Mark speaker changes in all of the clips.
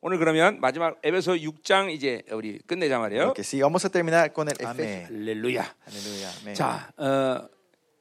Speaker 1: 오늘 그러면 마지막 에베소 6장 이제 우리 끝내자 말이에요.
Speaker 2: Ok, sí, vamos a terminar con el
Speaker 1: 네.
Speaker 2: Efesios.
Speaker 1: 할렐루야.
Speaker 2: Aleluya. amén.
Speaker 1: 자, 어,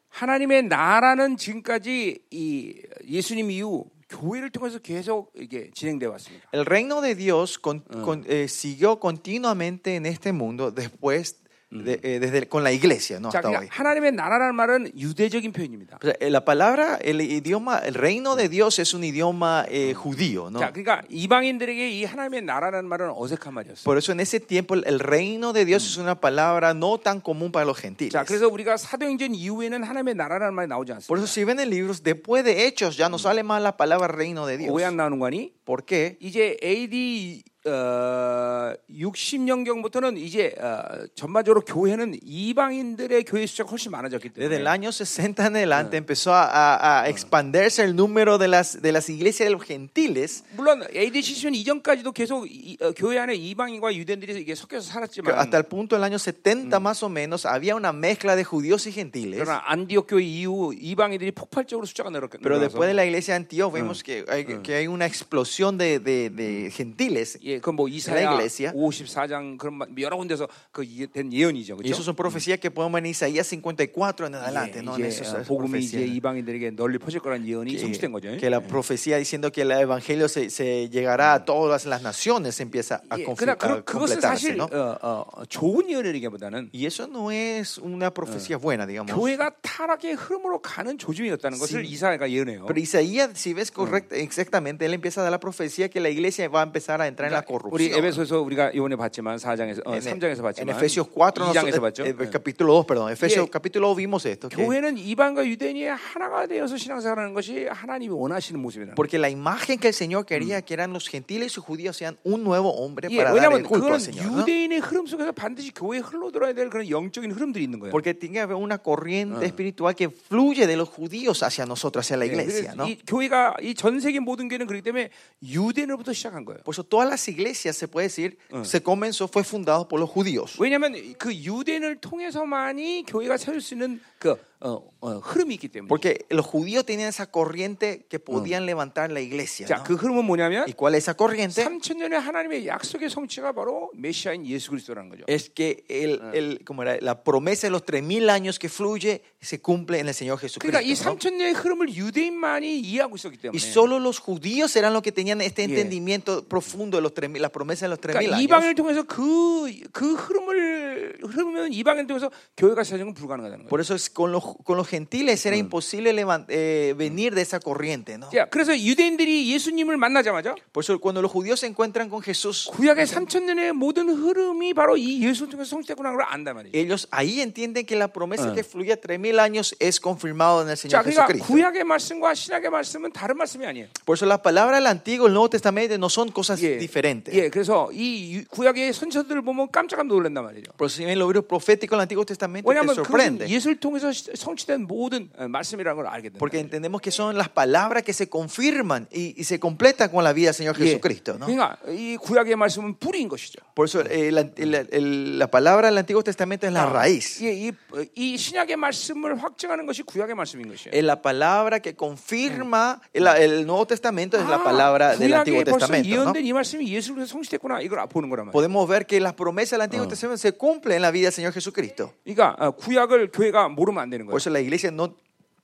Speaker 1: 하나님의 나라는 지금까지 이 예수님 이후 교회를 통해서 계속 이게 진행돼 왔습니다.
Speaker 2: El reino de Dios con- con- eh, siguió continuamente en este mundo después, de- eh, desde, el- con la iglesia, ¿no?
Speaker 1: 자,
Speaker 2: Hasta hoy.
Speaker 1: 그러니까 하나님의 나라라는 말은 유대적인 표현입니다.
Speaker 2: O sea, eh, la palabra, el idioma, el reino de Dios es un idioma eh, judío, ¿no?
Speaker 1: 자, 그러니까 이방인들에게 이 하나님의 나라라는 말은 어색한 말이었어요.
Speaker 2: Por eso en ese tiempo el, el reino de Dios es una palabra no tan común para los gentiles.
Speaker 1: 자, 그래서 우리가 사도행전 이후에는 하나님의 나라라는 말이 나오지
Speaker 2: Por
Speaker 1: 않습니다.
Speaker 2: eso si ven en libros, después de Hechos ya no sale más la palabra reino de Dios.
Speaker 1: 왜 안 나오는 거니?
Speaker 2: ¿Por qué?
Speaker 1: 이제 AD 어, 60년경부터는 이제 어, 전반적으로 교회는 이방인들의 교회 숫자가 훨씬 많아졌기
Speaker 2: Desde el
Speaker 1: 때문에
Speaker 2: año 60 en adelante empezó a, a- a expandirse el número de las, de las iglesias de los gentiles.
Speaker 1: 물론 AD 70년 이전까지도 계속 이- 어, 교회 안에 이방인과 유대인들이 이게 섞여서
Speaker 2: que
Speaker 1: 살았지만
Speaker 2: Hasta el punto del año 70 más o menos había una mezcla de judíos y gentiles.
Speaker 1: 그러나 안디옥 교회 이후 이방인들이 폭발적으로 숫자가 늘었-
Speaker 2: Pero
Speaker 1: 늘어나서
Speaker 2: después de la iglesia de Antioquía vemos que hay, que hay una explosión de, de- de gentiles.
Speaker 1: 예, 그뭐 이사야
Speaker 2: La iglesia.
Speaker 1: 54장 그런 마- 여러 군데서 그 된 예언이죠.
Speaker 2: Y eso
Speaker 1: 그렇죠?
Speaker 2: son profecías que podemos ver en Isaías 54 en adelante, ¿no? En
Speaker 1: 이제
Speaker 2: esas-
Speaker 1: 어,
Speaker 2: esas
Speaker 1: 복음이 이제
Speaker 2: profecías.
Speaker 1: 이방인들에게 널리 퍼질 거라는 예언이 성취된 거죠.
Speaker 2: que, que la profecía diciendo que el evangelio se, se llegará a todas las naciones empieza a,
Speaker 1: 예,
Speaker 2: confli-
Speaker 1: 그러나
Speaker 2: a
Speaker 1: 그, 그것은 음.
Speaker 2: completarse,
Speaker 1: 사실
Speaker 2: ¿no?
Speaker 1: 어, 어, 좋은 예언이라기보다는
Speaker 2: Y eso no es una profecía buena, digamos.
Speaker 1: 교회가 타락의 흐름으로 가는 조짐이었다는 것을 이사야가 예언해요.
Speaker 2: Pero Isaías, si ves correcto, exactamente, él empieza a dar la profecía que la iglesia va a empezar a entrar en la
Speaker 1: 그러니까 우리
Speaker 2: corrupción.
Speaker 1: 에베소에서 우리가 이번에 봤지만 4장에서 어,
Speaker 2: En, E-
Speaker 1: 3장에서
Speaker 2: en
Speaker 1: 봤지만
Speaker 2: Efesios 4, nos-
Speaker 1: 2장에서 봤죠.
Speaker 2: eh, eh,
Speaker 1: 예.
Speaker 2: capítulo 2, perdón, Efesios
Speaker 1: 예.
Speaker 2: capítulo 2 vimos esto. que-
Speaker 1: 교회는 이방과 유대인이 하나가 되어서 신앙생활하는 것이 하나님이 원하시는 모습이라는 거예요.
Speaker 2: porque la imagen que el Señor quería que eran los gentiles y judíos sean un nuevo hombre
Speaker 1: 예,
Speaker 2: para dar
Speaker 1: 왜냐하면
Speaker 2: el culto
Speaker 1: 그거는
Speaker 2: al Señor. ¿no?
Speaker 1: 유대인의 흐름 속에서 반드시 교회에 흘러들어야 될 그런 영적인 흐름들이 있는 거예요.
Speaker 2: Porque tiene que haber una corriente espiritual que fluye de los judíos hacia nosotros, hacia la
Speaker 1: 예, 그래서
Speaker 2: iglesia, ¿no?
Speaker 1: 이 교회가 이 전 세계 모든 교회는 그렇기 때문에 유대인으로부터 시작한 거예요.
Speaker 2: Por eso todas las iglesias, se puede decir, se comenzó, fue fundado por los judíos.
Speaker 1: 왜냐하면 그 유대인을 통해서만이 교회가 세울 수 있는 그 어, 어, 흐름이 있기 때문에.
Speaker 2: Porque los judíos tenían esa corriente que podían levantar la iglesia.
Speaker 1: 자,
Speaker 2: ¿no?
Speaker 1: 그 흐름은 뭐냐면
Speaker 2: ¿Y cuál es esa corriente?
Speaker 1: 3천 년의 하나님의 약속의 성취가 바로 메시아인 예수 그리스도라는 거죠.
Speaker 2: Es que el, el- ¿cómo era? la promesa de los 3.000 años que fluye se cumple en el Señor Jesucristo.
Speaker 1: 그러니까 이
Speaker 2: ¿no?
Speaker 1: 3천 년의 흐름을 유대인만이 이해하고 있었기 때문에.
Speaker 2: Y solo los judíos eran los que tenían este
Speaker 1: Yeah.
Speaker 2: entendimiento profundo de los 3.000, la promesa de los 3.000
Speaker 1: 그러니까
Speaker 2: años.
Speaker 1: 이방을 통해서 그 그 흐름을 흐르면 이방을 통해서 교회가 세상은 불가능하다는 거예요.
Speaker 2: Por eso es, con, los, con los gentiles era imposible levan- eh, venir de esa corriente. ¿no?
Speaker 1: 자, 그래서 유대인들이 예수님을 만나자마자
Speaker 2: Por eso cuando los judíos se encuentran con Jesús,
Speaker 1: 구약의 3천 년의 모든 흐름이 바로 이 예수를 통해서 성취됐구나 걸 안단 말이죠.
Speaker 2: ellos ahí entienden que la promesa que fluye a 3.000 años es confirmada en el
Speaker 1: 자,
Speaker 2: Señor
Speaker 1: 그러니까
Speaker 2: Jesucristo.
Speaker 1: 구약의 말씀과 신약의 말씀은 다른 말씀이 아니에요.
Speaker 2: Por eso las palabras del Antiguo y el Nuevo Testamento no son cosas diferentes.
Speaker 1: 예, 그래서 이 유- 구약의 선처들을 보면 깜짝 놀란단 말이죠.
Speaker 2: Por eso si ven los libros proféticos del Antiguo Testamento te
Speaker 1: 왜냐하면
Speaker 2: sorprende.
Speaker 1: 그것은 예수를 통해서 시- 성취된 모든 어, 말씀이라는 걸 알게 된다.
Speaker 2: Porque entendemos que son las palabras que se confirman y, y se completan con la vida del Señor
Speaker 1: 예.
Speaker 2: Jesucristo. ¿no?
Speaker 1: 그러니까 이 구약의 말씀은 뿌리인 것이죠.
Speaker 2: Por eso eh, la, la- el- la palabra del Antiguo Testamento es la
Speaker 1: Ah.
Speaker 2: raíz.
Speaker 1: 예, 이, 어, 이 신약의 말씀을 확증하는 것이 구약의 말씀인 것이에요.
Speaker 2: Es la palabra que confirma el, el Nuevo Testamento, es la
Speaker 1: 아,
Speaker 2: palabra del Antiguo
Speaker 1: 구약에 벌써
Speaker 2: Testamento. ¿no?
Speaker 1: 예언된 이 말씀이 예수로 성취됐구나 이걸 보는 거란 말이에요.
Speaker 2: Podemos ver que las promesas del Antiguo Testamento se cumplen en la vida del Señor Jesucristo.
Speaker 1: 그러니까 어, 구약을 교회가 모르면 안 되는 거예요.
Speaker 2: Por eso la iglesia no,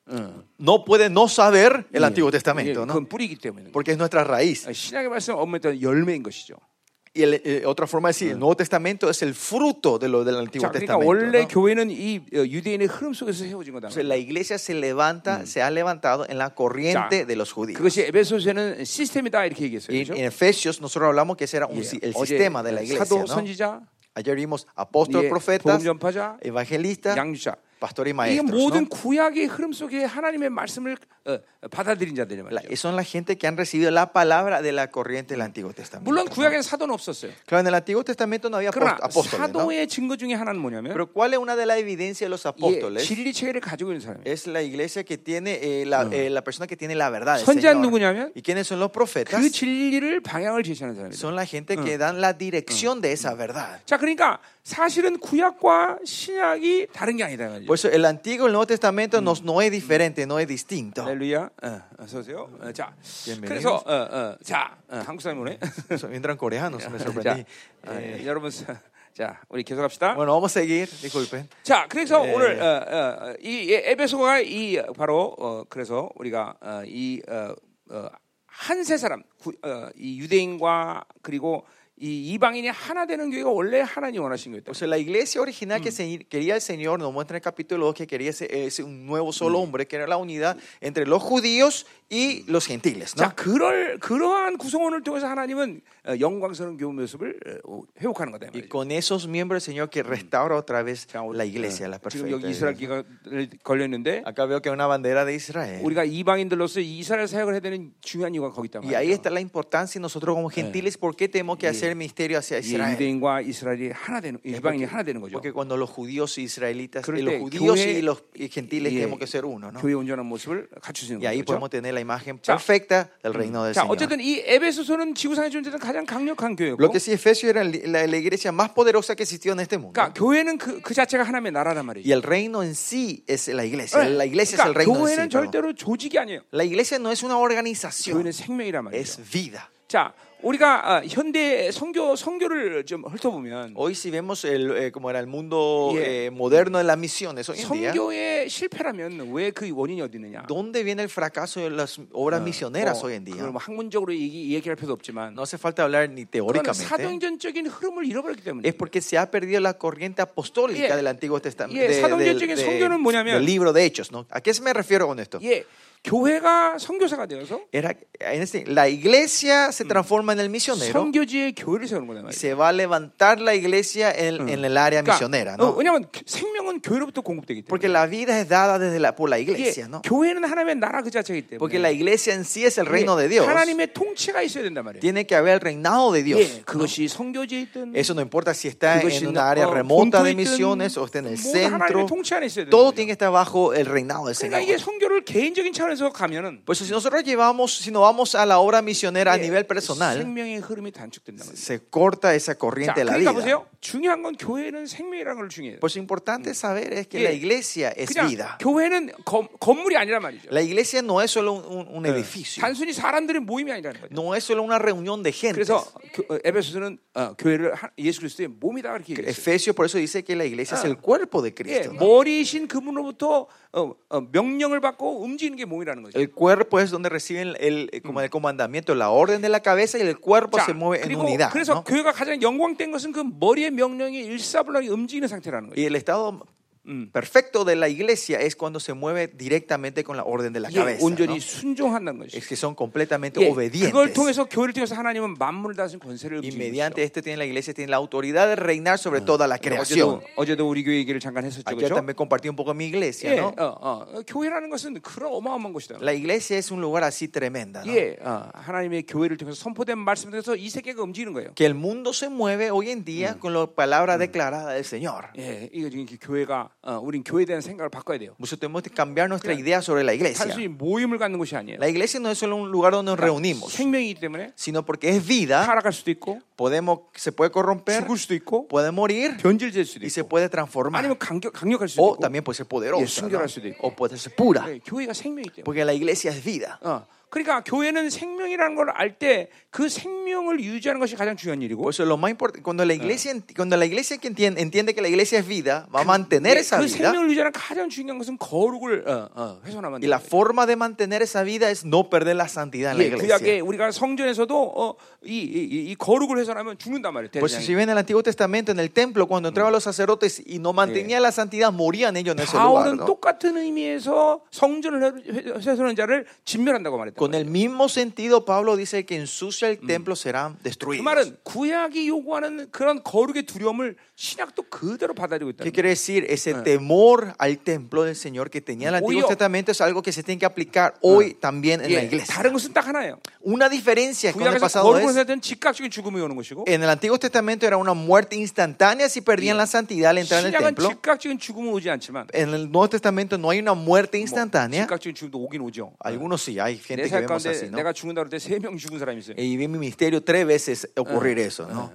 Speaker 2: Ah. no puede no saber el Antiguo
Speaker 1: 예,
Speaker 2: Testamento,
Speaker 1: 그건
Speaker 2: ¿no?
Speaker 1: 뿌리기 때문에.
Speaker 2: porque es nuestra raíz.
Speaker 1: 아, 신약의 말씀은 엄밀히 열매인 것이죠.
Speaker 2: Y el- eh, otra forma de decir, el Nuevo Testamento es el fruto de lo del Antiguo
Speaker 1: 자, 그러니까
Speaker 2: Testamento.
Speaker 1: 원래
Speaker 2: ¿no?
Speaker 1: 교회는 이 어, 유대인의 흐름 속에서 세워진 거다.
Speaker 2: Entonces, la iglesia se levanta, se ha levantado en la corriente
Speaker 1: 자,
Speaker 2: de los judíos.
Speaker 1: 그것이 에베소서에는 시스템이다 이렇게 얘기했어요.
Speaker 2: Y
Speaker 1: 그죠? 예,
Speaker 2: en Efesios nosotros hablamos que ese era un si- el sistema de la iglesia.
Speaker 1: 사도
Speaker 2: ¿no?
Speaker 1: 선지자,
Speaker 2: Ayer vimos apóstoles,
Speaker 1: 예,
Speaker 2: profetas,
Speaker 1: 복음 전파자,
Speaker 2: evangelistas,
Speaker 1: 양주자.
Speaker 2: pastores y
Speaker 1: 이게
Speaker 2: maestros.
Speaker 1: 모든
Speaker 2: ¿no?
Speaker 1: 구약의 흐름 속에 하나님의 말씀을 어, 어, 받아들인 자들이
Speaker 2: La-
Speaker 1: 말이죠.
Speaker 2: son la gente que han recibido la palabra de la corriente del Antiguo Testamento.
Speaker 1: 물론
Speaker 2: ¿no?
Speaker 1: 구약에는 사도는 없었어요.
Speaker 2: Claro, en el Antiguo Testamento no había
Speaker 1: 그러나
Speaker 2: apóst- apóstoles. ¿no?
Speaker 1: 사도의 증거 중에 하나는 뭐냐면
Speaker 2: Pero ¿cuál es una de las evidencias de los
Speaker 1: 예,
Speaker 2: apóstoles?
Speaker 1: 진리 체계를 가지고 있는 사람이에요.
Speaker 2: Es la iglesia que tiene eh, la, eh, la persona que tiene la verdad. del
Speaker 1: ¿Sonjan
Speaker 2: Señor.
Speaker 1: 누구냐면?
Speaker 2: ¿Y quiénes son los profetas?
Speaker 1: 그 진리를 방향을 제시하는 사람이에요.
Speaker 2: Son la gente que dan la dirección de esa verdad.
Speaker 1: 자, 그러니까 사실은 구약과 신약이 다른 게 아니다 말이죠.
Speaker 2: Por eso el Antiguo y el Nuevo Testamento nos, no es diferente, no es distinto.
Speaker 1: 할렐루야. 어, 어서 오세요. 어, 자,
Speaker 2: Bienvenidos.
Speaker 1: 그래서 어, 어, 자 어, 한국 사람이 오네.
Speaker 2: Entran coreanos, me
Speaker 1: 자,
Speaker 2: sorprendí.
Speaker 1: 어,
Speaker 2: Eh,
Speaker 1: 여러분, 자 우리 계속합시다.
Speaker 2: bueno, vamos a seguir, disculpen.
Speaker 1: 자, 그래서
Speaker 2: 네.
Speaker 1: 오늘 어, 어, 이 에베소가 이 바로 어, 그래서 우리가 어, 이 어, 어, 한세 사람, 구- 어, 이 유대인과 그리고 이 이방인이 하나 되는 교회가 원래 하나님 이 원하신 거였다.
Speaker 2: O sea, la iglesia original que se- quería el Señor, nos muestra en el capítulo 2 que quería ese- ese un nuevo solo hombre, que era la unidad entre los judíos y los gentiles, ¿no?
Speaker 1: 자, 그럴 그러한 구성원을 통해서 하나님은 어, 영광스러운 교회 모습을 어, 회복하는 거다. 이
Speaker 2: Y
Speaker 1: 말이죠.
Speaker 2: con esos miembros, el Señor, que restaura otra vez
Speaker 1: 자, 오늘,
Speaker 2: la iglesia,
Speaker 1: 어,
Speaker 2: la
Speaker 1: 지금
Speaker 2: perfecta.
Speaker 1: 여기 이스라엘 아,
Speaker 2: iglesia.
Speaker 1: 기가 걸려 있는데
Speaker 2: Acá veo que hay una bandera de Israel.
Speaker 1: 우리가 이방인들로서 이스라엘 사역을 해야 되는 중요한 이유가 거기 있단
Speaker 2: Y ahí
Speaker 1: 말이에요.
Speaker 2: está la importancia nosotros como gentiles, ¿por qué tenemos que hacer Eh. el misterio hacia
Speaker 1: 이
Speaker 2: Israel?
Speaker 1: 유대인과 이스라엘이 하나 되는 이방인이 하나 되는 거죠.
Speaker 2: Porque cuando los judíos e israelitas, eh, los
Speaker 1: 예, 그런데
Speaker 2: judíos
Speaker 1: 교회
Speaker 2: y los y gentiles
Speaker 1: 예,
Speaker 2: tenemos que ser uno, ¿no?
Speaker 1: 교회 온전한 모습을 갖추시는
Speaker 2: Y Mm. ahí
Speaker 1: 거죠.
Speaker 2: podemos tener la imagen
Speaker 1: 자,
Speaker 2: perfecta del reino del
Speaker 1: 자,
Speaker 2: Señor.
Speaker 1: 어쨌든 이 에베소서는 지구상에 존재하는 가장 강력한 교회고,
Speaker 2: Lo que sí, Efesio era li- la, la iglesia más poderosa que existió en este mundo.
Speaker 1: 그러니까 교회는 그, 그 자체가 하나님의 나라란 말이죠.
Speaker 2: Y el reino en sí es la
Speaker 1: Eh,
Speaker 2: iglesia. La iglesia es el
Speaker 1: 그러니까
Speaker 2: reino en sí.
Speaker 1: 교회는
Speaker 2: perdón.
Speaker 1: 절대로 조직이 아니에요.
Speaker 2: La iglesia no es una organización,
Speaker 1: 교회는 생명이란 말이죠.
Speaker 2: es vida.
Speaker 1: 자, 우리가 아, 현대 성교 성교를 좀 훑어보면
Speaker 2: Hoy si vemos el, eh, como era el mundo
Speaker 1: Yeah.
Speaker 2: eh, moderno de las misiones hoy en día,
Speaker 1: 성교의 실패라면 왜 그 원인이 어디 있느냐?
Speaker 2: ¿dónde viene el fracaso de las obras misioneras hoy en
Speaker 1: 그걸
Speaker 2: día?
Speaker 1: 뭐 학문적으로 얘기, 얘기할 필요도 없지만
Speaker 2: No hace falta hablar ni
Speaker 1: 그건
Speaker 2: teóricamente.
Speaker 1: 사도행전적인 흐름을 잃어버렸기 때문에
Speaker 2: Es porque se ha perdido la corriente apostólica
Speaker 1: Yeah.
Speaker 2: del Antiguo Testamento,
Speaker 1: Yeah,
Speaker 2: de-
Speaker 1: 사도행전적인
Speaker 2: de-
Speaker 1: 성교는 뭐냐면-
Speaker 2: del libro de Hechos. ¿no? ¿A qué me refiero con esto?
Speaker 1: 예, 교회가 선교사가 되어서
Speaker 2: Era, en este- la iglesia se transforma en el misionero
Speaker 1: 선교지의 교회를 세우는 거란
Speaker 2: y
Speaker 1: 말이에요.
Speaker 2: se va a levantar la iglesia en, en el área
Speaker 1: 어,
Speaker 2: misionera, Mm. ¿no?
Speaker 1: 왜냐하면 그- 생명은 교회로부터 공급되기 때문에.
Speaker 2: Porque la vida es dada desde la, por la
Speaker 1: 이게
Speaker 2: iglesia, ¿no?
Speaker 1: 교회는 하나님의 나라 그 자체이기 때문에.
Speaker 2: Porque la iglesia en sí es el
Speaker 1: 이게
Speaker 2: reino de Dios.
Speaker 1: 하나님의 통치가 있어야 된단 말이에요.
Speaker 2: Tiene que haber el reinado de Dios.
Speaker 1: 예, 그것이 성교지에 있든
Speaker 2: Eso no importa si oh, está
Speaker 1: 그것이
Speaker 2: en
Speaker 1: 나-
Speaker 2: una área
Speaker 1: 어,
Speaker 2: remota
Speaker 1: 본토에 있든
Speaker 2: de misiones o está en el
Speaker 1: 모두 하나님의
Speaker 2: centro.
Speaker 1: 통치 안에 있어야
Speaker 2: Todo
Speaker 1: 되는
Speaker 2: tiene que
Speaker 1: 거죠.
Speaker 2: estar bajo el reinado del
Speaker 1: 그러니까
Speaker 2: Señor.
Speaker 1: 이게 성교를 개인적인 차원에서 가면은
Speaker 2: Por eso si nosotros llevamos, si nos vamos a la obra misionera a
Speaker 1: 예,
Speaker 2: nivel personal,
Speaker 1: 생명의 흐름이 단축된단 말이에요.
Speaker 2: se corta esa
Speaker 1: 자,
Speaker 2: corriente de la
Speaker 1: 그러니까
Speaker 2: vida.
Speaker 1: 보세요. 중요한 건 교회는 생명이라는 걸 중요해요.
Speaker 2: Por eso Pues importante saber es que
Speaker 1: Yeah.
Speaker 2: la iglesia es
Speaker 1: 그냥
Speaker 2: vida.
Speaker 1: 교회는 건- 건물이 아니란 말이죠.
Speaker 2: La iglesia no es solo un, un- un edificio,
Speaker 1: 단순히 사람들의 모임이 아니라는 거죠.
Speaker 2: no es solo una reunión de gente.
Speaker 1: 그래서 교- 어, 에베소서는 어, 교회를 하- 예수 그리스도의 몸이다 그렇게 얘기했어요.
Speaker 2: Efesios por eso dice que la iglesia es el cuerpo de
Speaker 1: 예,
Speaker 2: Cristo. ¿no?
Speaker 1: 머리신 그분으로부터 어, 어, 명령을 받고 움직이는 게 몸이라는 거죠.
Speaker 2: El cuerpo es donde reciben el, el- como el comandamiento, la orden de la cabeza y el cuerpo
Speaker 1: 자,
Speaker 2: se mueve en
Speaker 1: 그리고
Speaker 2: unidad.
Speaker 1: 그래서
Speaker 2: ¿no?
Speaker 1: 교회가 가장 영광된 것은 그 머리의 명령이 일사불란하게 움직이는 상태라는 거예요.
Speaker 2: Y el estado perfecto de la iglesia es cuando se mueve directamente con la orden de la
Speaker 1: 예,
Speaker 2: cabeza.
Speaker 1: 온전히
Speaker 2: ¿no?
Speaker 1: 순종한다는 거죠.
Speaker 2: Es que son completamente
Speaker 1: 예, 그걸
Speaker 2: obedientes.
Speaker 1: 통해서 교회를 통해서 하나님은 만물을 다스린 권세를
Speaker 2: Y
Speaker 1: 움직이는
Speaker 2: mediante este tiene la iglesia tiene la autoridad de reinar sobre toda la
Speaker 1: 거죠. 그러니까 어제도,
Speaker 2: creación.
Speaker 1: 어제도 우리 교회 얘기를 잠깐 했었죠.
Speaker 2: Aquí
Speaker 1: 그렇죠?
Speaker 2: también compartí un poco mi iglesia,
Speaker 1: 예,
Speaker 2: ¿no?
Speaker 1: 어, 어, 교회라는 것은 그런 어마어마한 것이다.
Speaker 2: La iglesia es un lugar así tremenda, ¿no?
Speaker 1: 예, 어, 하나님의 교회를 통해서 선포된 말씀 통해서 이 세계가 움직이는 거예요.
Speaker 2: Que el mundo se mueve hoy en día con la palabra declarada del Señor.
Speaker 1: 예, 이거 지금 이렇게 교회가 어, 우린 교회에 대한 생각을 바꿔야 돼요.
Speaker 2: Nosotros tenemos que cambiar nuestra idea sobre la iglesia.
Speaker 1: 단순히 모임을 갖는 곳이 아니에요.
Speaker 2: La iglesia no es solo un lugar donde nos reunimos,
Speaker 1: 생명이기 때문에
Speaker 2: sino porque es vida,
Speaker 1: 타락할 수도 있고
Speaker 2: podemos, se puede corromper,
Speaker 1: 죽을 수도 있고
Speaker 2: puede morir
Speaker 1: 변질될 수도
Speaker 2: y
Speaker 1: 있고
Speaker 2: se puede transformar.
Speaker 1: 아니면 강력 강력할 수도
Speaker 2: O
Speaker 1: 있고
Speaker 2: también puede ser poderosa, ¿no?
Speaker 1: 순결할 수도 있고.
Speaker 2: o puede ser pura,
Speaker 1: 예, 교회가 생명이기 때문에.
Speaker 2: porque la iglesia es vida.
Speaker 1: 어, 그러니까 교회는 생명이라는 걸 알 때 그 생명을 유지하는 것이 가장 중요한 일이고
Speaker 2: Por eso lo más importante, cuando la iglesia, ent- cuando la iglesia que entiende, entiende que la iglesia es vida, va a mantener esa
Speaker 1: 그
Speaker 2: vida.
Speaker 1: 생명을 유지하는 가장 중요한 것은 거룩을 어, 어, 훼손하면 안
Speaker 2: Y
Speaker 1: 돼요.
Speaker 2: la forma de mantener esa vida es no perder la santidad en la
Speaker 1: 예, 구약에
Speaker 2: iglesia.
Speaker 1: 우리가 성전에서도 어, 이, 이- 이- 이 거룩을 훼손하면 죽는단 말이에요.
Speaker 2: Pues si
Speaker 1: 대장이.
Speaker 2: ven en el Antiguo Testamento, en el templo, cuando entraban los sacerdotes y no mantenían la santidad, morían ellos en ese lugar.
Speaker 1: 바울은
Speaker 2: ¿no?
Speaker 1: 똑같은 의미에서 성전을 훼- 훼- 훼손하는 자를 진멸한다고 말했다.
Speaker 2: Con el mismo sentido, Pablo dice que ensucia el templo serán
Speaker 1: 그
Speaker 2: destruidos.
Speaker 1: 말은 구약이 요구하는 그런 거룩의 두려움을 신약도 그대로 받아들이고 있다.
Speaker 2: ¿Qué quiere decir? Ese temor al templo del Señor que tenía el Antiguo
Speaker 1: Oye.
Speaker 2: Testamento es algo que se tiene que aplicar hoy también en la
Speaker 1: 예,
Speaker 2: iglesia.
Speaker 1: 다른 것은 딱 하나예요.
Speaker 2: Una diferencia con el
Speaker 1: 구약에서
Speaker 2: pasado
Speaker 1: 거룩을
Speaker 2: es,
Speaker 1: 훼손했던 즉각적인 죽음이 오는 것이고
Speaker 2: en el Antiguo Testamento era una muerte instantánea si perdían la santidad al entrar en el
Speaker 1: 신약은
Speaker 2: templo.
Speaker 1: 즉각적인 죽음은 오지 않지만 뭐,
Speaker 2: En el Nuevo Testamento no hay una muerte instantánea.
Speaker 1: 즉각적인 죽음도 오긴 오죠.
Speaker 2: Algunos sí, hay
Speaker 1: 내
Speaker 2: gente que
Speaker 1: 삶
Speaker 2: vemos
Speaker 1: 가운데
Speaker 2: así, ¿no? Eh,
Speaker 1: 내가 죽는다 그럴 때 세 명 죽은 사람이 있어요.
Speaker 2: Ah, Y vi mi misterio tres veces ocurrir eso, ¿no?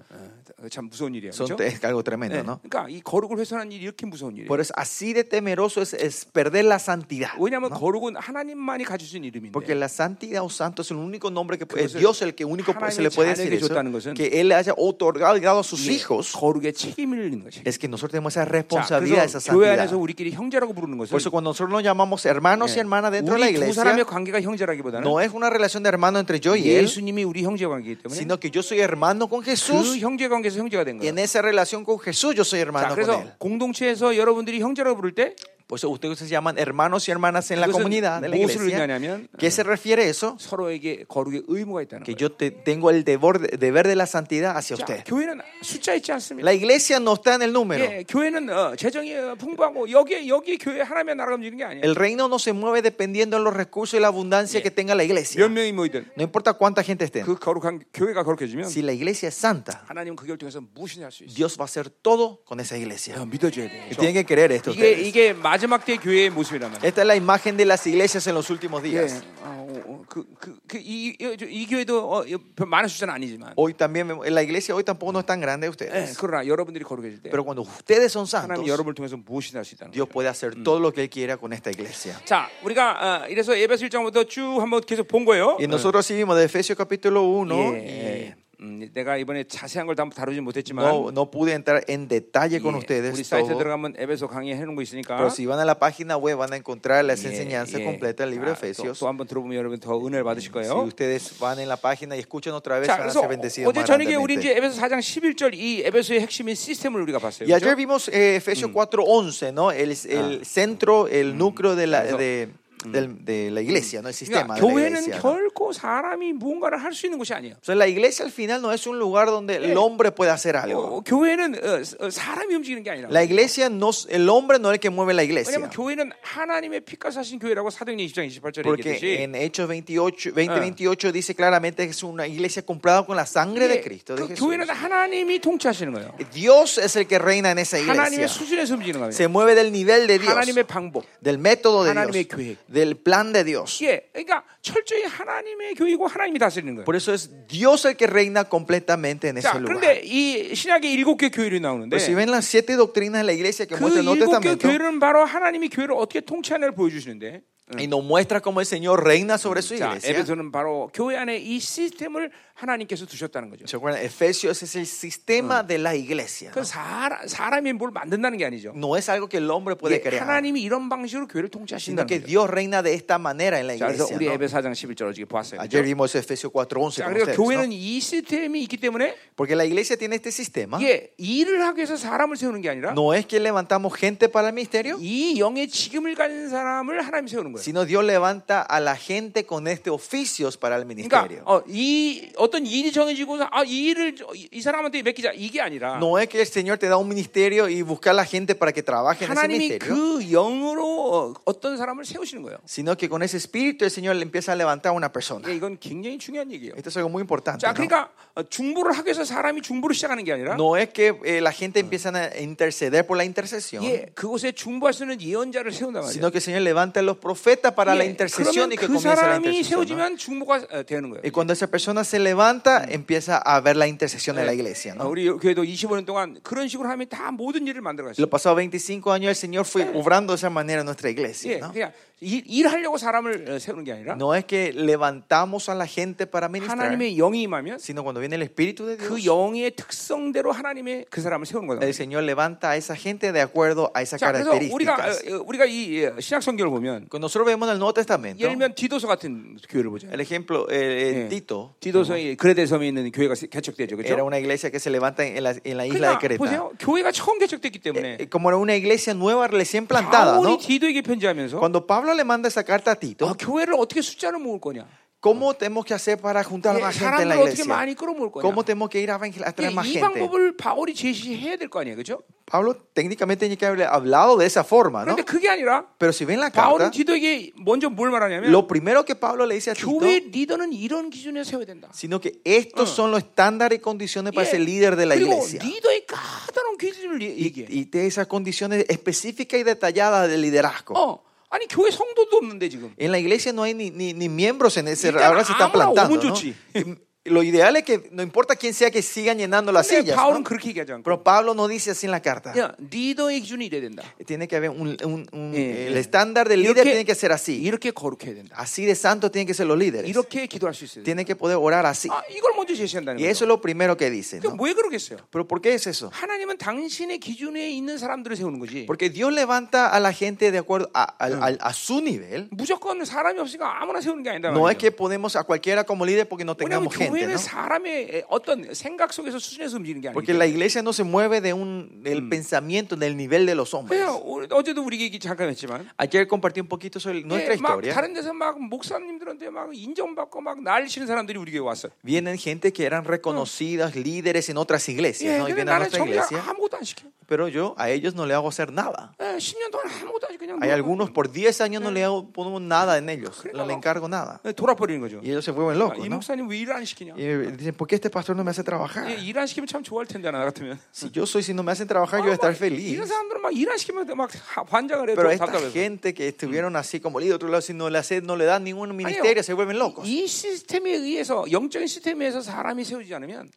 Speaker 1: 어, 참 무서운 일이에요.
Speaker 2: Son,
Speaker 1: 그렇죠?
Speaker 2: es algo tremendo, ¿no?
Speaker 1: 그러니까 이 거룩을 훼손하는 일이 이렇게 무서운 일이에요.
Speaker 2: Por eso, así de temeroso es, es perder la santidad.
Speaker 1: 왜냐하면
Speaker 2: ¿no?
Speaker 1: 거룩은 하나님만이 가질 수 있는
Speaker 2: Porque
Speaker 1: 이름인데
Speaker 2: la santidad o santo es el único nombre que es
Speaker 1: 그것을
Speaker 2: Dios el que único se le puede decir
Speaker 1: 하나님의
Speaker 2: eso,
Speaker 1: 자녀에게 줬다는 것은
Speaker 2: que él haya otorgado y dado a sus
Speaker 1: 이
Speaker 2: hijos
Speaker 1: 거룩의 책임을 잃는 것이.
Speaker 2: es que nosotros tenemos esa
Speaker 1: 자,
Speaker 2: responsabilidad, esa
Speaker 1: 그래서 교회
Speaker 2: santidad.
Speaker 1: 안에서 우리끼리 형제라고 부르는 것은 네.
Speaker 2: Por eso cuando nosotros nos llamamos hermanos y hermanas dentro de la
Speaker 1: 우리 두 사람의
Speaker 2: iglesia,
Speaker 1: 관계가 형제라기보다는
Speaker 2: no es una relación de hermano entre yo y él,
Speaker 1: 예수님이 우리 형제 관계이기 때문에
Speaker 2: sino que yo soy hermano con
Speaker 1: 그
Speaker 2: Jesús
Speaker 1: 형제 관계에서 형제가 된
Speaker 2: y
Speaker 1: 거예요.
Speaker 2: en esa relación con Jesús yo soy
Speaker 1: 자,
Speaker 2: hermano con
Speaker 1: 그래서
Speaker 2: él.
Speaker 1: 공동체에서 여러분들이 형제라고 부를 때
Speaker 2: Por eso ustedes se llaman hermanos y hermanas en la
Speaker 1: 그것은
Speaker 2: comunidad de la
Speaker 1: 무엇을
Speaker 2: iglesia.
Speaker 1: 의미하냐면,
Speaker 2: ¿Qué se refiere eso?
Speaker 1: 서로에게 거룩의 의무가 있다는
Speaker 2: Que
Speaker 1: 거예요.
Speaker 2: yo te- tengo el deber, deber de la santidad hacia
Speaker 1: 자,
Speaker 2: usted.
Speaker 1: 교회는 숫자 있지 않습니다.
Speaker 2: La iglesia no está en el número.
Speaker 1: 예, 교회는 어, 재정이 어, 풍부하고 여기에 여기 교회 하나면 나라가 움직이는 게 아니에요.
Speaker 2: El reino no se mueve dependiendo de los recursos y la abundancia que tenga la iglesia.
Speaker 1: 몇 명이 모이든
Speaker 2: No importa cuánta gente esté.
Speaker 1: 그 거룩한 교회가 거룩해지면
Speaker 2: Si la iglesia es santa,
Speaker 1: 하나님은 그 결정에서 무엇이나 할수 있어요.
Speaker 2: Dios va a hacer todo con esa iglesia.
Speaker 1: 야, 믿어줘야 돼.
Speaker 2: Tienen que creer esto.
Speaker 1: 이게
Speaker 2: ustedes.
Speaker 1: 이게 마지막 때 교회의 모습이란 말이에요.
Speaker 2: Esta es la imagen de las iglesias en los últimos
Speaker 1: 예,
Speaker 2: días.
Speaker 1: 어, 어, 그, 그, 그, 이, 이, 이 교회도 어, 별 많은 숫자는 아니지만
Speaker 2: Hoy también, vemos- la iglesia hoy tampoco no es tan grande de
Speaker 1: 예,
Speaker 2: ustedes.
Speaker 1: 그러나 여러분들이 거룩해질 때
Speaker 2: Pero cuando ustedes son santos,
Speaker 1: 하나님 여러분을 통해서 무엇이나 할수 있다는 거예요.
Speaker 2: Dios puede hacer todo lo que Él quiera con esta iglesia.
Speaker 1: 자, 우리가 어, 이래서 에베소 1장부터 쭉 한번 계속 본 거예요.
Speaker 2: Y nosotros seguimos de Efesios capítulo 1.
Speaker 1: 예, 음, 내가 이번에 자세한 걸 다 다루진 못했지만
Speaker 2: No, no pude entrar en detalle con
Speaker 1: 예, 우리
Speaker 2: ustedes.
Speaker 1: 사이트 에
Speaker 2: todo.
Speaker 1: 들어가면 에베소 강의 해놓은 거 있으니까
Speaker 2: Pero si van a la página web van a encontrar las
Speaker 1: 예,
Speaker 2: enseñanzas
Speaker 1: 예.
Speaker 2: completas del libro de
Speaker 1: 아, 또,
Speaker 2: Efesios.
Speaker 1: 또 한번 들어보면 여러분 더 은혜를 받으실
Speaker 2: Si
Speaker 1: 거예요.
Speaker 2: ustedes van en la página y escuchan otra vez
Speaker 1: 자,
Speaker 2: van a
Speaker 1: 그래서
Speaker 2: ser bendecidos
Speaker 1: 어제 저녁에 우리 이제
Speaker 2: abundantemente.
Speaker 1: 에베소 4장 11절 이 에베소의 핵심인 시스템을 우리가 봤어요.
Speaker 2: Y ayer
Speaker 1: 그렇죠?
Speaker 2: vimos eh, Efesios 4.11, ¿no? El, el centro, el núcleo de la, de, del- de la iglesia, ¿no? El
Speaker 1: 그러니까
Speaker 2: sistema de la
Speaker 1: 교회는
Speaker 2: iglesia. ¿no?
Speaker 1: 결코 사람이 무언가를 할 수 있는 곳이 아니에요.
Speaker 2: O sea, la iglesia al final no es un lugar donde el hombre puede hacer algo.
Speaker 1: 어, 교회는 어, 어, 사람이 움직이는 게 아니라.
Speaker 2: La iglesia, no, el hombre no es el que mueve la iglesia.
Speaker 1: 왜냐하면 교회는 하나님의 피가 사신 교회라고 사도행전 20장 28절에
Speaker 2: Porque
Speaker 1: 얘기했듯이
Speaker 2: en Hechos 28, 20, 28 dice claramente que es una iglesia comprada con la sangre de
Speaker 1: 이게
Speaker 2: Cristo, de
Speaker 1: 그
Speaker 2: Jesús.
Speaker 1: 교회는 하나님이 통치하시는 거예요.
Speaker 2: Dios es el que reina en esa iglesia.
Speaker 1: 하나님의 수준에서 움직이는 거예요.
Speaker 2: Se mueve del nivel de Dios,
Speaker 1: 하나님의 방법.
Speaker 2: del método de
Speaker 1: 하나님의
Speaker 2: Dios,
Speaker 1: 계획.
Speaker 2: del plan de Dios.
Speaker 1: 예, 그러니까 철저히 하나님의 교회고 하나님이 다스리는 거예요.
Speaker 2: Por eso es Dios el que reina completamente en
Speaker 1: 자,
Speaker 2: ese lugar.
Speaker 1: 그런데 이 신약의 일곱 개 교회로 나오는데
Speaker 2: Pero si
Speaker 1: 그
Speaker 2: ven las siete doctrinas de la iglesia que muestra el Nuevo
Speaker 1: 일곱 개
Speaker 2: Testamento
Speaker 1: 교회는 바로 하나님이 교회를 어떻게 통치하는를 보여주시는데
Speaker 2: y nos muestra cómo el Señor reina sobre su
Speaker 1: 자,
Speaker 2: iglesia.
Speaker 1: 에베소는 바로 교회 안에 이 시스템을 하나님께서 두셨다는 거죠.
Speaker 2: ¿Se acuerdan? Efesios es el sistema de la iglesia.
Speaker 1: 그 사람, 사람이 뭘 만든다는 게 아니죠.
Speaker 2: No es algo que el hombre puede
Speaker 1: 이게
Speaker 2: crear,
Speaker 1: 하나님이 이런 방식으로 교회를
Speaker 2: sino
Speaker 1: 통치하신다는
Speaker 2: que
Speaker 1: 거죠.
Speaker 2: Dios reina de esta manera en la
Speaker 1: 자, 그래서
Speaker 2: iglesia.
Speaker 1: 우리
Speaker 2: ¿no?
Speaker 1: 에베소 4장 11절 어제 보았어요.
Speaker 2: Ayer
Speaker 1: 그죠?
Speaker 2: vimos Efesios 4.11
Speaker 1: 자, 그러니까
Speaker 2: con ustedes, ¿no?
Speaker 1: 교회는 이 시스템이 있기 때문에
Speaker 2: Porque la iglesia tiene este sistema.
Speaker 1: 이게 일을 하기 위해서 사람을 세우는 게 아니라
Speaker 2: No es que levantamos gente para el ministerio,
Speaker 1: 이 영의 지금을 가진 사람을 하나님이 세우는 거예요.
Speaker 2: sino Dios levanta a la gente con este oficios para el
Speaker 1: 그러니까
Speaker 2: ministerio.
Speaker 1: 어, 이 어떤 일이 정해지고 아, 이 일을 저- 이- 이 사람한테 맡기자 이게 아니라
Speaker 2: No es que el Señor te da un ministerio y busca a la gente para que trabaje en ese
Speaker 1: 하나님이
Speaker 2: ministerio,
Speaker 1: 그 영으로 어, 어떤 사람을 세우시는 거예요.
Speaker 2: sino que con ese espíritu el Señor le empieza a levantar a una
Speaker 1: 예,
Speaker 2: persona.
Speaker 1: 이건 굉장히 중요한 얘기예요.
Speaker 2: Esto es algo muy importante.
Speaker 1: 자,
Speaker 2: ¿no?
Speaker 1: 그러니까 어, 중보를 하기 위해서 사람이 중보를 시작하는 게 아니라
Speaker 2: No es que eh, la gente empieza a interceder por la intercesión,
Speaker 1: 예, 그곳에 중보할 수 있는 예언자를 세운단 말이에요.
Speaker 2: sino que el Señor levanta a los profetas para la
Speaker 1: 예,
Speaker 2: intercesión y que
Speaker 1: 그러면 그
Speaker 2: comienza la
Speaker 1: 사람이
Speaker 2: intercesión. ¿no?
Speaker 1: 세워지면 중보가 어, 되는 거예요.
Speaker 2: Y cuando esa persona se levanta, empieza a ver la intercesión de la iglesia.
Speaker 1: 어,
Speaker 2: ¿no?
Speaker 1: 우리 교회도 25년 동안 그런 식으로 하면 다 모든 일을 만들어
Speaker 2: Los
Speaker 1: 갔어요.
Speaker 2: pasados 25 años el Señor fue obrando de esa manera en nuestra iglesia.
Speaker 1: 예,
Speaker 2: ¿no?
Speaker 1: 그냥 일, 일하려고 사람을 어, 세우는 게 아니라
Speaker 2: No es que levantamos a la gente para ministrar,
Speaker 1: 하나님의 영이 임하면
Speaker 2: sino cuando viene el Espíritu de
Speaker 1: 그
Speaker 2: Dios,
Speaker 1: 영의 특성대로 하나님의 그 사람을 세우는 거다.
Speaker 2: el Señor levanta a esa gente de acuerdo a esas
Speaker 1: 자, 그래서 우리가
Speaker 2: características.
Speaker 1: 어, 어, 우리가 이 예, 신약 성경을 보면
Speaker 2: Cuando nosotros vemos en el Nuevo Testamento,
Speaker 1: 예를 들면 디도서 같은 교회를 보자.
Speaker 2: el ejemplo, eh, eh,
Speaker 1: 예.
Speaker 2: Tito
Speaker 1: 디도서의 그레데 섬에 있는 교회가 세- 개척되죠.
Speaker 2: era
Speaker 1: 그렇죠?
Speaker 2: una iglesia que se levanta en la, en la isla de
Speaker 1: 그러니까
Speaker 2: Creta.
Speaker 1: 보세요. 교회가 처음 개척됐기 때문에
Speaker 2: Eh, Como era una iglesia nueva recién plantada,
Speaker 1: 바울이
Speaker 2: ¿no?
Speaker 1: 디도에게 편지하면서
Speaker 2: Cuando Pablo le manda esa carta a
Speaker 1: 아,
Speaker 2: Tito,
Speaker 1: 교회를 어떻게 숫자를 모을 거냐?
Speaker 2: ¿cómo tenemos que hacer para juntar
Speaker 1: 예,
Speaker 2: más gente en la
Speaker 1: 사람들을 어떻게
Speaker 2: iglesia?
Speaker 1: 많이 끌어모을 거냐? 뭐
Speaker 2: ¿Cómo tenemos que ir a evangel- a
Speaker 1: 예,
Speaker 2: traer más
Speaker 1: 이
Speaker 2: gente?
Speaker 1: 방법을 바울이 제시해야 될 거 아니에요, 그렇죠?
Speaker 2: Pablo técnicamente tiene que haber hablado de esa forma, ¿no?
Speaker 1: 그런데 그게 그러니까 아니라
Speaker 2: Pero si ven la
Speaker 1: 바울은
Speaker 2: carta,
Speaker 1: 디도에게 먼저 뭘 말하냐면
Speaker 2: lo primero que Pablo le dice a Tito,
Speaker 1: 교회 리더는 이런 기준에 세워야 된다.
Speaker 2: sino que estos son los estándares Ah. y condiciones para
Speaker 1: 예,
Speaker 2: ser líder de la
Speaker 1: 그리고
Speaker 2: iglesia.
Speaker 1: 리더의 까다로운 기준을 얘-
Speaker 2: Y,
Speaker 1: 얘기해.
Speaker 2: y de esas condiciones específicas y detalladas de liderazgo.
Speaker 1: 어, 아니 교회 성도도 없는데 지금.
Speaker 2: En la iglesia no hay ni, ah, ni, ni miembros en ese,
Speaker 1: 일단
Speaker 2: ahora se están
Speaker 1: 아무나
Speaker 2: plantando.
Speaker 1: 오면
Speaker 2: ¿no?
Speaker 1: 좋지.
Speaker 2: Y- lo ideal es que no importa quién sea que sigan llenando las
Speaker 1: 근데
Speaker 2: sillas. ¿no?
Speaker 1: 바울은 아, 어? 그렇게 얘기하지 않고
Speaker 2: Pero Pablo no dice así en la carta.
Speaker 1: 그냥 리더의 기준이 돼야 된다.
Speaker 2: Tiene que haber un, un- un-
Speaker 1: 예,
Speaker 2: el
Speaker 1: 예.
Speaker 2: estándar del líder tiene Eh, que ser así.
Speaker 1: 이렇게 거룩해야 된다.
Speaker 2: Así de santo tienen que ser los líderes.
Speaker 1: 이렇게 기도할 수 있어야 된다.
Speaker 2: Tienen que poder orar así.
Speaker 1: 아, 이걸 먼저 제시한다는
Speaker 2: Y eso es
Speaker 1: 거예요.
Speaker 2: lo primero que dice. ¿no?
Speaker 1: 그왜 그러겠어요?
Speaker 2: Pero ¿por qué es eso?
Speaker 1: 하나님은 당신의 기준에 있는 사람들을 세우는 거지.
Speaker 2: Porque Dios levanta a la gente de acuerdo a, al- al- a su nivel.
Speaker 1: 무조건 사람이 없으니까 아무나 세우는 게 아니다.
Speaker 2: No es
Speaker 1: 말이에요.
Speaker 2: que ponemos a cualquiera como líder porque no
Speaker 1: 왜냐하면
Speaker 2: tengamos gente.
Speaker 1: 교회는
Speaker 2: ¿no?
Speaker 1: 사람의 어떤 생각 속에서 수준에서 움직이는 게
Speaker 2: Porque
Speaker 1: 아니에요.
Speaker 2: la iglesia no se mueve de un, del pensamiento, del nivel de los hombres.
Speaker 1: 그냥 오늘- 예, 어제도 우리 얘기 잠깐 했지만
Speaker 2: Ayer compartí un poquito sobre nuestra
Speaker 1: 예, 막
Speaker 2: historia.
Speaker 1: 다른 데서 막 목사님들한테 막 인정받고 막 난리치는 사람들이 우리 교회 왔어요.
Speaker 2: Vienen gente que eran reconocidas, líderes en otras iglesias,
Speaker 1: 예,
Speaker 2: ¿no? Mm. Y
Speaker 1: 근데
Speaker 2: vienen a
Speaker 1: 나는
Speaker 2: nuestra
Speaker 1: 정작
Speaker 2: iglesia,
Speaker 1: 아무것도 안 시켜.
Speaker 2: pero yo a ellos no le hago hacer nada.
Speaker 1: 예, 10년 동안 아무것도 안 시켜 그냥
Speaker 2: Hay algunos por 10 años no le hago, ponemos nada en ellos,
Speaker 1: Creo.
Speaker 2: eh, no le encargo nada.
Speaker 1: 예, 돌아버리는 거죠.
Speaker 2: Y ellos se vuelven
Speaker 1: 아,
Speaker 2: locos,
Speaker 1: 이
Speaker 2: ¿no?
Speaker 1: 목사님 왜 일을 안 시키냐?
Speaker 2: Y dicen, ¿por qué este pastor no me hace trabajar?
Speaker 1: 예, 일안 시키면 참 좋아할 텐데 나 같으면.
Speaker 2: Si yo soy, si no me hacen trabajar, Ah, yo voy a
Speaker 1: 막
Speaker 2: estar feliz.
Speaker 1: 이런 사람들은 막 일안 시키면 막 하- 환장을 해.
Speaker 2: Pero
Speaker 1: 더
Speaker 2: esta
Speaker 1: 답답해서.
Speaker 2: gente que estuvieron así como líder, otro lado, si no le, hace, no le dan ningún ministerio, se vuelven locos.
Speaker 1: 이 시스템에 의해서 영적인 시스템에 의해서 사람이 세우지 않으면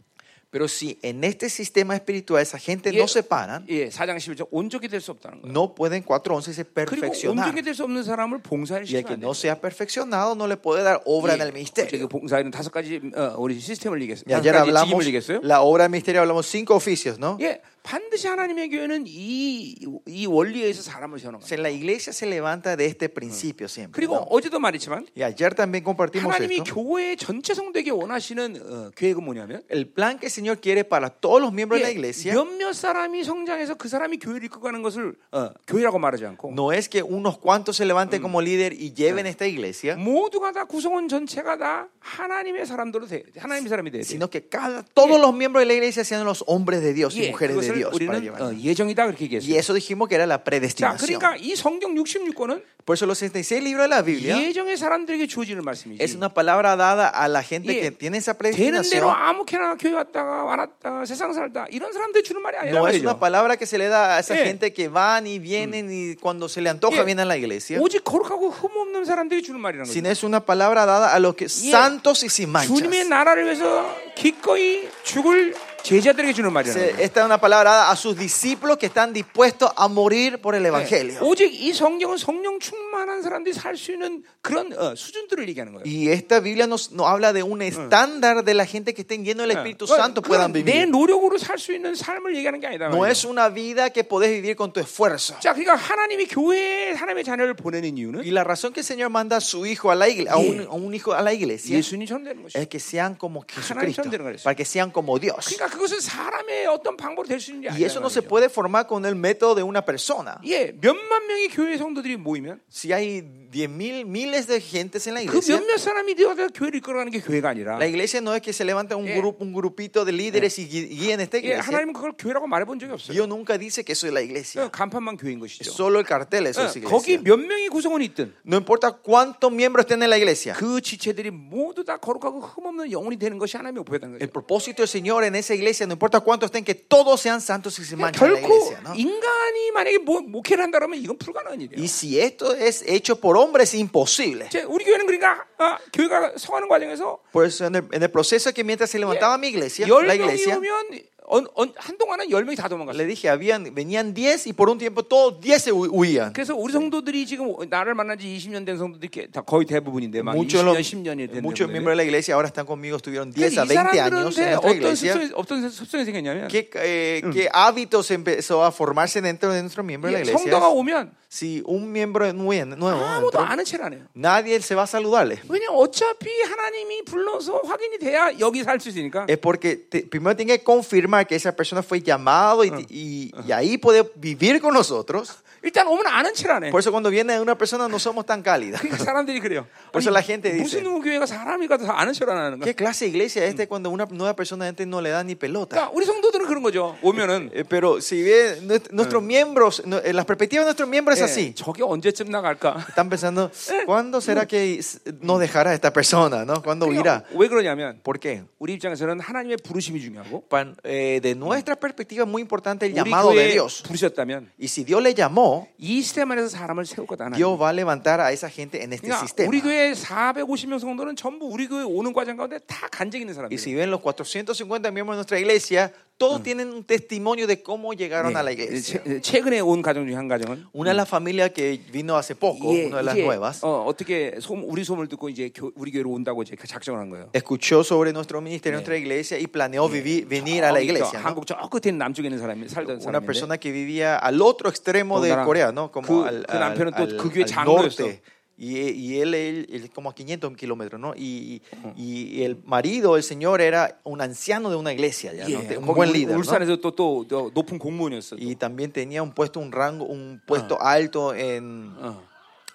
Speaker 2: Pero si en este sistema espiritual esa gente
Speaker 1: Y-
Speaker 2: no se paran,
Speaker 1: 예, 사장 11절 온전히 될 수 없다는 거예요.
Speaker 2: no pueden 4.11 se
Speaker 1: 그리고
Speaker 2: perfeccionar.
Speaker 1: 온전히 될 수 없는 사람을 봉사를
Speaker 2: Y el que
Speaker 1: 시키면
Speaker 2: no se ha perfeccionado no le puede dar obra en el
Speaker 1: 그
Speaker 2: ministerio.
Speaker 1: 봉사에는 다섯 가지 어, 우리 시스템을 얘기했어요.
Speaker 2: Y
Speaker 1: 다섯
Speaker 2: ayer
Speaker 1: 가지
Speaker 2: hablamos,
Speaker 1: 직임을 얘기했어요.
Speaker 2: la obra del ministerio hablamos cinco oficios, ¿no?
Speaker 1: 예, 반드시 하나님의 교회는 이, 이 원리에 의해서 사람을 세우는
Speaker 2: O
Speaker 1: 거예요.
Speaker 2: sea, la iglesia se levanta de este principio siempre.
Speaker 1: 그리고
Speaker 2: ¿no?
Speaker 1: 어제도 말했지만
Speaker 2: Y ayer también compartimos
Speaker 1: 하나님이
Speaker 2: esto.
Speaker 1: 교회 전체 성도에게 원하시는 어, 계획은 뭐냐면
Speaker 2: El plan que el Señor quiere para todos los miembros de la
Speaker 1: 예,
Speaker 2: iglesia
Speaker 1: 몇몇 사람이 성장해서 그 사람이 교회를 이끌고 가는 것을 어, 교회라고 말하지 않고
Speaker 2: no es que unos cuantos se
Speaker 1: Mm.
Speaker 2: levanten como líder y lleven esta iglesia,
Speaker 1: 모두가 다 구성원 전체가 다 하나님의 사람들로 돼 하나님의 사람이 돼야 돼.
Speaker 2: sino que cada, todos los miembros de la iglesia sean los hombres de Dios y
Speaker 1: 예,
Speaker 2: mujeres de
Speaker 1: 그것을
Speaker 2: Dios. para
Speaker 1: 우리는
Speaker 2: llevar.
Speaker 1: 어, 예정이다 그렇게
Speaker 2: Y
Speaker 1: 얘기했어요.
Speaker 2: eso dijimos que era la
Speaker 1: 자,
Speaker 2: predestinación.
Speaker 1: 그러니까 이 성경 66권은
Speaker 2: Por eso los 66 libros de la Biblia
Speaker 1: 예정의 사람들에게 주어지는 말씀이지.
Speaker 2: es una palabra dada a la gente
Speaker 1: Yeah.
Speaker 2: que tiene esa
Speaker 1: 되는 대로
Speaker 2: predestinación.
Speaker 1: 아무렇게나 교회 왔다가 왔다 세상 살다 이런 사람들 주는 말이 아니라
Speaker 2: No es una
Speaker 1: 말이죠.
Speaker 2: palabra que se le da a esa
Speaker 1: Yeah.
Speaker 2: gente que van y vienen y cuando se le antoja
Speaker 1: Yeah.
Speaker 2: vienen a la iglesia,
Speaker 1: 오직 거룩하고 흠 없는 사람들이 주는 말이라는 거죠.
Speaker 2: sino es una palabra dada a los que
Speaker 1: Yeah.
Speaker 2: santos y sin manchas.
Speaker 1: 주님의 나라를 위해서 기꺼이 죽을 제자들에게 주는 말이라는
Speaker 2: Se-
Speaker 1: 거죠.
Speaker 2: Esta es una palabra dada a sus discípulos que están dispuestos a morir por el evangelio.
Speaker 1: 오직 이 성경은 성령 충만한 사람들이 살 수 있는 그런 어, 수준들을 얘기하는 거예요.
Speaker 2: Y esta Biblia nos, nos habla de un estándar de la gente que estén
Speaker 1: Eh.
Speaker 2: lleno del Espíritu Santo puedan
Speaker 1: 어. 그건 내
Speaker 2: vivir.
Speaker 1: 노력으로 살 수 있는 삶을 얘기하는 게 아니다.
Speaker 2: No
Speaker 1: 말이죠.
Speaker 2: es una vida que podés vivir con tu esfuerzo.
Speaker 1: 자, 그러니까 하나님이 교회에 하나님의 자녀를 보내는 이유는
Speaker 2: Y la razón que el Señor manda a su hijo a la iglesia, a, un,
Speaker 1: Yeah. Ah,
Speaker 2: a un hijo a la iglesia,
Speaker 1: 예수님처럼 되는 것이죠.
Speaker 2: es que sean como Jesucristo,
Speaker 1: 되는 거예요.
Speaker 2: para que sean como Dios.
Speaker 1: 그러니까 그것은 사람의 어떤 방법으로 될 수 있는 게
Speaker 2: Y
Speaker 1: 아니에요.
Speaker 2: eso no se puede formar con el método de una persona.
Speaker 1: 예, 몇만 명의 교회 성도들이 모이면
Speaker 2: Si hay diez mil, miles de gentes en la
Speaker 1: 그
Speaker 2: iglesia,
Speaker 1: 몇몇 사람이 되어서 교회를 이끌어가는 게 교회가 아니라
Speaker 2: la iglesia no es que se levanta un
Speaker 1: Yeah.
Speaker 2: grupo, un grupito de líderes y gui- guíen esta
Speaker 1: 예,
Speaker 2: iglesia.
Speaker 1: 하나님은 그걸 교회라고 말해본 적이 없어요.
Speaker 2: Dios nunca dice que eso es la
Speaker 1: 그
Speaker 2: iglesia.
Speaker 1: 간판만 교회인
Speaker 2: Es
Speaker 1: 것이죠.
Speaker 2: Solo el cartel eso
Speaker 1: 예,
Speaker 2: es
Speaker 1: 거기
Speaker 2: iglesia.
Speaker 1: 몇 명의 구성원이 있든
Speaker 2: No importa cuántos miembros estén en la iglesia.
Speaker 1: 그 지체들이 모두 다 거룩하고 흠없는 영혼이 되는 것이 하나님의 목표였다는
Speaker 2: El
Speaker 1: 거죠.
Speaker 2: propósito del Señor en esa iglesia, no importa cuántos estén, que todos sean santos y sin mancha en la
Speaker 1: 결코
Speaker 2: iglesia. ¿no?
Speaker 1: 인간이 만약에 모- 목회를 한다 그러면 이건 불가능한 일이에요.
Speaker 2: Y si esto es hecho por hombres, es imposible.
Speaker 1: 제- 우리 교회는 그러니까 아, 교회가 성하는 과정에서
Speaker 2: Por eso en el, en el proceso que mientras se levantaba mi iglesia,
Speaker 1: 열
Speaker 2: la
Speaker 1: 명이
Speaker 2: iglesia,
Speaker 1: 오면 언- 언- 한동안은 열 명이 다
Speaker 2: le
Speaker 1: 도망갔어요.
Speaker 2: dije, habían, venían 10 y por un tiempo todos 10 se hu- huían.
Speaker 1: 그래서 우리 성도들이 지금 나를 만난 지 20년 된 성도들이 꽤- 다 거의 대부분인데 막
Speaker 2: Muchos, de
Speaker 1: 20년,
Speaker 2: los-
Speaker 1: 10년이 된
Speaker 2: muchos
Speaker 1: 분들이.
Speaker 2: miembros de la iglesia ahora están conmigo, estuvieron 10
Speaker 1: 그러니까
Speaker 2: a
Speaker 1: 이
Speaker 2: 20 años en
Speaker 1: 사람들한테
Speaker 2: nuestra
Speaker 1: 어떤
Speaker 2: iglesia.
Speaker 1: 습성이, 어떤 습성이 생겼냐면
Speaker 2: ¿Qué, eh, qué hábitos empezó a formarse dentro de nuestro miembro de la
Speaker 1: 예,
Speaker 2: iglesia?
Speaker 1: 성도가 오면
Speaker 2: Si un miembro nue- nuevo
Speaker 1: 아무도
Speaker 2: entró,
Speaker 1: 아는 체를 안 해요.
Speaker 2: nadie se va a saludarle.
Speaker 1: 왜냐면 어차피 하나님이 불러서 확인이 돼야 여기 살 수 있으니까
Speaker 2: Es porque te- primero tiene que confirmar que esa persona fue llamado y, y- y ahí puede vivir con nosotros.
Speaker 1: 일단 오면 아는 체를 안 해.
Speaker 2: Por eso cuando viene una persona no somos tan cálidas.
Speaker 1: 그러니까 사람들이 그래요.
Speaker 2: 벌써 la gente dice.
Speaker 1: 무슨 교회가 사람이 가도 다 아는 체를 안 하는 거야.
Speaker 2: ¿Qué clase de iglesia es esta cuando una nueva persona entra y Mm. no le da ni pelota?
Speaker 1: 그러니까 우리 성도들은 그런 거죠. 오면은
Speaker 2: 예. Ah. Eh, Pero si ve nuestros miembros, no- eh, las perspectivas de nuestros miembros es
Speaker 1: 예,
Speaker 2: así.
Speaker 1: 저게 언제쯤 나갈까?
Speaker 2: Están pensando, ¿cuándo será que s- nos dejará esta persona? ¿no? ¿Cuándo huirá?
Speaker 1: 왜 그러냐면
Speaker 2: ¿Por qué?
Speaker 1: 우리 입장에서는 하나님의 부르심이 중요하고
Speaker 2: Pan- eh, de nuestra perspectiva es muy importante el
Speaker 1: 우리
Speaker 2: llamado de
Speaker 1: 교회
Speaker 2: Dios.
Speaker 1: 부르셨다면
Speaker 2: Y si Dios le llamó,
Speaker 1: 이 시스템 안에서 사람을 세울 거다 하나님.
Speaker 2: Dios va a levantar a esa gente en este
Speaker 1: 그러니까
Speaker 2: sistema.
Speaker 1: 우리 교회 450명 성도는 전부 우리 교회 오는 과정 가운데 다 간증 있는
Speaker 2: Y
Speaker 1: 사람들이에요.
Speaker 2: si ven los 450 miembros de nuestra iglesia, todos tienen un testimonio de cómo llegaron a la
Speaker 1: 예,
Speaker 2: iglesia.
Speaker 1: 최- 최근에 온 가정 중에 한 가정은
Speaker 2: Una de las familias que vino hace poco,
Speaker 1: 예,
Speaker 2: una de las
Speaker 1: 이제,
Speaker 2: nuevas,
Speaker 1: 어, 어떻게 소문- 우리 소문을 듣고 이제 교- 우리 교회로 온다고 이제 그 작정을 한 거예요.
Speaker 2: escuchó sobre nuestro ministerio, nuestra iglesia y planeó vivir, venir a la
Speaker 1: 저기 저
Speaker 2: iglesia. ¿no?
Speaker 1: 어, 그러니까 한국 저 끝에 있는 남쪽에 있는 사람이 살던
Speaker 2: Una
Speaker 1: 사람인데
Speaker 2: persona que vivía al otro extremo de
Speaker 1: 더군다나
Speaker 2: Corea, ¿no? Como
Speaker 1: 그-
Speaker 2: al,
Speaker 1: 그 남편은 또
Speaker 2: al-
Speaker 1: 그 교회
Speaker 2: al
Speaker 1: 장로였어.
Speaker 2: norte. Y, y él, él- él como a 500 kilómetros, ¿no? Y, y- y el marido, el señor, era un anciano de una iglesia, ya, ¿no?
Speaker 1: 예,
Speaker 2: un
Speaker 1: 거기
Speaker 2: buen líder. ¿no?
Speaker 1: 울산에서 또 또 높은 공무원이었어. 또.
Speaker 2: y también tenía un puesto, un rango, un puesto alto en
Speaker 1: 어.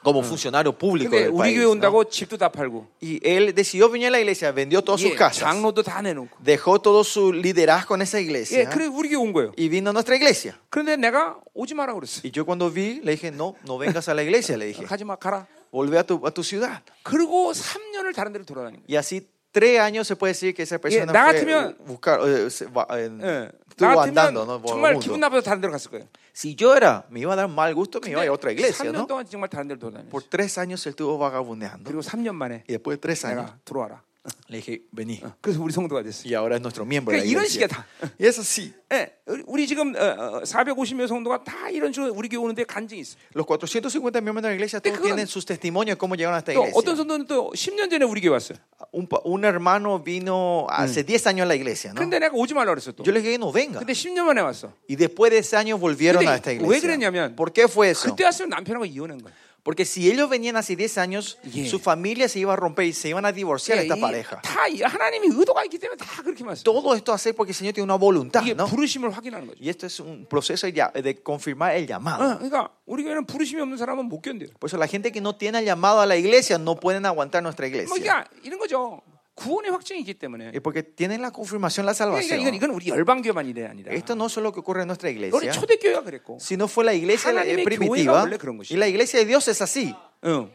Speaker 2: como funcionario público
Speaker 1: 근데
Speaker 2: del
Speaker 1: 우리
Speaker 2: país,
Speaker 1: 교회
Speaker 2: ¿no?
Speaker 1: 온다고 집도 다 팔고
Speaker 2: Y él decidió venir a la iglesia, vendió todas
Speaker 1: 예,
Speaker 2: sus casas,
Speaker 1: 장로도 다 내놓고
Speaker 2: dejó todo su liderazgo en esa iglesia
Speaker 1: 예, 그래 우리 교회 온 거예요.
Speaker 2: y vino a nuestra iglesia.
Speaker 1: 그런데 내가 오지 마라 그랬어.
Speaker 2: Y yo cuando vi, le dije, no, no vengas a la iglesia, le dije,
Speaker 1: 가지 마, 가라.
Speaker 2: volvé a tu, a tu ciudad.
Speaker 1: 그리고 3년을 다른 데로 돌아다니는 거예요.
Speaker 2: Y así tres años se puede decir que esa persona
Speaker 1: na
Speaker 2: fue,
Speaker 1: 같으면-
Speaker 2: uh, buscar, uh, se va- en-
Speaker 1: 예.
Speaker 2: estuvo
Speaker 1: 나
Speaker 2: andando
Speaker 1: 같으면
Speaker 2: ¿no? por el
Speaker 1: 정말
Speaker 2: mundo.
Speaker 1: 기분 나빠서 다른 데로 갔을 거예요.
Speaker 2: Si yo era, me iba a dar mal gusto,
Speaker 1: 예,
Speaker 2: me iba a ir a otra iglesia,
Speaker 1: 3년
Speaker 2: ¿no?
Speaker 1: 동안 정말 다른 데로 돌아다녔어.
Speaker 2: Por tres años él estuvo vagabundeando.
Speaker 1: 그리고 3년 만에
Speaker 2: Y después de tres años,
Speaker 1: 내가 들어와라.
Speaker 2: le dije, vení.
Speaker 1: 그래서 우리 성도가 예, 됐어요.
Speaker 2: Y ahora es nuestro miembro.
Speaker 1: Que
Speaker 2: de la
Speaker 1: 이런
Speaker 2: iglesia.
Speaker 1: 식이야, 다.
Speaker 2: Y es así.
Speaker 1: 예, 우리- 우리 지금 450명 성도가 다 이런 식으로 우리 교회 오는데 간증이 있어.
Speaker 2: Los 450 miembros de la iglesia
Speaker 1: Que
Speaker 2: todos
Speaker 1: 그건-
Speaker 2: tienen sus testimonios de cómo llegaron a esta
Speaker 1: 또 어떤
Speaker 2: iglesia.
Speaker 1: 성도는 또 10년 전에 우리 교회 네, 왔어요.
Speaker 2: Un, pa- un hermano vino hace 10 años a la iglesia, ¿no?
Speaker 1: 근데 내가 오지 말라 그랬어 또.
Speaker 2: Yo les dije, no venga.
Speaker 1: 근데 10년 만에 왔어.
Speaker 2: Y después de ese año volvieron
Speaker 1: 근데
Speaker 2: a esta
Speaker 1: 왜
Speaker 2: iglesia.
Speaker 1: 그랬냐면,
Speaker 2: ¿Por qué fue eso?
Speaker 1: 그때 왔으면 남편하고 이혼한 거야.
Speaker 2: Porque si ellos venían hace 10 años,
Speaker 1: Yeah.
Speaker 2: su familia se iba a romper y se iban a divorciar
Speaker 1: 예,
Speaker 2: esta
Speaker 1: 이-
Speaker 2: pareja.
Speaker 1: 다이 하나님이 의도가 있기 때문에 다 그렇게 왔어.
Speaker 2: Todo esto hace porque el Señor tiene una voluntad,
Speaker 1: 이게
Speaker 2: ¿no?
Speaker 1: 부르심을 확인하는 거죠.
Speaker 2: Y esto es un proceso ya- de confirmar el
Speaker 1: 어,
Speaker 2: llamado.
Speaker 1: 그러니까 우리 교회는 부르심이 없는 사람은 못 견뎌요.
Speaker 2: Por eso la gente que no tiene el llamado a la iglesia no pueden aguantar nuestra
Speaker 1: 뭐
Speaker 2: iglesia.
Speaker 1: 그러니까 이런 거죠. 구원의 확증이 있기 때문에.
Speaker 2: Y porque tienen la confirmación, la
Speaker 1: 그러니까 이건,
Speaker 2: salvación.
Speaker 1: 이건 우리 열방교만 일이 아니라.
Speaker 2: Esto no es solo que ocurre en nuestra
Speaker 1: 우리
Speaker 2: iglesia,
Speaker 1: 초대교회가 그랬고.
Speaker 2: sino fue la iglesia
Speaker 1: 하나님의
Speaker 2: eh,
Speaker 1: 교회가
Speaker 2: primitiva.
Speaker 1: 원래 그런 것이죠.
Speaker 2: Y la iglesia de Dios es así.
Speaker 1: 응.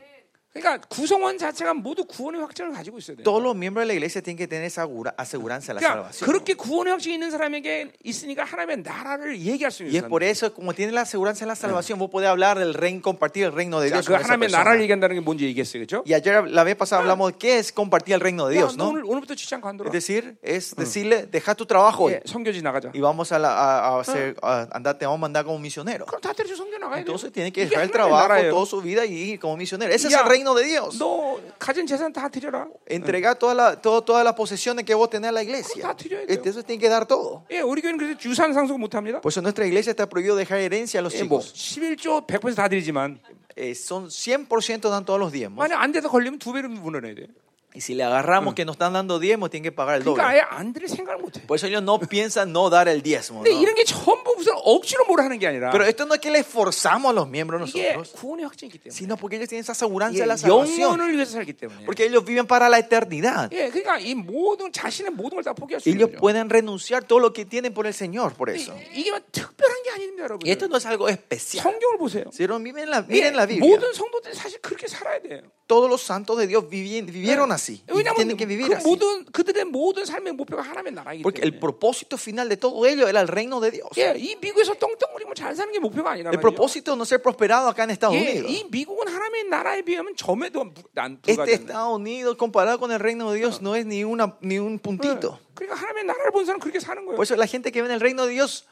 Speaker 1: 그러니까 구성원 자체가 모두 구원의 확증을 가지고 있어야 돼.
Speaker 2: Todos los miembros de la iglesia tienen que tener esa asegura- aseguranza de la
Speaker 1: 그러니까
Speaker 2: salvación.
Speaker 1: 그렇게 구원의 확증이 있는 사람에게 있으니까 하나님의 나라를 얘기할 수
Speaker 2: Y
Speaker 1: 있는
Speaker 2: es
Speaker 1: 사람.
Speaker 2: por eso, como tiene la aseguranza de la salvación, vos podés hablar del reino, compartir el reino de
Speaker 1: 자,
Speaker 2: Dios.
Speaker 1: 그
Speaker 2: Con esa
Speaker 1: 하나님의 나라를
Speaker 2: persona.
Speaker 1: 얘기한다는 게 뭔지 얘기했어요, 그렇죠?
Speaker 2: Y ayer, la vez pasada, hablamos de qué es compartir el reino de
Speaker 1: 야,
Speaker 2: Dios,
Speaker 1: 너
Speaker 2: Ah. ¿no?
Speaker 1: 오늘
Speaker 2: Mm.
Speaker 1: 오늘부터 출장 관둬라.
Speaker 2: Es decir, es decirle, deja tu trabajo hoy
Speaker 1: 예, 성교지 나가자.
Speaker 2: y vamos a, la- a- a hacer, a andar, te vamos a mandar como misionero.
Speaker 1: 그럼 다 때려줘 성교 나가야 돼.
Speaker 2: Entonces tiene que dejar el trabajo toda su vida y ir como misionero. Ese es
Speaker 1: Ya.
Speaker 2: el reino de Dios.
Speaker 1: 너 가진 재산 다 드려라.
Speaker 2: Entregar todas las todas las posesiones que vos tenés a la iglesia.
Speaker 1: Está tuyo, Dios.
Speaker 2: Entonces tiene que dar todo.
Speaker 1: 예, 우리 교회는 그래서 유산 상속 못 합니다.
Speaker 2: Por eso en nuestra iglesia está prohibido dejar herencia a los
Speaker 1: 예, 뭐
Speaker 2: chicos.
Speaker 1: 11조 100%다 드리지만
Speaker 2: Eh, son 100% dan todos los diezmos.
Speaker 1: 만약 안 돼서 걸리면 두 배로 물어내야 돼.
Speaker 2: Y si le agarramos que nos están dando diezmo, tienen que pagar
Speaker 1: 그러니까
Speaker 2: el doble.
Speaker 1: 아예 안 드릴 생각을 못 해.
Speaker 2: Por eso ellos no piensan no dar el diezmo.
Speaker 1: 근데
Speaker 2: ¿no?
Speaker 1: 이런 게 전부 무슨 억지로 뭘 하는 게 아니라
Speaker 2: Pero esto no es que le esforzamos a los miembros
Speaker 1: 이게
Speaker 2: nosotros,
Speaker 1: 구원의 확증이기 때문에
Speaker 2: sino porque ellos tienen esa aseguranza de la
Speaker 1: 예,
Speaker 2: salvación.
Speaker 1: 영혼을 위해서 살기 때문에.
Speaker 2: Porque ellos viven para la eternidad.
Speaker 1: 예, 그러니까 이 모든 자신의 모든 걸 다 포기할 수 있는
Speaker 2: Ellos
Speaker 1: 거죠.
Speaker 2: pueden renunciar todo lo que tienen por el Señor, por eso.
Speaker 1: 이- 이게 막 특별한 게 아닙니다, 여러분.
Speaker 2: Y esto no es algo especial.
Speaker 1: 성경을 보세요.
Speaker 2: Sino miren la,
Speaker 1: 예,
Speaker 2: miren la Biblia.
Speaker 1: 모든 성도들이 사실 그렇게 살아야 돼요.
Speaker 2: Todos los santos de Dios vivi- vivieron así. Y
Speaker 1: 왜냐하면
Speaker 2: tienen que
Speaker 1: 그
Speaker 2: vivir así.
Speaker 1: 모든 그들의 모든 삶의 목표가 하나님의 나라이기
Speaker 2: Porque el
Speaker 1: 때문에.
Speaker 2: propósito final de todo ello era el reino de Dios.
Speaker 1: 예, 이 미국에서 떵떵거리고 잘 사는 게 목표가 아니라
Speaker 2: El
Speaker 1: 말이에요.
Speaker 2: propósito de no ser prosperado acá en Estados
Speaker 1: 예,
Speaker 2: Unidos.
Speaker 1: 이 미국은 하나님의 나라에 비하면 점에도 안 부- 안
Speaker 2: Este
Speaker 1: 불과하잖아요.
Speaker 2: Estados Unidos comparado con el reino de Dios no es ni, una, ni un puntito.
Speaker 1: 그러니까 하나님의 나라를 본 사람 은 그렇게 사는 거예요.
Speaker 2: Por eso la gente que ve en el reino de Dios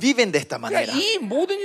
Speaker 2: viven de esta manera.
Speaker 1: 그러니까 이 모든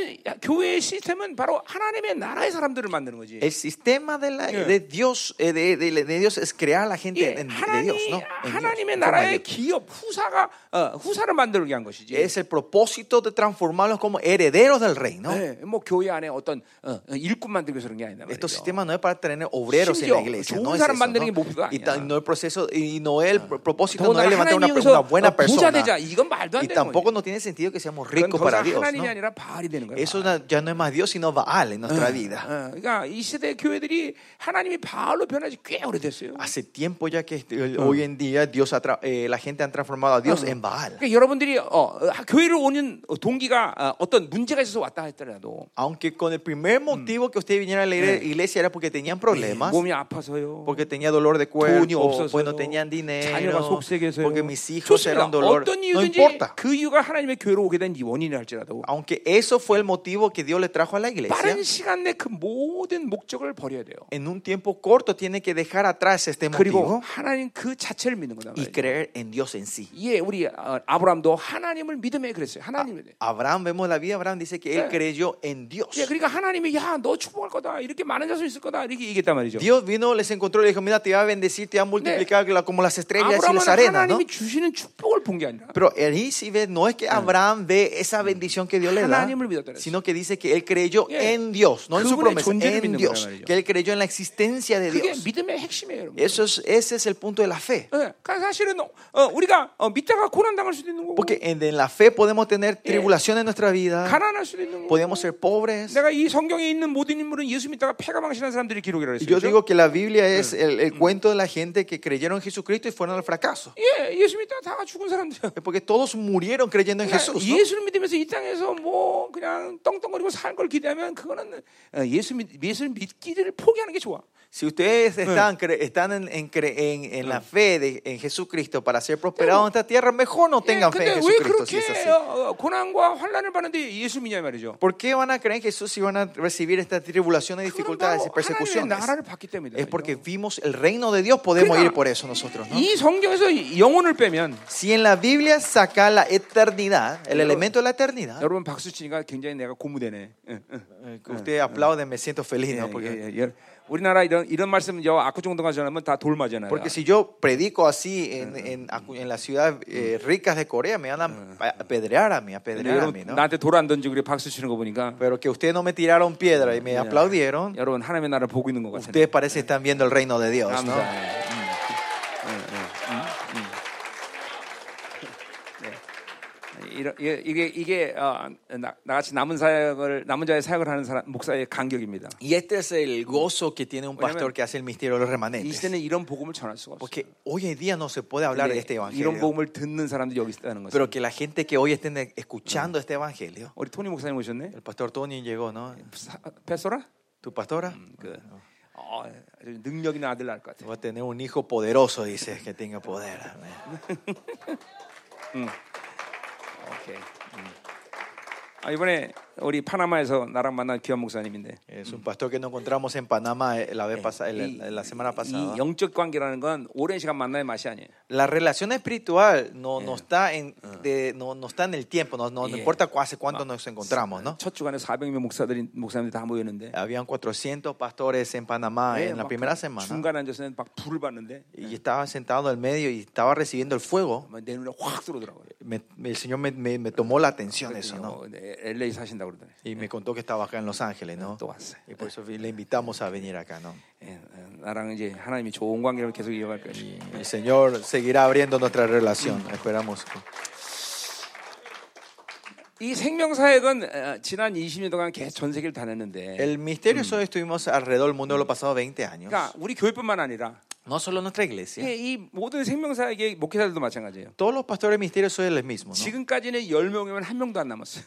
Speaker 1: 교회의 시스템은 바로 하나님의 나라의 사람들을 만드는 거지.
Speaker 2: El sistema de, la- de Dios eh, de, de- de Dios es crear a la gente
Speaker 1: 예,
Speaker 2: en- de
Speaker 1: 하나님,
Speaker 2: Dios, ¿no? En
Speaker 1: 하나님의
Speaker 2: Dios, forma de
Speaker 1: 나라의
Speaker 2: Dios.
Speaker 1: 기업 후사가 어, 후사를 만들게 한 것이지.
Speaker 2: Es el propósito de transformarlos como herederos del reino.
Speaker 1: 예, 뭐 교회 안에 어떤 어, 어, 일꾼 만들기 위해서 그런 게 아니다 말이죠.
Speaker 2: Estos sistemas no es para tener obreros en la
Speaker 1: 심지어
Speaker 2: iglesia,
Speaker 1: 좋은
Speaker 2: no es
Speaker 1: 사람
Speaker 2: eso,
Speaker 1: 만드는 게
Speaker 2: ¿no?
Speaker 1: 목표가
Speaker 2: Y ta-
Speaker 1: 아니야.
Speaker 2: no el proceso y no el propósito no
Speaker 1: 더군다나
Speaker 2: es levantar ser una,
Speaker 1: 그 하나님
Speaker 2: una
Speaker 1: 위해서
Speaker 2: buena
Speaker 1: 부자
Speaker 2: persona.
Speaker 1: 되자 이건 말도 안
Speaker 2: Y
Speaker 1: 되는
Speaker 2: tampoco
Speaker 1: 거예요.
Speaker 2: no tiene sentido que seamos
Speaker 1: 그건
Speaker 2: ricos para
Speaker 1: 거기서
Speaker 2: Dios.
Speaker 1: 하나님이
Speaker 2: ¿no?
Speaker 1: 아니라 바알이 되는 거예요.
Speaker 2: Eso
Speaker 1: 바알.
Speaker 2: na- ya no Ah. es más Dios, sino Baal en nuestra vida.
Speaker 1: 어, 그러니까 이 시대 교회들이 하나님이 바알로 변한 지 꽤 오래됐어요.
Speaker 2: Hace tiempo ya que eh, hoy en día Dios ha tra- eh, la gente ha transformado a Dios en Baal.
Speaker 1: 그러니까 여러분들이 어, 어, 교회를 오는 동기가 어, 어떤 문제가 있어서 왔다 했더라도
Speaker 2: Aunque con el primer motivo que ustedes vinieron a la igre- iglesia era porque tenían problemas,
Speaker 1: 몸이 아파서요.
Speaker 2: 네, porque tenía dolor de
Speaker 1: 돈이
Speaker 2: cuerpo,
Speaker 1: 없어서요.
Speaker 2: pues no
Speaker 1: 자녀가
Speaker 2: tenían dinero,
Speaker 1: 속세계에서요.
Speaker 2: porque mis hijos
Speaker 1: 좋습니다.
Speaker 2: eran dolor.
Speaker 1: 어떤
Speaker 2: No
Speaker 1: 이유든지
Speaker 2: importa. 아,
Speaker 1: 그 이유가 하나님의 교회로 오게 된 원인이라 할지라도
Speaker 2: Aunque eso fue el motivo que Dios le trajo a la iglesia,
Speaker 1: 빠른 시간 내 그 모든 목적을 버려야 돼요.
Speaker 2: en un tiempo corto tiene que dejar atrás este
Speaker 1: 그리고
Speaker 2: motivo
Speaker 1: 하나님 그 자체를 믿는 거다.
Speaker 2: y
Speaker 1: 말이죠.
Speaker 2: creer en Dios en sí.
Speaker 1: 예, 우리 어, 아브람도 하나님을 믿음에 그랬어요. 하나님에 대해.
Speaker 2: Abraham, vemos la vida, de Abraham dice que él
Speaker 1: Sí.
Speaker 2: creyó en Dios.
Speaker 1: 예, 그러니까 하나님이 야, 너 축복할 거다. 이렇게 많은 자손 있을 거다. 이렇게 얘기했단 말이죠.
Speaker 2: Dios vino, les encontró y le dijo, mira, te va a bendecir, te va a multiplicar la- como las estrellas y
Speaker 1: 아브라함은
Speaker 2: las arenas. ¿no?
Speaker 1: 하나님이 네, 주시는 축복을 본 게 아니라
Speaker 2: Pero ahí sí ve, no es que Abraham ve esa bendición que Dios le da,
Speaker 1: 하나님을 믿었다는
Speaker 2: sino que dice que él creyó
Speaker 1: Yeah.
Speaker 2: en Dios, no en su
Speaker 1: 그분의
Speaker 2: promesa,
Speaker 1: 존재를
Speaker 2: en
Speaker 1: 믿는
Speaker 2: Dios,
Speaker 1: 거란 말이죠.
Speaker 2: que él creyó en la existencia de
Speaker 1: 그게
Speaker 2: Dios.
Speaker 1: 믿음의 핵심이에요, 여러분.
Speaker 2: Eso es, ese es el punto de la fe.
Speaker 1: 예, 그러니까 사실은 어, 우리가 어, 믿다가 고난 당할 수도 있는 거고,
Speaker 2: Porque en, en la fe podemos tener tribulación en nuestra vida,
Speaker 1: 가난할 수도 있는 거고.
Speaker 2: podemos ser pobres.
Speaker 1: 내가 이 성경에 있는 모든 인물은 예수 믿다가 패가 망신한 사람들이 기록이라고
Speaker 2: Y
Speaker 1: 했어요.
Speaker 2: Yo
Speaker 1: 그죠?
Speaker 2: digo que la Biblia es el, el cuento de la gente que creyeron en Jesucristo y fueron al fracaso.
Speaker 1: 예, 예수 믿다가 다 죽은 사람들.
Speaker 2: Es porque todos murieron creyendo en
Speaker 1: 그러니까
Speaker 2: Jesús. ¿no?
Speaker 1: 예수를 믿으면서 이 땅에서 뭐 그냥 떵떵거리고 살 걸 기대하면 그거는 어, 예수 믿 예수를 믿기를 포기하는 게 좋아.
Speaker 2: Si ustedes están, cre- están en, en cre- en- en la fe de, en Jesucristo para ser prosperados en esta tierra, mejor no
Speaker 1: 예,
Speaker 2: tengan fe
Speaker 1: 근데
Speaker 2: en
Speaker 1: 왜
Speaker 2: Jesucristo si
Speaker 1: 그렇게
Speaker 2: es así.
Speaker 1: 어, 어, 고난과 환란을 받는데 예수 믿냐 이 말이죠.
Speaker 2: ¿Por qué van a creer en Jesús si van a recibir estas tribulaciones,
Speaker 1: 그건
Speaker 2: dificultades
Speaker 1: 바로
Speaker 2: y
Speaker 1: 하나님의
Speaker 2: persecuciones?
Speaker 1: 나라를 받기 예, 때문이다.
Speaker 2: Es porque vimos el reino de Dios, podemos
Speaker 1: Claro.
Speaker 2: ir por eso nosotros. ¿no?
Speaker 1: 이 성경에서 영혼을 빼면
Speaker 2: Si en la Biblia saca la eternidad, el elemento de la eternidad,
Speaker 1: 여러분 박수 치니까 굉장히 내가 고무되네. 응, 응.
Speaker 2: eh, que ustedes aplauden, me siento feliz, ¿no?
Speaker 1: 예,
Speaker 2: Porque,
Speaker 1: 예, 예. 우리나라 이런 이런 말씀 저 아쿠정도가 전하면 다 돌맞아요.
Speaker 2: porque si yo predico así en, en, Acu- en las ciudades eh, ricas de Corea, me van a pa- apedrear a mí,
Speaker 1: 근데
Speaker 2: apedrear a mí,
Speaker 1: 여러분
Speaker 2: ¿no?
Speaker 1: 나한테 돌 안 던지고 그래 박수 치는 거 보니까
Speaker 2: Pero que ustedes no me tiraron piedra y me aplaudieron,
Speaker 1: 여러분 하나님의 나라를 보고 있는 것 같아요.
Speaker 2: ustedes parece que están viendo el reino de Dios, ¿no?
Speaker 1: 감사해요. 이런- 이게 이게, 이게 어, 나, 나같이 남은 사역을 남은 자의 사역을 하는 사람 목사의 간격입니다.
Speaker 2: Y este es el gozo que tiene un pastor que hace el misterio de los
Speaker 1: 이
Speaker 2: remanentes.
Speaker 1: 시대는 이런 복음을 전할 수가 없어요.
Speaker 2: Porque hoy en día no se puede hablar de
Speaker 1: 근데
Speaker 2: este
Speaker 1: 이런
Speaker 2: evangelio.
Speaker 1: 복음을 듣는 사람들이 여기 있다는 거죠.
Speaker 2: Pero que la gente que hoy esté escuchando este evangelio,
Speaker 1: 우리 토니 목사님 오셨네.
Speaker 2: el pastor Tony llegó, ¿no?
Speaker 1: 사- 패소라?
Speaker 2: ¿Tu pastora?
Speaker 1: 그 어, 아주 능력 있는 아들 낳을 것 같아.
Speaker 2: Va a tener un hijo poderoso, dice, que tenga poder. amén.
Speaker 1: 오케이. 음. 아, 이번에 우리 파나마에서 나랑 만난 귀한 목사님인데
Speaker 2: Es un pastor que nos encontramos en Panamá eh, la, vez pasa- la,
Speaker 1: 이,
Speaker 2: la semana pasada.
Speaker 1: 이 영적 관계라는 건 오랜 시간 만남의 맛이 아니에요.
Speaker 2: La relación espiritual no, no, está, en, de- no, no está en el tiempo, no, no- no
Speaker 1: Yeah.
Speaker 2: importa cu- hace cuánto nos encontramos, ¿no?
Speaker 1: 첫 주간에 400명 목사들이 목사님들 다 모였는데
Speaker 2: Habían 400 pastores en Panamá
Speaker 1: 예,
Speaker 2: en la
Speaker 1: 막
Speaker 2: primera semana.
Speaker 1: 중간에 앉아서 막 불을 봤는데
Speaker 2: y estaba sentado en el medio y estaba recibiendo el fuego,
Speaker 1: 막내 눈에 확 들어오더라고요.
Speaker 2: me- me- el Señor me, me- me tomó la atención eso, ¿no?
Speaker 1: 어, 네, LA 사신다고 그러더니
Speaker 2: Y me contó que estaba acá en Los Ángeles, ¿no?
Speaker 1: 또 왔어요.
Speaker 2: Y por eso le invitamos a venir acá, ¿no?
Speaker 1: 예, 예, 나랑 이제 하나님이 좋은 관계를 계속 이어갈 것이.
Speaker 2: Y el Señor seguirá abriendo nuestra relación, esperamos. que-
Speaker 1: 이 생명사역은 어, 지난 20년 동안 계속 전 세계를 다녔는데
Speaker 2: El misterio eso estuvimos alrededor del mundo los pasados 20 años.
Speaker 1: 그러니까 우리 교회뿐만 아니라
Speaker 2: No solo nuestra
Speaker 1: 예,
Speaker 2: iglesia.
Speaker 1: 이 모든 생명사역의 목회자들도 마찬가지예요.
Speaker 2: Todos los pastores misterios son los mismos, ¿no?
Speaker 1: 지금까지는 10명이면 한 명도 안 남았어요.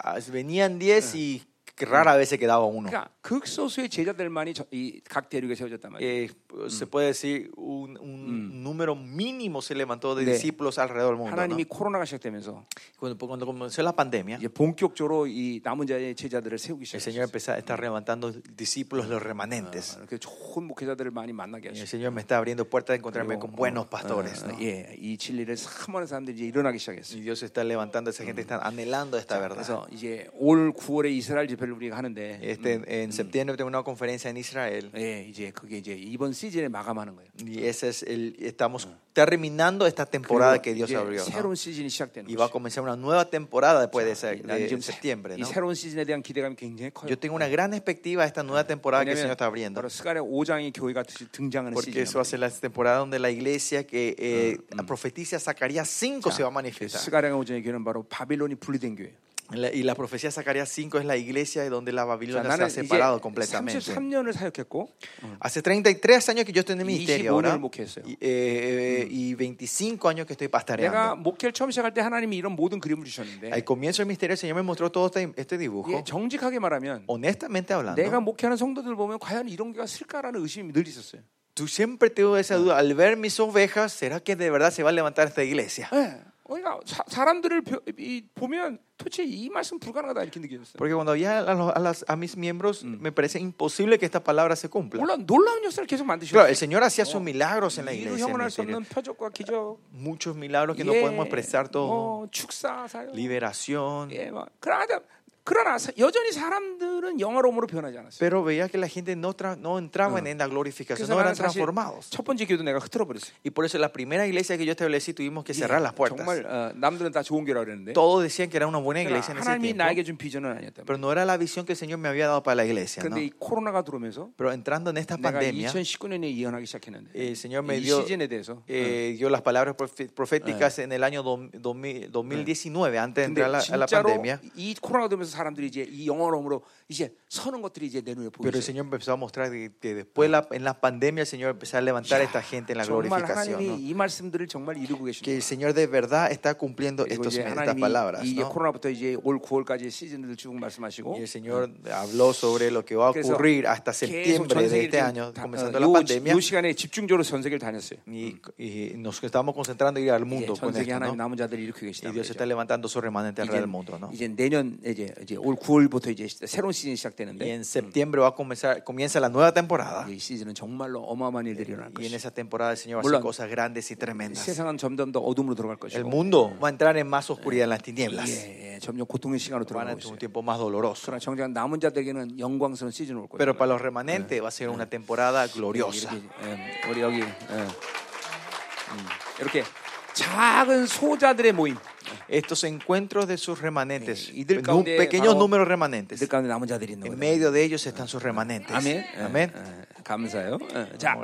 Speaker 2: Ah, Venían 10 y rara vez se quedaba uno.
Speaker 1: 그러니까 극소수의 제자들만이 이 각 대륙에 세워졌단 말이에요.
Speaker 2: Eh, se puede decir un, un número mínimo se levantó Mm. de
Speaker 1: 네.
Speaker 2: discípulos alrededor del mundo. ¿no?
Speaker 1: 하나님이 코로나가 시작되면서
Speaker 2: Cuando, cuando comenzó la pandemia,
Speaker 1: 이제 본격적으로 이 남은 자의 제자들을 세우기
Speaker 2: el
Speaker 1: 시작했어요.
Speaker 2: Señor empezó a estar levantando discípulos, los remanentes.
Speaker 1: 그래서 좋은 목회자들을 많이 만나게
Speaker 2: Y
Speaker 1: 하시고
Speaker 2: el Señor me está abriendo puertas de encontrarme con buenos pastores. ¿no?
Speaker 1: 어, 예, 이 진리를 사모하는 사람들이 이제 일어나기 시작했어요.
Speaker 2: Mm. Y Dios está levantando a esa gente, están anhelando esta verdad.
Speaker 1: 그래서 이제 올 9월에 이스라엘 집회를 집회를 우리가 하는데
Speaker 2: Este, en septiembre tengo una conferencia en Israel
Speaker 1: 예, 이제 그게 이제 이번 시즌에 마감하는 거예요.
Speaker 2: y ese es el, estamos terminando esta temporada que
Speaker 1: 그리고
Speaker 2: Dios
Speaker 1: 이제
Speaker 2: abrió. ¿no?
Speaker 1: 새로wn 시즌이 시작되는
Speaker 2: Y va a
Speaker 1: 거죠.
Speaker 2: comenzar una nueva temporada después de, ese,
Speaker 1: 난
Speaker 2: de
Speaker 1: 지금
Speaker 2: septiembre.
Speaker 1: 이
Speaker 2: ¿no?
Speaker 1: 새로운 시즌에 대한 기대감이 굉장히 커요.
Speaker 2: Yo tengo una gran expectativa de esta nueva temporada que el Señor está
Speaker 1: 왜냐면
Speaker 2: abriendo.
Speaker 1: 바로 스가랴 5장이 교회가 드- 등장하는
Speaker 2: Porque eso
Speaker 1: 시즌.
Speaker 2: va a ser la temporada donde la iglesia que eh, profetiza Zacarías 5 se va a manifestar.
Speaker 1: 스가랴 5장의 교회는 바로 바빌론이 분리된 교회예요.
Speaker 2: La- y la profecía de Zacarías 5 es la iglesia donde la
Speaker 1: 자,
Speaker 2: Babilonia se
Speaker 1: 나는
Speaker 2: ha
Speaker 1: 이제
Speaker 2: separado completamente.
Speaker 1: 33년을 사역했고
Speaker 2: Hace 33 años que yo estoy en el ministerio
Speaker 1: 25년을
Speaker 2: ahora
Speaker 1: 목회했어요.
Speaker 2: y, eh, eh, y 25 años que estoy
Speaker 1: 내가
Speaker 2: pastoreando.
Speaker 1: 목회를 처음 시작할 때 하나님이 이런 모든 그림을 주셨는데
Speaker 2: Al comienzo del ministerio el Señor me mostró todo este, este
Speaker 1: 이게
Speaker 2: dibujo.
Speaker 1: 정직하게 말하면
Speaker 2: Honestamente
Speaker 1: 내가
Speaker 2: hablando,
Speaker 1: 목회하는 성도들 보면 과연 이런 교회가 쓸까라는 의심이 늘 있었어요.
Speaker 2: tú siempre te esa duda. Al ver mis ovejas, ¿será que de verdad se va a levantar esta iglesia?
Speaker 1: 예. 그러니까 사, 사람들을 벼- 이, 보면 도대체 이 말씀 불가능하다 이렇게 느껴졌어요.
Speaker 2: Porque cuando veía a, los- a las- a mis miembros, me parece imposible que esta palabra se cumpla.
Speaker 1: 물론 놀라운 역사를 계속
Speaker 2: Claro,
Speaker 1: 만드셨어요.
Speaker 2: el Señor hacía sus milagros en la
Speaker 1: 이루
Speaker 2: iglesia. en el
Speaker 1: 형언할 수
Speaker 2: ministerio.
Speaker 1: 없는 표적과 기적,
Speaker 2: Muchos milagros que no
Speaker 1: 예,
Speaker 2: podemos expresar todo.
Speaker 1: 뭐 축사 사역,
Speaker 2: Liberación.
Speaker 1: 예, 막 그러나 그러나 사- 여전히 사람들은 영화로움으로 변하지 않았어요.
Speaker 2: Pero veía que la gente no, tra- no entraba en la glorificación, no eran transformados.
Speaker 1: 첫 번째 교도 내가 흐트러 버렸어요.
Speaker 2: Y por eso la primera iglesia que yo establecí tuvimos que cerrar las puertas.
Speaker 1: 정말 어, 남들은 다 좋은 교라 그랬는데
Speaker 2: Todos decían que era una buena
Speaker 1: 그러나
Speaker 2: iglesia en ese
Speaker 1: 하나님이
Speaker 2: tiempo,
Speaker 1: 나에게 준 비전은 아니었다.
Speaker 2: pero no era la visión que el Señor me había dado para la iglesia. ¿no?
Speaker 1: 그런데 이 코로나가 들어오면서
Speaker 2: Pero entrando en esta
Speaker 1: 내가
Speaker 2: pandemia,
Speaker 1: 2019년에 예언하기 시작했는데
Speaker 2: el Señor me
Speaker 1: 이
Speaker 2: dio,
Speaker 1: 시즌에 대해서
Speaker 2: eh, dio las palabras profe- proféticas en el año dom- dos mil- 2019, antes de
Speaker 1: 근데
Speaker 2: entrar a la, a la
Speaker 1: 진짜로
Speaker 2: pandemia.
Speaker 1: 이 코로나가 되면서 사람들이 이제 이 영어로움으로 이제 서는 것들이 이제 내 눈에
Speaker 2: Pero el
Speaker 1: 보이죠.
Speaker 2: Señor empezó a mostrar que, que después la- en la pandemia el Señor empezó a levantar a esta gente en la
Speaker 1: 정말
Speaker 2: glorificación.
Speaker 1: 하나님이
Speaker 2: ¿no?
Speaker 1: 이 말씀들을 정말 이루고
Speaker 2: Que el
Speaker 1: 계십니다.
Speaker 2: Señor de verdad está cumpliendo
Speaker 1: 그리고
Speaker 2: estos-
Speaker 1: 이제
Speaker 2: estas
Speaker 1: 하나님이
Speaker 2: palabras.
Speaker 1: 이제
Speaker 2: ¿no?
Speaker 1: 코로나부터 이제 올 9월까지 시즌을 쭉 말씀하시고
Speaker 2: Y el Señor habló sobre lo que va a
Speaker 1: 그래서
Speaker 2: ocurrir hasta
Speaker 1: 계속 전
Speaker 2: septiembre de
Speaker 1: 세계를
Speaker 2: este
Speaker 1: 지금
Speaker 2: año,
Speaker 1: 다-
Speaker 2: comenzando
Speaker 1: 어,
Speaker 2: la
Speaker 1: 요-
Speaker 2: pandemia.
Speaker 1: 요 시간에 집중적으로 전 세계를 다녔어요.
Speaker 2: Y, y nos estamos concentrando en ir
Speaker 1: 이제
Speaker 2: al mundo
Speaker 1: 전
Speaker 2: con
Speaker 1: 세계
Speaker 2: esto,
Speaker 1: 하나님
Speaker 2: ¿no?
Speaker 1: 남은 자들을 일으키고
Speaker 2: Y
Speaker 1: 계시다.
Speaker 2: Dios está levantando su remanente alrededor del mundo, ¿no?
Speaker 1: 이제 내년 이제 이제 올 9월부터 이제 새로운 시즌이
Speaker 2: Y
Speaker 1: 시작되는데 아,
Speaker 2: en septiembre va a comenzar, comienza la nueva temporada.
Speaker 1: 이 시즌은 정말로 어마어마한 일들이 일어날
Speaker 2: Y en
Speaker 1: 것이고
Speaker 2: esa temporada el Señor va a
Speaker 1: Mulán.
Speaker 2: hacer cosas grandes y tremendas.
Speaker 1: 세상은 점점 더 어둠으로 들어갈
Speaker 2: El
Speaker 1: 것이고
Speaker 2: mundo va a entrar en más oscuridad en las tinieblas.
Speaker 1: 예, 예, 점점 고통의 시간으로
Speaker 2: Van a
Speaker 1: 들어가고
Speaker 2: tener
Speaker 1: 있어요.
Speaker 2: un tiempo más doloroso.
Speaker 1: 그러나 정작 남은 자들에게는 영광스러운 시즌 올 거예요.
Speaker 2: Pero para los remanentes va a ser una temporada gloriosa.
Speaker 1: 네, 이렇게, 예, 우리 여기 예. 음, 이렇게 작은 소자들의 모임,
Speaker 2: Estos encuentros de sus remanentes,
Speaker 1: Y del
Speaker 2: nu-
Speaker 1: caudé,
Speaker 2: pequeños
Speaker 1: Pablo,
Speaker 2: números remanentes.
Speaker 1: 그 가운데 남은 자들이 있는
Speaker 2: En
Speaker 1: 거예요.
Speaker 2: medio de ellos están sus remanentes.
Speaker 1: 아멘. 예,
Speaker 2: Amén.
Speaker 1: 예, 감사해요. 예, 자,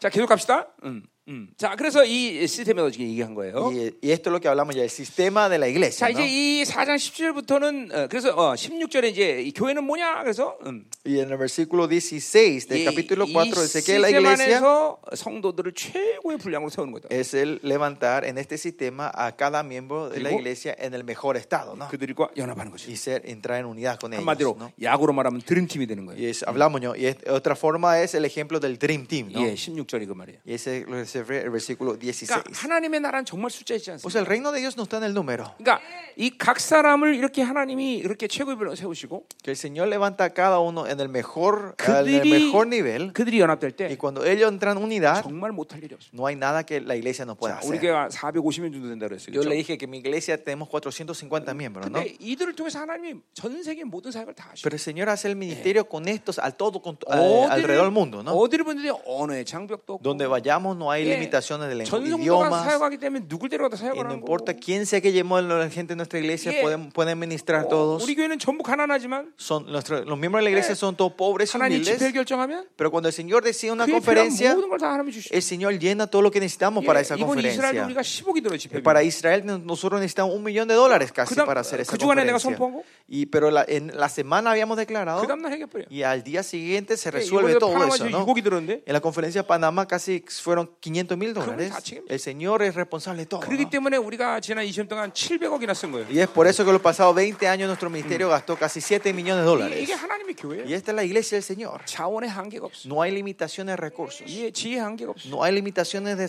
Speaker 1: 자 계속 갑시다. 음, 음. 자, 그래서 이 시스템에서 지금 얘기한 거예요.
Speaker 2: Y, y esto es lo que hablamos ya, el sistema de la iglesia.
Speaker 1: 자, 이제
Speaker 2: ¿no?
Speaker 1: 이 4장 17절부터는 그래서 어, 16절에 이제 이 교회는 뭐냐? 그래서 음,
Speaker 2: Y en el versículo 16 del
Speaker 1: 이-
Speaker 2: capítulo
Speaker 1: 이
Speaker 2: 4 dice que la
Speaker 1: 시스템
Speaker 2: iglesia
Speaker 1: 안에서 성도들을 최고의 분량으로 세우는 거다.
Speaker 2: es el levantar en este sistema a cada miembro de la
Speaker 1: Digo.
Speaker 2: iglesia en el mejor estado, ¿no?
Speaker 1: 그들과 연합하는 것이.
Speaker 2: Y ser, entrar en unidad con ellos.
Speaker 1: 한마디로
Speaker 2: ¿no?
Speaker 1: 야구로 말하면 드림팀이 되는
Speaker 2: Y
Speaker 1: 거예요.
Speaker 2: es- hablamos, ¿no? Y es- otra forma es el ejemplo del Dream Team, ¿no?
Speaker 1: 예, 16절이 그 말이에요.
Speaker 2: Y ese es el versículo 16.
Speaker 1: 그러니까 하나님의 나라는 정말 숫자 있지
Speaker 2: O
Speaker 1: 않습니까?
Speaker 2: sea, el reino de Dios no está en el número.
Speaker 1: 그러니까 이 각 사람을 이렇게 하나님이 이렇게 최고의 분량으로 세우시고
Speaker 2: Que el Señor levanta a cada uno en el mejor, en el
Speaker 1: 그들이
Speaker 2: mejor nivel.
Speaker 1: 그들이 연합될 때
Speaker 2: Y cuando ellos entran en unidad,
Speaker 1: 정말 못할 일이 없어요.
Speaker 2: no hay nada que la iglesia no
Speaker 1: 자,
Speaker 2: pueda
Speaker 1: 우리
Speaker 2: hacer.
Speaker 1: 교회가 450명 정도 된다 그랬어요.
Speaker 2: Yo
Speaker 1: 그렇죠?
Speaker 2: le dije que mi iglesia tenemos 450 miembros, ¿no?
Speaker 1: 근데 이들을 통해서 하나님이 전 세계 모든 사역을 다 하셔.
Speaker 2: Pero el Señor hace el ministerio con estos al todo con,
Speaker 1: 아,
Speaker 2: eh,
Speaker 1: 예, 어디를
Speaker 2: alrededor del mundo, ¿no?
Speaker 1: 어디를 보든지 언어의 장벽도 없고
Speaker 2: Donde vayamos no hay
Speaker 1: 예,
Speaker 2: limitaciones de lengu-
Speaker 1: 전 성도가
Speaker 2: idiomas.
Speaker 1: 사역하기 때문에 누굴 데려가도
Speaker 2: y
Speaker 1: 사역을
Speaker 2: no
Speaker 1: 하는 거고
Speaker 2: importa quién sea que llevemos a la gente de nuestra iglesia,
Speaker 1: 예.
Speaker 2: pueden, pueden ministrar
Speaker 1: 어,
Speaker 2: todos.
Speaker 1: 우리 교회는 전부 가난하지만
Speaker 2: Son, nuestro- los miembros de la iglesia
Speaker 1: 예.
Speaker 2: son todos pobres y
Speaker 1: 하나님 집회를
Speaker 2: humildes.
Speaker 1: 결정하면
Speaker 2: Pero cuando el Señor decide una
Speaker 1: 그에 필요한
Speaker 2: conferencia,
Speaker 1: 모든 걸 다 하나님이 주시죠.
Speaker 2: el Señor llena todo lo que necesitamos
Speaker 1: 예,
Speaker 2: para esa
Speaker 1: 이번 이스라엘도 우리가
Speaker 2: conferencia.
Speaker 1: 10억이 들어 집회.
Speaker 2: Para Israel nosotros necesitamos un millón de dólares casi
Speaker 1: 그다음-
Speaker 2: para hacer esa
Speaker 1: 그 주간에 내가
Speaker 2: conferencia.
Speaker 1: 선포한 거?
Speaker 2: Y, pero la- en la semana habíamos declarado
Speaker 1: 그 다음 날 해결돼요.
Speaker 2: Y al día siguiente se resuelve
Speaker 1: 이번에도
Speaker 2: todo
Speaker 1: 파나마
Speaker 2: eso,
Speaker 1: 지금
Speaker 2: ¿no?
Speaker 1: 6억이 들었는데
Speaker 2: En la conferencia de Panamá casi fueron 500 mil
Speaker 1: 그럼
Speaker 2: dólares.
Speaker 1: 다 책임져.
Speaker 2: El Señor es responsable de todo.
Speaker 1: 그렇기
Speaker 2: ¿no?
Speaker 1: 때문에 우리가 지난 20년 동안 어? 700억이나 쓴 거예요.
Speaker 2: Y es por eso que los pasados 20 años nuestro ministerio gastó casi 7 millones de
Speaker 1: 이-
Speaker 2: dólares.
Speaker 1: Mm. 이게 하나님의 어? 교회예요.
Speaker 2: Y esta es la iglesia del Señor.
Speaker 1: 자원의 한계가 없어.
Speaker 2: No hay limitaciones de recursos.
Speaker 1: 이 지혜의 한계가 없어.
Speaker 2: No hay limitaciones de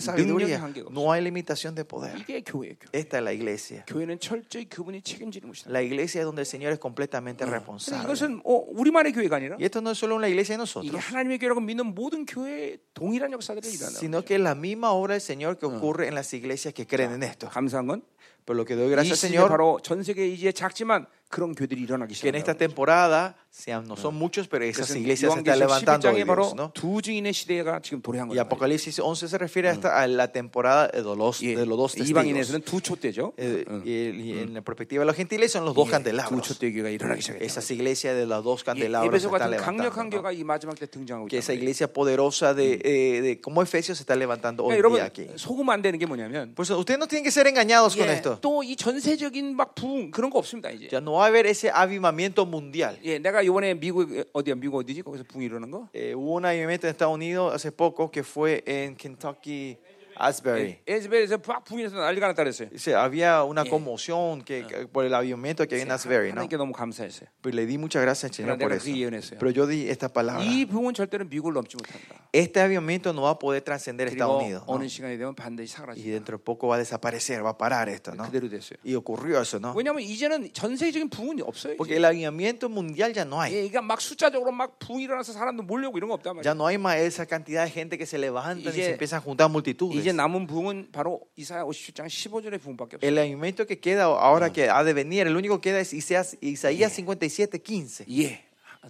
Speaker 1: 능력의
Speaker 2: sabiduría.
Speaker 1: 한계가
Speaker 2: No hay limitación de poder.
Speaker 1: 이게 교회예요. 교회.
Speaker 2: Esta es la iglesia.
Speaker 1: 교회는 철저히 그분이 책임지는 곳이다.
Speaker 2: La iglesia es donde el Señor es
Speaker 1: Mm.
Speaker 2: completamente
Speaker 1: 근데
Speaker 2: responsable.
Speaker 1: 이것은 어, 우리만의 교회가 아니라
Speaker 2: Y esto no es solo una iglesia de
Speaker 1: 이게
Speaker 2: nosotros,
Speaker 1: 하나님의 교회라고 믿는 모든 교회의 동일한 역사들이 일어나는
Speaker 2: sino que es la misma obra del Señor
Speaker 1: Mm.
Speaker 2: que ocurre en las iglesias que creen en esto.
Speaker 1: 감사한 건 이
Speaker 2: Pero lo que doy gracias al
Speaker 1: 시대
Speaker 2: Señor
Speaker 1: 바로 전 세계 이제 작지만 그런 교들이 일어나기
Speaker 2: que en esta
Speaker 1: 시작합니다.
Speaker 2: temporada sean, no son muchos, pero esas
Speaker 1: 그래서
Speaker 2: iglesias se están
Speaker 1: 요한계시록
Speaker 2: levantando.
Speaker 1: 11장이
Speaker 2: de Dios,
Speaker 1: 바로
Speaker 2: ¿no?
Speaker 1: 두 증인의 시대가 지금 도래한
Speaker 2: Y
Speaker 1: 거예요.
Speaker 2: Apocalipsis 11 se refiere hasta a la temporada de los, dos-
Speaker 1: 예,
Speaker 2: de los dos testigos.
Speaker 1: 이방인에서는 두 촛대죠.
Speaker 2: Eh, y, y en la perspectiva de los gentiles son
Speaker 1: eh,
Speaker 2: los dos
Speaker 1: 예, 두
Speaker 2: candelabros.
Speaker 1: 촛대 교회가 일어나기 시작했다.
Speaker 2: Esas iglesias de los dos
Speaker 1: 예,
Speaker 2: candelabros se
Speaker 1: 에베소
Speaker 2: están
Speaker 1: 같은
Speaker 2: levantando.
Speaker 1: 강력한
Speaker 2: ¿no?
Speaker 1: 교가 이 마지막 때 등장하고
Speaker 2: Que
Speaker 1: 있다.
Speaker 2: esa iglesia poderosa de, eh, de- como Efesios se está levantando hoy
Speaker 1: 그러니까
Speaker 2: en día aquí.
Speaker 1: 여러분 속으면 안 되는 게 뭐냐면 예,
Speaker 2: Por eso ustedes no tienen que ser engañados con esto.
Speaker 1: 또 이 전세적인 막 부흥 그런 거 없습니다 이제.
Speaker 2: Ya no va a haber ese avivamiento mundial.
Speaker 1: 예, 내가 이번에 미국 어디야 미국 어디지 거기서 붕 일어난 거?
Speaker 2: Eh, hubo un avivamiento en Estados Unidos hace poco que fue en Kentucky, Asbury.
Speaker 1: 예, 에즈벨에서 막 붕이서 난리가 났다 그랬어요.
Speaker 2: O sea, había una conmoción que, que- por el avivamiento que había en Asbury, ¿no?
Speaker 1: 하나님께 너무 감사했어요.
Speaker 2: Pero le di muchas gracias al Señor
Speaker 1: Pero
Speaker 2: por
Speaker 1: 내가
Speaker 2: eso.
Speaker 1: 그 예언했어요.
Speaker 2: Pero yo di esta palabra.
Speaker 1: 이 붕은 절대로 미국을 넘지 못한다.
Speaker 2: Este avivamiento no va a poder trascender Estados
Speaker 1: 그리고
Speaker 2: Unidos. ¿no?
Speaker 1: 어느 시간이 되면 반드시
Speaker 2: Y
Speaker 1: 사라진다.
Speaker 2: dentro de poco va a desaparecer, va a parar esto, ¿no?
Speaker 1: 그대로 됐어요.
Speaker 2: Y ocurrió eso, ¿no?
Speaker 1: 왜냐하면 이제는 전세적인 붕은 없어요.
Speaker 2: Porque
Speaker 1: 이제.
Speaker 2: el avivamiento mundial ya no
Speaker 1: 예,
Speaker 2: hay.
Speaker 1: 그러니까 막 숫자적으로 막 붕 일어나서 사람들 몰려고 이런 거 없단 말이에요.
Speaker 2: Ya no hay más esa cantidad de gente que se levantan y
Speaker 1: Iye-
Speaker 2: se empiezan a juntar
Speaker 1: 이제
Speaker 2: multitudes.
Speaker 1: 남은 붕은 바로 이사야 57장 15절의 붕밖에 없어요.
Speaker 2: El avivamiento que queda ahora que ha de venir, el único que queda es Isaías, Isaías 57, 15.
Speaker 1: 예,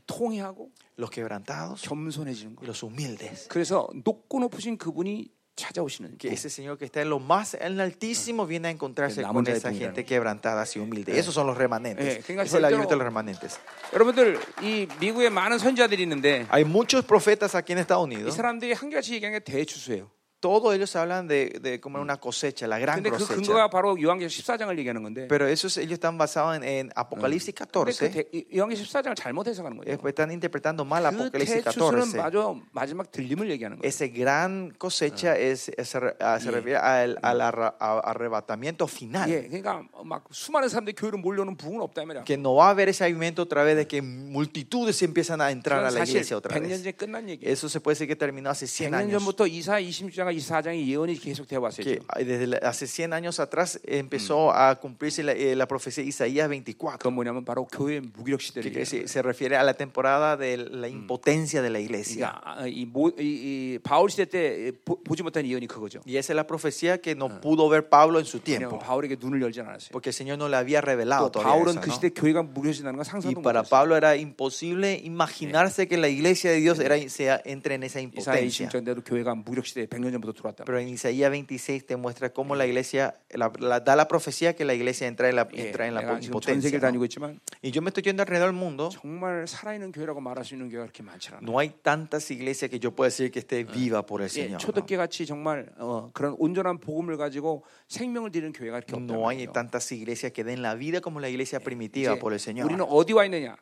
Speaker 1: 통회하고
Speaker 2: Los quebrantados
Speaker 1: 겸손해지는
Speaker 2: y
Speaker 1: 거예요.
Speaker 2: los humildes.
Speaker 1: 그래서 높고 높으신 그분이 찾아오시는
Speaker 2: Que
Speaker 1: 붕.
Speaker 2: ese Señor que está en lo más en lo altísimo viene a encontrarse
Speaker 1: El
Speaker 2: con
Speaker 1: 남은
Speaker 2: esa
Speaker 1: 자의
Speaker 2: gente quebrantada y humilde. Esos son los
Speaker 1: Eh,
Speaker 2: remanentes.
Speaker 1: 그러니까
Speaker 2: Es el avivamiento de
Speaker 1: 절대로-
Speaker 2: los remanentes.
Speaker 1: 여러분들 이 미국에 많은 선자들이 있는데
Speaker 2: Hay muchos profetas aquí en Estados
Speaker 1: 이
Speaker 2: Unidos.
Speaker 1: 사람들이 한결같이 얘기하는 게 대추수예요.
Speaker 2: Todos ellos hablan de, de como una cosecha, la gran
Speaker 1: 근데 그
Speaker 2: cosecha.
Speaker 1: 근거가 바로 요한계시 14장을 얘기하는 건데
Speaker 2: Pero esos ellos están basados en, en Apocalipsis
Speaker 1: 근데 그
Speaker 2: 14.
Speaker 1: 대- 이- 요한계시 14장을 잘못 해석하는
Speaker 2: Eh,
Speaker 1: 거예요.
Speaker 2: pues están interpretando mal
Speaker 1: 그
Speaker 2: Apocalipsis
Speaker 1: 대추수는
Speaker 2: 14.
Speaker 1: 마저 마지막 들림을 얘기하는 거예요.
Speaker 2: Esa gran cosecha es, es- se re- ah, se refiere al, al arra- a- arrebatamiento final.
Speaker 1: 예, 그러니까 막 수많은 사람들이 교회로 몰려오는 부흥은 없다 말이야.
Speaker 2: Que no va a haber ese avivamiento otra vez de que multitudes empiezan a entrar a
Speaker 1: 그건
Speaker 2: la
Speaker 1: 사실
Speaker 2: iglesia otra
Speaker 1: 100년
Speaker 2: vez.
Speaker 1: 전에 끝난 얘기예요.
Speaker 2: Eso se puede decir que terminó hace 100
Speaker 1: 100년
Speaker 2: años.
Speaker 1: 전부터 예, 이사 20장과 24장의 예언이 계속 되어 왔어요.
Speaker 2: Que
Speaker 1: 지금.
Speaker 2: desde la- hace 100 años atrás empezó a cumplirse la, eh, la profecía de Isaías 24.
Speaker 1: 아, 그건 뭐냐면 바로 교회의 무기력 시대를
Speaker 2: Que, que
Speaker 1: 얘기하는
Speaker 2: se, se refiere a la temporada de la impotencia de la iglesia.
Speaker 1: 거예요. 그러니까 이, 모, 이, 이 바울 시대 때 보, 보지 못한 예언이 뭐. 그거죠.
Speaker 2: Y esa es la profecía que no pudo ver Pablo en su
Speaker 1: 왜냐면
Speaker 2: tiempo.
Speaker 1: 바울에게 눈을 열지 않았어요.
Speaker 2: Porque el Señor no le había revelado
Speaker 1: 또
Speaker 2: todavía. eso,
Speaker 1: 바울은 그
Speaker 2: ¿no?
Speaker 1: 시대 교회가 무뎌진다는 건
Speaker 2: Y
Speaker 1: 상상도
Speaker 2: para
Speaker 1: 못했어요.
Speaker 2: Pablo era imposible imaginarse que la iglesia de Dios era, sea, entre en esa
Speaker 1: 이사야
Speaker 2: impotencia.
Speaker 1: 20장대도 교회가 무력 시대 100년 전부터 들어왔다.
Speaker 2: Pero en Isaías 26 te muestra cómo la iglesia, la- la- da la profecía que la iglesia entra en la,
Speaker 1: 예,
Speaker 2: entra en la
Speaker 1: 내가 지금 전
Speaker 2: impotencia.
Speaker 1: 세계를
Speaker 2: ¿no?
Speaker 1: 다니고 있지만
Speaker 2: Y yo me estoy yendo alrededor del mundo.
Speaker 1: 정말 살아있는 교회라고 말할 수 있는 교회가 그렇게 많지 않아요.
Speaker 2: No hay tantas iglesias que yo pueda decir que esté viva por el
Speaker 1: 예,
Speaker 2: Señor. ¿no?
Speaker 1: 초대교 같이 정말 어, 그런 온전한 복음을 가지고 생명을 드리는 교회가 이렇게 없다.
Speaker 2: No hay tantas iglesias que den la vida como la iglesia primitiva por el
Speaker 1: 우리는
Speaker 2: Señor.
Speaker 1: 어디 와 있느냐?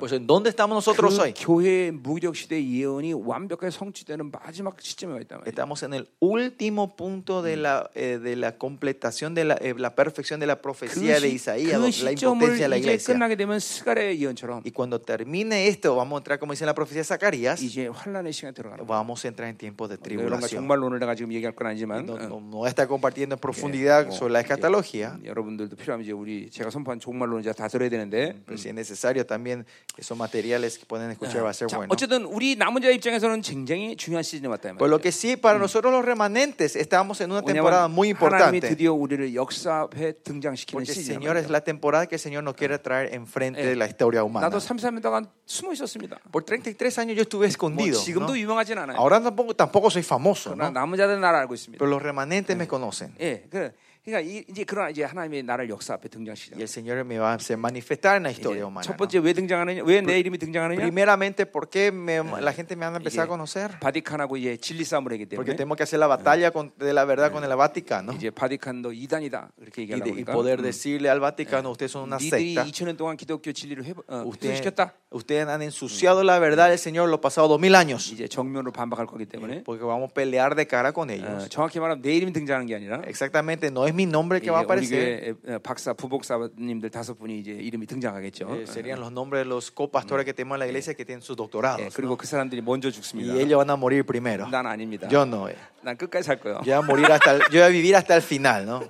Speaker 2: Pues ¿en dónde estamos nosotros
Speaker 1: 그
Speaker 2: hoy?
Speaker 1: 교회의 무력 시대 예언이 완벽하게 성취되는 마지막 시점에 와 있단 말이에요.
Speaker 2: Estamos en el último punto de la, eh, de la completación de la, eh, la perfección de la profecía de
Speaker 1: 시-
Speaker 2: Isaías,
Speaker 1: 그
Speaker 2: la impotencia de la
Speaker 1: 시점을 이제
Speaker 2: iglesia.
Speaker 1: 끝나게 되면 스가랴의 예언처럼
Speaker 2: Y cuando termine esto, vamos a entrar, como dice la profecía de Zacarías,
Speaker 1: 이제 환란의 시간에 들어가는 거예요.
Speaker 2: vamos a entrar en tiempos de
Speaker 1: 여러분과
Speaker 2: tribulación.
Speaker 1: 정말 오늘 내가 지금 얘기할 건 아니지만
Speaker 2: No,
Speaker 1: 어,
Speaker 2: no, no voy a estar compartiendo en profundidad sobre la escatología,
Speaker 1: 음, 여러분들도 필요하면 이제 우리 제가 선포한 종말론 이제 다 들어야 되는데
Speaker 2: pero pues, si es necesario también, esos materiales que pueden escuchar va a ser
Speaker 1: 아, 자,
Speaker 2: bueno.
Speaker 1: 어쨌든 우리 남은 자 입장에서는 굉장히 중요한 시즌에 왔다 이
Speaker 2: Por
Speaker 1: 말이에요.
Speaker 2: lo que sí, para nosotros los remanentes, estamos en una temporada
Speaker 1: 왜냐면
Speaker 2: muy
Speaker 1: 하나님이
Speaker 2: importante.
Speaker 1: 드디어 우리를 역사에 등장시키는
Speaker 2: Porque,
Speaker 1: 시즌.
Speaker 2: Señor, es la temporada que el Señor nos quiere traer enfrente
Speaker 1: Eh.
Speaker 2: de la historia humana.
Speaker 1: 나도 33년 동안 숨어 있었습니다.
Speaker 2: Por 33 años yo estuve
Speaker 1: 뭐
Speaker 2: escondido.
Speaker 1: 지금도
Speaker 2: ¿no?
Speaker 1: 유명하진 않아요.
Speaker 2: Ahora tampoco, tampoco soy famoso,
Speaker 1: 그러나
Speaker 2: ¿no?
Speaker 1: 남은 자들은 나를 알고 있습니다.
Speaker 2: pero los remanentes me conocen.
Speaker 1: 예, 그, 그러니까 이, 이제 그러나 이제 하나님의 나를 역사 앞에
Speaker 2: Y
Speaker 1: 등장시키는.
Speaker 2: el Señor me va a hacer manifestar en la historia humana.
Speaker 1: 첫
Speaker 2: ¿no?
Speaker 1: 번째 왜 등장하느냐? 왜 내 이름이 등장하느냐?
Speaker 2: Primeramente, ¿por qué me- la gente me va a empezar a
Speaker 1: 이게
Speaker 2: conocer?
Speaker 1: 바디칸하고 이제 진리 싸움을 하기
Speaker 2: Porque
Speaker 1: 때문에
Speaker 2: tengo que hacer la batalla con- de la verdad con el Vaticano.
Speaker 1: 이제 바디칸도 이단이다 이렇게
Speaker 2: Y, Mm.
Speaker 1: 얘기하려고
Speaker 2: de- y
Speaker 1: 하니까 음,
Speaker 2: poder decirle al Vaticano, ustedes son una
Speaker 1: 니들이
Speaker 2: secta.
Speaker 1: 2000년 동안 기독교 진리를 회복 어,
Speaker 2: Ustedes,
Speaker 1: 시켰다.
Speaker 2: ustedes han ensuciado la verdad del Señor los pasados dos mil años.
Speaker 1: 이제 정면으로 반박할 거기 때문에
Speaker 2: Porque vamos a pelear de cara con
Speaker 1: 어,
Speaker 2: ellos.
Speaker 1: 정확히 말하면 내 이름이 등장하는 게 아니라
Speaker 2: Exactamente, no es mi nombre que
Speaker 1: 이제
Speaker 2: va a
Speaker 1: 우리
Speaker 2: aparecer.
Speaker 1: 교회 어, 박사 부복사님들 다섯 분이 이제 이름이 등장하겠죠.
Speaker 2: Eh, serían los nombres de los copastores que tenemos en la iglesia que tienen sus doctorados.
Speaker 1: 예,
Speaker 2: ¿no?
Speaker 1: 그리고 그 사람들이 먼저
Speaker 2: Y
Speaker 1: 죽습니다.
Speaker 2: ellos van a morir primero.
Speaker 1: 난 아닙니다.
Speaker 2: Yo no. eh.
Speaker 1: 난 끝까지 살 거예요.
Speaker 2: Yo voy a morir hasta el- yo voy a vivir hasta el final, ¿no?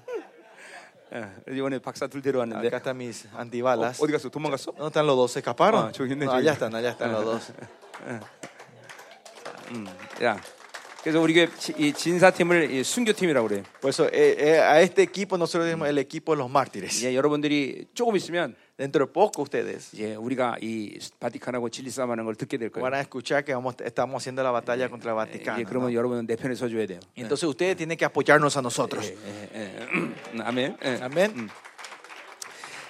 Speaker 1: 예, 이번에 박사 둘 데려왔는데
Speaker 2: Acá están mis
Speaker 1: 어,
Speaker 2: antibalas.
Speaker 1: 어디 갔어? 도망갔어?
Speaker 2: ¿Dónde están los dos? ¿Se escaparon?
Speaker 1: Ah, yo vine,
Speaker 2: No,
Speaker 1: yo vine.
Speaker 2: allá están, allá están los dos.
Speaker 1: 야, 그래서 우리 교회 지- 이 진사팀을 이 순교팀이라고 그래요.
Speaker 2: Por eso, eh, eh, a este equipo nosotros decimos el equipo de los mártires.
Speaker 1: 이제 예, 여러분들이 조금 있으면
Speaker 2: Dentro de poco ustedes
Speaker 1: 이제 우리가 이 바티칸하고 진리 싸움하는 걸 듣게 될 거예요.
Speaker 2: van a escuchar que vamos, estamos haciendo la batalla contra el
Speaker 1: 이제
Speaker 2: Vaticano.
Speaker 1: 그러면
Speaker 2: ¿no?
Speaker 1: 여러분은 내 편에 서줘야 돼요.
Speaker 2: Entonces ustedes tienen que apoyarnos a nosotros. Mm.
Speaker 1: 예, 예. 음, 아멘. 예.
Speaker 2: Eh, Amén.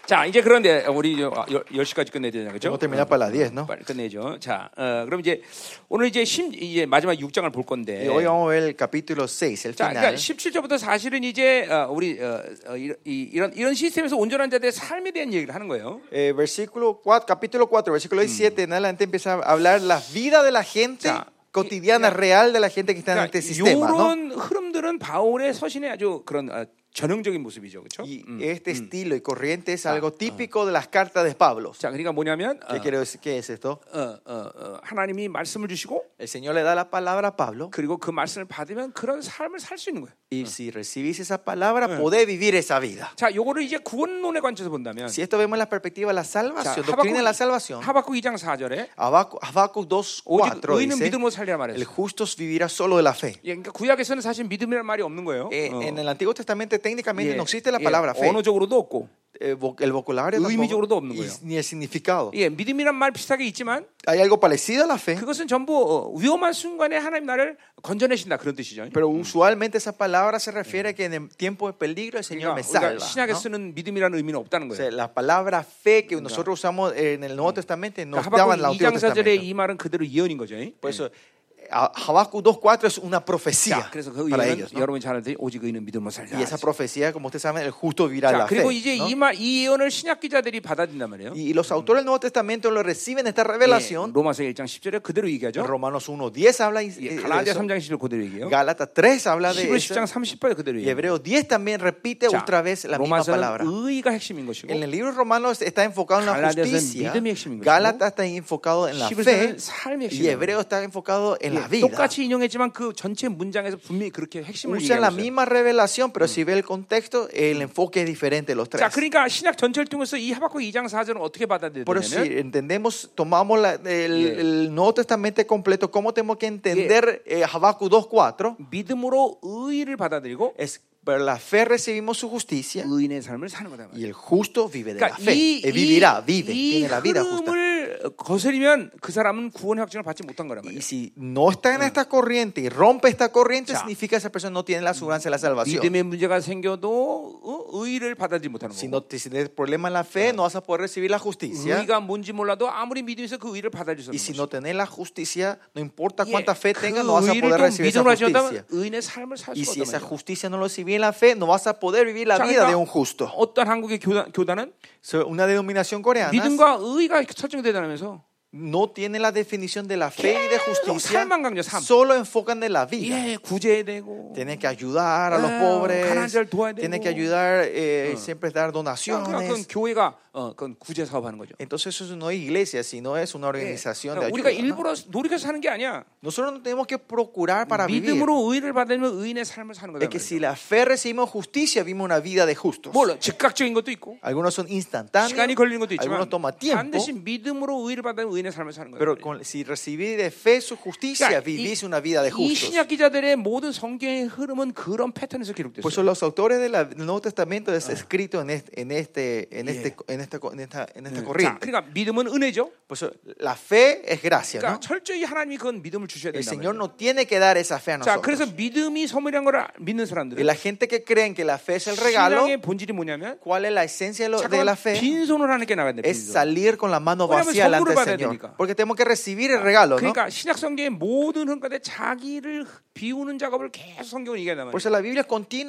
Speaker 1: 자 이제 그런데 우리 아, 10시까지 끝내야 되잖아요. 그렇죠?
Speaker 2: Vamos a terminar para las 10, ¿no?
Speaker 1: 빨리 끝내죠. 자, 어, 그럼 이제 오늘 이제 심 이제 마지막 6장을 볼 건데.
Speaker 2: Y hoy vamos a ver el capítulo 6, el
Speaker 1: 자, 그러니까
Speaker 2: final.
Speaker 1: 17절부터 사실은 이제 어, 우리 어, 어, 이- 이- 이런 이런 시스템에서 온전한 자들의 삶에 대한 얘기를 하는 거예요.
Speaker 2: Eh, versículo 4, capítulo 4, versículo 17 en adelante empieza a hablar la vida de la gente
Speaker 1: Ya.
Speaker 2: cotidiana, real de la gente que está
Speaker 1: 그러니까
Speaker 2: en este sistema, ¿no?
Speaker 1: 이런 흐름들은 바울의 서신의 아주 그런 어, 전형적인 모습이죠, 그렇죠?
Speaker 2: Y este estilo y corriente es algo típico de las cartas de Pablo.
Speaker 1: 자, 그러니까 뭐냐면 어,
Speaker 2: ¿Qué quiero decir? ¿Qué es esto?
Speaker 1: 어, 어, 어, 하나님이 말씀을 주시고
Speaker 2: El Señor le da la palabra a Pablo
Speaker 1: 그리고 그 말씀을 받으면 그런 삶을 살 수 있는 거예요.
Speaker 2: y si recibís esa palabra podés vivir esa vida.
Speaker 1: 자, 요거를 이제 구원론의 관점에서 본다면
Speaker 2: Si esto vemos en la perspectiva de la
Speaker 1: 자,
Speaker 2: salvación, doctrina de la salvación,
Speaker 1: 하박국 2장 4절에
Speaker 2: Habacu- Habacuc 2,
Speaker 1: 오직
Speaker 2: 4
Speaker 1: 의인은
Speaker 2: dice,
Speaker 1: 믿음으로 살리라
Speaker 2: el
Speaker 1: 말했어요.
Speaker 2: justo vivirá solo de la fe.
Speaker 1: 예, 그러니까 구약에서는 사실 믿음이라는 말이 없는 거예요.
Speaker 2: Eh,
Speaker 1: 어.
Speaker 2: en el Antiguo Testamento técnicamente
Speaker 1: 예,
Speaker 2: no existe la
Speaker 1: 예,
Speaker 2: palabra fe.
Speaker 1: 언어적으로도 없고.
Speaker 2: Eh, vo- el vocabulario
Speaker 1: 의미적으로도 없는
Speaker 2: tampoco, y-
Speaker 1: 거예요.
Speaker 2: ni el significado.
Speaker 1: 예, 믿음이란 말 비슷하게 있지만
Speaker 2: Hay algo parecido a la fe,
Speaker 1: 그것은 전부 어, 위험한 순간에 하나님 나를 건져내신다 그런 뜻이죠.
Speaker 2: pero usualmente esa palabra se refiere a que en el tiempo de peligro el Señor
Speaker 1: 그러니까
Speaker 2: me
Speaker 1: 우리가
Speaker 2: salva.
Speaker 1: 신약에
Speaker 2: ¿no?
Speaker 1: 쓰는 믿음이라는 의미는 없다는
Speaker 2: O sea,
Speaker 1: 거예요.
Speaker 2: la palabra fe que nosotros usamos en el Nuevo Testamento no
Speaker 1: 그러니까
Speaker 2: estaba en el
Speaker 1: 하박국
Speaker 2: Antiguo
Speaker 1: 2장 4절의
Speaker 2: Testamento.
Speaker 1: 이 말은 그대로 예언인 거죠. 예.
Speaker 2: Por eso, a- Habacuc 2.4 es una
Speaker 1: 자,
Speaker 2: profecía
Speaker 1: 그래서 예, 그
Speaker 2: para
Speaker 1: 예언은
Speaker 2: ellos. ¿no?
Speaker 1: 여러분이 잘 아듯이 오직 의인은 믿음으로 살리라.
Speaker 2: Y esa profecía, como ustedes saben, el justo vivirá
Speaker 1: 자,
Speaker 2: la fe.
Speaker 1: 그리고 이제
Speaker 2: ¿no?
Speaker 1: 이, 말, 이 예언을 신약 기자들이 받아들인단 말이에요.
Speaker 2: Y los autores del Nuevo Testamento lo reciben esta
Speaker 1: 예,
Speaker 2: revelación.
Speaker 1: 로마서 1장 10절에 그대로 얘기하죠.
Speaker 2: Romanos 1.10 habla y-
Speaker 1: 예,
Speaker 2: eh, de
Speaker 1: 갈라디아
Speaker 2: eso.
Speaker 1: 3장 10절 그대로 얘기해요.
Speaker 2: Gálatas 3 habla de
Speaker 1: 히브리
Speaker 2: eso.
Speaker 1: 10장 30절 그대로
Speaker 2: Y
Speaker 1: 얘기해요.
Speaker 2: Hebreo 10 también repite
Speaker 1: 자,
Speaker 2: otra vez la misma palabra.
Speaker 1: 로마서는 의의가 핵심인 것이고
Speaker 2: En el libro romano está enfocado en la
Speaker 1: Gálatas es
Speaker 2: justicia.
Speaker 1: 믿음이 핵심인 것이고,
Speaker 2: Gálatas está enfocado en la fe.
Speaker 1: 히브리서는 삶이
Speaker 2: Y
Speaker 1: 핵심이에요.
Speaker 2: Hebreo está enfocado en la
Speaker 1: 예,
Speaker 2: vida.
Speaker 1: 똑같이 인용했지만 그 전체 문장에서 분명히 그렇게 핵심을
Speaker 2: Usan la
Speaker 1: 얘기하고 있어요.
Speaker 2: misma revelación,
Speaker 1: Mm.
Speaker 2: pero si ve el contexto, el enfoque es diferente los tres.
Speaker 1: 자, 그러니까 신약 전체를 통해서 이 하박국 2장 4절은 어떻게
Speaker 2: Por eso, si
Speaker 1: 받아들여냐면
Speaker 2: entendemos, tomamos la- el,
Speaker 1: Yeah.
Speaker 2: el Nuevo Testamento completo, ¿cómo tenemos que entender eh, Habacuc 2.4?
Speaker 1: 믿음으로 의의를 받아들이고
Speaker 2: Es, por la fe recibimos su justicia
Speaker 1: 의인의 삶을 사는 거다.
Speaker 2: y
Speaker 1: 말이에요.
Speaker 2: el justo vive de la
Speaker 1: 그러니까
Speaker 2: fe.
Speaker 1: 이,
Speaker 2: Eh,
Speaker 1: 이,
Speaker 2: vivirá, vive,
Speaker 1: 이
Speaker 2: tiene la vida justa.
Speaker 1: 흐름을 거스리면 그 사람은 구원의 확증을 받지 못한 거란 말이에요.
Speaker 2: Y si no está en esta corriente y rompe esta corriente,
Speaker 1: Mm. Ya. Mm.
Speaker 2: significa que esa persona no tiene la aseguranza de la salvación.
Speaker 1: 믿음의 문제가 생겨도 어, 의의를 받아들이지 못하는
Speaker 2: Si
Speaker 1: 거고
Speaker 2: no te- si tienes problema en la fe, no vas a poder recibir la justicia.
Speaker 1: 의의가 뭔지 몰라도 아무리 믿음에서 그 의의를 받아들일 수
Speaker 2: Y
Speaker 1: 없는
Speaker 2: si
Speaker 1: 거죠.
Speaker 2: no tenés la justicia, no importa
Speaker 1: 예,
Speaker 2: cuánta fe tengas, no
Speaker 1: 그
Speaker 2: vas a
Speaker 1: 의의를
Speaker 2: poder
Speaker 1: 좀
Speaker 2: recibir esa
Speaker 1: 믿음으로 하지 못하면
Speaker 2: justicia.
Speaker 1: 의인의 삶을 살
Speaker 2: Y si
Speaker 1: 수가
Speaker 2: esa
Speaker 1: 없다
Speaker 2: justicia no lo recibís en la fe, no vas a poder vivir la
Speaker 1: 자,
Speaker 2: vida de un
Speaker 1: 그러니까
Speaker 2: justo.
Speaker 1: 어떤 한국의 교단, 교단은
Speaker 2: So, Una denominación coreana
Speaker 1: 믿음과 의가 설정되다면서
Speaker 2: no tiene la definición de la fe y de justicia,
Speaker 1: 삶만 강조, 삶.
Speaker 2: solo enfocan en la vida.
Speaker 1: 예 구제해야 되고
Speaker 2: Tienen que ayudar a los
Speaker 1: Ah,
Speaker 2: pobres,
Speaker 1: 가난자를 도와야
Speaker 2: tienen que
Speaker 1: 되고.
Speaker 2: ayudar, eh, siempre dar
Speaker 1: 그냥 그건
Speaker 2: donaciones.
Speaker 1: 교회가 어, 그건 구제 사업하는 거죠.
Speaker 2: Entonces eso no es iglesia, sino es una
Speaker 1: 예,
Speaker 2: organización de
Speaker 1: 우리가
Speaker 2: ayuda. ¿no?
Speaker 1: 일부러 노력해서 사는 게 아니야.
Speaker 2: Nosotros no tenemos que procurar para vivir.
Speaker 1: 믿음으로 의를 받으면 의인의 삶을 사는 거다. 뭐,
Speaker 2: Es que si la fe recibimos justicia, vivimos una vida de justos.
Speaker 1: 물론 즉각적인 것도 있고
Speaker 2: Algunos son instantáneos,
Speaker 1: 시간이 걸리는 것도 있지만
Speaker 2: algunos toma tiempo.
Speaker 1: 반드시 믿음으로 의를 받으면 의인의 삶을 사는 거예요.
Speaker 2: Pero con- si recibís de fe su justicia, vivís una vida de
Speaker 1: 이
Speaker 2: justos.
Speaker 1: 신약 기자들의 모든 성경의 흐름은 그런 패턴에서
Speaker 2: Por
Speaker 1: 기록됐어요.
Speaker 2: eso Pues los autores de la- del Nuevo Testamento es escrito en este, en este, en este, en esta, en esta, en esta
Speaker 1: 자,
Speaker 2: corriente.
Speaker 1: 그러니까 믿음은 은혜죠.
Speaker 2: Por eso la fe es gracia,
Speaker 1: 그러니까
Speaker 2: ¿no?
Speaker 1: 철저히 하나님이 그건 믿음을 주셔야
Speaker 2: El
Speaker 1: 된다.
Speaker 2: Señor no tiene que dar esa fe a
Speaker 1: 자, 그래서
Speaker 2: nosotros.
Speaker 1: 믿음이 선물이란 걸 아- 믿는
Speaker 2: Y
Speaker 1: 사람들은
Speaker 2: la gente que creen que la fe es el regalo,
Speaker 1: 신앙의 본질이 뭐냐면
Speaker 2: ¿cuál es la esencia de, lo- de la
Speaker 1: 잠깐만
Speaker 2: fe?
Speaker 1: 빈손으로 하나님께 나간다.
Speaker 2: Es
Speaker 1: 빈손.
Speaker 2: salir con la mano
Speaker 1: Bueno,
Speaker 2: vacía
Speaker 1: pues,
Speaker 2: delante del
Speaker 1: seguro va a
Speaker 2: Señor.
Speaker 1: dedicar.
Speaker 2: Porque tenemos que recibir el regalo, ¿no?
Speaker 1: 그러니까 신약 성경의 모든 흥가대 자기를 비우는 작업을 계속 성경은 얘기한단 말이에요.
Speaker 2: Por eso la Biblia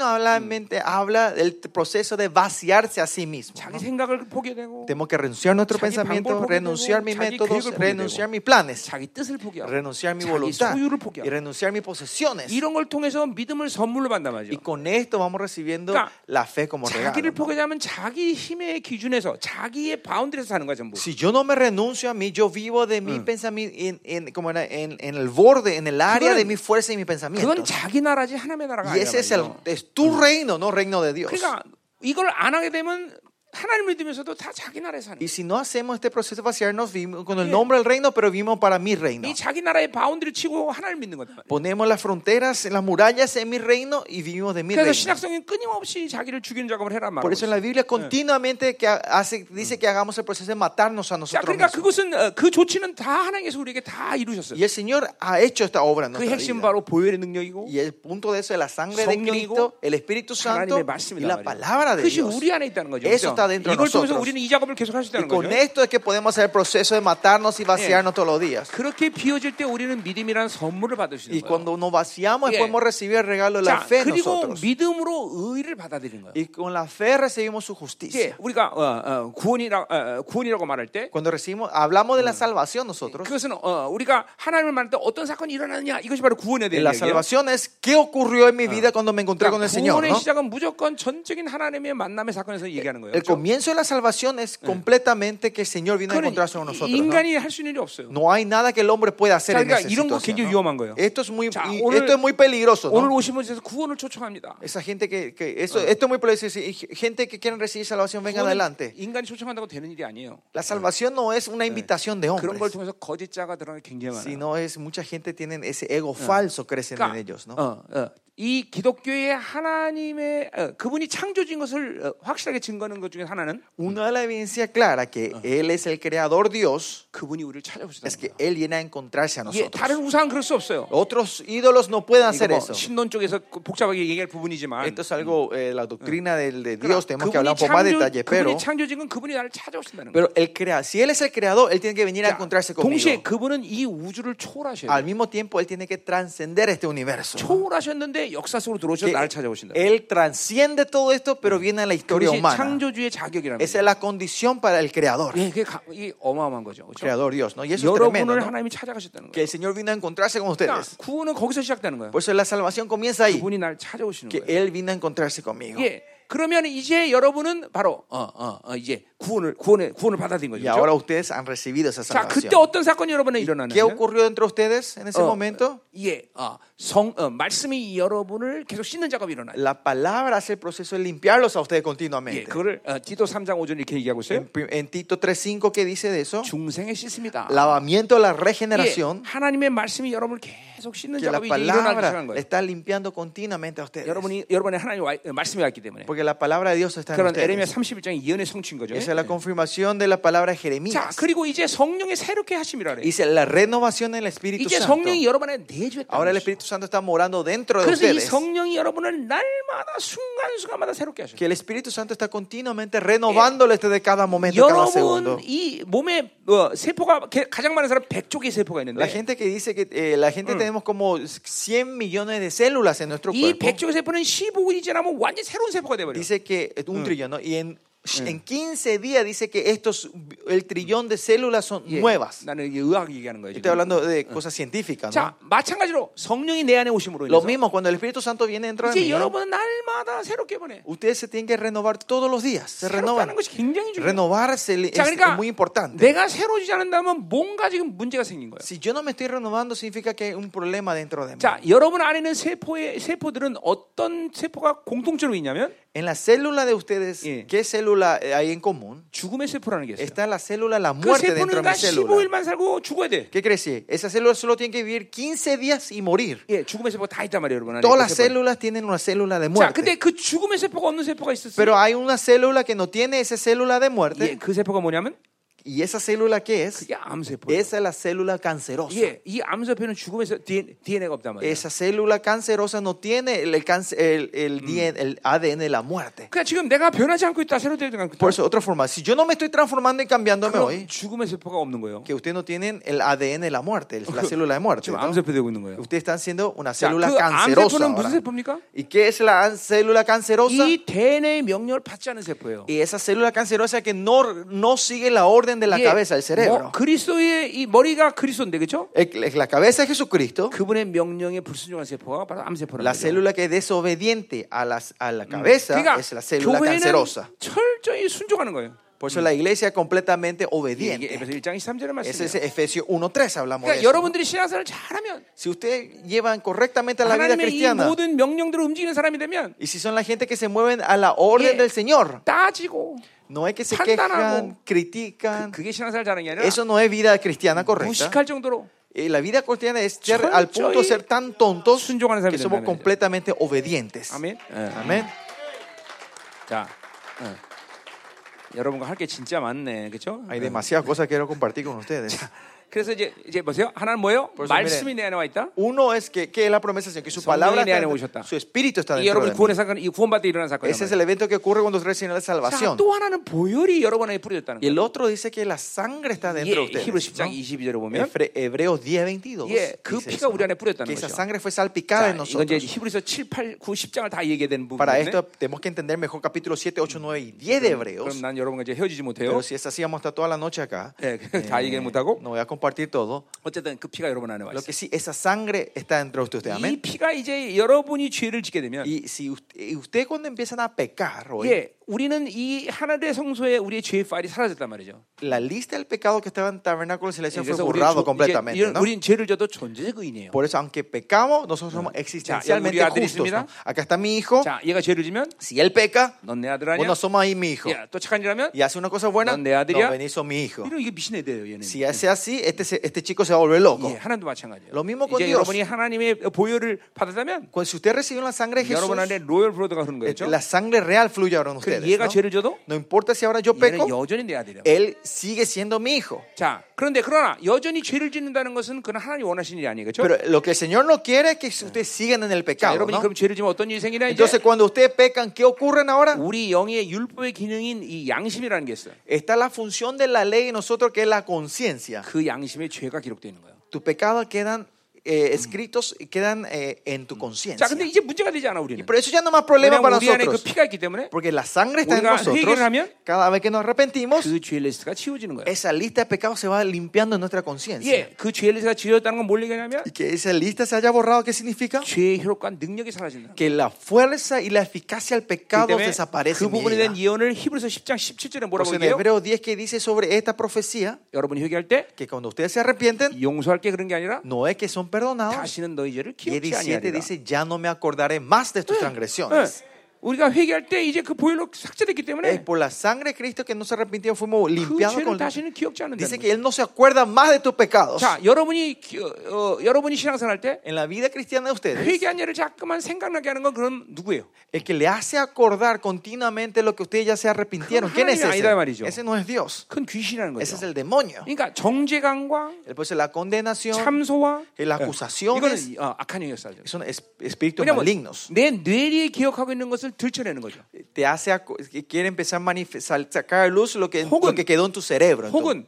Speaker 2: continuamente habla del proceso de vaciarse a sí mismo.
Speaker 1: 자기
Speaker 2: ¿no?
Speaker 1: 생각을 포기되고
Speaker 2: Tenemos que renunciar a nuestro
Speaker 1: 자기 방법을
Speaker 2: pensamiento,
Speaker 1: 포기하고,
Speaker 2: renunciar mis
Speaker 1: 자기
Speaker 2: métodos,
Speaker 1: 계획을
Speaker 2: renunciar
Speaker 1: 포기하고,
Speaker 2: mis planes,
Speaker 1: 자기 뜻을 포기하고
Speaker 2: renunciar mi
Speaker 1: 자기
Speaker 2: voluntad
Speaker 1: 소유를
Speaker 2: y
Speaker 1: 포기하고
Speaker 2: renunciar mis posesiones.
Speaker 1: 이런 걸 통해서 믿음을 선물로 받단 말이죠.
Speaker 2: Y con esto vamos recibiendo
Speaker 1: 그러니까
Speaker 2: la fe como regalo.
Speaker 1: 자기를 포기하면 자기 힘의 기준에서 자기의 바운드에서 사는 거야 전부.
Speaker 2: Si yo no me renuncio a mí, yo vivo de mi pensamiento, en, en- como era, en, en el borde, en el área
Speaker 1: 그건-
Speaker 2: de mi fuerza y mis
Speaker 1: 그건
Speaker 2: pensamientos.
Speaker 1: 자기 나라지 하나님의 나라가
Speaker 2: Y
Speaker 1: 아니야.
Speaker 2: ese es, el, es tu reino, no reino de Dios.
Speaker 1: 그러니까 이걸 안 하게 되면 하나님 믿으면서도 다 자기 나라에 사는.
Speaker 2: Y si no hacemos este proceso de vaciarnos vivimos con el nombre del reino, pero vivimos para mi reino.
Speaker 1: 이 자기 나라의 바운드를 치고 하나님 믿는 거다.
Speaker 2: Ponemos las fronteras, las murallas en mi reino y vivimos de mi
Speaker 1: 그래서
Speaker 2: reino.
Speaker 1: 신약성인 끊임없이 자기를 죽이는 작업을 해란
Speaker 2: Por
Speaker 1: 말이에요.
Speaker 2: eso en la Biblia continuamente que hace, dice que hagamos el proceso de matarnos a
Speaker 1: 자,
Speaker 2: nosotros
Speaker 1: 그러니까
Speaker 2: mismos.
Speaker 1: 그것은 어, 그 조치는 다 하나님께서 우리에게 다
Speaker 2: Y
Speaker 1: 이루셨어요.
Speaker 2: el Señor ha hecho esta obra en
Speaker 1: 그
Speaker 2: nuestra
Speaker 1: 핵심
Speaker 2: vida.
Speaker 1: 바로 보혈의 능력이고
Speaker 2: Y el punto de eso es la sangre de
Speaker 1: 성령이고,
Speaker 2: Cristo, el Espíritu Santo
Speaker 1: 하나님의
Speaker 2: y
Speaker 1: 말씀이다
Speaker 2: la
Speaker 1: 말이에요.
Speaker 2: palabra de
Speaker 1: 그것이
Speaker 2: Dios.
Speaker 1: 우리 안에 있다는 거죠.
Speaker 2: Eso
Speaker 1: 그죠?
Speaker 2: está dentro de
Speaker 1: 이걸 통해서
Speaker 2: nosotros.
Speaker 1: 우리는 이 작업을 계속 할 수
Speaker 2: Y
Speaker 1: 있다는
Speaker 2: con
Speaker 1: 거죠.
Speaker 2: esto es que podemos hacer el proceso de matarnos y vaciarnos todos los días.
Speaker 1: 그렇게 비워질 때 우리는 믿음이라는 선물을 받을 수
Speaker 2: Y
Speaker 1: 있는 거예요.
Speaker 2: cuando nos vaciamos,
Speaker 1: Bien.
Speaker 2: podemos recibir el regalo de la
Speaker 1: 자,
Speaker 2: fe en
Speaker 1: 그리고
Speaker 2: nosotros.
Speaker 1: 믿음으로 의를 받아들이는 거예요.
Speaker 2: Y con la fe recibimos su
Speaker 1: 이제
Speaker 2: justicia.
Speaker 1: 우리가 어, 어, 구원이라, 어, 어, 구원이라고 말할 때
Speaker 2: Cuando recibimos, hablamos de la salvación nosotros.
Speaker 1: 그것은 어, 우리가 하나님을 만날 때 어떤 사건이 일어나느냐 이것이 바로 구원에
Speaker 2: Y
Speaker 1: 대한
Speaker 2: la
Speaker 1: 얘기예요.
Speaker 2: salvación es qué ocurrió en mi vida cuando me encontré Ah. con
Speaker 1: 그러니까
Speaker 2: el Señor.
Speaker 1: 구원의
Speaker 2: ¿no?
Speaker 1: 시작은 무조건 전적인 하나님의 만남의 사건에서 얘기하는 거예요.
Speaker 2: El
Speaker 1: 그렇죠?
Speaker 2: comienzo de la salvación es completamente que el Señor vino a
Speaker 1: 그거는
Speaker 2: encontrarse Eh. con nosotros. ¿no?
Speaker 1: 인간이 할 수 있는 일이 없어요.
Speaker 2: No hay nada que el hombre pueda hacer
Speaker 1: 자,
Speaker 2: en
Speaker 1: 그러니까
Speaker 2: esa
Speaker 1: 이런 거
Speaker 2: situación.
Speaker 1: 굉장히
Speaker 2: ¿no?
Speaker 1: 위험한 거예요.
Speaker 2: Esto es muy,
Speaker 1: 자,
Speaker 2: y
Speaker 1: 오늘-
Speaker 2: esto es muy peligroso. ¿no?
Speaker 1: 오늘 오신 분께서 구원을 초청합니다.
Speaker 2: Esa gente que, que eso, esto es muy peligroso. Y Gente que quieren recibir salvación, vengan
Speaker 1: 구원은
Speaker 2: adelante.
Speaker 1: 인간이 초청한다고 되는 일이 아니에요.
Speaker 2: La salvación no es una invitación de
Speaker 1: 그런 걸
Speaker 2: hombres,
Speaker 1: 통해서 거짓자가 드러나는 게 굉장히 많아요.
Speaker 2: sino es mucha gente tienen ese ego falso crecen en ellos, ¿no?
Speaker 1: 어, 어, 이 기독교의 하나님의 어, 그분이 창조진 것을 어, 확실하게 증거하는 것 중에 하나는
Speaker 2: Una de las evidencias clara que él es el creador Dios
Speaker 1: 그분이 우리를 찾아오시다.
Speaker 2: es que él viene a encontrarse a
Speaker 1: 예,
Speaker 2: nosotros.
Speaker 1: 다른 우상은 그럴 수 없어요.
Speaker 2: Otros ídolos no pueden
Speaker 1: 이거
Speaker 2: hacer
Speaker 1: 뭐
Speaker 2: eso.
Speaker 1: 신론 쪽에서 그 복잡하게 얘기할 부분이지만
Speaker 2: Esto es algo eh, la doctrina del de
Speaker 1: 그러나
Speaker 2: Dios tenemos que hablar
Speaker 1: 뭐
Speaker 2: un poco más de detalle, pero
Speaker 1: 그분이 창조진 건 그분이 나를 찾아오신다는 거예요.
Speaker 2: pero él crea, si él es el creador, él tiene que venir a
Speaker 1: 자,
Speaker 2: encontrarse
Speaker 1: 동시에
Speaker 2: conmigo.
Speaker 1: 그분은 이 우주를 초월하셔야
Speaker 2: Al
Speaker 1: 돼요.
Speaker 2: mismo tiempo él tiene que trascender este universo.
Speaker 1: 초월하셨는데 역사 속으로 들어오셔서
Speaker 2: Que
Speaker 1: 나를 찾아오신다.
Speaker 2: él transciende todo esto, pero viene a la historia
Speaker 1: 그것이
Speaker 2: humana.
Speaker 1: 창조주의 자격이라는
Speaker 2: Esa
Speaker 1: 거예요.
Speaker 2: es la condición para el creador,
Speaker 1: 예, 그게 가- 이게 어마어마한 거죠. 그렇죠?
Speaker 2: creador Dios, ¿no? Y eso es tremendo,
Speaker 1: 여러분을
Speaker 2: ¿no?
Speaker 1: 하나님이 찾아가셨다는
Speaker 2: que
Speaker 1: 거예요.
Speaker 2: el Señor vino a encontrarse con
Speaker 1: 그러니까
Speaker 2: ustedes.
Speaker 1: 구원은 거기서 시작되는 거예요.
Speaker 2: Por eso la salvación comienza ahí.
Speaker 1: 그분이 날 찾아오시는
Speaker 2: que
Speaker 1: 거예요.
Speaker 2: él vino a encontrarse conmigo.
Speaker 1: 예. 그러면 이제 여러분은 바로 어, 어, 어, 이제 구원을 구원을 구원을 받아들인 거죠.
Speaker 2: Y
Speaker 1: 그렇죠?
Speaker 2: ahora ustedes han recibido esa
Speaker 1: 자,
Speaker 2: salvación.
Speaker 1: 그때 어떤 사건이 여러분에
Speaker 2: ¿Qué
Speaker 1: 일어나는
Speaker 2: ocurrió entre ustedes en ese momento?
Speaker 1: 예, 어, 성 어, 말씀이 여러분을 계속 씻는 작업이 일어나요.
Speaker 2: La palabra hace el proceso de limpiarlos a ustedes
Speaker 1: 예,
Speaker 2: continuamente.
Speaker 1: 그거를 어, 디도 3장 5절 이렇게 얘기하고 있어요.
Speaker 2: En, pri- en Tito 3.5 que dice de eso,
Speaker 1: 중생의 씻습니다.
Speaker 2: lavamiento de la
Speaker 1: 예,
Speaker 2: regeneración,
Speaker 1: 하나님의 말씀이 여러분을 계속 씻는
Speaker 2: que la
Speaker 1: 작업이 이제 일어나기
Speaker 2: palabra
Speaker 1: 시작한
Speaker 2: le
Speaker 1: 거예요.
Speaker 2: está limpiando continuamente a ustedes.
Speaker 1: 여러분이 여러분의 하나님 와, 어, 말씀이 왔기 때문에.
Speaker 2: Porque la palabra de Dios está en
Speaker 1: 그런 에레미야
Speaker 2: ustedes.
Speaker 1: 31장이 예언의 성취인 거죠.
Speaker 2: Esa es la confirmación de la palabra de
Speaker 1: 자,
Speaker 2: Jeremías.
Speaker 1: 그리고 이제 성령의 새롭게 하심이라 그래요.
Speaker 2: Dice la renovación del Espíritu
Speaker 1: 이제
Speaker 2: Santo.
Speaker 1: 성령이 여러분 안에 내주했다.
Speaker 2: Ahora el Espíritu Santo está morando dentro de
Speaker 1: 그래서 이
Speaker 2: ustedes.
Speaker 1: 성령이 여러분을 날마다 순간순간마다 새롭게 하셔요.
Speaker 2: que el Espíritu Santo está continuamente renovándole este de cada momento, cada segundo.
Speaker 1: 여러분 이 몸에 어, 세포가 게- 가장 많은 사람 100쪽의 세포가
Speaker 2: La
Speaker 1: 있는데
Speaker 2: gente que dice que eh, la gente tenemos como 100 millones de células en nuestro
Speaker 1: 이
Speaker 2: cuerpo,
Speaker 1: 100쪽의 세포는 15분이 지나면 완전 히 새로운 세포가 돼버려. 요
Speaker 2: dice que eh, un trillón, ¿no? Y en, en 15 días dice que estos, el trillón de células son nuevas.
Speaker 1: 나는 이게 의학 얘기하는 거예요.
Speaker 2: Estoy
Speaker 1: 지금.
Speaker 2: hablando de cosas científicas, ¿no?
Speaker 1: 자, 마찬가지로 성령이 내 안에 오심으로
Speaker 2: Lo
Speaker 1: 인해서
Speaker 2: mismo, cuando el Espíritu Santo viene dentro de
Speaker 1: 이제
Speaker 2: mí,
Speaker 1: 여러분은 날마다 새롭게 보내.
Speaker 2: ustedes se tienen que renovar todos los días, se renovan.
Speaker 1: 새롭다는 것이 굉장히 중요해요.
Speaker 2: Renovarse li-
Speaker 1: 자,
Speaker 2: es, es
Speaker 1: 그러니까
Speaker 2: muy importante.
Speaker 1: 내가 새로워지지 않는다면 뭔가 지금 문제가 생긴 거예요.
Speaker 2: Si yo no me estoy renovando, significa que hay un problema dentro de mí.
Speaker 1: 자, 여러분 안에 있는 세포의 세포들은 어떤 세포가 공통적으로 있냐면
Speaker 2: En la célula de ustedes,
Speaker 1: Yeah.
Speaker 2: ¿qué célula eh, hay en común?
Speaker 1: 죽음의 세포라는 게 있어요.
Speaker 2: Está la célula de la
Speaker 1: 그
Speaker 2: muerte dentro
Speaker 1: 세포는
Speaker 2: de
Speaker 1: 가
Speaker 2: mi célula.
Speaker 1: 15일만 살고 죽어야 돼.
Speaker 2: ¿Qué crece? Esa célula solo tiene que vivir 15 días y morir.
Speaker 1: 예, 죽음의 세포가 다 있단 말이에요, 여러분. 안에
Speaker 2: Todas las
Speaker 1: 그 세포는.
Speaker 2: células tienen una célula de
Speaker 1: 자, 근데
Speaker 2: muerte.
Speaker 1: 그 죽음의 세포가 없는 세포가 있었어요.
Speaker 2: Pero hay una célula que no tiene esa célula de
Speaker 1: 예,
Speaker 2: muerte.
Speaker 1: 그 세포가 뭐냐면
Speaker 2: ¿Y esa célula qué es?
Speaker 1: 그게 암세포예요.
Speaker 2: Esa es la célula cancerosa.
Speaker 1: 예, 이 암세포는 죽음의 세- DNA가 없단 말이에요.
Speaker 2: Esa célula cancerosa no tiene el, cáncer- el, el DN el ADN de la muerte.
Speaker 1: 그러니까 지금 내가 변하지 않고 있다, 새로 되지 않고 있다.
Speaker 2: Por eso, otra forma, si yo no me estoy transformando y cambiándome
Speaker 1: 그럼
Speaker 2: hoy,
Speaker 1: 죽음의 세포가 없는 거예요.
Speaker 2: que ustedes no tienen el ADN de la muerte, el- la célula de muerte.
Speaker 1: 지금
Speaker 2: ¿no?
Speaker 1: 암세포 되고 있는 거예요.
Speaker 2: Ustedes están siendo una
Speaker 1: 자, 그
Speaker 2: célula cancerosa.
Speaker 1: 암세포는 무슨
Speaker 2: ahora.
Speaker 1: 세포입니까?
Speaker 2: ¿Y qué es la an- célula cancerosa?
Speaker 1: 이 DNA의 명령을 받지 않은 세포예요.
Speaker 2: Y esa célula cancerosa que no, no sigue la orden de la
Speaker 1: 예,
Speaker 2: cabeza, el
Speaker 1: 뭐,
Speaker 2: cerebro.
Speaker 1: 그리스도의 이 머리가 그리스도인데 그렇죠?
Speaker 2: El- La cabeza es Jesucristo.
Speaker 1: 그분의 명령에 불순종한 세포가 바로 암세포라는
Speaker 2: La
Speaker 1: 거죠.
Speaker 2: célula que es Mm, desobediente a, las- a la cabeza
Speaker 1: 그러니까
Speaker 2: es la célula
Speaker 1: 교회는
Speaker 2: cancerosa.
Speaker 1: 철저히 순종하는 거예요.
Speaker 2: Por eso la iglesia Mm. es completamente
Speaker 1: 이게
Speaker 2: obediente.
Speaker 1: 에베소 1장 23절의
Speaker 2: Ese es
Speaker 1: 말씀이에요.
Speaker 2: Efesios 1.3, hablamos
Speaker 1: 그러니까
Speaker 2: de eso.
Speaker 1: 여러분들이 신앙생활을 잘하면
Speaker 2: Si ustedes llevan correctamente la vida
Speaker 1: 하나님의 이
Speaker 2: cristiana
Speaker 1: 모든 명령대로 움직이는 사람이 되면
Speaker 2: y si son la gente que se mueven a la orden
Speaker 1: 예.
Speaker 2: del Señor,
Speaker 1: 따지고
Speaker 2: no es que se
Speaker 1: 판단하고
Speaker 2: quejan, critican.
Speaker 1: 그게 신앙생활 잘하는 게 아니라
Speaker 2: Eso no es vida cristiana correcta.
Speaker 1: 무식할 정도로
Speaker 2: Eh, La vida cristiana es ser al punto de ser tan tontos
Speaker 1: 순종하는 사람이
Speaker 2: que somos
Speaker 1: 된다는 거죠.
Speaker 2: completamente obedientes.
Speaker 1: 아멘. 예.
Speaker 2: Amén.
Speaker 1: 자, 어. 여러분과 할 게 진짜 많네, 그렇죠?
Speaker 2: Hay demasiadas cosas que quiero compartir con ustedes.
Speaker 1: 그래서 이제 이제 보세요. 하나는 뭐예요?
Speaker 2: 벌써
Speaker 1: 말씀이 내 안에 와 있다.
Speaker 2: Uno es que, que es la promesa, sino que su
Speaker 1: 성령이
Speaker 2: palabra,
Speaker 1: 내 안에 오셨다.
Speaker 2: está- su espíritu está
Speaker 1: 이 여러분
Speaker 2: dentro de mí.
Speaker 1: 구원의 사건, 이 구원받아 일어난 사건.
Speaker 2: Ese es el evento que ocurre cuando usted recibe la salvación.
Speaker 1: 또 하나는 보혈이 여러분 안에 뿌려졌다는 거예요.
Speaker 2: Y el otro dice que la sangre está dentro
Speaker 1: 이게
Speaker 2: de ustedes.
Speaker 1: 히브리 10장
Speaker 2: ¿no?
Speaker 1: 22절에 보면
Speaker 2: Hebre- Hebreos 10, 22.
Speaker 1: 예, 그
Speaker 2: dice
Speaker 1: 피가
Speaker 2: eso, ¿no?
Speaker 1: 우리 안에 뿌렸다는
Speaker 2: que esa
Speaker 1: 거죠.
Speaker 2: sangre fue
Speaker 1: 자,
Speaker 2: salpicada en
Speaker 1: 이건 이제
Speaker 2: nosotros.
Speaker 1: 히브리서 7, 8, 9, 10장을 다 얘기해야 되는
Speaker 2: Para
Speaker 1: 부분인데
Speaker 2: esto tenemos que entender mejor capítulo 7, 8, 9 y 10 de Hebreos.
Speaker 1: 그럼 난 여러분과 이제 헤어지지 못해요.
Speaker 2: Pero si es así, vamos a estar toda la noche acá. Eh,
Speaker 1: 예, 다 얘기 못하고
Speaker 2: No voy a compartir todo.
Speaker 1: 어쨌든 그 피가 여러분 안에 와
Speaker 2: Lo
Speaker 1: 있어요.
Speaker 2: que sí, esa sangre está dentro de usted.
Speaker 1: 이
Speaker 2: Amén.
Speaker 1: 피가 이제 여러분이 죄를 짓게 되면
Speaker 2: Y si usted, usted cuando empiezan a pecar hoy,
Speaker 1: 예, 우리는 이 하나님의 성소에 우리의 죄의 파일이 사라졌단 말이죠.
Speaker 2: la lista del pecado que estaba en tabernáculo de silencio fue
Speaker 1: 그래서 우리
Speaker 2: borrado completamente. ¿no?
Speaker 1: 우리는 죄를 져도 존재의 의인이에요.
Speaker 2: Por eso, aunque pecamos, nosotros somos existencialmente
Speaker 1: Ya, ya murió
Speaker 2: justos.
Speaker 1: Adrián,
Speaker 2: ¿no? Acá está mi hijo.
Speaker 1: 자, 얘가 죄를 지면
Speaker 2: Si él peca,
Speaker 1: 넌 내 아들
Speaker 2: vos
Speaker 1: 아니야?
Speaker 2: no somos ahí mi hijo.
Speaker 1: 야, 또 착한 일 하면
Speaker 2: Y hace una cosa buena,
Speaker 1: ¿Dónde, Adrián?
Speaker 2: no venís sos mi hijo.
Speaker 1: 이런 이게 미친 애들이에요, 얘는.
Speaker 2: Si hace así, este, se- este chico se va a volver loco.
Speaker 1: 예, 하나님도 마찬가지예요.
Speaker 2: Lo mismo con
Speaker 1: 이제
Speaker 2: Dios.
Speaker 1: 여러분이 하나님의 보혈을 받았다면
Speaker 2: Cuando- Si usted recibió la sangre de Jesús,
Speaker 1: 여러분 안에 로열 브로드가 흐르는
Speaker 2: eh,
Speaker 1: 거죠.
Speaker 2: la sangre real fluye ahora en
Speaker 1: 그럼
Speaker 2: ustedes.
Speaker 1: 얘가
Speaker 2: ¿no?
Speaker 1: 죄를 져도
Speaker 2: No importa si ahora yo
Speaker 1: 얘는
Speaker 2: peco,
Speaker 1: 여전히 내 아들이야.
Speaker 2: él sigue siendo mi hijo.
Speaker 1: 자, 그런데 그러나 여전히 죄를 짓는다는 것은 그건 하나님 이 원하시는 일이 아니에요, 그렇죠?
Speaker 2: Pero lo que el Señor no quiere es que ustedes sigan en el
Speaker 1: 자,
Speaker 2: pecado.
Speaker 1: 여러분이
Speaker 2: ¿no?
Speaker 1: 그럼 죄를 지면 어떤 일이 생기나 이제
Speaker 2: Entonces, cuando ustedes pecan, ¿qué ocurren ahora?
Speaker 1: 우리 영의 율법의 기능인 이 양심이라는 게 있어요.
Speaker 2: Está la función de la ley en nosotros, que es la conciencia.
Speaker 1: 그 양심에 죄가 기록되어 있는 거예요.
Speaker 2: Tus pecados quedan eh, escritos y quedan eh, en tu conciencia.
Speaker 1: 자, 근데 이제 문제가 되지 않아 우리는.
Speaker 2: Pero eso ya no es más problema
Speaker 1: 왜냐면
Speaker 2: para
Speaker 1: 우리 안에 그
Speaker 2: nosotros.
Speaker 1: 피가 있기 때문에
Speaker 2: Porque la sangre está en
Speaker 1: 우리가
Speaker 2: nosotros.
Speaker 1: 회개를 하면
Speaker 2: Cada vez que nos arrepentimos,
Speaker 1: 그 죄의 리스트가 치워지는 거예요.
Speaker 2: esa lista de pecados se va limpiando en nuestra conciencia.
Speaker 1: 예, 그 죄의 리스트가 지워졌다는 건 뭘 얘기하냐면
Speaker 2: Y que esa lista se haya borrado, ¿qué significa?
Speaker 1: 죄의 효력과 능력이 사라진다.
Speaker 2: Que la fuerza y la eficacia del
Speaker 1: 그
Speaker 2: pecado
Speaker 1: 때문에
Speaker 2: desaparece.
Speaker 1: 그
Speaker 2: en mi
Speaker 1: 부분에
Speaker 2: vida.
Speaker 1: 대한 예언을 히브리서 10장 17절에
Speaker 2: Por
Speaker 1: 뭐라고
Speaker 2: eso en
Speaker 1: 얘기해요?
Speaker 2: Hebreo 10 que dice sobre esta profecía,
Speaker 1: 여러분이 회개할 때
Speaker 2: que cuando ustedes se arrepienten,
Speaker 1: 용서할 게 그런 게 아니라
Speaker 2: no es que son perdonados.
Speaker 1: 다시는 너희 죄를
Speaker 2: Y el
Speaker 1: 기억지
Speaker 2: 17
Speaker 1: 아니하리라.
Speaker 2: dice, ya no me acordaré más de tus transgresiones.
Speaker 1: 예, 우리가 회개할 때 이제 그 보혈로 삭제됐기
Speaker 2: Es
Speaker 1: 때문에
Speaker 2: por la sangre de Cristo que nos arrepentimos, fuimos
Speaker 1: 그
Speaker 2: limpiados
Speaker 1: 죄를
Speaker 2: con...
Speaker 1: 다시는 기억지 않는다.
Speaker 2: Dice que Él no se acuerda más de tus pecados.
Speaker 1: 자, 여러분이 기- 어, 어, 여러분이 신앙생활할 때
Speaker 2: En la vida cristiana de ustedes,
Speaker 1: 회개한 예를 자꾸만 생각나게 하는 건 그럼 누구예요?
Speaker 2: El que le hace acordar continuamente lo que ustedes ya se arrepintieron. ¿Quién es
Speaker 1: 하나님이 아니다,
Speaker 2: ese?
Speaker 1: 말이죠.
Speaker 2: Ese no es Dios.
Speaker 1: 그건 귀신이라는
Speaker 2: Ese
Speaker 1: 거죠.
Speaker 2: es el demonio.
Speaker 1: 그러니까 정죄감과
Speaker 2: Entonces la condenación,
Speaker 1: 참소와 예.
Speaker 2: las
Speaker 1: 이거는
Speaker 2: acusaciones,
Speaker 1: 어, 악한 영역사죠
Speaker 2: son es- espíritus
Speaker 1: 왜냐면
Speaker 2: malignos.
Speaker 1: 내 뇌리에 기억하고 있는 것을 들춰내는 거죠.
Speaker 2: Te hace acu- que quiere empezar a manifestar, sacar a luz lo que,
Speaker 1: 혹은-
Speaker 2: lo que quedó en tu cerebro.
Speaker 1: 혹은-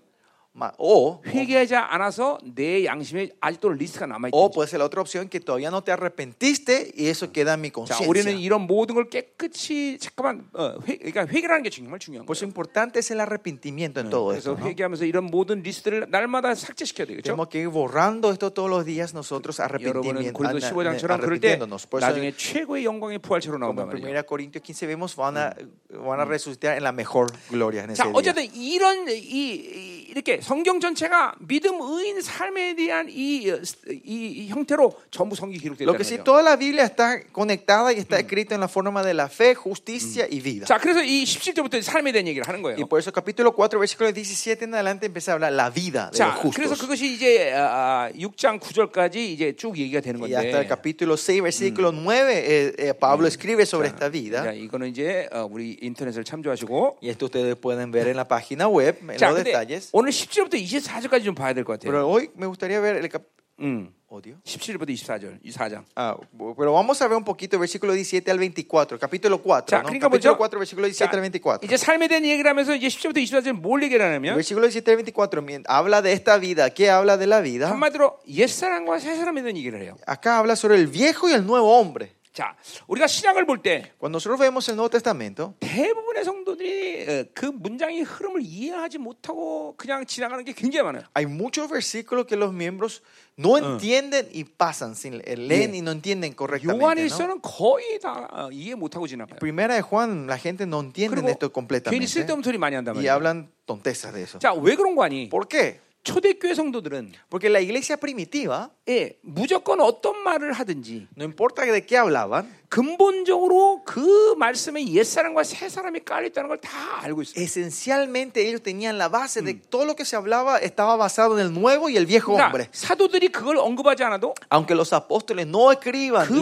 Speaker 2: Ma- o,
Speaker 1: 회개하지 않아서 내 양심에 아직도 리스트가 남아 있다.
Speaker 2: o puede ser la otra opción que todavía no te arrepentiste y eso queda en mi
Speaker 1: 자, 우리는
Speaker 2: conciencia.
Speaker 1: 이런 모든 걸 깨끗이 잠깐만 어, 회, 그러니까 회개라는 게 정말 중요한
Speaker 2: Por eso
Speaker 1: 거예요.
Speaker 2: importante es el arrepentimiento en todo
Speaker 1: 그래서
Speaker 2: eso. ¿no?
Speaker 1: 회개하면서 이런 모든 리스트를 날마다 삭제시켜야 되겠죠.
Speaker 2: Tenemos que ir borrando esto todos los días nosotros
Speaker 1: 여러분은
Speaker 2: arrepentimiento,
Speaker 1: 고린도
Speaker 2: 아,
Speaker 1: 15장처럼 그럴 때
Speaker 2: arrepintiéndonos. Por eso
Speaker 1: 나중에 최고의 영광의 부활체로 나온단
Speaker 2: Como
Speaker 1: 말이에요.
Speaker 2: 1 Corintios 15 vemos, van a, van a resucitar en la mejor gloria en ese
Speaker 1: 자,
Speaker 2: día.
Speaker 1: 어쨌든 이런 이, 이- 이렇게 성경 전체가 믿음 의인 삶에 대한 이, 어, 스- 이, 이 형태로 전부 성경이 기록되어
Speaker 2: Lo
Speaker 1: 있다는
Speaker 2: que sí,
Speaker 1: 거죠.
Speaker 2: toda la Biblia está conectada y está escrita en la forma de la fe, justicia y vida.
Speaker 1: 자, 그래서 이 17절부터 삶에 대한 얘기를 하는 거예요.
Speaker 2: Y por eso capítulo 4, versículo 17 en adelante empieza a hablar la vida de los
Speaker 1: 자, 그래서
Speaker 2: justos.
Speaker 1: 그것이 이제 아, 아, 6장 9절까지 이제 쭉 얘기가 되는
Speaker 2: Y hasta el
Speaker 1: 건데.
Speaker 2: capítulo 6, versículo 9, eh, eh, Pablo escribe sobre esta
Speaker 1: 자,
Speaker 2: vida.
Speaker 1: 이거는 이제 어, 우리 인터넷을 참조하시고.
Speaker 2: Y esto ustedes pueden ver en la página web, en
Speaker 1: 자,
Speaker 2: los
Speaker 1: 근데
Speaker 2: detalles.
Speaker 1: 오늘 17절부터 24절까지 좀 봐야 될 것 같아요.
Speaker 2: Pero hoy me gustaría ver el cap-
Speaker 1: 음.
Speaker 2: oh, Dios.
Speaker 1: 17절부터 24절, 이 4장.
Speaker 2: Ah, bu- pero vamos a ver un poquito versículo 17 al 24, capítulo 4,
Speaker 1: 자,
Speaker 2: ¿no?
Speaker 1: 그러니까
Speaker 2: capítulo
Speaker 1: 뭐죠?
Speaker 2: 4, versículo 17 al 24.
Speaker 1: 이제 삶에 대한 얘기를 하면서 이제 10절부터 24절 뭘 얘기를 하냐면
Speaker 2: Versículo 17 al 24 mien- habla de esta vida. ¿Qué habla de la vida?
Speaker 1: 한마디로 옛사람과 새사람에 대한 얘기를 해요.
Speaker 2: Acá habla sobre el viejo y el nuevo hombre.
Speaker 1: 자, 우리가 신약을 볼 때
Speaker 2: Cuando nosotros vemos el Nuevo Testamento,
Speaker 1: 대부분의 성도들이 어, 그 문장의 흐름을 이해하지 못하고 그냥 지나가는 게 굉장히 많아요.
Speaker 2: hay muchos versículos que los miembros no entienden y pasan, sin, eh, leen y no entienden correctamente. ¿no?
Speaker 1: 요한일서는 거의 다 어, 이해 못하고 지나가요.
Speaker 2: Primera de Juan, la gente no entiende esto
Speaker 1: 괜히
Speaker 2: completamente ¿eh?
Speaker 1: 쓸데없는 소리 많이 한단
Speaker 2: y
Speaker 1: 말이에요.
Speaker 2: hablan tontezas de eso.
Speaker 1: 자, 왜 그런 거 아니?
Speaker 2: ¿Por qué?
Speaker 1: 초대교회 성도들은
Speaker 2: Porque la iglesia primitiva,
Speaker 1: 예, 무조건 어떤 말을 하든지
Speaker 2: no importa de qué hablaban,
Speaker 1: 근본적으로 그 말씀에 옛사람과 새사람이 깔려 있다는 걸 다 알고
Speaker 2: 예,
Speaker 1: 있어요.
Speaker 2: esencialmente ellos tenían la base de todo lo que se hablaba estaba basado en el nuevo y el viejo
Speaker 1: 그러니까
Speaker 2: hombre.
Speaker 1: 사도들이 그걸 언급하지 않아도
Speaker 2: Aunque los apóstoles no escriban
Speaker 1: 그 문장 안에
Speaker 2: 아,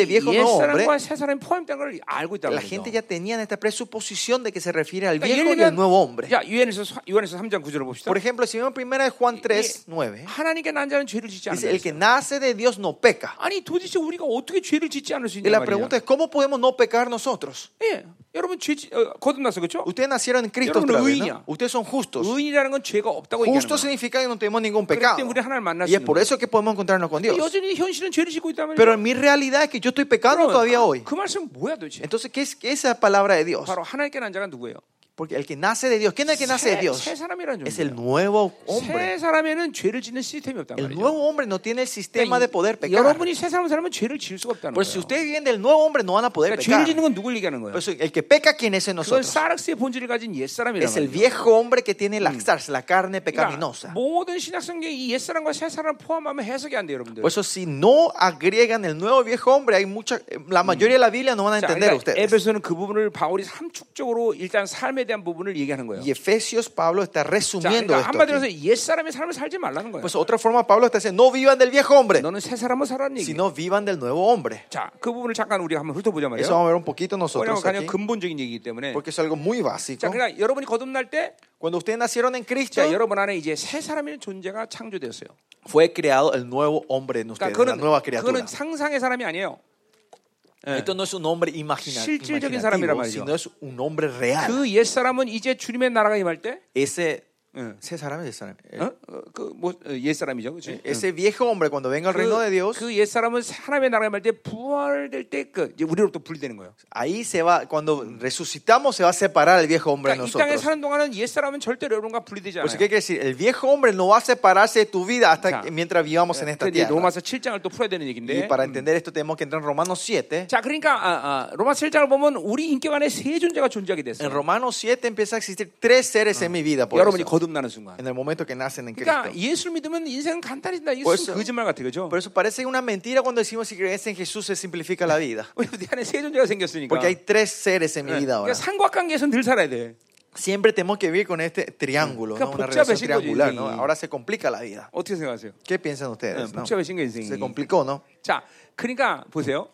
Speaker 2: literalmente viejo no hombre,
Speaker 1: 옛사람과 새사람이 포함된 걸 알고 있다는
Speaker 2: la
Speaker 1: 거죠.
Speaker 2: gente ya tenía esta presuposición de que se refiere al
Speaker 1: 그러니까
Speaker 2: viejo y al nuevo hombre.
Speaker 1: 자, 요한에서 요한에서 3장 9절을 봅시다.
Speaker 2: Por ejemplo, si vemos primera de Juan 3,
Speaker 1: 예,
Speaker 2: 9,
Speaker 1: 하나님께 난 자는 죄를 짓지 않는다.
Speaker 2: dice, el que nace de Dios no peca.
Speaker 1: 아니 도대체 우리가 어떻게 죄를 짓지 않을 수
Speaker 2: Y
Speaker 1: 있냐
Speaker 2: la
Speaker 1: 말이야.
Speaker 2: pregunta es, ¿cómo podemos no pecar nosotros?
Speaker 1: 예, 여러분 죄 지- 어, 거듭나서 그렇죠?
Speaker 2: Ustedes nacieron en Cristo
Speaker 1: Pero no
Speaker 2: otra vez, ¿no?
Speaker 1: huía.
Speaker 2: Ustedes son justos.
Speaker 1: 의인이라는 건 죄가 없다고 얘기하는
Speaker 2: Justo
Speaker 1: 거야.
Speaker 2: significa que no tenemos ningún
Speaker 1: 그렇기
Speaker 2: pecado.
Speaker 1: 때문에 하나님을 만날 수
Speaker 2: Y es
Speaker 1: 있는
Speaker 2: por eso que podemos encontrarnos con Dios.
Speaker 1: 거야. 여전히 현실은 죄를 짓고 있단 말이야.
Speaker 2: Pero en mi realidad es que yo estoy pecando todavía hoy.
Speaker 1: 그 말씀은 뭐야 도대체?
Speaker 2: Entonces, ¿qué es, qué es esa palabra de Dios?
Speaker 1: 바로 하나님께 난 자가 누구예요?
Speaker 2: Porque el que nace de Dios, ¿quién es el que nace de
Speaker 1: 새,
Speaker 2: Dios?
Speaker 1: 새 사람이라는
Speaker 2: Es
Speaker 1: 종류예요.
Speaker 2: el nuevo hombre.
Speaker 1: 새 사람에는 죄를 짓는 시스템이 없단
Speaker 2: El
Speaker 1: 말이죠.
Speaker 2: nuevo hombre no tiene el sistema de poder
Speaker 1: 그러니까 이-
Speaker 2: pecar.
Speaker 1: 여러분이 새 사람 사람은 죄를 지을 수가 없다는
Speaker 2: Pero
Speaker 1: 거예요.
Speaker 2: si ustedes viven del nuevo hombre, no van a poder
Speaker 1: 그러니까 죄를
Speaker 2: pecar.
Speaker 1: 짓는 건 누굴 얘기하는 거예요?
Speaker 2: Pero si- el que peca, ¿quién es en
Speaker 1: 그건
Speaker 2: nosotros?
Speaker 1: 사르스의 본질을 가진 옛 사람이란
Speaker 2: Es el
Speaker 1: 말이죠. 그러니까
Speaker 2: viejo hombre que tiene la, la carne pecaminosa.
Speaker 1: 모든 신약성경에 이 옛사람과 새사람 포함하면 해석이 안 돼요, 여러분들.
Speaker 2: Por eso, si no agregan el nuevo viejo hombre, hay mucha, eh, la mayoría de la Biblia no van a
Speaker 1: 자,
Speaker 2: entender
Speaker 1: 그러니까
Speaker 2: ustedes.
Speaker 1: 에베소는 그 부분을 바울이 삼축적으로 일단 삶에 대한 부분을 얘기하는 거예요.
Speaker 2: Y Efesios, Pablo está
Speaker 1: 자,
Speaker 2: resumiendo
Speaker 1: 그러니까
Speaker 2: esto. aquí.
Speaker 1: 한마디로 해서 뭐, 옛사람의 삶을 살지 말라는 거예요.
Speaker 2: Pues otra forma, Pablo está diciendo, no vivan del viejo hombre,
Speaker 1: 너는 새사람을 살아는 얘기.
Speaker 2: sino vivan del nuevo hombre.
Speaker 1: 자, 그 부분을 잠깐 우리가 한번 훑어보자
Speaker 2: Eso
Speaker 1: 말이에요.
Speaker 2: vamos a ver un poquito
Speaker 1: 왜냐하면
Speaker 2: nosotros
Speaker 1: 그냥
Speaker 2: aquí,
Speaker 1: 근본적인 얘기이기 때문에.
Speaker 2: porque es algo muy
Speaker 1: 자,
Speaker 2: básico.
Speaker 1: 그러니까 여러분이 거듭날 때,
Speaker 2: Cuando ustedes nacieron en Cristo,
Speaker 1: 자, 여러분 안에 이제 새 사람이라는 존재가 창조되었어요.
Speaker 2: fue creado el nuevo hombre en ustedes,
Speaker 1: 그러니까
Speaker 2: la
Speaker 1: 그는
Speaker 2: nueva
Speaker 1: 그는
Speaker 2: criatura.
Speaker 1: 상상의 사람이 아니에요.
Speaker 2: Esto no es un hombre imagina-
Speaker 1: 실질적인
Speaker 2: imaginativo,
Speaker 1: 사람이란 말이죠.
Speaker 2: sino es un hombre real.
Speaker 1: 그 옛 사람은 이제 주님의 나라가 임할 때,
Speaker 2: Ese,
Speaker 1: 응. 어?
Speaker 2: ese 사람 es el 사람.
Speaker 1: 예. 그뭐옛 사람이죠, 그렇지?
Speaker 2: Ese viejo hombre, cuando venga el reino de Dios,
Speaker 1: 그옛 사람은 하나님의 나라에 말때 부활될 때그 우리로부터 분리되는 거예요.
Speaker 2: ahí se va, cuando resucitamos, se va a separar el viejo hombre de
Speaker 1: 그러니까 이 땅에
Speaker 2: nosotros.
Speaker 1: 사는 동안은 옛 사람은 절대로 여러분과 분리되지
Speaker 2: Pues,
Speaker 1: 않아요.
Speaker 2: ¿qué quiere decir? El viejo hombre no va a separarse de tu vida hasta
Speaker 1: Ya.
Speaker 2: que- mientras vivamos en
Speaker 1: 그래서
Speaker 2: esta
Speaker 1: 이제
Speaker 2: tierra.
Speaker 1: 로마서 7장을 또 풀어야 되는
Speaker 2: Y
Speaker 1: 얘기인데.
Speaker 2: para entender esto tenemos que entrar en Romanos 7.
Speaker 1: 자, 그러니까 아, 아, 로마서 7장을 보면 우리 인격 안에 세 존재가 존재하게
Speaker 2: En
Speaker 1: 됐어요.
Speaker 2: Romanos 7 empieza a existir tres seres en mi vida por
Speaker 1: 여러분이
Speaker 2: eso,
Speaker 1: 거듭나는 순간.
Speaker 2: en el momento que nacen en
Speaker 1: 그러니까
Speaker 2: Cristo.
Speaker 1: 예수를 믿으면 인생은 간단해진다. 이게
Speaker 2: 벌써-
Speaker 1: 순 거짓말 같아, 그죠?
Speaker 2: Por eso parece una mentira cuando decimos si crees en Jesús se simplifica la vida.
Speaker 1: 왜냐면 내 안에 세 존재가 생겼으니까.
Speaker 2: Porque hay tres seres en mi
Speaker 1: 네.
Speaker 2: vida
Speaker 1: 그러니까
Speaker 2: ahora.
Speaker 1: 삼각관계에서는 늘 살아야 돼.
Speaker 2: Siempre tenemos que vivir con este triángulo, ¿no?
Speaker 1: Claro,
Speaker 2: una
Speaker 1: 복잡해진
Speaker 2: relación
Speaker 1: 거지,
Speaker 2: triangular. ¿no?
Speaker 1: 인생이.
Speaker 2: Ahora se complica la vida.
Speaker 1: 어떻게 생각하세요?
Speaker 2: ¿Qué piensan
Speaker 1: 네,
Speaker 2: ustedes? no?
Speaker 1: 복잡해진 거 인생이.
Speaker 2: Se complicó, ¿no?
Speaker 1: 자, 그러니까 보세요.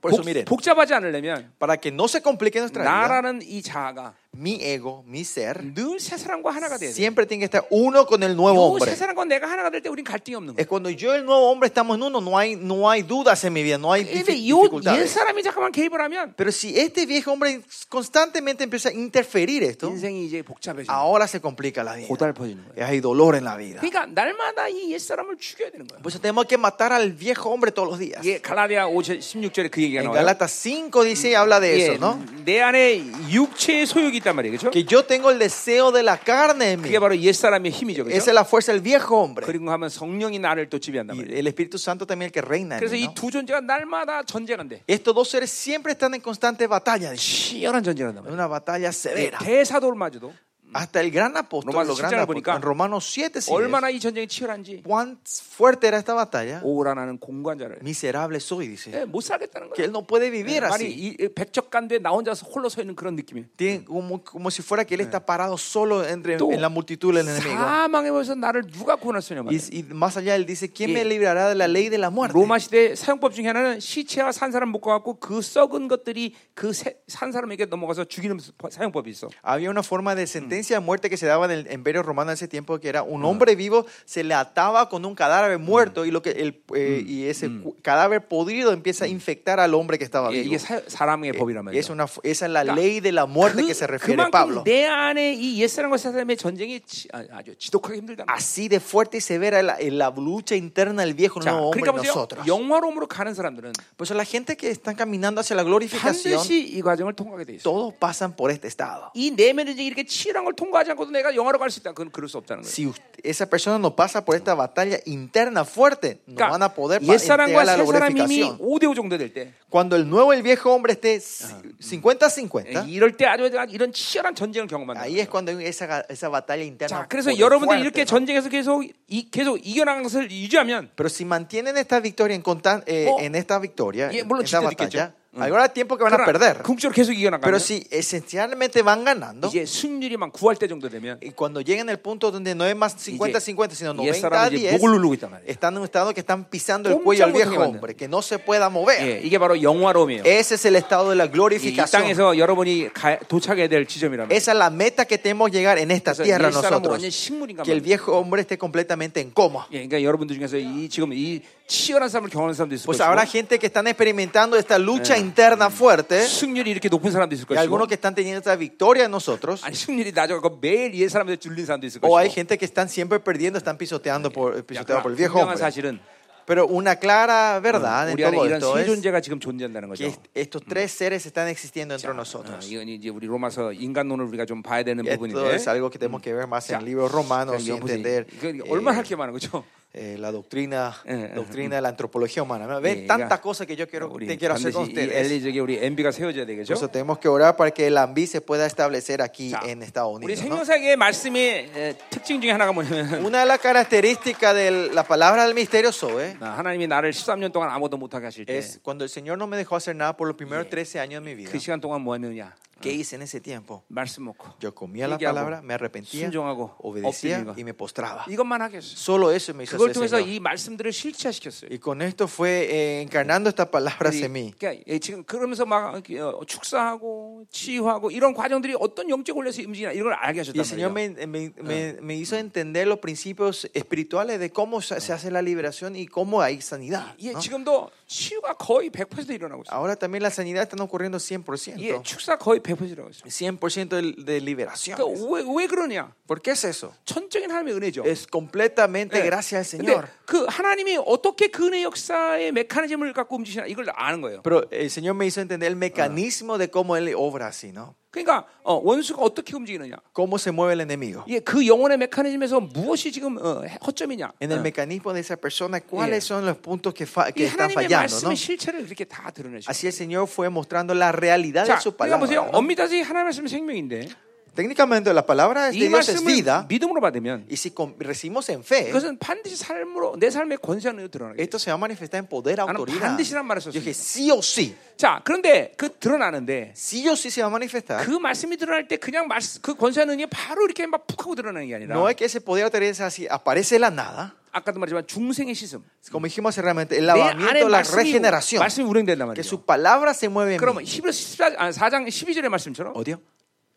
Speaker 2: Por eso
Speaker 1: 복-
Speaker 2: miren,
Speaker 1: 복잡하지 않으려면
Speaker 2: para que no se complique nuestra vida,
Speaker 1: 나라는 이 자아가
Speaker 2: mi ego, mi ser,
Speaker 1: 늘 새 사람과 하나가 돼야 돼.
Speaker 2: siempre tiene que estar uno con el nuevo hombre.
Speaker 1: 요새 사람과 내가 하나가 될 때 우린 갈등이 없는 거야.
Speaker 2: Es cuando yo y el nuevo hombre estamos en uno, no hay, no hay dudas en mi vida, no hay
Speaker 1: 근데
Speaker 2: difi-
Speaker 1: 이옛
Speaker 2: dificultades.
Speaker 1: 사람이 잠깐만 개입을 하면
Speaker 2: Pero si este viejo hombre constantemente empieza a interferir esto,
Speaker 1: 인생이 이제 복잡해져.
Speaker 2: ahora se complica la vida.
Speaker 1: 고달퍼지는 거야.
Speaker 2: Hay dolor en la vida.
Speaker 1: 그러니까 날마다 이옛 사람을 죽여야 되는 거야.
Speaker 2: Por eso tenemos que matar al viejo hombre todos los días.
Speaker 1: 예, 갈라디아 5 16절에 그 얘기가
Speaker 2: En
Speaker 1: 나와요.
Speaker 2: Galatas 5 dice, habla de
Speaker 1: 예,
Speaker 2: eso, ¿no?
Speaker 1: 내 안에 육체의 소욕이 있단 말이에요. 그렇죠?
Speaker 2: Que yo tengo el deseo de la carne en mí.
Speaker 1: 그게 바로 옛 사람의 힘이죠.
Speaker 2: Esa
Speaker 1: 그렇죠?
Speaker 2: es la fuerza del viejo hombre.
Speaker 1: 그리고 하면 성령이 나를 또 지배한단 말이에요.
Speaker 2: Y el Espíritu Santo también el que reina en
Speaker 1: 그래서
Speaker 2: mí, ¿no?
Speaker 1: 이 두 존재가 날마다 전쟁한대.
Speaker 2: Estos dos seres siempre están en constante batalla. dice.
Speaker 1: 치열한 전쟁한단
Speaker 2: En
Speaker 1: 말이에요.
Speaker 2: una batalla
Speaker 1: 예,
Speaker 2: severa.
Speaker 1: 대사도를 마저도
Speaker 2: Hasta el gran apóstol,
Speaker 1: Romanos 7
Speaker 2: los grandes
Speaker 1: 를 보니까
Speaker 2: apóstoles. en Romanos 7, sí ves,
Speaker 1: 얼마나 이 전쟁이 치열한지
Speaker 2: cuán fuerte era esta batalla,
Speaker 1: 오라 나는 공관자를
Speaker 2: miserable soy, dice.
Speaker 1: 예, 못 살겠다는
Speaker 2: Que
Speaker 1: 거예요.
Speaker 2: él no puede vivir
Speaker 1: 아니
Speaker 2: así.
Speaker 1: 이- 이 백척간도에 나 혼자서 홀로 서 있는 그런 느낌이에요.
Speaker 2: Tiene como, como si fuera que él está parado solo entre,
Speaker 1: Tú.
Speaker 2: en la multitud del enemigo.
Speaker 1: 사망에 벌써 나를 누가 구원할 수 있냐 말이에요.
Speaker 2: Y, y más allá, él dice: ¿Quién
Speaker 1: Sí.
Speaker 2: me librará de la ley de la muerte?
Speaker 1: 로마 시대 사용법 중에 하나는 시체와 산 사람 묶어 갖고 그 썩은 것들이 그 산 사람에게 넘어가서 죽이는 사용법이 있어.
Speaker 2: Había una forma de sentencia sentencia de muerte que se daba en el imperio romano en ese tiempo, que era un hombre vivo se le ataba con un cadáver muerto y, lo que el, eh, y ese cu- cadáver podrido empieza a infectar al hombre que estaba
Speaker 1: 예,
Speaker 2: vivo.
Speaker 1: 이게 사, 사람의 법이란 말이죠.
Speaker 2: es una, esa es la
Speaker 1: 그러니까
Speaker 2: ley de la muerte que se refiere
Speaker 1: 그만큼
Speaker 2: Pablo.
Speaker 1: 내 안에 이 옛사람과 새 사람의 전쟁이 지, 아, 아주 지독하게 힘들다.
Speaker 2: Así de fuerte y severa la, la lucha interna del viejo
Speaker 1: 자,
Speaker 2: nuevo hombre
Speaker 1: 그러니까
Speaker 2: en
Speaker 1: 보세요.
Speaker 2: nosotros.
Speaker 1: 영화로움으로 가는 사람들은
Speaker 2: Por eso la gente que están caminando hacia la glorificación,
Speaker 1: 반드시 이 과정을 통과하게 돼 있어.
Speaker 2: todos pasan por este estado.
Speaker 1: 이 내면 전쟁이 이렇게 치열한 걸 통과하지 않고도 내가 영화로 갈 수 있다. 그건 그럴 수 없다는 거예요.
Speaker 2: Si us- esa persona no pasa por esta batalla interna fuerte, no van a poder pa-
Speaker 1: 그러니까 옛사람과
Speaker 2: entregar la
Speaker 1: 새 사람이 이미
Speaker 2: glorificación.
Speaker 1: 5대5 정도 될 때,
Speaker 2: Cuando el nuevo y el viejo hombre esté ci- 50-50,
Speaker 1: 예, 이럴 때 아주 내가 이런 치열한 전쟁을 경험한다.
Speaker 2: ahí es cuando hay esa, ga- esa batalla interna
Speaker 1: 자, 그래서
Speaker 2: fuerte,
Speaker 1: 여러분들
Speaker 2: fuerte,
Speaker 1: 이렇게
Speaker 2: ¿no?
Speaker 1: 전쟁에서 계속 이, 계속 이겨나가는 것을 유지하면
Speaker 2: Pero si mantienen esta victoria en, constan- eh,
Speaker 1: Oh.
Speaker 2: en esta victoria,
Speaker 1: Y,
Speaker 2: en
Speaker 1: 물론
Speaker 2: esta
Speaker 1: chiste Mm.
Speaker 2: batalla,
Speaker 1: 있겠죠. 음.
Speaker 2: habrá tiempo que van a perder.
Speaker 1: 궁적으로 계속 이겨나가면
Speaker 2: Pero si esencialmente van ganando,
Speaker 1: 이제 순율이만 9할 때 정도 되면
Speaker 2: y cuando llegan al punto donde no es más 50-50, sino
Speaker 1: y esa era donde 목을 누르고 있단 말이에요.
Speaker 2: 90-10, están en un estado que están pisando el
Speaker 1: 꼼짝
Speaker 2: cuello al
Speaker 1: 못하게
Speaker 2: viejo
Speaker 1: 만드는.
Speaker 2: hombre, que no se pueda mover.
Speaker 1: 예, 이게 바로 영화로움이에요.
Speaker 2: Ese es el estado de la
Speaker 1: 이
Speaker 2: glorificación.
Speaker 1: 땅에서 여러분이 가- 도착해야 될 지점이라면
Speaker 2: Esa es la meta que tenemos llegar en esta
Speaker 1: 그래서
Speaker 2: tierra
Speaker 1: 옛사람은
Speaker 2: nosotros.
Speaker 1: 완전 식물인가
Speaker 2: Que el
Speaker 1: 말이에요.
Speaker 2: viejo hombre esté completamente en coma.
Speaker 1: 예, 그러니까 여러분들 중에서 이 지금 이 치열한 삶을 경험하는 사람도 있을
Speaker 2: Pues
Speaker 1: 것이고
Speaker 2: habrá gente que están experimentando esta
Speaker 1: Eh.
Speaker 2: lucha interna fuerte
Speaker 1: 승률이 이렇게 높은 사람도 있을
Speaker 2: y
Speaker 1: 예? 것이고
Speaker 2: algunos que están teniendo esta victoria en nosotros.
Speaker 1: 아니 승률이 낮아서 매일 이 사람한테 줄린 사람도 있을
Speaker 2: O hay
Speaker 1: 것이고
Speaker 2: gente que están siempre perdiendo, están pisoteando por,
Speaker 1: 야,
Speaker 2: pisoteado
Speaker 1: 그러나
Speaker 2: por el viejo
Speaker 1: 분명한
Speaker 2: hombre.
Speaker 1: 사실은
Speaker 2: Pero una clara verdad en
Speaker 1: 우리 안에
Speaker 2: todo
Speaker 1: 이런
Speaker 2: esto
Speaker 1: 세
Speaker 2: es
Speaker 1: 존재가 지금 존재한다는
Speaker 2: que
Speaker 1: 거죠.
Speaker 2: est- estos tres seres están existiendo entre
Speaker 1: 예, 어, 예,
Speaker 2: nosotros.
Speaker 1: 이건 이제 우리 로마서 인간론을 우리가 좀 봐야 되는
Speaker 2: Esto
Speaker 1: 부분인데
Speaker 2: es algo que tenemos que ver más en
Speaker 1: ¿eh? Ya.
Speaker 2: el libro romano y
Speaker 1: 여러분들이
Speaker 2: entender
Speaker 1: 이건
Speaker 2: eh,
Speaker 1: 얼마나 할 게 많은 거죠.
Speaker 2: eh, la doctrina,
Speaker 1: Eh, eh,
Speaker 2: doctrina de la antropología humana.
Speaker 1: Eh,
Speaker 2: Ven
Speaker 1: ya.
Speaker 2: tantas cosas que yo quiero,
Speaker 1: 우리
Speaker 2: te quiero hacer con
Speaker 1: 반드시 이
Speaker 2: ustedes.
Speaker 1: 엘리적에 우리 MB가 세워져야
Speaker 2: Por
Speaker 1: 되겠죠.
Speaker 2: eso tenemos que orar para que el AMBI se pueda establecer aquí
Speaker 1: 자,
Speaker 2: en Estados
Speaker 1: 우리
Speaker 2: Unidos. ¿no?
Speaker 1: 생명사의 말씀의 에, 특징 중에 하나가 뭐냐면
Speaker 2: Una de las características de la palabra del misterio Zoe
Speaker 1: 아, 하나님이 나를 13년 동안 아무도 못하게 하실 때
Speaker 2: es
Speaker 1: 그
Speaker 2: cuando el Señor no me dejó hacer nada por los primeros 13 años de mi vida.
Speaker 1: 시간 동안 뭐 했느냐
Speaker 2: ¿Qué hice en ese tiempo?
Speaker 1: 말씀 먹고
Speaker 2: Yo comía la
Speaker 1: 얘기하고,
Speaker 2: palabra, me arrepentía,
Speaker 1: 순종하고,
Speaker 2: obedecía
Speaker 1: 엎드리는 거.
Speaker 2: y me postraba.
Speaker 1: 이것만 하겠어
Speaker 2: Solo eso me hizo
Speaker 1: 그걸
Speaker 2: hacer
Speaker 1: 통해서
Speaker 2: Señor.
Speaker 1: 이 말씀들을 실체화시켰어요
Speaker 2: Y con esto fue eh, encarnando estas palabras
Speaker 1: 우리,
Speaker 2: en mí.
Speaker 1: 그러니까 예, 지금 그러면서 막 이렇게, 어, 축사하고 치유하고 이런 과정들이 어떤 영적 원리에서 움직이나 이런 걸 알게
Speaker 2: Y el
Speaker 1: 하셨단 말이에요
Speaker 2: Señor me, eh, me- me- me hizo entender los principios espirituales de cómo se se hace la liberación y cómo hay sanidad.
Speaker 1: 예,
Speaker 2: ¿no?
Speaker 1: 지금도 치유가 거의 100% 일어나고 있어요
Speaker 2: Ahora también la sanidad está ocurriendo
Speaker 1: 예,
Speaker 2: 100%.
Speaker 1: 축사 거의 100% 일어나고 있어요
Speaker 2: 100% de, de liberación.
Speaker 1: 그러니까 왜, 왜 그러냐
Speaker 2: ¿Por qué Eh, es eso?
Speaker 1: 천적인 하나님의 은혜죠
Speaker 2: Es completamente
Speaker 1: 예.
Speaker 2: gracias al
Speaker 1: 근데
Speaker 2: Señor.
Speaker 1: 그 하나님이 어떻게 그 은혜 역사의 메커니즘을 갖고 움직이시나 이걸 아는 거예요.
Speaker 2: Pero el Señor me hizo entender el mecanismo de cómo Él obra así, ¿no?
Speaker 1: 그러니까 어, 원수가 어떻게 움직이느냐.
Speaker 2: Cómo se mueve el enemigo.
Speaker 1: 이게 그 영혼의 메커니즘에서 무엇이 지금 어, 허점이냐.
Speaker 2: En el mecanismo de esa persona,
Speaker 1: Ah. Yeah.
Speaker 2: ¿cuáles son los puntos que, fa- que
Speaker 1: 이
Speaker 2: están
Speaker 1: 하나님의
Speaker 2: fallando? ¿no?
Speaker 1: 말씀의 실체를 그렇게 다 드러내시죠.
Speaker 2: Así el Señor fue mostrando la realidad
Speaker 1: 자,
Speaker 2: de su
Speaker 1: 그러니까
Speaker 2: palabra.
Speaker 1: 보세요.
Speaker 2: ¿no?
Speaker 1: 엄밀하게 하나님의 말씀은 생명인데
Speaker 2: Técnicamente la palabra de
Speaker 1: 이
Speaker 2: Dios es
Speaker 1: 말씀을
Speaker 2: vida
Speaker 1: 믿음으로 받으면
Speaker 2: y si com- recibimos en fe,
Speaker 1: 그것은 반드시 삶으로 내 삶의 권세안으로 드러나게 돼요.
Speaker 2: esto se va a manifestar en poder,
Speaker 1: 나는
Speaker 2: autoridad.
Speaker 1: 반드시란 말을
Speaker 2: Yo dije,
Speaker 1: 썼습니다.
Speaker 2: sí o sí,
Speaker 1: 자, 그런데 그 드러나는데
Speaker 2: sí o sí se va a manifestar.
Speaker 1: 그 말씀이 드러날 때 그냥 말씀, 그 권세하는 게 바로 이렇게 막 푹 하고 드러나는 게 아니라
Speaker 2: No es que ese poder, autoridad sea así, aparece de la nada.
Speaker 1: 아까도 말했지만 중생의 시슴
Speaker 2: Como dijimos hace realmente, el
Speaker 1: 내 안에
Speaker 2: lavamiento, la
Speaker 1: 말씀이,
Speaker 2: regeneración.
Speaker 1: 말씀이 운행된단
Speaker 2: Que
Speaker 1: 말이죠.
Speaker 2: su palabra se mueve en
Speaker 1: 그러면
Speaker 2: mí.
Speaker 1: 히브리서 14, 아, 4장 12절의 말씀처럼
Speaker 2: Odio.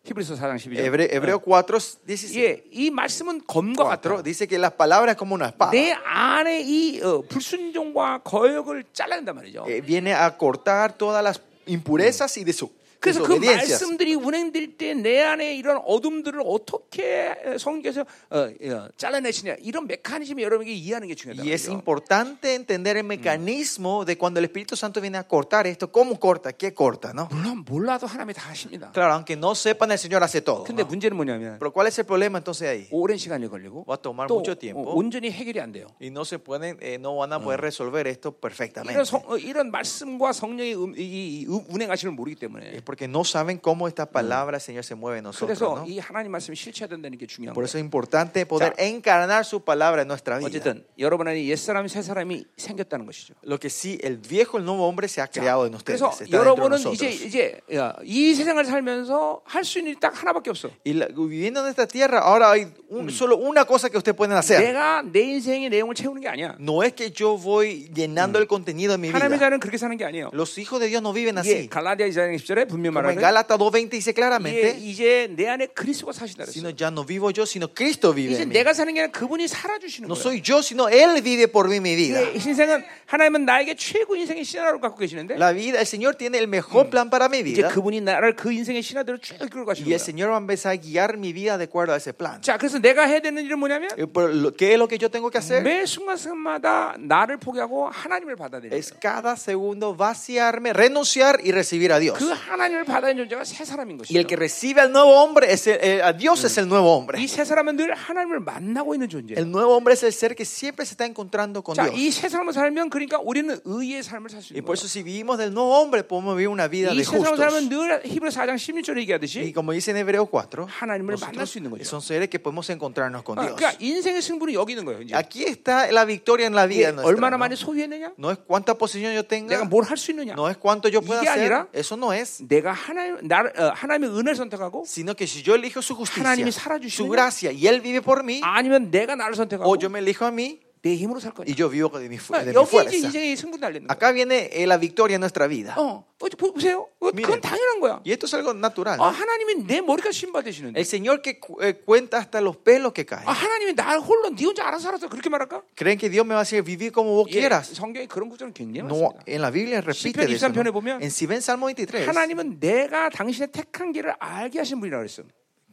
Speaker 1: 히브리서 4장 12절.
Speaker 2: Hebre- Hebreo 4, 17.
Speaker 1: 예, 이 말씀은 검과
Speaker 2: 4
Speaker 1: 같아.
Speaker 2: dice que la palabra es como una espada.
Speaker 1: 내 안에 이 어, 불순종과 거역을 잘라낸단 말이죠.
Speaker 2: Eh, viene a cortar todas las impurezas y deso-
Speaker 1: 그래서 그
Speaker 2: desobediencias.
Speaker 1: 말씀들이 운행될 때 내 안에 이런 어둠들을 어떻게 성경에서 어, 어, 잘라내시냐 이런 메커니즘이 여러분에게 이해하는 게 중요하다.
Speaker 2: Y es
Speaker 1: 말이죠.
Speaker 2: importante entender el mecanismo de cuando el Espíritu Santo viene a cortar esto, cómo corta, qué corta, ¿no?
Speaker 1: 물론 몰라도 하나님이 다 하십니다.
Speaker 2: Claro, aunque no sepan, el Señor hace todo.
Speaker 1: 근데
Speaker 2: ¿no?
Speaker 1: 문제는 뭐냐면
Speaker 2: Pero ¿cuál es el problema entonces ahí?
Speaker 1: 오랜 시간이 걸리고
Speaker 2: Va a tomar
Speaker 1: 또
Speaker 2: mucho tiempo.
Speaker 1: 어, 온전히 해결이 안 돼요.
Speaker 2: Y no se pueden, eh, no van a poder resolver esto
Speaker 1: 이런,
Speaker 2: perfectamente.
Speaker 1: 성- 어, 이런 말씀과 성령의 음, 이, 이, 음, 운행하심을 모르기 때문에
Speaker 2: Es porque no saben cómo esta palabra, Señor, se mueve en nosotros.
Speaker 1: 그래서
Speaker 2: ¿no?
Speaker 1: 이 하나님 말씀이 실체화된다는 게 중요한
Speaker 2: Por
Speaker 1: 거예요.
Speaker 2: eso es importante poder encarnar su palabra en nuestra vida.
Speaker 1: 어쨌든 여러분 안에 옛 사람이 새 사람이 생겼다는 것이죠.
Speaker 2: Lo que sí, el viejo, el nuevo hombre se ha creado en ustedes.
Speaker 1: 그래서
Speaker 2: está dentro de
Speaker 1: 여러분은 이제
Speaker 2: nosotros.
Speaker 1: 이제 야, 이 세상을 살면서 할 수 있는 일이 딱 하나밖에 없어.
Speaker 2: Y la- viviendo en esta tierra, ahora hay un- solo una cosa que ustedes pueden hacer.
Speaker 1: 내가 내 인생의 내용을 채우는 게 아니야.
Speaker 2: No es que yo Mm. voy llenando el contenido de mi
Speaker 1: 하나님의
Speaker 2: vida.
Speaker 1: 자는 그렇게 사는 게 아니에요.
Speaker 2: Los hijos de Dios no viven
Speaker 1: 이게
Speaker 2: así.
Speaker 1: 갈라디아 2장 10절에 분명히
Speaker 2: Como en
Speaker 1: 말하는
Speaker 2: Gálatas 2.20 dice
Speaker 1: 이제,
Speaker 2: claramente,
Speaker 1: 이제 내 안에 그리스도가 사신다
Speaker 2: sino
Speaker 1: 그랬어.
Speaker 2: ya no vivo yo, sino Cristo vive
Speaker 1: 이제
Speaker 2: en mí.
Speaker 1: 내가 사는 게 아니라 그분이 살아 주시는
Speaker 2: No
Speaker 1: 거예요.
Speaker 2: soy yo, sino Él vive por mí mi vida.
Speaker 1: 이 인생은 하나님은 나에게 최고 인생의 신화로 갖고 계시는데
Speaker 2: La vida, el Señor tiene el mejor plan para mi
Speaker 1: 이제
Speaker 2: vida.
Speaker 1: 그분이 나를 그 인생의 신화대로 쭉 이끌고 가시는
Speaker 2: Y el
Speaker 1: 거예요.
Speaker 2: Señor va a empezar a guiar mi vida de acuerdo a ese plan.
Speaker 1: 자, 그래서 내가 해야 되는 일은 뭐냐면
Speaker 2: Eh, pero lo- ¿Qué es lo que yo tengo que hacer?
Speaker 1: 매 순간순간마다 나를 포기하고 하나님을 받아들이는
Speaker 2: Es
Speaker 1: 거예요.
Speaker 2: cada segundo vaciarme, renunciar y recibir a Dios.
Speaker 1: 그 하나님을 받아들이는 존재가 세 사람인
Speaker 2: Y el
Speaker 1: 것이죠.
Speaker 2: que recibe al nuevo hombre, es el- eh, a Dios es el nuevo hombre.
Speaker 1: 이 세 사람은 늘 하나님을 만나고 있는 존재예요.
Speaker 2: El nuevo hombre es el ser que siempre se está encontrando con
Speaker 1: 자,
Speaker 2: Dios.
Speaker 1: 이 세 사람을 살면 그러니까 우리는 의의 삶을 살 수
Speaker 2: Y
Speaker 1: 있는
Speaker 2: por
Speaker 1: 거예요.
Speaker 2: eso si vivimos del nuevo hombre, podemos vivir una vida de
Speaker 1: 이 세 사람을
Speaker 2: justos.
Speaker 1: 살면 늘 히브리 4장 16절에
Speaker 2: Y
Speaker 1: 얘기하듯이
Speaker 2: como dice en Hebreos 4,
Speaker 1: 하나님을 만날 수 있는 거죠.
Speaker 2: nosotros son seres que podemos encontrarnos con
Speaker 1: 아,
Speaker 2: Dios.
Speaker 1: 그러니까 인생의 승부는 여기 있는 거예요. 이제
Speaker 2: Aquí está la victoria en la
Speaker 1: 이게
Speaker 2: vida nuestra.
Speaker 1: 얼마나
Speaker 2: ¿no?
Speaker 1: 많이 소유했느냐?
Speaker 2: No es cuánta posición yo
Speaker 1: 내가
Speaker 2: tenga,
Speaker 1: 뭘 할 수 있느냐?
Speaker 2: no es cuánto yo pueda
Speaker 1: 이게
Speaker 2: hacer,
Speaker 1: 아니라
Speaker 2: eso no es,
Speaker 1: 내가 하나님 나 어, 하나님의 은혜를 선택하고
Speaker 2: sino que si yo elijo su
Speaker 1: 하나님이
Speaker 2: justicia,
Speaker 1: 살아주시는
Speaker 2: su gracia, y Él vive por mí,
Speaker 1: 아니면 내가 나를 선택하고
Speaker 2: o yo me elijo a mí
Speaker 1: 내 힘으로 살 거냐?
Speaker 2: y yo vivo de mi, fu-
Speaker 1: 아,
Speaker 2: de mi
Speaker 1: 여기 이제
Speaker 2: fuerza.
Speaker 1: 인생의 승부 달리는 거야.
Speaker 2: Acá viene eh, la victoria en nuestra vida.
Speaker 1: 어, 어, 보- 보세요. 어, 그건
Speaker 2: Miren.
Speaker 1: 당연한 거야.
Speaker 2: Y esto es algo
Speaker 1: 아,
Speaker 2: natural. ¿no?
Speaker 1: 하나님이 내 머리까지 신받으시는데.
Speaker 2: El Señor que cu- eh, cuenta hasta los pelos que caen.
Speaker 1: 아, 하나님이 나 홀로 네 혼자 알아서 알아서 그렇게 말할까?
Speaker 2: ¿Creen que Dios me va a decir vivir como vos
Speaker 1: 예,
Speaker 2: quieras?
Speaker 1: 성경에 그런 구절은 굉장히
Speaker 2: No,
Speaker 1: 많습니다.
Speaker 2: en la Biblia repite
Speaker 1: 시편
Speaker 2: de eso,
Speaker 1: 23 편에
Speaker 2: ¿no?
Speaker 1: 보면
Speaker 2: En si ven Salmo 23,
Speaker 1: 하나님은 내가 당신의 택한 길을 알게 하신 분이라고 그랬어.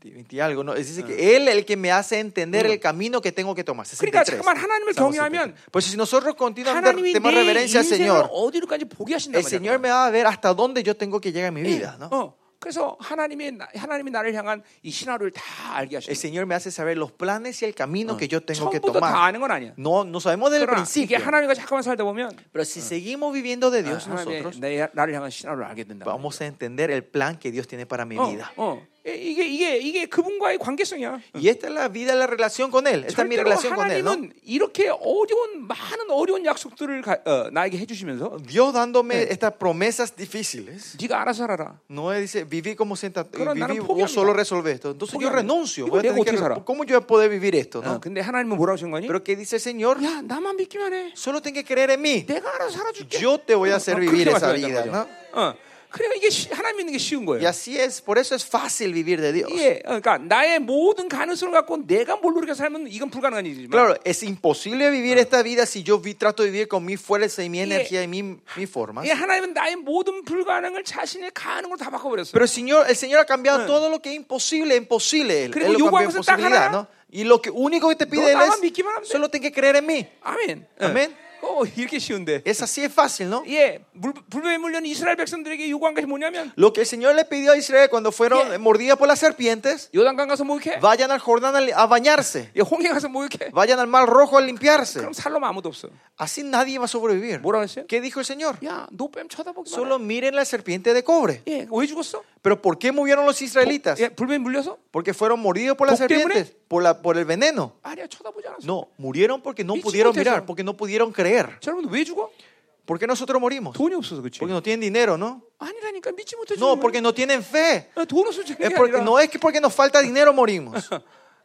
Speaker 2: 20 y algo, ¿no? Es decir, que Él es el que me hace entender el camino que tengo Ah. Mm. que tomar.
Speaker 1: 그러니까
Speaker 2: 63.
Speaker 1: 잠깐만 하나님을
Speaker 2: Salmo
Speaker 1: 경외하면
Speaker 2: 63. Pues si nosotros continuamente
Speaker 1: 하나님이
Speaker 2: tenemos
Speaker 1: 내
Speaker 2: reverencia al
Speaker 1: 인생을
Speaker 2: Señor,
Speaker 1: 어디로까지 보게 하신단
Speaker 2: el Señor
Speaker 1: 말이야.
Speaker 2: me va a ver hasta dónde yo tengo que llegar en mi vida, ¿no?
Speaker 1: 어, 그래서 하나님이 나- 하나님이 나를 향한 이 신화를 다 알게
Speaker 2: El
Speaker 1: 하시는
Speaker 2: Señor me hace saber los planes y el
Speaker 1: Ah.
Speaker 2: camino que yo tengo que
Speaker 1: 처음부터 다
Speaker 2: tomar.
Speaker 1: 아는 건 아니야.
Speaker 2: No, no sabemos desde el
Speaker 1: 그러나 이게
Speaker 2: principio. 아,
Speaker 1: 하나님과 잠깐만 살다 보면
Speaker 2: Pero si seguimos viviendo de Dios
Speaker 1: 하나님의
Speaker 2: nosotros,
Speaker 1: 내, 나를 향한 신화를 알게 된다.
Speaker 2: vamos a entender el plan que Dios tiene para mi
Speaker 1: 어,
Speaker 2: vida.
Speaker 1: 어. 이- 이게 이게 이게 그분과의 관계성이야.
Speaker 2: Y esta es la vida, la relación con
Speaker 1: 예,
Speaker 2: Él. Esta es mi
Speaker 1: 절대로
Speaker 2: relación con Él. ¿no?
Speaker 1: 하나님은 이렇게 어려운 많은 어려운 약속들을 가- 어, 나에게 해주시면서
Speaker 2: Dios dándome estas promesas difíciles.
Speaker 1: 네가 알아서 살아라.
Speaker 2: No es, dice, viví como senta,
Speaker 1: Claro,
Speaker 2: viví,
Speaker 1: 나는
Speaker 2: vos
Speaker 1: 포기합니다.
Speaker 2: solo resolver esto. Entonces yo
Speaker 1: 포기합니다.
Speaker 2: renuncio.
Speaker 1: 이거
Speaker 2: voy a
Speaker 1: 내가
Speaker 2: tener que
Speaker 1: 어떻게
Speaker 2: re-
Speaker 1: 살아?
Speaker 2: ¿Cómo yo voy a poder vivir esto?
Speaker 1: 어,
Speaker 2: no?
Speaker 1: 근데 하나님은 뭐라고 하신 거니?
Speaker 2: Pero que dice el Señor,
Speaker 1: 야 나만 믿기만 해.
Speaker 2: solo tengo que creer en mí.
Speaker 1: 내가 알아서 살아줄게. 어,
Speaker 2: Yo te voy a hacer
Speaker 1: 그렇게
Speaker 2: vivir esa
Speaker 1: 말씀하셨단
Speaker 2: vida.
Speaker 1: 말이죠.
Speaker 2: ¿no?
Speaker 1: 어, 그러니까 이게 시- 하나님 믿는 게 쉬운
Speaker 2: Y
Speaker 1: 거예요.
Speaker 2: así es, por eso es fácil vivir de Dios.
Speaker 1: 예, 그러니까 나의 모든 가능성을 갖고 내가 뭘 노력해 살면 이건 불가능한 일이지만
Speaker 2: Claro, es imposible vivir
Speaker 1: Ah.
Speaker 2: esta vida si yo vi- trato de vivir con mi fuerza y mi
Speaker 1: Y-
Speaker 2: energía y mi, mi forma.
Speaker 1: 예, 하나님은 나의 모든 불가능을 자신의 가능으로 다 바꿔버렸어요.
Speaker 2: Pero el Señor, el Señor ha cambiado todo lo que es imposible, imposible. Él,
Speaker 1: Creo
Speaker 2: Él
Speaker 1: que
Speaker 2: lo
Speaker 1: Ah. yo
Speaker 2: cambió en
Speaker 1: hago esa
Speaker 2: posibilidad,
Speaker 1: tajada.
Speaker 2: ¿no? Y lo que único que te pide Él
Speaker 1: nada más,
Speaker 2: es,
Speaker 1: Mickey, nada más.
Speaker 2: solo tienes que creer en mí.
Speaker 1: 아멘. 예.
Speaker 2: 아멘.
Speaker 1: 어, 이렇게 쉬운데.
Speaker 2: Es así, es fácil, ¿no?
Speaker 1: 예, 불, 불법에 물려는 이스라엘 백성들에게 요구한 것이 뭐냐면
Speaker 2: Lo que el Señor le pidió a Israel cuando fueron
Speaker 1: Yeah.
Speaker 2: mordidas por las serpientes,
Speaker 1: 요단강 가서 목욕해.
Speaker 2: vayan al Jordán al- a bañarse,
Speaker 1: 예, 홍해 가서 목욕해.
Speaker 2: vayan al Mar Rojo a limpiarse.
Speaker 1: 그럼 살로면 아무도 없어.
Speaker 2: Así nadie va a sobrevivir.
Speaker 1: 뭐라고 했어요?
Speaker 2: ¿Qué dijo el Señor?
Speaker 1: 야, 노뱀 쳐다보기만.
Speaker 2: Solo miren la serpiente de cobre.
Speaker 1: 해. 예, 왜 죽었어?
Speaker 2: ¿Pero por qué murieron los israelitas?
Speaker 1: 예, 불법에 물려서?
Speaker 2: Porque fueron mordidos por las
Speaker 1: ¿Por qué mueren?
Speaker 2: serpientes, por, la, por el veneno.
Speaker 1: 아니야, 쳐다보지 않았어.
Speaker 2: No, murieron porque no
Speaker 1: Michi,
Speaker 2: pudieron
Speaker 1: ¿cómo te
Speaker 2: mirar,
Speaker 1: hizo?
Speaker 2: porque no pudieron creer.
Speaker 1: 여러분 왜 죽어?
Speaker 2: ¿Por qué nosotros morimos?
Speaker 1: 돈이 없어서 그치?
Speaker 2: Porque no tienen dinero, ¿no?
Speaker 1: 아니라니까 믿지 못해
Speaker 2: No, porque no tienen fe.
Speaker 1: 돈 없어 죽는
Speaker 2: Es
Speaker 1: 게
Speaker 2: porque,
Speaker 1: 아니라.
Speaker 2: no es que porque nos falta dinero morimos.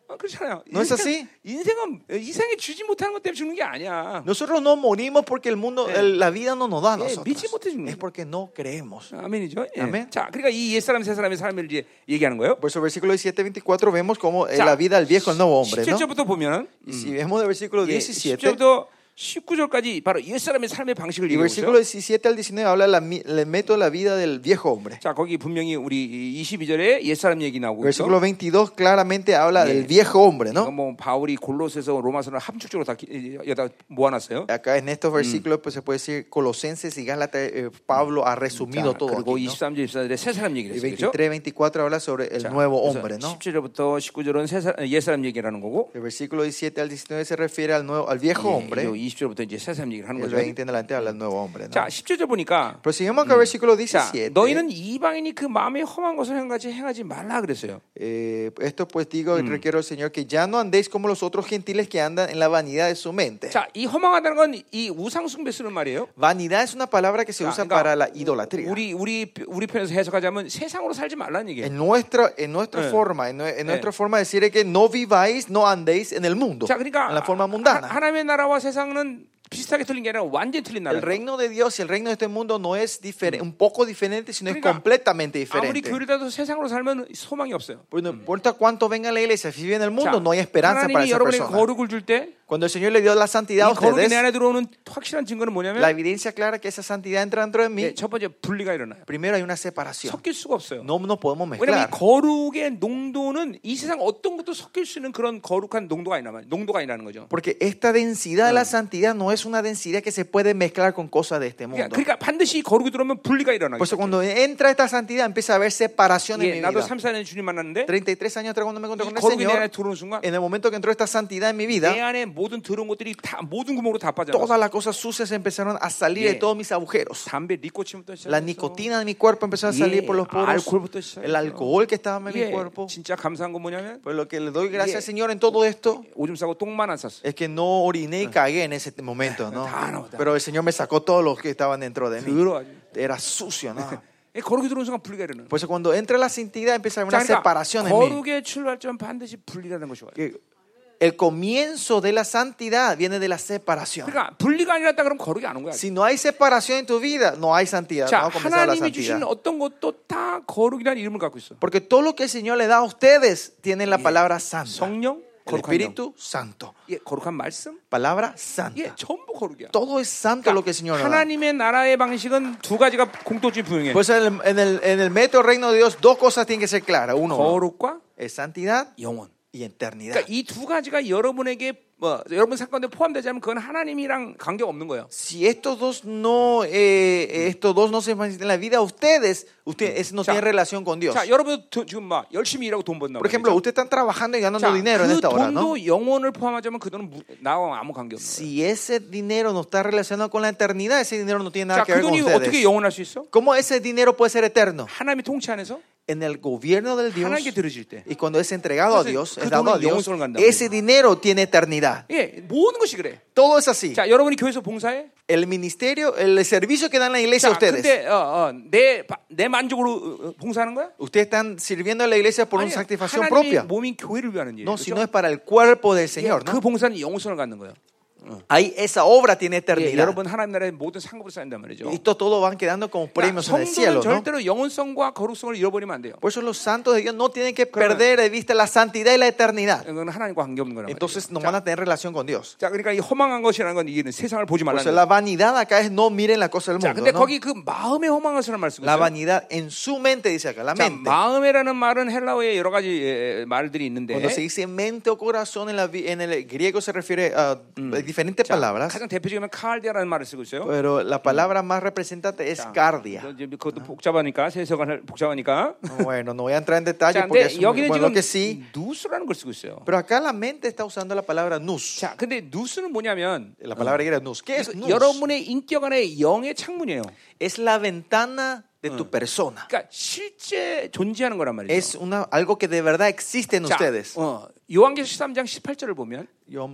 Speaker 1: 아, 그렇잖아요.
Speaker 2: No es así.
Speaker 1: 인생은 인생에 주지 못하는 것 때문에 죽는 게 아니야.
Speaker 2: Nosotros no morimos porque el mundo, el- la vida no nos da a
Speaker 1: Eh,
Speaker 2: nosotros.
Speaker 1: 믿지 못해.
Speaker 2: Es porque no creemos.
Speaker 1: 아멘이죠. 예.
Speaker 2: 아멘.
Speaker 1: 자, 그러니까 이 옛사람 새 사람의 삶을 이제 얘기하는 거예요.
Speaker 2: Por eso, Pues versículo 17, 24, vemos como eh,
Speaker 1: 자,
Speaker 2: la vida del viejo, el nuevo hombre, ¿no?
Speaker 1: 17절부터 보면은
Speaker 2: Y si vemos del versículo
Speaker 1: 예,
Speaker 2: 17,
Speaker 1: 17절부터 19절까지 바로 옛사람의 삶의 방식을
Speaker 2: y
Speaker 1: 얘기하고
Speaker 2: versículo
Speaker 1: 있어요.
Speaker 2: 17 al 19 habla la mi- el método de la vida del viejo hombre.
Speaker 1: 자, 거기 분명히 우리 22절에 옛사람 얘기 나오고 있죠.
Speaker 2: Versículo 22 claramente habla del viejo hombre,
Speaker 1: 이건
Speaker 2: ¿no?
Speaker 1: 뭐 바울이 골로새서 로마서를 함축적으로 다 기- 여기다 모아놨어요.
Speaker 2: Acá en estos versículos pues, se puede decir Colosenses y Gálatas, eh, Pablo ha
Speaker 1: 자,
Speaker 2: resumido todo.
Speaker 1: 그리고
Speaker 2: Aquí, ¿no?
Speaker 1: 23절, 24절에 새 사람 얘기를
Speaker 2: Y
Speaker 1: 했어요. 그렇죠?
Speaker 2: 23, 24 habla sobre el
Speaker 1: 자,
Speaker 2: nuevo
Speaker 1: 그래서
Speaker 2: hombre, ¿no?
Speaker 1: 17절부터 19절은 새 사람, 옛사람 얘기라는 거고
Speaker 2: El versículo 17 al 19 se refiere al, nuevo, al viejo hombre.
Speaker 1: 예, 20절부터 이제 새 사람 얘기를 하는
Speaker 2: El
Speaker 1: 거죠.
Speaker 2: 20 en adelante habla del nuevo hombre. ¿no?
Speaker 1: 자, 10절 보니까
Speaker 2: Prosigamos acá al versículo
Speaker 1: 자,
Speaker 2: 17.
Speaker 1: 너희는 이방인이 그 마음에 험한 것을 행하지 행하지 말라 그랬어요.
Speaker 2: Eh, esto pues digo y requiero al Señor que ya no andéis como los otros gentiles que andan en la vanidad de su mente.
Speaker 1: 자, 이 허망하다는 건 이 우상 숭배 쓰는 말이에요.
Speaker 2: Vanidad es una palabra que se
Speaker 1: 자,
Speaker 2: usa
Speaker 1: 그러니까
Speaker 2: para la idolatría.
Speaker 1: 우리 우리 우리 편에서 해석하자면 세상으로 살지 말라는 얘기예요.
Speaker 2: En nuestra, en nuestra
Speaker 1: Eh.
Speaker 2: forma, en, nue-
Speaker 1: Eh.
Speaker 2: en nuestra forma de decir es que no viváis, no andéis en el mundo,
Speaker 1: 자, 그러니까
Speaker 2: en la forma
Speaker 1: 하,
Speaker 2: mundana.
Speaker 1: 하나님의 나라와 세상은 비슷하게 틀린 게 아니라 완전히 틀린
Speaker 2: El
Speaker 1: 나라예요.
Speaker 2: reino de Dios y el reino de este mundo no es
Speaker 1: Mm.
Speaker 2: diferente, un poco diferente, sino es
Speaker 1: Kiriga,
Speaker 2: completamente
Speaker 1: 아무리
Speaker 2: diferente.
Speaker 1: 교회를 다도 세상으로 살면 소망이 없어요.
Speaker 2: Bueno, no importa cuánto venga a la iglesia, si vive en el
Speaker 1: 자,
Speaker 2: mundo, no hay esperanza para
Speaker 1: 하나님이
Speaker 2: esa
Speaker 1: 여러분의
Speaker 2: persona.
Speaker 1: 거룩을 줄 때 이
Speaker 2: Cuando el Señor le dio la santidad a
Speaker 1: 거룩이 내
Speaker 2: ustedes,
Speaker 1: 안에 들어오는 확실한 증거는 뭐냐면
Speaker 2: la evidencia clara que esa santidad entra dentro de mí,
Speaker 1: 예, 첫 번째 분리가 일어나요.
Speaker 2: primero hay una separación.
Speaker 1: 섞일 수가 없어요.
Speaker 2: No nos podemos
Speaker 1: 왜냐하면 이
Speaker 2: mezclar.
Speaker 1: 거룩의 농도는 이 세상 어떤 것도 섞일 수 있는 그런 거룩한 농도가 아니라 농도가 아니라는 거죠.
Speaker 2: Porque esta densidad de la santidad no es una densidad que se puede mezclar con cosas de este
Speaker 1: 그러니까,
Speaker 2: mundo.
Speaker 1: 그러니까 반드시 이 거룩이 들어오면 분리가 일어나요.
Speaker 2: Por eso cuando entra esta santidad empieza a haber separación en mi
Speaker 1: 예, 나도
Speaker 2: vida.
Speaker 1: 34년 주님 만났는데
Speaker 2: 33 años atrás cuando me encontré
Speaker 1: 이
Speaker 2: con el
Speaker 1: 거룩이 내 안에
Speaker 2: Señor,
Speaker 1: 들어오는 순간
Speaker 2: en el momento que entró esta santidad en mi
Speaker 1: 내
Speaker 2: vida,
Speaker 1: 안에 모든 더러운 것들이 다 모든 구멍으로 다
Speaker 2: todas
Speaker 1: 빠져나갔어.
Speaker 2: las cosas sucias empezaron a salir de
Speaker 1: Yeah.
Speaker 2: todos mis agujeros.
Speaker 1: 담배 리코침부터
Speaker 2: La
Speaker 1: 시작해서
Speaker 2: nicotina de mi cuerpo empezó a salir
Speaker 1: Yeah.
Speaker 2: por los poros.
Speaker 1: Alcohol부터 시작해서.
Speaker 2: El alcohol que estaba en mi
Speaker 1: 예,
Speaker 2: cuerpo.
Speaker 1: 진짜 감사한 건 뭐냐면
Speaker 2: Por lo que le doy gracias
Speaker 1: Yeah.
Speaker 2: al Señor en todo esto
Speaker 1: 오줌 싸고 똥만 안 쌌어.
Speaker 2: es que no oriné y cagué en ese momento, ¿no?
Speaker 1: Ah, no, no.
Speaker 2: Pero el Señor me sacó todos los que estaban dentro de mí.
Speaker 1: 더러워.
Speaker 2: Era sucio, ¿no?
Speaker 1: 예, 거룩이 들어오는 순간 분리가 일어나.
Speaker 2: Por eso cuando entra la santidad empieza a haber
Speaker 1: 자,
Speaker 2: una
Speaker 1: 그러니까
Speaker 2: separación en mí.
Speaker 1: 거룩의 출발점 반드시 분리라는 것이 와요.
Speaker 2: Que El comienzo de la santidad viene de la separación.
Speaker 1: 그러니까 분리가 아니었다 그러면 거룩이 안 온 거야.
Speaker 2: Si no hay separación en tu vida, no hay santidad. No
Speaker 1: 자,
Speaker 2: ha comenzado la
Speaker 1: 하나님이 주신
Speaker 2: santidad.
Speaker 1: 어떤 것도 다 거룩이라는 이름을 갖고 있어.
Speaker 2: Porque todo lo que el Señor le da a ustedes tiene la palabra santa.
Speaker 1: 성령,
Speaker 2: El
Speaker 1: 거룩한 영,
Speaker 2: Espíritu Santo.
Speaker 1: 예, 거룩한 말씀,
Speaker 2: Palabra
Speaker 1: 예,
Speaker 2: santa.
Speaker 1: 전부 거룩이야. 그러니까
Speaker 2: Todo es santo lo que el Señor nos da.
Speaker 1: 하나님의 나라의 방식은 두 가지가 공통점이 분명해.
Speaker 2: Por eso en el, en el, en el método reino de Dios, dos cosas tienen que ser claras. Uno
Speaker 1: 거룩과
Speaker 2: es santidad
Speaker 1: 영원.
Speaker 2: y eternidad.
Speaker 1: 그러니까 이 두 가지가 여러분에게 뭐, 여러분 사건에 포함되지 않으면 그건 하나님이랑 관계 없는 거예요.
Speaker 2: Si estos dos no, eh, estos dos no se manifiestan en la vida de ustedes, ustedes no
Speaker 1: 자,
Speaker 2: tienen relación con Dios.
Speaker 1: 자, 여러분 지금 막 열심히 일하고 돈 번다.
Speaker 2: Por ejemplo, ustedes están trabajando y ganando
Speaker 1: 자,
Speaker 2: dinero en
Speaker 1: 그
Speaker 2: esta hora, ¿no?
Speaker 1: 돈도 영혼을 포함하자면 그 돈은 무- 나와 아무 관계 없는 거예요.
Speaker 2: Si ese dinero no está relacionado con la eternidad, ese dinero no tiene nada
Speaker 1: 자,
Speaker 2: que
Speaker 1: 그
Speaker 2: ver con
Speaker 1: 돈이 어떻게
Speaker 2: ustedes.
Speaker 1: 영원할 수 있어?
Speaker 2: ¿Cómo ese dinero puede ser eterno?
Speaker 1: 하나님의 통치 안에서
Speaker 2: En el gobierno del Dios
Speaker 1: 하나님께 들어질 때.
Speaker 2: y cuando es entregado a
Speaker 1: Entonces,
Speaker 2: Dios,
Speaker 1: 그
Speaker 2: es dado a
Speaker 1: 돈은
Speaker 2: Dios,
Speaker 1: 영원성을 간다는
Speaker 2: ese dinero tiene eternidad.
Speaker 1: 예, 모든 것이 그래.
Speaker 2: Todo es así.
Speaker 1: 자, 여러분이 교회에서 봉사해.
Speaker 2: El ministerio, el servicio que dan la iglesia a
Speaker 1: 자,
Speaker 2: ustedes.
Speaker 1: 근데 어, 어, 내, 바- 내 만족으로 어, 어, 봉사하는 거야?
Speaker 2: Ustedes están sirviendo a la iglesia por una
Speaker 1: 아니,
Speaker 2: satisfacción
Speaker 1: 하나님의
Speaker 2: propia.
Speaker 1: 몸인 교회를 위하는 일이에요.
Speaker 2: No,
Speaker 1: 그렇죠?
Speaker 2: sino es para el cuerpo del
Speaker 1: 예,
Speaker 2: Señor.
Speaker 1: 그
Speaker 2: ¿no?
Speaker 1: 봉사는 영혼성을 갖는 거예요.
Speaker 2: Ahí esa obra tiene
Speaker 1: 예,
Speaker 2: eternidad.
Speaker 1: 여러분 하나님 나라의 모든 상급으로 쌓인단 말이죠.
Speaker 2: Y esto todo van quedando como
Speaker 1: 그러니까
Speaker 2: premios en el
Speaker 1: 성도는
Speaker 2: cielo. ¿no?
Speaker 1: 절대로 영혼성과 거룩성을 잃어버리면 안 돼요.
Speaker 2: Por eso los santos de Dios no tienen que
Speaker 1: Claro.
Speaker 2: perder de vista la santidad y la eternidad.
Speaker 1: 이건 하나님과 관계 없는 거란 말이에요.
Speaker 2: Entonces no van a tener relación con Dios.
Speaker 1: 자, 그러니까 이 허망한 것이라는 건 이는 세상을 보지
Speaker 2: Por
Speaker 1: 말라는
Speaker 2: eso
Speaker 1: 거예요.
Speaker 2: la vanidad acá es no miren la cosa del
Speaker 1: 자,
Speaker 2: mundo.
Speaker 1: 근데
Speaker 2: ¿no?
Speaker 1: 거기 그 마음의 허망한 것이라는 말 쓰고
Speaker 2: La
Speaker 1: 있어요.
Speaker 2: vanidad en su mente, dice acá, la
Speaker 1: 자,
Speaker 2: mente.
Speaker 1: 마음이라는 말은 헬라어에 여러 가지 예, 예, 말들이 있는데
Speaker 2: Cuando se dice mente o corazón en, la vi- en el griego se refiere a diferentes palabras,
Speaker 1: 가장 대표적이면 카알디아라는 말을 쓰고 있어요.
Speaker 2: pero la palabra más representante es cardia.
Speaker 1: 그래서 이제 그것도 복잡하니까 세상을 복잡하니까.
Speaker 2: Bueno, no voy a entrar en detalle
Speaker 1: 자,
Speaker 2: porque
Speaker 1: 근데
Speaker 2: es un-
Speaker 1: 여기는
Speaker 2: bueno,
Speaker 1: 지금
Speaker 2: lo que sí.
Speaker 1: 누스라는 걸 쓰고 있어요.
Speaker 2: Pero acá la mente está usando la palabra nous.
Speaker 1: 자, 근데 누스는 뭐냐면 그
Speaker 2: La palabra griega es nous.
Speaker 1: 예,
Speaker 2: ¿Qué es nous?
Speaker 1: 여러분의 인격 안에 영의 창문이에요.
Speaker 2: Es la ventana de tu persona.
Speaker 1: 그러니까 실제 존재하는 거란 말이죠.
Speaker 2: Es una, algo que de verdad existe en
Speaker 1: 자,
Speaker 2: ustedes.
Speaker 1: 어, 요한계시 3장 18절을 보면
Speaker 2: Yo,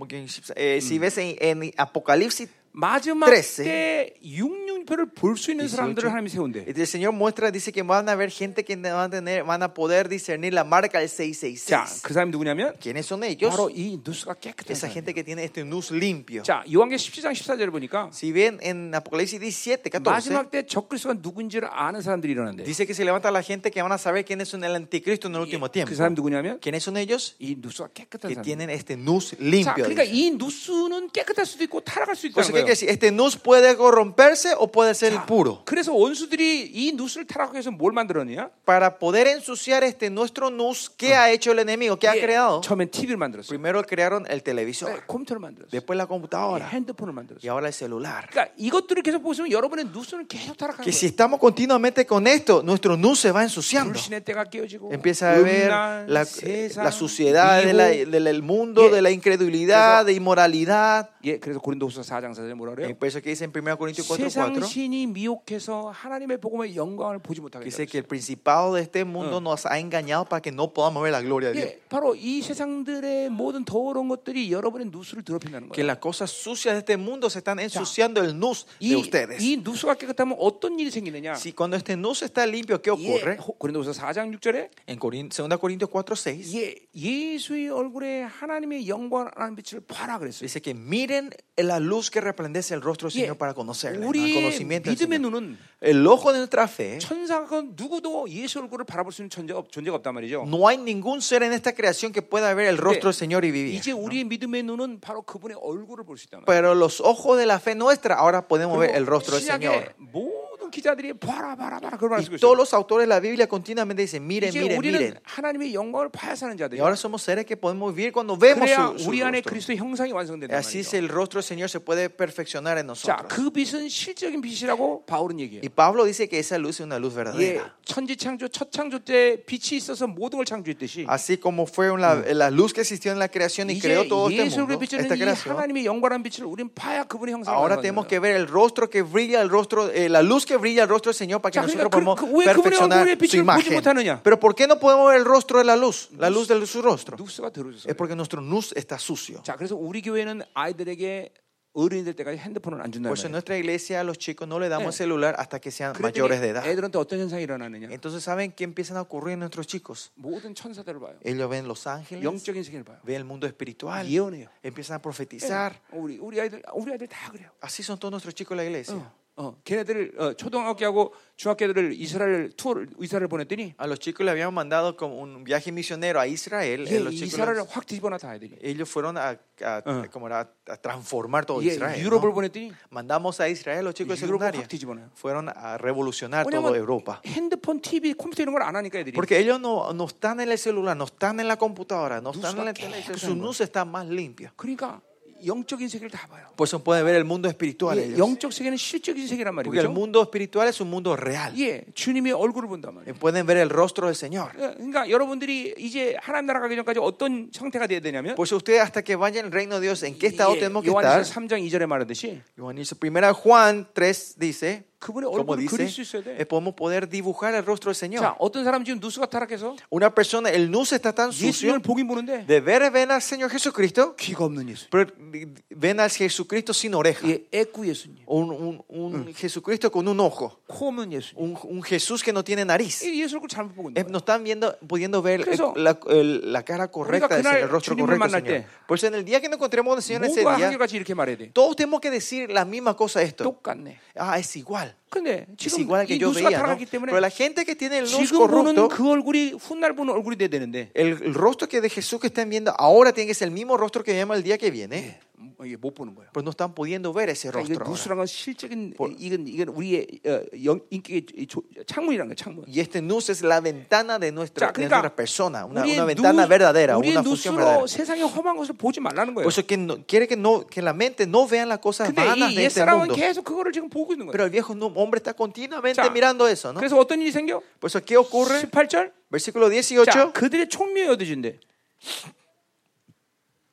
Speaker 2: eh, si ves en, en Apocalipsis,
Speaker 1: 마지막
Speaker 2: 13.
Speaker 1: 때 육륜표를 볼 수 있는 사람들을 하나님이 세운대.
Speaker 2: el Señor muestra, dice que van a haber gente que van a, tener, van a poder discernir la marca del
Speaker 1: 자,
Speaker 2: 666.
Speaker 1: 그 사람이 누구냐면
Speaker 2: ¿Quiénes son ellos?
Speaker 1: 바로 이 누스가 깨끗한
Speaker 2: Esa
Speaker 1: 사람.
Speaker 2: gente que tiene este nous limpio.
Speaker 1: 자, 요한계시 17장 14절을 보니까
Speaker 2: Si ven en Apocalipsis 17, 14,
Speaker 1: 마지막 때 적그리스도가 누군지를 아는 사람들이 일어난대.
Speaker 2: dice que se levanta la gente que van a saber quiénes son el anticristo en el último tiempo.
Speaker 1: 그 사람 누구냐면
Speaker 2: ¿Quiénes son ellos?
Speaker 1: 이 누스가 깨끗한
Speaker 2: Que
Speaker 1: 사람.
Speaker 2: tienen este nous
Speaker 1: 자,
Speaker 2: limpio.
Speaker 1: 그러니까
Speaker 2: dice.
Speaker 1: 이 누스는 깨끗할 수도 있고 타락할 수도 있다는 거예요.
Speaker 2: Por eso, ¿qué quiere decir? Este nous puede corromperse o puede ser puro.
Speaker 1: 그래서 원수들이 이 누스를 타락하기 위해서 뭘 만들었냐?
Speaker 2: Para poder ensuciar este nuestro nous, ¿qué ha hecho el enemigo? ¿Qué ha
Speaker 1: 예,
Speaker 2: creado?
Speaker 1: 처음엔 TV를 만들었어요.
Speaker 2: Primero crearon el
Speaker 1: 네,
Speaker 2: televisor,
Speaker 1: 컴퓨터를 만들었어요.
Speaker 2: después la
Speaker 1: 예,
Speaker 2: computadora
Speaker 1: 핸드폰을
Speaker 2: y
Speaker 1: 만들었어요.
Speaker 2: ahora el celular.
Speaker 1: 그러니까 이것들을 계속 보시면 여러분의 누스는 계속 타락하는
Speaker 2: Que si
Speaker 1: 거예요.
Speaker 2: estamos continuamente con esto, nuestro nous se va ensuciando.
Speaker 1: 불신의 때가 깨어지고
Speaker 2: Empieza a ver
Speaker 1: 음란,
Speaker 2: la,
Speaker 1: 세상,
Speaker 2: la suciedad de la-
Speaker 1: 미혹.
Speaker 2: del mundo, de la incredulidad, de inmoralidad.
Speaker 1: 예, 그래서 고린도후서 4장 4절에 뭐라 그래요?
Speaker 2: 네, Y por eso que dice en 1 Corintios 4,
Speaker 1: 세상 당신이 미혹해서 하나님의 복음의 영광을 보지 못하게
Speaker 2: Dice
Speaker 1: 했다.
Speaker 2: que el principado de este mundo nos ha engañado para que no podamos ver la gloria de Dios.
Speaker 1: 예, 바로 이 세상들의 모든 더러운 것들이 여러분의 누수를 더럽힌다는
Speaker 2: Que
Speaker 1: 거예요.
Speaker 2: las cosas sucias de este mundo se están ensuciando el nus de
Speaker 1: 이,
Speaker 2: ustedes.
Speaker 1: 이 누수가 깨끗하면 어떤 일이 생기느냐?
Speaker 2: Si cuando este nus está limpio, ¿qué
Speaker 1: 예,
Speaker 2: ocurre?
Speaker 1: 호- 고린도서 4장 6절에
Speaker 2: En Corin- 2 Corintios 4, 6
Speaker 1: 예, 예수의 얼굴에 하나님의 영광하는 빛을 봐라 그랬어요.
Speaker 2: dice que miren la luz que resplandece el rostro del
Speaker 1: 예,
Speaker 2: Señor para conocerle, para el
Speaker 1: 우리의
Speaker 2: conocimiento del
Speaker 1: 믿음의
Speaker 2: Señor.
Speaker 1: 눈은
Speaker 2: El ojo de nuestra fe,
Speaker 1: 천사가 누구도 예수 얼굴을 바라볼 수 있는 존재가, 없- 존재가 없단 말이죠.
Speaker 2: no hay ningún ser en esta creación que pueda ver el rostro del Señor y vivir.
Speaker 1: 이제 우리의 믿음의 눈은 바로 그분의 얼굴을 볼 수 있단 말이에요.
Speaker 2: Pero los ojos de la fe nuestra ahora podemos ver el
Speaker 1: 그리고
Speaker 2: rostro del
Speaker 1: 신약의
Speaker 2: Señor.
Speaker 1: 모든 기자들이 봐라 봐라 봐라 그런 말을 쓰고
Speaker 2: Y todos
Speaker 1: 있어요.
Speaker 2: los autores de la Biblia continuamente dicen, miren,
Speaker 1: 이제
Speaker 2: miren,
Speaker 1: 우리는
Speaker 2: miren.
Speaker 1: 하나님의 영광을 봐야 사는
Speaker 2: Y
Speaker 1: 자들이.
Speaker 2: ahora somos seres que podemos vivir cuando vemos
Speaker 1: 그래야
Speaker 2: su, su
Speaker 1: 우리 안에
Speaker 2: rostro.
Speaker 1: 그리스도의 형상이 완성된다
Speaker 2: Así es,
Speaker 1: 말이죠.
Speaker 2: el rostro del Señor se puede perfeccionar
Speaker 1: 자,
Speaker 2: en nosotros.
Speaker 1: 그 빛은 실적인 빛이라고 바울은 얘기해요.
Speaker 2: Y Pablo dice que esa luz es una luz
Speaker 1: 예,
Speaker 2: verdadera.
Speaker 1: 천지 창조 첫 창조 때 빛이 있어서 모든 걸 창조했듯이
Speaker 2: Así como fue una- la luz que existió en la creación Mm. y
Speaker 1: 이제
Speaker 2: creó todo este
Speaker 1: 예수를
Speaker 2: mundo,
Speaker 1: 비추는
Speaker 2: esta
Speaker 1: 이
Speaker 2: creación.
Speaker 1: 하나님의 영광한 빛을 우린 봐야 그분의 형상을
Speaker 2: Ahora
Speaker 1: 만나는
Speaker 2: tenemos
Speaker 1: 거예요.
Speaker 2: que ver el rostro que brilla, el rostro, eh, la luz que brilla el rostro del Señor para que
Speaker 1: 자,
Speaker 2: nosotros
Speaker 1: 그러니까
Speaker 2: podamos
Speaker 1: 그- 그- 왜 그분의
Speaker 2: perfeccionar
Speaker 1: 얼굴의
Speaker 2: su
Speaker 1: 빛을 보지
Speaker 2: imagen.
Speaker 1: 못하느냐?
Speaker 2: Pero ¿por qué no podemos ver el rostro de la luz, la luz de su rostro?
Speaker 1: 누수가 들어져서. 그래요.
Speaker 2: Es porque nuestro nus está sucio.
Speaker 1: 자, 그래서 우리 교회는 아이들에게 어른이 될 때까지 핸드폰을 안 준다는
Speaker 2: Por eso en
Speaker 1: 거예요.
Speaker 2: nuestra iglesia a los chicos no le damos celular hasta Eh. que sean mayores de edad.
Speaker 1: 그랬더니 애들한테 어떤 현상이 일어나느냐?
Speaker 2: Entonces, ¿saben qué empiezan a ocurrir en nuestros chicos?
Speaker 1: 모든 천사들을 봐요.
Speaker 2: Ellos ven los ángeles,
Speaker 1: 영적인 세계를 봐요.
Speaker 2: ven el mundo espiritual,
Speaker 1: 예언해요.
Speaker 2: empiezan a
Speaker 1: 예,
Speaker 2: profetizar.
Speaker 1: 우리 우리 아이들 우리 아이들 다 그래요.
Speaker 2: Así son todos nuestros chicos en la iglesia.
Speaker 1: 어, 걔네들을 어, 초등학교하고 중학교들을 이스라엘 투어를 이스라엘 보냈더니
Speaker 2: A los chicos le habíamos mandado como un viaje misionero a Israel.
Speaker 1: 예,
Speaker 2: eh, los chicos,
Speaker 1: 이스라엘을 확 뒤집어놨다 아이들이.
Speaker 2: ellos fueron a, a- como era, a transformar todo
Speaker 1: 예,
Speaker 2: Israel.
Speaker 1: 유럽을
Speaker 2: ¿no?
Speaker 1: 보냈더니
Speaker 2: Mandamos a Israel los chicos de
Speaker 1: 유럽을
Speaker 2: secundaria.
Speaker 1: 확 뒤집어놔요.
Speaker 2: Fueron a revolucionar toda
Speaker 1: 왜냐면
Speaker 2: Europa.
Speaker 1: 핸드폰, TV, 컴퓨터 이런 걸 안 하니까 애들이.
Speaker 2: Porque ellos no, no están en el celular, no están en la computadora, no están en la
Speaker 1: Nus가
Speaker 2: televisión.
Speaker 1: 깨끗한
Speaker 2: Su
Speaker 1: 거야.
Speaker 2: luz está más limpia.
Speaker 1: 그러니까 영적인 세계를 다 봐요.
Speaker 2: Por eso pueden ver el mundo espiritual.
Speaker 1: 예,
Speaker 2: ellos.
Speaker 1: 영적 세계는 실적인 세계란
Speaker 2: Porque el
Speaker 1: 말이죠.
Speaker 2: mundo espiritual es un mundo real.
Speaker 1: 예, 주님의 얼굴을 본단 말이에요.
Speaker 2: Eh, Pueden ver el rostro del Señor.
Speaker 1: 예, 그러니까 여러분들이 이제 하나님 나라 가기 전까지 어떤 상태가 돼야 되냐면
Speaker 2: Por eso ustedes Pues hasta que vayan al reino de Dios, ¿en qué estado tenemos
Speaker 1: 예,
Speaker 2: que estar?
Speaker 1: 요한에서 3장 2절에 말하듯이
Speaker 2: Juan dice, primera Juan 3 dice,
Speaker 1: 그분의
Speaker 2: como
Speaker 1: 얼굴을 그릴 수
Speaker 2: dice,
Speaker 1: 있어야 돼.
Speaker 2: eh, podemos poder dibujar el rostro del Señor.
Speaker 1: 자, 어떤 사람 지금 누수가 타락해서
Speaker 2: Una persona, el nus está tan
Speaker 1: 예수님을
Speaker 2: sucio,
Speaker 1: 보긴 보는데
Speaker 2: de ver ven al Señor Jesucristo,
Speaker 1: 귀가 없는 예수.
Speaker 2: pero eh, ven al Jesucristo sin oreja,
Speaker 1: 예, 애꾸 예수님.
Speaker 2: un, un- un Jesucristo con un ojo,
Speaker 1: 코 없는 예수님.
Speaker 2: un, un Jesús que no tiene nariz.
Speaker 1: 이 예수 얼굴 잘못 보고 있는
Speaker 2: Eh, No
Speaker 1: 거예요.
Speaker 2: están viendo, pudiendo ver eh,
Speaker 1: 그래서
Speaker 2: la, el- la cara correcta del
Speaker 1: 그날
Speaker 2: Señor, el rostro
Speaker 1: 주님을
Speaker 2: correcto del
Speaker 1: 만날
Speaker 2: Señor.
Speaker 1: 때
Speaker 2: Por eso en el día que nos encontremos con el Señor ese
Speaker 1: 모두가
Speaker 2: día,
Speaker 1: 한결같이 이렇게 말해야 돼.
Speaker 2: todos tenemos que decir la misma cosa esto.
Speaker 1: 똑같네.
Speaker 2: Ah, es igual.
Speaker 1: 근데
Speaker 2: Es
Speaker 1: 지금
Speaker 2: igual al que
Speaker 1: 이
Speaker 2: yo
Speaker 1: 누수가
Speaker 2: veía, ¿no?
Speaker 1: 타락했기
Speaker 2: Pero
Speaker 1: 때문에
Speaker 2: la gente que tiene el luz
Speaker 1: 지금 보는
Speaker 2: corrupto,
Speaker 1: 그 얼굴이 훗날 보는 얼굴이 돼야 되는데
Speaker 2: el, el rostro que de Jesús que están viendo ahora tiene que ser el mismo rostro que vemos el día que viene,
Speaker 1: 음, 이게 못 보는 거예요.
Speaker 2: pues no están pudiendo ver ese
Speaker 1: 그러니까
Speaker 2: rostro.
Speaker 1: 이게
Speaker 2: ahora.
Speaker 1: 누수란 건 실적인 이건 이건 우리의 어, 영- 인격의 조- 조- 창문이라는 거예요. 창문.
Speaker 2: Y este nus es la ventana de nuestra,
Speaker 1: 자,
Speaker 2: de
Speaker 1: 그러니까
Speaker 2: nuestra persona, una,
Speaker 1: 우리의
Speaker 2: una ventana
Speaker 1: 누-
Speaker 2: verdadera,
Speaker 1: 우리의
Speaker 2: una función verdadera.
Speaker 1: 누수로 세상의 험한 것을 보지 말라는 거예요.
Speaker 2: Por eso que no- quiere que, no, que la mente no vean las cosas
Speaker 1: 근데
Speaker 2: vanas
Speaker 1: 이
Speaker 2: de este
Speaker 1: 옛사람은
Speaker 2: mundo.
Speaker 1: 계속 그거를 지금 보고 있는 거예요.
Speaker 2: Pero el viejo no- hombre está continuamente
Speaker 1: 자,
Speaker 2: mirando eso, ¿no?
Speaker 1: 그래서 어떤 일이 생겨?
Speaker 2: Por eso, ¿qué ocurre?
Speaker 1: 18절.
Speaker 2: Versículo
Speaker 1: 자,
Speaker 2: 18
Speaker 1: 그들의 총명이 얻어진대.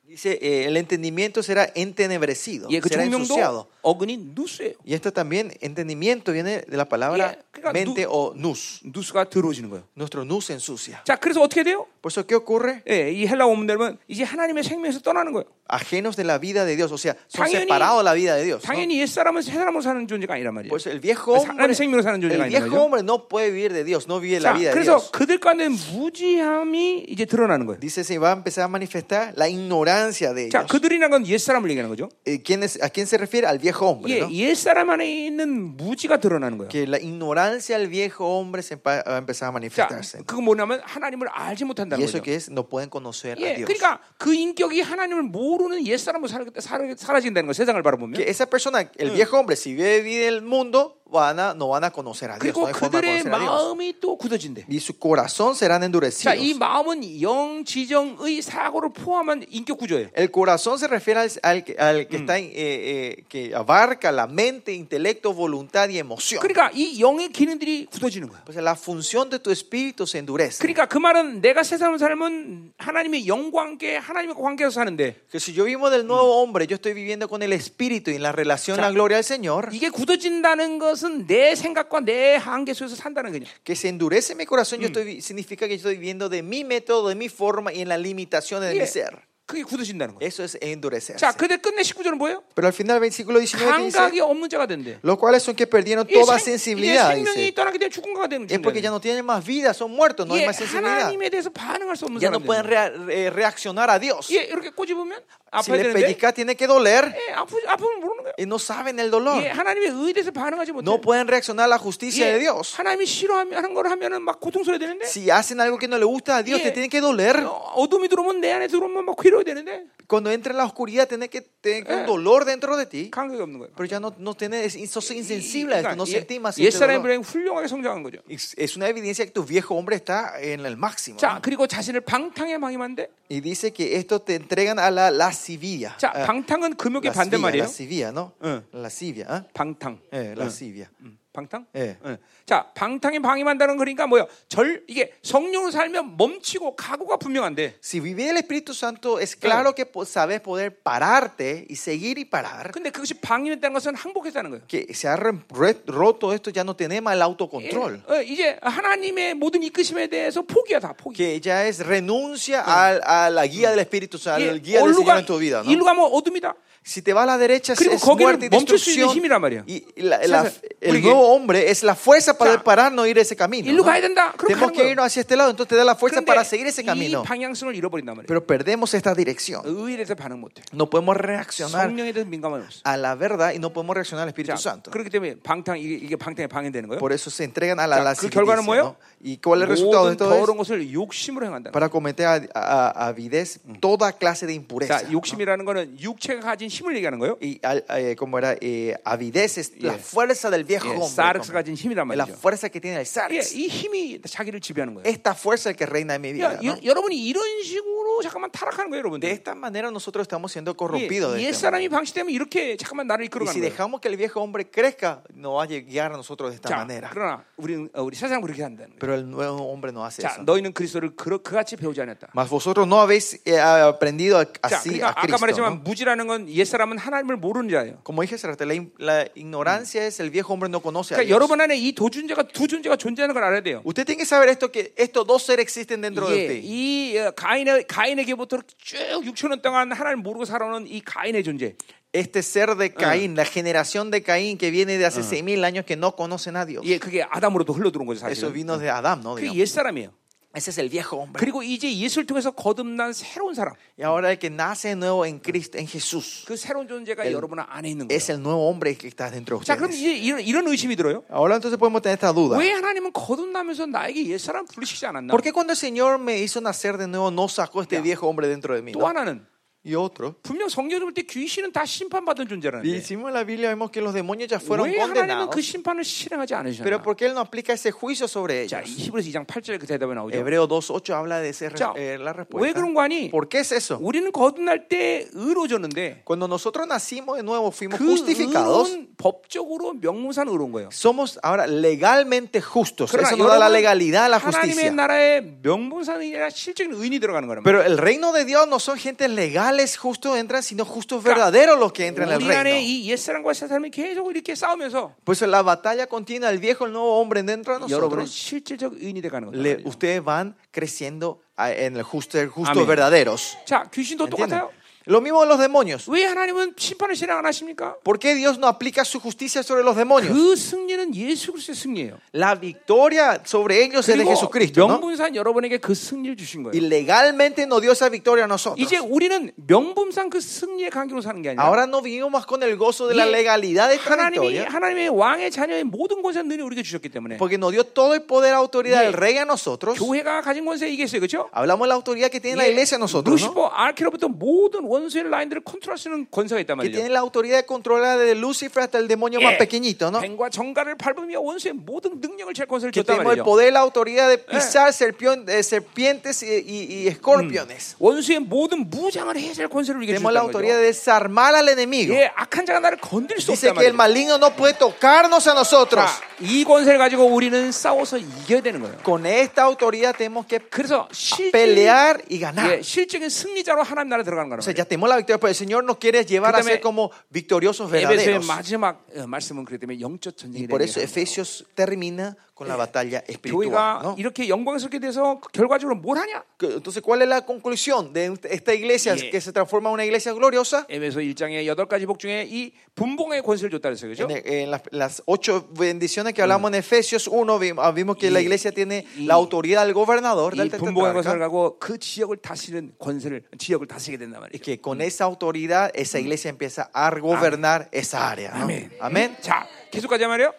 Speaker 2: dice, eh, el entendimiento será entenebrecido,
Speaker 1: 예, 그
Speaker 2: será
Speaker 1: 총명도
Speaker 2: ensuciado.
Speaker 1: 어근이 누수예요.
Speaker 2: Y esto también, entendimiento, viene de la palabra
Speaker 1: Yeah, 그러니까
Speaker 2: mente
Speaker 1: 누-
Speaker 2: o nus.
Speaker 1: 누수가 들어오시는 거예요.
Speaker 2: Nuestro nus se ensucia.
Speaker 1: 자, 그래서 어떻게 돼요?
Speaker 2: Por eso, ¿qué ocurre?
Speaker 1: 예, 이 헬라 원문들은 이제 하나님의 생명에서 떠나는 거예요.
Speaker 2: Ajenos de la vida de Dios, o sea, son
Speaker 1: 당연히-
Speaker 2: separados de la vida de Dios. ¿no?
Speaker 1: 당연히 옛 사람은 새 사람으로 사는 존재가 아니란 말이에요.
Speaker 2: Por eso, el viejo hombre,
Speaker 1: 사람의 생명으로 사는 존재가
Speaker 2: el
Speaker 1: 아니란
Speaker 2: viejo
Speaker 1: 말이죠.
Speaker 2: hombre no puede vivir de Dios, no vive la
Speaker 1: 자,
Speaker 2: vida de
Speaker 1: 그래서
Speaker 2: Dios.
Speaker 1: 그들 가운데 무지함이 이제 드러나는 거예요.
Speaker 2: Dice, se va a empezar a manifestar la ignorancia de
Speaker 1: 자,
Speaker 2: ellos.
Speaker 1: 그들이란 건 옛 사람을 얘기하는 거죠.
Speaker 2: Eh, ¿quién es- ¿A quién se refiere? Al viejo hombre,
Speaker 1: 예,
Speaker 2: ¿no?
Speaker 1: 옛 사람 안에 있는 무지가 드러나는 거예요.
Speaker 2: Que la ignorancia del viejo hombre se empa- va a empezar
Speaker 1: 자,
Speaker 2: a manifestarse.
Speaker 1: 그거 뭐냐면 하나님을 알지
Speaker 2: Y
Speaker 1: 못한다는
Speaker 2: eso
Speaker 1: 거죠.
Speaker 2: que es, no pueden conocer
Speaker 1: 예,
Speaker 2: a Dios.
Speaker 1: 그러니까 그 인격이 하나님을 모르는 옛 사람으로 살- 살- 사라진다는 거예요. 세상을 바라보면.
Speaker 2: Que esa persona, el viejo hombre, si vive, vive el mundo, van a, no van a conocer a Dios.
Speaker 1: 그리고
Speaker 2: No hay forma de
Speaker 1: 그들의
Speaker 2: conocer a Dios.
Speaker 1: 마음이 또 굳어진대.
Speaker 2: Y su corazón serán
Speaker 1: 자, 이
Speaker 2: endurecidos.
Speaker 1: 마음은 영, 지정의 사고를 포함한 인격 구조예요.
Speaker 2: El corazón se refiere al, al que- al que está en- eh, eh, que abarca la mente, intelecto, voluntad y emoción.
Speaker 1: 그러니까 이 영의 기능들이 굳어지는 거예요.
Speaker 2: Pues la función de tu espíritu se endurece.
Speaker 1: 그러니까 그 말은 내가 세상을 살면 하나님의 영광께 하나님과 관계에서 사는데
Speaker 2: Que si yo vivo del nuevo hombre, yo estoy viviendo con el espíritu y en la relación a la gloria del Señor,
Speaker 1: 이게 굳어진다는 것은 내 생각과 내 한계 속에서 산다는 거냐.
Speaker 2: que se endurece mi corazón, yo estoy, vi- significa que yo estoy viviendo de mi método, de mi forma y en la limitación de
Speaker 1: Yeah.
Speaker 2: mi ser.
Speaker 1: 그게 굳어진다는 거예요.
Speaker 2: Eso es endurecerse.
Speaker 1: 자, 근데 끝내 19절은 뭐예요?
Speaker 2: Pero al final, versículo 19 que dice:
Speaker 1: 감각이 없는 자가 된대.
Speaker 2: Los cuales son que perdieron
Speaker 1: 이게
Speaker 2: toda
Speaker 1: 생-
Speaker 2: sensibilidad.
Speaker 1: 이게 생명이
Speaker 2: dice.
Speaker 1: 떠나게 되면 죽은 거가 되는
Speaker 2: Es
Speaker 1: 거예요.
Speaker 2: porque ya no tienen más vida, son muertos, no hay
Speaker 1: 이게
Speaker 2: más sensibilidad.
Speaker 1: 하나님에 대해서 반응할 수 없는
Speaker 2: Ya no
Speaker 1: 사람.
Speaker 2: pueden rea- eh, reaccionar a Dios.
Speaker 1: 예, 이렇게 꼬집으면
Speaker 2: Si
Speaker 1: 아파야
Speaker 2: le
Speaker 1: 되는데
Speaker 2: pellizca, tiene que doler
Speaker 1: 예, 아프 아프면 모르는 거예요.
Speaker 2: y no saben el dolor.
Speaker 1: 예, 하나님의 의에 대해서 반응하지 못해.
Speaker 2: No pueden reaccionar a la justicia
Speaker 1: 예,
Speaker 2: de Dios.
Speaker 1: 하나님이 싫어하는 걸 하면은 막 고통스러워 되는데
Speaker 2: Si hacen algo que no le gusta a Dios,
Speaker 1: Yeah.
Speaker 2: te tiene que doler.
Speaker 1: 어, 어둠이 들어오면 내 안에 들어오면 막 괴로워 되는데
Speaker 2: Cuando entra en la oscuridad, tiene que tener
Speaker 1: Eh.
Speaker 2: un dolor dentro de ti.
Speaker 1: 감각이 없는 거예요. 그러니까
Speaker 2: Pero ya no, no tiene, es, sos insensible a esto, no sentís más este dolor.
Speaker 1: 옛사람이 훌륭하게 성장한 거죠.
Speaker 2: Es es una evidencia que tu viejo hombre está en el máximo.
Speaker 1: 자, 그리고 자신을 방탕에 망임한데
Speaker 2: Y dice que esto te entregan a la lascivia.
Speaker 1: 자,
Speaker 2: Ah,
Speaker 1: 방탕은 금욕의
Speaker 2: lascivia,
Speaker 1: 반대말이에요.
Speaker 2: lascivia, ¿no?
Speaker 1: Eh.
Speaker 2: Lascivia, ¿ah?
Speaker 1: 방탕.
Speaker 2: Eh, lascivia.
Speaker 1: 음, 방탕?
Speaker 2: 예.
Speaker 1: 예. 자, 방탕에 방임한다는 그러니까 뭐요? 절 이게 성령으로 살면 멈추고 각오가 분명한데
Speaker 2: Si vive el Espíritu Santo, es claro que po- sabes poder pararte y seguir y parar.
Speaker 1: 근데 그것이 방임했다는 것은 항복했다는 거예요.
Speaker 2: Que se ha re- re- roto esto, ya no tenemos el
Speaker 1: 예.
Speaker 2: autocontrol.
Speaker 1: 어, 이제 하나님의 모든 이끄심에 대해서 포기야 다 포기.
Speaker 2: Que ya es renuncia al- a, la guía del Espíritu Santo, al guía del
Speaker 1: 일로
Speaker 2: Señor
Speaker 1: 가-
Speaker 2: en tu vida. ¿no?
Speaker 1: 일로 가면 어둠이다.
Speaker 2: Si te va a la derecha, es,
Speaker 1: 그리고
Speaker 2: es
Speaker 1: 거기를
Speaker 2: muerte y
Speaker 1: 멈출 수 있는
Speaker 2: destrucción.
Speaker 1: 힘이란 말이야.
Speaker 2: Y la- la-
Speaker 1: 세상-
Speaker 2: el
Speaker 1: 우리에게-
Speaker 2: nuevo hombre es la fuerza para
Speaker 1: 자,
Speaker 2: parar, no ir ese camino.
Speaker 1: 일로
Speaker 2: ¿no?
Speaker 1: 가야 된다. 그럼
Speaker 2: Tenemos
Speaker 1: 가는
Speaker 2: que
Speaker 1: 거예요.
Speaker 2: irnos hacia este lado, entonces te da la fuerza para seguir ese
Speaker 1: 그런데 이
Speaker 2: camino.
Speaker 1: 방향성을 잃어버린단 말이에요.
Speaker 2: Pero perdemos esta dirección.
Speaker 1: 의에 대해서 반응 못해.
Speaker 2: No podemos reaccionar
Speaker 1: 성령에 대해서 민감함이 없어.
Speaker 2: a la verdad y no podemos reaccionar
Speaker 1: 자,
Speaker 2: al Espíritu Santo.
Speaker 1: 그렇기 때문에 방탕 이게, 이게 방탕에 방해되는 거예요.
Speaker 2: Por eso se entregan a la
Speaker 1: 자, 그
Speaker 2: lascivicia,
Speaker 1: 결과는 뭐예요?
Speaker 2: ¿no? ¿Y cuál es el resultado de
Speaker 1: 모든
Speaker 2: todo
Speaker 1: 더러운
Speaker 2: esto?
Speaker 1: 것을 욕심으로 행한다.
Speaker 2: Para cometer a- a- a- avidez
Speaker 1: Mm.
Speaker 2: toda clase de impureza.
Speaker 1: 자, 욕심이라는 거는 육체가 가진 힘을 얘기하는 거예요.
Speaker 2: Y al- eh, como era eh, avidez es la
Speaker 1: Yeah.
Speaker 2: fuerza del viejo
Speaker 1: Yeah,
Speaker 2: hombre.
Speaker 1: sarx
Speaker 2: como-
Speaker 1: 가진 힘이란
Speaker 2: es la
Speaker 1: 말이죠.
Speaker 2: fuerza que tiene el
Speaker 1: 예,
Speaker 2: sarx.
Speaker 1: 이 힘이 자기를 지배하는 거예요.
Speaker 2: Esta fuerza es el que reina en mi vida.
Speaker 1: 그러니까
Speaker 2: ¿no?
Speaker 1: 여, 러분이 이런 식으로 잠깐만 타락하는 거예요,
Speaker 2: De
Speaker 1: 여러분들.
Speaker 2: esta manera nosotros estamos siendo corrompidos. de
Speaker 1: 옛
Speaker 2: esta
Speaker 1: 사람이 방치되면 이렇게 잠깐만 나를
Speaker 2: manera. y
Speaker 1: 이끌어가는
Speaker 2: si
Speaker 1: 거예요.
Speaker 2: dejamos que el viejo hombre crezca, no va a llegar a nosotros de esta
Speaker 1: 자,
Speaker 2: manera.
Speaker 1: 그러나 우리는 어, 우리 세상 그렇게 한다는 거예요.
Speaker 2: Pero el nuevo hombre no hace
Speaker 1: 자,
Speaker 2: eso.
Speaker 1: 너희는 그리스도를 그러, 그같이 배우지 않았다.
Speaker 2: Mas vosotros no habéis eh, aprendido a-
Speaker 1: 자, 그러니까
Speaker 2: así a
Speaker 1: 아까
Speaker 2: Cristo.
Speaker 1: 말했지만
Speaker 2: ¿no?
Speaker 1: 무지라는 건 옛사람은 하나님을 모르는 자예요.
Speaker 2: Como dije hace rato, la, in- la ignorancia es el viejo hombre no conoce a
Speaker 1: 그러니까
Speaker 2: Dios.
Speaker 1: 여러분 안에 이 두 존재가 두 존재가 존재하는 걸 알아야 돼요.
Speaker 2: Usted tiene que saber esto que estos dos seres existen dentro de
Speaker 1: 예,
Speaker 2: usted.
Speaker 1: 이 어, 가인의 가인에게부터 쭉 6천 원 동안 하나님 모르고 살아오는 이 가인의 존재.
Speaker 2: Este ser de Caín, la generación de Caín que viene de hace 6.000 años que no conocen a Dios.
Speaker 1: 예, 그게 아담으로도 흘러들어온 거죠,
Speaker 2: Eso
Speaker 1: 사실은.
Speaker 2: vino de Adán, ¿no?
Speaker 1: 그게
Speaker 2: Digamos.
Speaker 1: 옛사람이에요.
Speaker 2: Ese es el viejo hombre.
Speaker 1: 그리고 이제 예수를 통해서 거듭난 새로운 사람.
Speaker 2: Y ahora el que nace de nuevo en Cristo, en Jesús,
Speaker 1: 그 새로운 존재가 여러분 안에 있는 거예요.
Speaker 2: es el nuevo hombre que está dentro de
Speaker 1: 자, 그럼
Speaker 2: ustedes.
Speaker 1: 이제 이런, 이런 의심이 들어요.
Speaker 2: Ahora entonces podemos tener esta duda.
Speaker 1: 왜 하나님은 거듭나면서 나에게 옛사람 부르시지 않았나?
Speaker 2: ¿Por qué cuando el Señor me hizo nacer de nuevo no sacó este viejo hombre dentro de mí?
Speaker 1: 또
Speaker 2: no?
Speaker 1: 하나는
Speaker 2: Y otro.
Speaker 1: 분명 성경을 볼 때 귀신은 다 심판받은
Speaker 2: Y
Speaker 1: 존재라는데
Speaker 2: decimos en la Biblia vemos que los demonios ya fueron
Speaker 1: 왜 하나님은 그
Speaker 2: condenados.
Speaker 1: 심판을 실행하지
Speaker 2: Pero
Speaker 1: 않으셨나?
Speaker 2: ¿por qué Él no aplica ese juicio sobre
Speaker 1: 자,
Speaker 2: ellos?
Speaker 1: 히브리서 2장 8절에 그 대답이 나오죠.
Speaker 2: Hebreo 2.8 habla de ese,
Speaker 1: 자,
Speaker 2: eh, la
Speaker 1: 왜
Speaker 2: respuesta.
Speaker 1: 그런 거 아니?
Speaker 2: ¿Por qué es eso?
Speaker 1: 우리는 거듭날 때 의로졌는데
Speaker 2: Cuando nosotros nacimos de nuevo, fuimos
Speaker 1: 그
Speaker 2: 뭐 justificados.
Speaker 1: 의로운 법적으로 명문상 의로운 거예요.
Speaker 2: Somos ahora legalmente justos. Eso nos da la
Speaker 1: 여러분,
Speaker 2: legalidad a la
Speaker 1: 하나님의
Speaker 2: justicia.
Speaker 1: 나라에 명분상이 아니라 실적인 의인이 들어가는 거란 말이에요.
Speaker 2: Pero el reino de Dios no son gentes legales justos entran, sino justos verdaderos los que entran al
Speaker 1: 우리 안에
Speaker 2: reino.
Speaker 1: 이 옛사람과 새사람이 계속 이렇게 싸우면서
Speaker 2: Pues la batalla continua, el viejo, el nuevo hombre dentro de
Speaker 1: 여러분은
Speaker 2: nosotros.
Speaker 1: 실질적 의인이 돼가는
Speaker 2: le-
Speaker 1: 거예요.
Speaker 2: ustedes van creciendo a- en el justo, el justos
Speaker 1: Amén.
Speaker 2: verdaderos.
Speaker 1: 자, 귀신도
Speaker 2: ¿Entienden?
Speaker 1: 똑같아요.
Speaker 2: Lo mismo de los demonios.
Speaker 1: 왜 하나님은 심판을 실행 안 하십니까?
Speaker 2: ¿Por qué Dios no aplica su justicia sobre los demonios?
Speaker 1: 그 승리는 예수 그리스도의 승리예요.
Speaker 2: La victoria sobre ellos es de
Speaker 1: 그리고
Speaker 2: Jesucristo. ¿no?
Speaker 1: 명분상 여러분에게 그 승리를 주신
Speaker 2: Y
Speaker 1: 거예요.
Speaker 2: legalmente nos dio esa victoria a nosotros.
Speaker 1: 이제 우리는 명분상 그 승리의 관계로 사는 게 아니라
Speaker 2: Ahora no vivimos más con el gozo de la
Speaker 1: Yeah.
Speaker 2: legalidad de esta
Speaker 1: 하나님이
Speaker 2: victoria,
Speaker 1: 하나님의 왕의 자녀의 모든 권세 능히 우리에게 주셨기 때문에
Speaker 2: porque nos dio todo el poder, autoridad del
Speaker 1: Yeah.
Speaker 2: rey a nosotros.
Speaker 1: 교회가 가진 권세 이게 있어요, 그렇죠?
Speaker 2: Hablamos de la autoridad que tiene la iglesia a nosotros. ¿no?
Speaker 1: 루시퍼, 알키로부터 모든 원수의 라인들을 컨트롤할 수 있는 권세가 있단 말이죠.
Speaker 2: que tiene la autoridad de controlar desde Lucifer hasta el demonio más
Speaker 1: 예.
Speaker 2: pequeñito, ¿no?
Speaker 1: 뱀과 정갈을 밟으며 원수의 모든 능력을 제할 권세를
Speaker 2: Que
Speaker 1: 줬단
Speaker 2: tenemos el
Speaker 1: 말이죠.
Speaker 2: poder, la autoridad de pisar serpion- eh, serpientes y, y- y escorpiones.
Speaker 1: 원수의 모든 무장을 해제할 권세를 우리에게
Speaker 2: Tenemos
Speaker 1: 주셨다는
Speaker 2: la autoridad
Speaker 1: 거죠.
Speaker 2: de desarmar al enemigo.
Speaker 1: 예, 악한 자가 나를 건드릴 수
Speaker 2: Dice
Speaker 1: 없단
Speaker 2: que
Speaker 1: 말이죠.
Speaker 2: el maligno no puede tocarnos
Speaker 1: 자,
Speaker 2: a nosotros.
Speaker 1: 이 권세를 가지고 우리는 싸워서 이겨야 되는 거예요.
Speaker 2: Con esta autoridad tenemos que
Speaker 1: 그래서 실질,
Speaker 2: pelear y ganar.
Speaker 1: 예, 실적인 승리자로 하나님 나라 들어가는
Speaker 2: O sea,
Speaker 1: 거라고요.
Speaker 2: ya tenemos la victoria, pero el Señor nos quiere llevar a
Speaker 1: 그다음에
Speaker 2: ser como victoriosos
Speaker 1: 에베소의
Speaker 2: verdaderos.
Speaker 1: 마지막 어, 말씀은 그렇기 때문에 영적 전쟁이
Speaker 2: Y por eso
Speaker 1: 되는 거예요.
Speaker 2: Efesios termina con
Speaker 1: Eh,
Speaker 2: la batalla espiritual.
Speaker 1: 교회가
Speaker 2: ¿no?
Speaker 1: 이렇게 영광스럽게 돼서 그 결과적으로 뭘 하냐?
Speaker 2: Que- Entonces, ¿cuál es la conclusión de esta iglesia
Speaker 1: Yeah.
Speaker 2: que se transforma en una iglesia gloriosa?
Speaker 1: 에베소 1장의 여덟 가지 복 중에 이 분봉의 권세를 줬다 그랬어요. 그죠?
Speaker 2: En, en las, las ocho bendiciones que hablamos en Efesios 1, vimos, vimos que la
Speaker 1: Mm. Y-
Speaker 2: iglesia tiene
Speaker 1: y-
Speaker 2: la autoridad del gobernador
Speaker 1: 이
Speaker 2: del
Speaker 1: 분봉의 권세를
Speaker 2: tetrarca,
Speaker 1: 가고 그 지역을 다스리는 권세를 지역을 다스리게 된단
Speaker 2: y
Speaker 1: 말이에요.
Speaker 2: que con esa autoridad esa
Speaker 1: Mm.
Speaker 2: iglesia empieza a gobernar esa área. ¿no?
Speaker 1: 아멘.
Speaker 2: Amén.
Speaker 1: 자, 계속 가자 말이요.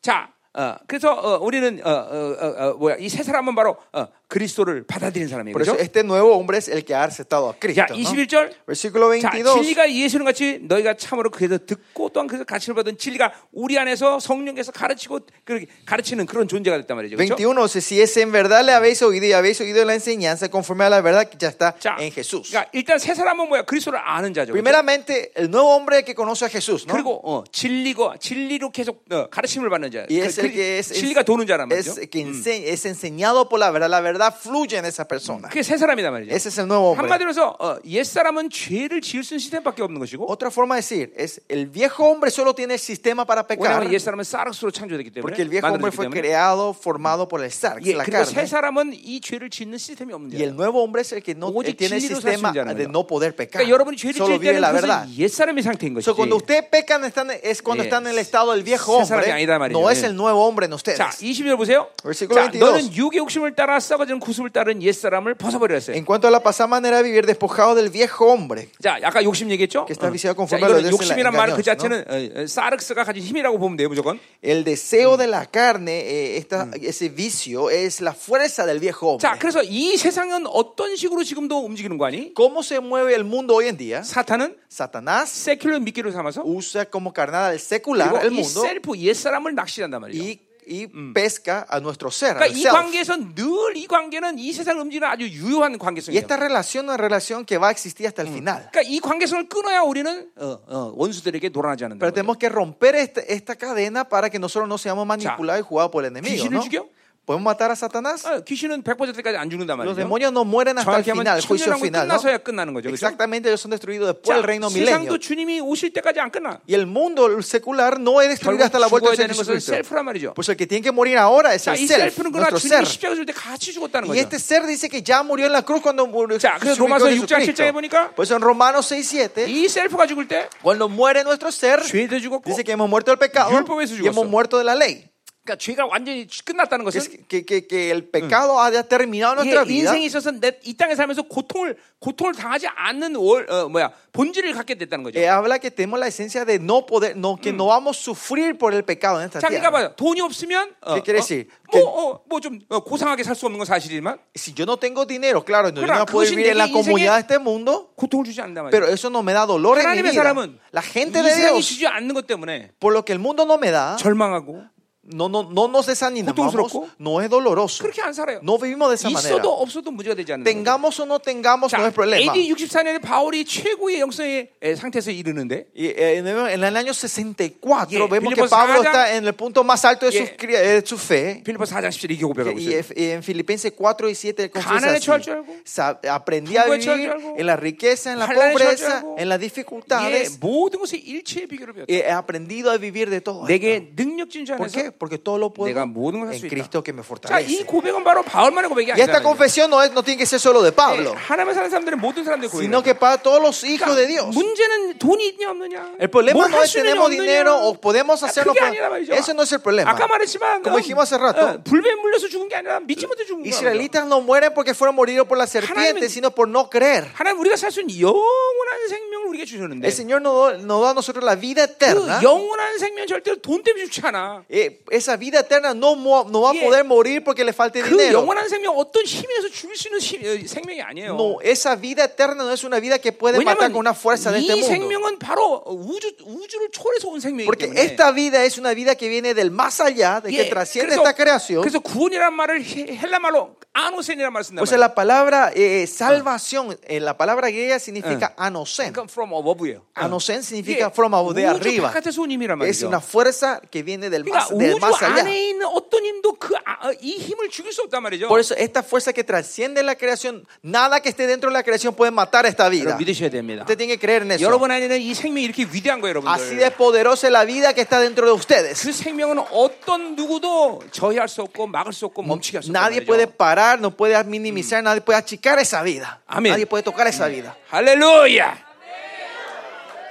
Speaker 1: 자, 어, 그래서 어, 우리는 어, 어, 어, 어, 뭐야 이 세 사람은 바로 어, 그리스도를 받아들인 사람이에요.
Speaker 2: Por eso
Speaker 1: 그죠?
Speaker 2: este nuevo hombre es el que ha aceptado a Cristo.
Speaker 1: 자,
Speaker 2: ¿no?
Speaker 1: 21절.
Speaker 2: Versículo
Speaker 1: 자,
Speaker 2: 22.
Speaker 1: 진리가 예수는 같이 너희가 참으로 그에서 듣고 또한 그에서 가르침을 받은 진리가 우리 안에서 성령께서 가르치고 그렇게 가르치는 그런 존재가 됐단 말이죠. 그렇죠?
Speaker 2: 21, si es en verdad le habéis oído y habéis oído la enseñanza conforme a la verdad que ya está
Speaker 1: 자,
Speaker 2: en Jesús.
Speaker 1: 그러니까 일단 세 사람은 뭐야? 그리스도를 아는 자죠. 그렇죠?
Speaker 2: Primeramente, el nuevo hombre que conoce a Jesús, ¿no?
Speaker 1: 그리고 어, 진리고 진리로 계속 어, 가르침을 받는 자.
Speaker 2: Y
Speaker 1: 그-
Speaker 2: es el que es, es-
Speaker 1: 진리가 도는 자란 말이죠.
Speaker 2: es que ense- es enseñado por la verdad. La verdad fluye en esa persona.
Speaker 1: 그게 세 사람이란 말이죠.
Speaker 2: Ese es el nuevo hombre.
Speaker 1: 한마디로 해서 어, 옛사람은 죄를 지을 수 있는 시스템밖에 없는 것이고
Speaker 2: Otra forma de decir es el viejo hombre solo tiene el sistema para pecar
Speaker 1: 왜냐하면 옛사람은 사르스로 창조됐기 때문에
Speaker 2: porque el viejo hombre
Speaker 1: 만들어졌기
Speaker 2: fue
Speaker 1: 때문에
Speaker 2: creado, formado por el sarx,
Speaker 1: 예,
Speaker 2: la
Speaker 1: 그리고 세
Speaker 2: carne.
Speaker 1: 사람은 이 죄를 짓는 시스템이 없는
Speaker 2: Y
Speaker 1: 자예요
Speaker 2: el nuevo hombre es el que no
Speaker 1: 오직
Speaker 2: él tiene el
Speaker 1: 진리로
Speaker 2: sistema
Speaker 1: 사는 자라는
Speaker 2: de
Speaker 1: 거죠.
Speaker 2: no poder pecar.
Speaker 1: 그러니까 여러분이 죄를
Speaker 2: Solo
Speaker 1: 지을
Speaker 2: vive
Speaker 1: 때는
Speaker 2: la
Speaker 1: 그것은
Speaker 2: verdad.
Speaker 1: 옛사람의 상태인 것이지
Speaker 2: O sea, cuando ustedes pecan están, es cuando
Speaker 1: Yes.
Speaker 2: están en el estado del viejo
Speaker 1: Ese sabe que ahí da
Speaker 2: hombre,
Speaker 1: amarillo,
Speaker 2: no es
Speaker 1: bien.
Speaker 2: el nuevo hombre en ustedes.
Speaker 1: 자 20절 보세요
Speaker 2: Versículo
Speaker 1: 자
Speaker 2: 22.
Speaker 1: 너는 육의 욕심을 따라 썩어지는 구습을 따른 옛사람을 벗어버려 했어요
Speaker 2: En cuanto a la pasada manera de vivir, despojado del viejo hombre.
Speaker 1: 자 아까 욕심 얘기했죠 어.
Speaker 2: Que está viciado
Speaker 1: 자,
Speaker 2: conforme a lo
Speaker 1: 이거는
Speaker 2: de
Speaker 1: 욕심이란
Speaker 2: la
Speaker 1: 말 그
Speaker 2: engañosa,
Speaker 1: 자체는 어, 어, 사르스가 가진 힘이라고 보면 돼요 무조건
Speaker 2: El deseo de la carne, eh, esta-
Speaker 1: Mm.
Speaker 2: ese vicio, es la fuerza del viejo hombre.
Speaker 1: 자 그래서 이 세상은 어떤 식으로 지금도 움직이는 거 아니
Speaker 2: ¿Cómo se mueve el mundo hoy en día?
Speaker 1: 사탄은
Speaker 2: Satanás
Speaker 1: 세큘러 미끼로 삼아서
Speaker 2: usa como carnada el secular, el
Speaker 1: 그리고 이
Speaker 2: mundo,
Speaker 1: 셀프 옛사람을 낚시한단 말이에요.
Speaker 2: y, y pesca a nuestro ser. al
Speaker 1: 그러니까 이
Speaker 2: self.
Speaker 1: 관계에서 늘 이 관계는 이 세상을 움직이는 아주 유효한
Speaker 2: Y
Speaker 1: 관계성이에요.
Speaker 2: esta relación es una relación que va a existir hasta el
Speaker 1: Mm.
Speaker 2: final.
Speaker 1: 그러니까 이 관계성을 끊어야 우리는 어, 어, 원수들에게 놀아나지 않는다.
Speaker 2: Pero tenemos que romper este- esta cadena para que nosotros no seamos manipulados y jugados por el enemigo.
Speaker 1: ¿귀신을
Speaker 2: ¿no?
Speaker 1: 죽여?
Speaker 2: ¿Podemos matar a Satanás?
Speaker 1: 어, 귀신은 100%까지 안 죽는단 말이에요.
Speaker 2: Los demonios no mueren hasta el
Speaker 1: 정확히
Speaker 2: final,
Speaker 1: 하면
Speaker 2: el juicio
Speaker 1: 천년왕국
Speaker 2: final. ¿no?
Speaker 1: 끝나서야 끝나는 거죠. 그렇죠?
Speaker 2: Exactamente, ellos son destruidos después
Speaker 1: 자,
Speaker 2: del reino milenio.
Speaker 1: 세상도 주님이 오실 때까지 안 끝나.
Speaker 2: Y el mundo secular no es destruido
Speaker 1: 결국
Speaker 2: hasta la vuelta
Speaker 1: 죽어야
Speaker 2: de
Speaker 1: 되는 것은
Speaker 2: Jesucristo.
Speaker 1: 셀프란 말이죠.
Speaker 2: Pues el que tiene que morir ahora es
Speaker 1: 자,
Speaker 2: el
Speaker 1: 이
Speaker 2: self,
Speaker 1: 셀프는 그러나
Speaker 2: nuestro
Speaker 1: 주님이
Speaker 2: ser.
Speaker 1: 십자가 줄때 같이 죽었다는
Speaker 2: Y
Speaker 1: 거죠.
Speaker 2: este ser dice que ya murió en la cruz cuando murió
Speaker 1: 자, 그래서
Speaker 2: crucificó
Speaker 1: 로마서
Speaker 2: a
Speaker 1: 6장
Speaker 2: Jesucristo.
Speaker 1: 7장에 보니까
Speaker 2: Pues en Romanos 6, 7,
Speaker 1: 이 셀프가 아, 죽을 때
Speaker 2: cuando muere nuestro ser,
Speaker 1: 죄도 죽었고
Speaker 2: dice que hemos muerto del pecado
Speaker 1: 율법에서
Speaker 2: y hemos
Speaker 1: 죽었어.
Speaker 2: muerto de la ley.
Speaker 1: 그러니까 죄가 완전히 끝났다는 것은
Speaker 2: Es que, que, que el pecado haya terminado
Speaker 1: 예,
Speaker 2: nuestra vida.
Speaker 1: 인생에 있어서 내, 이 땅에 살면서 고통을 고통을 당하지 않는 월, 어, 뭐야 본질을 갖게 됐다는 거죠.
Speaker 2: Eh, habla que tenemos la esencia de no poder, no, que no vamos a sufrir por el pecado en esta
Speaker 1: 자, 그러니까
Speaker 2: tierra.
Speaker 1: 봐요. 돈이 없으면 어,
Speaker 2: ¿Qué quiere decir?
Speaker 1: 뭐뭐좀 어, 고상하게 살 수 없는 건 사실이지만
Speaker 2: Si yo no tengo dinero, claro, no, yo
Speaker 1: Claro,
Speaker 2: no puedo
Speaker 1: 그것이
Speaker 2: vivir en la
Speaker 1: 내 인생의-
Speaker 2: comunidad de este mundo.
Speaker 1: 고통을 주지 않는단 말이에요.
Speaker 2: Pero eso no me da dolor en mi
Speaker 1: 하나님의
Speaker 2: vida.
Speaker 1: 사람은
Speaker 2: La gente
Speaker 1: 이
Speaker 2: de
Speaker 1: 세상이
Speaker 2: Dios,
Speaker 1: 주지 않는 것 때문에
Speaker 2: por lo que el mundo no me da,
Speaker 1: 절망하고
Speaker 2: no, no, no nos desanimamos,
Speaker 1: 고통스럽고
Speaker 2: no es doloroso.
Speaker 1: 그렇게 안 살아요.
Speaker 2: No vivimos de esa manera.
Speaker 1: 있어도 없어도 문제가 되지 않는 거예요.
Speaker 2: Tengamos o no tengamos, no
Speaker 1: 자,
Speaker 2: es problema.
Speaker 1: AD 64년에 바울이 최고의 영성의 에, 상태에서 이르는데
Speaker 2: Y, eh, en el- en el año 64
Speaker 1: Yeah,
Speaker 2: vemos que
Speaker 1: Filipos
Speaker 2: Pablo
Speaker 1: 4,
Speaker 2: está en el punto más alto de su,
Speaker 1: Yeah.
Speaker 2: cri- eh, de su fe.
Speaker 1: 빌리포 4장 17에 이렇게 고백하고
Speaker 2: Y,
Speaker 1: 있어요.
Speaker 2: ef- y en Filipenses 4 y 7 confiesa
Speaker 1: 가난에
Speaker 2: así,
Speaker 1: 처할 줄 알고,
Speaker 2: "Sa- aprendí a
Speaker 1: 불구에 처할 줄
Speaker 2: vivir
Speaker 1: 알고,
Speaker 2: en la riqueza, en la
Speaker 1: 환란에 처할 줄
Speaker 2: pobreza,
Speaker 1: 알고,
Speaker 2: en las
Speaker 1: 예,
Speaker 2: dificultades.
Speaker 1: 모든 것에 일체의 비교를 배웠다.
Speaker 2: He aprendido a vivir de todo. esto".
Speaker 1: 내게 능력진 자
Speaker 2: ¿Por
Speaker 1: 안에서
Speaker 2: qué? Porque todo lo puedo
Speaker 1: 내가 모든 걸할수
Speaker 2: en
Speaker 1: 있다.
Speaker 2: Cristo que me
Speaker 1: 자, 이
Speaker 2: fortalece.
Speaker 1: 고백은 바로 바울만의 고백이
Speaker 2: Y esta
Speaker 1: 아니잖아요.
Speaker 2: confesión no, es, no tiene que ser solo de
Speaker 1: 예,
Speaker 2: Pablo,
Speaker 1: 하나님의 사는 사람들은 모든 사람들의 고백이에요.
Speaker 2: sino que para todos los hijos de Dios.
Speaker 1: 문제는 돈이 있냐 없느냐.
Speaker 2: El problema
Speaker 1: 뭘
Speaker 2: no
Speaker 1: 할
Speaker 2: es
Speaker 1: 수 있느냐
Speaker 2: tenemos dinero o podemos
Speaker 1: 아,
Speaker 2: hacerlo.
Speaker 1: 그게
Speaker 2: pero
Speaker 1: 아니라 말이죠.
Speaker 2: Eso no es el problema.
Speaker 1: 아까 말했지만
Speaker 2: Como
Speaker 1: 어,
Speaker 2: dijimos hace rato,
Speaker 1: 어, 불뱀 물려서 죽은 게 아니라 믿지 못해 죽은 거예요.
Speaker 2: Israelitas no mueren porque fueron moridos por la serpiente,
Speaker 1: 하나님은-
Speaker 2: sino por no creer.
Speaker 1: 하나님 우리가 살 수 있는 영원한 영원한 생명을 우리에게 주셨는데
Speaker 2: El Señor nos, do- nos da a nosotros la vida
Speaker 1: 그
Speaker 2: eterna.
Speaker 1: 영원한 생명 절대로 돈 때문에 좋지 않아.
Speaker 2: Eh, esa vida eterna no, mo- no va a
Speaker 1: Yeah.
Speaker 2: poder morir porque le falte
Speaker 1: 그
Speaker 2: dinero.
Speaker 1: 영원한 생명 어떤 힘에서 죽일 수 있는 힘- 어, 생명이 아니에요.
Speaker 2: No, esa vida eterna no es una vida que puede matar con una fuerza de
Speaker 1: 이
Speaker 2: este mundo.
Speaker 1: 생명은 바로 우주 우주를 초월해서 온 생명이기
Speaker 2: Porque
Speaker 1: 때문에.
Speaker 2: esta vida es una vida que viene del más allá, de que
Speaker 1: 예,
Speaker 2: trasciende
Speaker 1: 그래서-
Speaker 2: esta creación.
Speaker 1: 그래서 구원이란 말을 헬- 헬라 말로 아노센이라는 말을 쓴단
Speaker 2: O sea,
Speaker 1: 말이야.
Speaker 2: la palabra eh, salvación, eh, la palabra griega significa anosen.
Speaker 1: 그러니까 from above예요.
Speaker 2: Anosen
Speaker 1: 이게
Speaker 2: 아, significa from above, de
Speaker 1: 우주
Speaker 2: arriba.
Speaker 1: 바깥에서 온 힘이란
Speaker 2: Es
Speaker 1: 말이죠.
Speaker 2: una fuerza que viene del más,
Speaker 1: 그러니까
Speaker 2: del más
Speaker 1: 우주
Speaker 2: allá.
Speaker 1: 안에 있는 어떤 힘도 그 아- 이 힘을 죽일 수 없단 말이죠.
Speaker 2: Por eso, esta fuerza que trasciende la creación, nada que esté dentro de la creación puede matar esta vida.
Speaker 1: 여러분 믿으셔야 됩니다.
Speaker 2: Usted tiene que creer en eso.
Speaker 1: 여러분 안에는 이 생명이 이렇게 위대한 거예요,
Speaker 2: Así
Speaker 1: 여러분들.
Speaker 2: de poderosa es la vida que está dentro de ustedes.
Speaker 1: 그 생명은 어떤 누구도 저해할 수 없고 막을 수 없고 멈추게 할수 없단
Speaker 2: Nadie
Speaker 1: 말이죠.
Speaker 2: puede parar, no puede minimizar, nadie puede achicar esa vida.
Speaker 1: Mm. Amén.
Speaker 2: Nadie puede tocar esa vida.
Speaker 1: 할렐루야.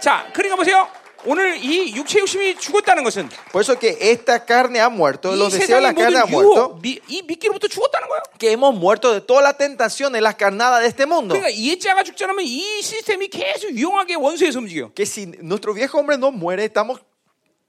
Speaker 1: 자, 그러니까 보세요. 오늘 이 육체 욕심이 죽었다는 것은
Speaker 2: Por eso que esta carne ha muerto,
Speaker 1: 이
Speaker 2: los deseos de la
Speaker 1: 세상의
Speaker 2: carne ha
Speaker 1: 모든
Speaker 2: muerto,
Speaker 1: 유혹, 미, 이 미끼로부터 죽었다는 거예요.
Speaker 2: que hemos muerto de todas las tentaciones, las carnadas de este mundo.
Speaker 1: 그러니까 이 자가 죽지 않으면 이 시스템이 계속 유용하게 원수에서 움직여.
Speaker 2: Que si nuestro viejo hombre no muere, estamos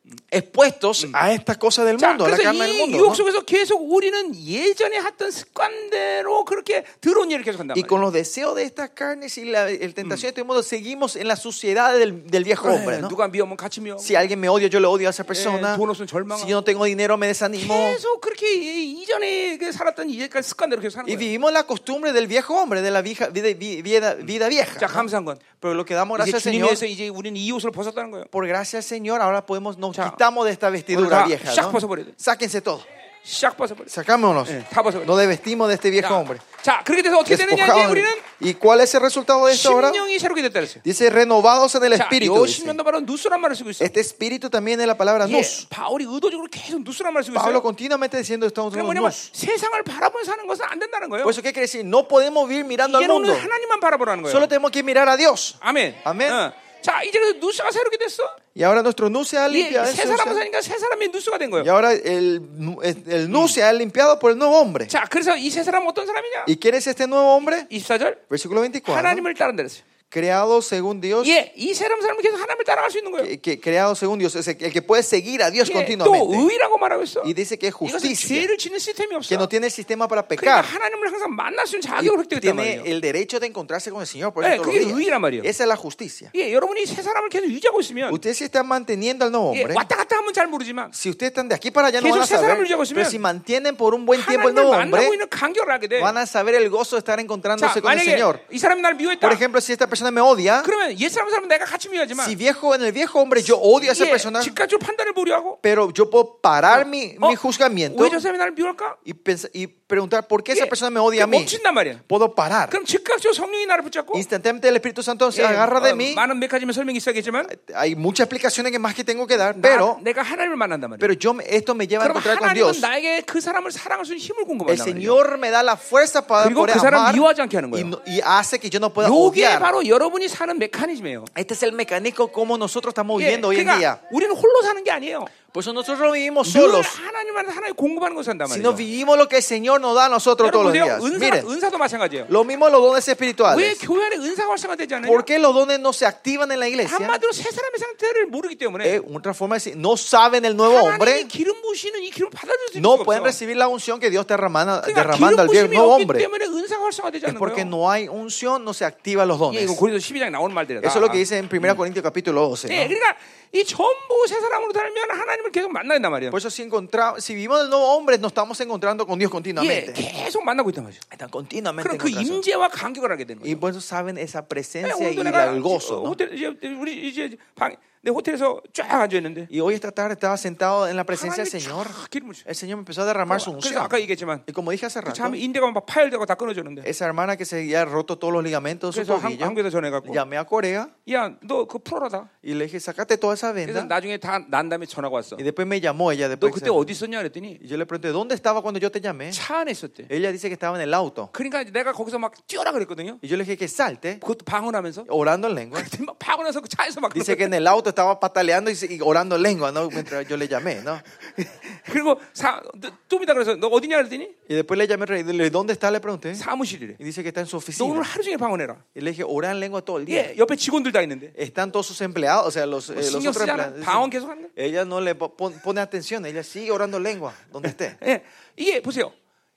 Speaker 1: Mm.
Speaker 2: expuestos a estas cosas del
Speaker 1: 자,
Speaker 2: mundo, a la
Speaker 1: 그래서
Speaker 2: carne del
Speaker 1: 이
Speaker 2: mundo.
Speaker 1: 유혹
Speaker 2: ¿no?
Speaker 1: 속에서 계속 우리는 예전에 했던 습관대로 그렇게 더러운 일을 계속 한단
Speaker 2: Y
Speaker 1: 말이에요.
Speaker 2: con los deseos de estas carnes y la el tentación de este mundo, seguimos en la suciedad del, del viejo hombre.
Speaker 1: 네,
Speaker 2: ¿no?
Speaker 1: 누가 미워하면 같이 미워.
Speaker 2: Si alguien me odia, yo le odio a
Speaker 1: Eh,
Speaker 2: esa persona.
Speaker 1: 돈 없으면 절망하고.
Speaker 2: Si yo no tengo dinero, me desanimo.
Speaker 1: 계속 그렇게 이- 이전에 그 살았던 이제까지 습관대로 계속 사는
Speaker 2: Y
Speaker 1: 거예요.
Speaker 2: vivimos la costumbre del viejo hombre, de la vieja, vida, vi- vida- vida
Speaker 1: 자,
Speaker 2: vieja. ¿no?
Speaker 1: 감사한 건
Speaker 2: Pero lo que damos
Speaker 1: 이제
Speaker 2: gracias al Señor,
Speaker 1: 주님에서 이제 우리는 이 옷을 벗었다는 거예요.
Speaker 2: por gracia al Señor, ahora podemos, nos
Speaker 1: 자,
Speaker 2: quitamos de esta vestidura
Speaker 1: 다
Speaker 2: vieja.
Speaker 1: 싹
Speaker 2: ¿no?
Speaker 1: 벗어버려야 돼.
Speaker 2: Sáquense todo.
Speaker 1: 싹 벗어버려.
Speaker 2: Sacámonos.
Speaker 1: 예, 다 벗어버려.
Speaker 2: Nos desvestimos de este viejo
Speaker 1: 자,
Speaker 2: hombre.
Speaker 1: 자, 그렇게 돼서 어떻게 네, 되느냐 이제
Speaker 2: Despojados de-
Speaker 1: 우리는
Speaker 2: ¿Y cuál es el resultado de esto ahora?
Speaker 1: 심령이 새롭게 됐다 그랬어요.
Speaker 2: Dice, renovados en el
Speaker 1: 자,
Speaker 2: espíritu.
Speaker 1: 요
Speaker 2: dice.
Speaker 1: 심령도 바로 누스란 말을 쓰고 있어요.
Speaker 2: Este espíritu también es la palabra
Speaker 1: 예,
Speaker 2: nous.
Speaker 1: 바울이 의도적으로 계속 누스란 말을 쓰고
Speaker 2: Pablo
Speaker 1: 있어요.
Speaker 2: continuamente diciendo estamos
Speaker 1: 그게
Speaker 2: en un
Speaker 1: 뭐냐면
Speaker 2: nous.
Speaker 1: 세상을 바라보며 사는 것은 안 된다는 거예요.
Speaker 2: Por eso, ¿qué quiere decir? No podemos vivir mirando al
Speaker 1: 이제는
Speaker 2: mundo.
Speaker 1: 오늘 하나님만 바라보라는 거예요.
Speaker 2: Solo tenemos que mirar a Dios.
Speaker 1: 아멘.
Speaker 2: 아멘.
Speaker 1: 어. 자, 이제 그 누스가 새롭게 됐어.
Speaker 2: Y ahora nuestro nous se ha
Speaker 1: 예,
Speaker 2: limpiado.
Speaker 1: 새 사람을 사니까 새 사람이 누스가 된
Speaker 2: Y
Speaker 1: 거예요.
Speaker 2: ahora el, nu- el nu se ha limpiado por el nuevo hombre.
Speaker 1: 자, 그래서 이 새 사람은 어떤 사람이냐?
Speaker 2: ¿Y quién es este nuevo hombre?
Speaker 1: 24절.
Speaker 2: Versículo 24. ¿no?
Speaker 1: 하나님을 따른다 그랬어요.
Speaker 2: Creado según Dios.
Speaker 1: 예,
Speaker 2: eh,
Speaker 1: 이 새로운 사람은 계속 하나님을 따라갈 수 있는 거예요.
Speaker 2: que- que- creado según Dios. Es el el que puede seguir a Dios
Speaker 1: 예, 또
Speaker 2: continuamente.
Speaker 1: 의라고 말하고 있어.
Speaker 2: Y dice que es
Speaker 1: 이것은
Speaker 2: justicia.
Speaker 1: 죄를 짓는 시스템이 없어.
Speaker 2: Que no tiene el sistema para
Speaker 1: 그러니까
Speaker 2: pecar.
Speaker 1: 하나님을 항상 만날 수 있는
Speaker 2: Y
Speaker 1: 자격을 획득했단
Speaker 2: tiene
Speaker 1: 말이에요.
Speaker 2: el derecho de encontrarse con el Señor. Por
Speaker 1: Eh,
Speaker 2: eso todos
Speaker 1: 그게
Speaker 2: los días.
Speaker 1: 의란 말이에요.
Speaker 2: Esa es la justicia.
Speaker 1: 예, 여러분이 새 사람을 계속 유지하고 있으면
Speaker 2: Ustedes si están manteniendo al nuevo
Speaker 1: 예,
Speaker 2: hombre.
Speaker 1: 왔다 갔다 하면 잘 모르지만
Speaker 2: Si ustedes están de aquí para allá no
Speaker 1: 계속
Speaker 2: van a
Speaker 1: 세
Speaker 2: saber.
Speaker 1: 사람을 유지하고 있으면
Speaker 2: Pero si mantienen por un buen tiempo el
Speaker 1: 하나님을
Speaker 2: nuevo
Speaker 1: 만나고
Speaker 2: hombre,
Speaker 1: 있는 간격을 하게 돼.
Speaker 2: van a saber el gozo de estar encontrándose
Speaker 1: 자,
Speaker 2: con el
Speaker 1: 만약에
Speaker 2: Señor.
Speaker 1: 이 사람이 날 미워했다.
Speaker 2: Por ejemplo, si esta persona me odia,
Speaker 1: 그러면 옛 사람 사람은 내가 같이 미워하지만
Speaker 2: si viejo en el viejo hombre yo odio a esa persona,
Speaker 1: 예, 즉각적으로 판단을 보류하고
Speaker 2: pero yo puedo parar mi,
Speaker 1: 어,
Speaker 2: mi juzgamiento
Speaker 1: 왜 저 사람이 나를 미워할까?
Speaker 2: y, pens- y preguntar por qué esa
Speaker 1: 예,
Speaker 2: persona me odia a
Speaker 1: 그럼
Speaker 2: mí.
Speaker 1: 멈춘단 말이야.
Speaker 2: Puedo parar.
Speaker 1: 그럼 즉각적으로 성령이 나를 붙잡고
Speaker 2: Instantáneamente el Espíritu Santo se
Speaker 1: 예,
Speaker 2: agarra
Speaker 1: 어,
Speaker 2: de mí.
Speaker 1: 많은 몇 가지면 설명이 있어야겠지만
Speaker 2: Hay muchas explicaciones que más que tengo que dar,
Speaker 1: 나-
Speaker 2: pero,
Speaker 1: 내가 하나님을 만난단 말이야.
Speaker 2: pero yo me- esto me lleva a
Speaker 1: 그럼
Speaker 2: encontrar con
Speaker 1: 하나님은
Speaker 2: Dios.
Speaker 1: 나에게 그 사람을 사랑할 수 있는 힘을
Speaker 2: El
Speaker 1: 공급한단 말이야.
Speaker 2: Señor me da la fuerza para
Speaker 1: 그리고
Speaker 2: poder
Speaker 1: 그 사람
Speaker 2: amar
Speaker 1: 미워하지 않게 하는
Speaker 2: y,
Speaker 1: 거예요.
Speaker 2: no- y hace que yo no pueda
Speaker 1: 요게
Speaker 2: odiar.
Speaker 1: 바로 여러분이 사는 메커니즘이에요.
Speaker 2: Este es el mecanismo como nosotros estamos
Speaker 1: 예,
Speaker 2: viviendo hoy en
Speaker 1: 그러니까
Speaker 2: día.
Speaker 1: 우리는 홀로 사는 게 아니에요.
Speaker 2: Por eso nosotros no vivimos
Speaker 1: 늘
Speaker 2: solos,
Speaker 1: 하나님한테 하나님 공급하는 것을 산단
Speaker 2: sino
Speaker 1: 말이에요.
Speaker 2: vivimos lo que el Señor nos da a nosotros
Speaker 1: 여러분
Speaker 2: todos
Speaker 1: 보세요.
Speaker 2: los días.
Speaker 1: 은사,
Speaker 2: Miren,
Speaker 1: 은사도 마찬가지예요.
Speaker 2: lo mismo los dones
Speaker 1: 왜
Speaker 2: espirituales.
Speaker 1: 교회 안에 은사가 활성화되지 않아요?
Speaker 2: ¿Por qué los dones no se activan en la iglesia?
Speaker 1: 한마디로 새 사람의 상태를 모르기 때문에
Speaker 2: Eh, otra forma de decir, no saben el nuevo
Speaker 1: 하나님이
Speaker 2: hombre,
Speaker 1: 기름 부시는 이 기름 받아들일 수 있는
Speaker 2: no pueden
Speaker 1: 수가 없어.
Speaker 2: recibir la unción que Dios está derramando,
Speaker 1: 그러니까
Speaker 2: derramando
Speaker 1: 기름
Speaker 2: al vie-
Speaker 1: 부심이
Speaker 2: nuevo
Speaker 1: 없기
Speaker 2: hombre.
Speaker 1: 때문에 은사가 활성화되지
Speaker 2: Es
Speaker 1: 않는
Speaker 2: porque
Speaker 1: 거예요.
Speaker 2: no hay unción, no se activan
Speaker 1: 예,
Speaker 2: los dones.
Speaker 1: 이거 고린도 12장에 나오는 말들이다.
Speaker 2: Eso es lo que dice en 1 Corintios capítulo 12. ¿no?
Speaker 1: 예, 그러니까 이 전부 새 사람으로 살면 하나님을 계속 만나야 된단 말이에요.
Speaker 2: Por eso si, encontra- si vivimos el nuevo hombre, nos estamos encontrando con Dios
Speaker 1: 예,
Speaker 2: continuamente.
Speaker 1: 계속 만나고 있단 말이죠.
Speaker 2: Están continuamente
Speaker 1: 그럼 그
Speaker 2: encontrándose.
Speaker 1: 임재와 간격을 하게 되는 거예요.
Speaker 2: Y por eso saben esa
Speaker 1: 아니,
Speaker 2: presencia y
Speaker 1: 오늘도 내가
Speaker 2: el gozo. ¿no?
Speaker 1: 호텔 이제 우리 이제 방 내 호텔에서 쫙 앉아 있는데
Speaker 2: Y hoy esta tarde estaba sentado en la presencia del
Speaker 1: 하나님이
Speaker 2: Señor.
Speaker 1: 쫙 기름을 주.
Speaker 2: El Señor me empezó a derramar su
Speaker 1: 어, 그래서
Speaker 2: unción.
Speaker 1: 아까 얘기했지만
Speaker 2: Y como dije hace rato,
Speaker 1: 참 인대가 막 파열되고 다 끊어졌는데.
Speaker 2: esa hermana que se había roto todos los ligamentos de su
Speaker 1: 그래서 한-
Speaker 2: tobillo,
Speaker 1: 한국에서 전해갖고
Speaker 2: llamé a Corea
Speaker 1: 야 너 그 풀어라.
Speaker 2: y le dije, sacate toda
Speaker 1: 그래서
Speaker 2: esa venda.
Speaker 1: 나중에 다 난 다음에 전화가 왔어.
Speaker 2: Y después me llamó ella.
Speaker 1: 너
Speaker 2: Después
Speaker 1: 그때 어디 있었냐 그랬더니
Speaker 2: Y yo le pregunté, ¿dónde estaba cuando yo te llamé?
Speaker 1: 차 안에 있었대.
Speaker 2: Ella dice que estaba en el auto.
Speaker 1: 그러니까 이제 내가 거기서 막 뛰어라 그랬거든요.
Speaker 2: Y yo le dije que 사lte,
Speaker 1: 그것도 방언하면서
Speaker 2: orando en lengua.
Speaker 1: 그때 막 파고 나서 그 차에서 막
Speaker 2: Dice que en el auto estaba pataleando y, se- y orando en lengua, ¿no? Mientras yo le llamé, ¿no?
Speaker 1: 그러더라고요. 그리고 사, 뚜비다 그래서 너 어디냐 그랬더니
Speaker 2: Y después le llamé al rey, dile, ¿dónde está? Le pregunté.
Speaker 1: 사무실이래.
Speaker 2: Y dice que está en su
Speaker 1: 너 오늘
Speaker 2: oficina.
Speaker 1: 하루 종일 방언해라.
Speaker 2: Y le dije, ora en lengua todo el día.
Speaker 1: 예, 옆에 직원들 다 있는데
Speaker 2: Están todos sus empleados, o sea, los, eh, los
Speaker 1: 신경
Speaker 2: otros
Speaker 1: 쓰지 않아. 방언
Speaker 2: empleados.
Speaker 1: 계속 하는 거야.
Speaker 2: Ella no le po- pon- pone atención, ella sigue orando en lengua, donde esté.
Speaker 1: 예, 이게 보세요.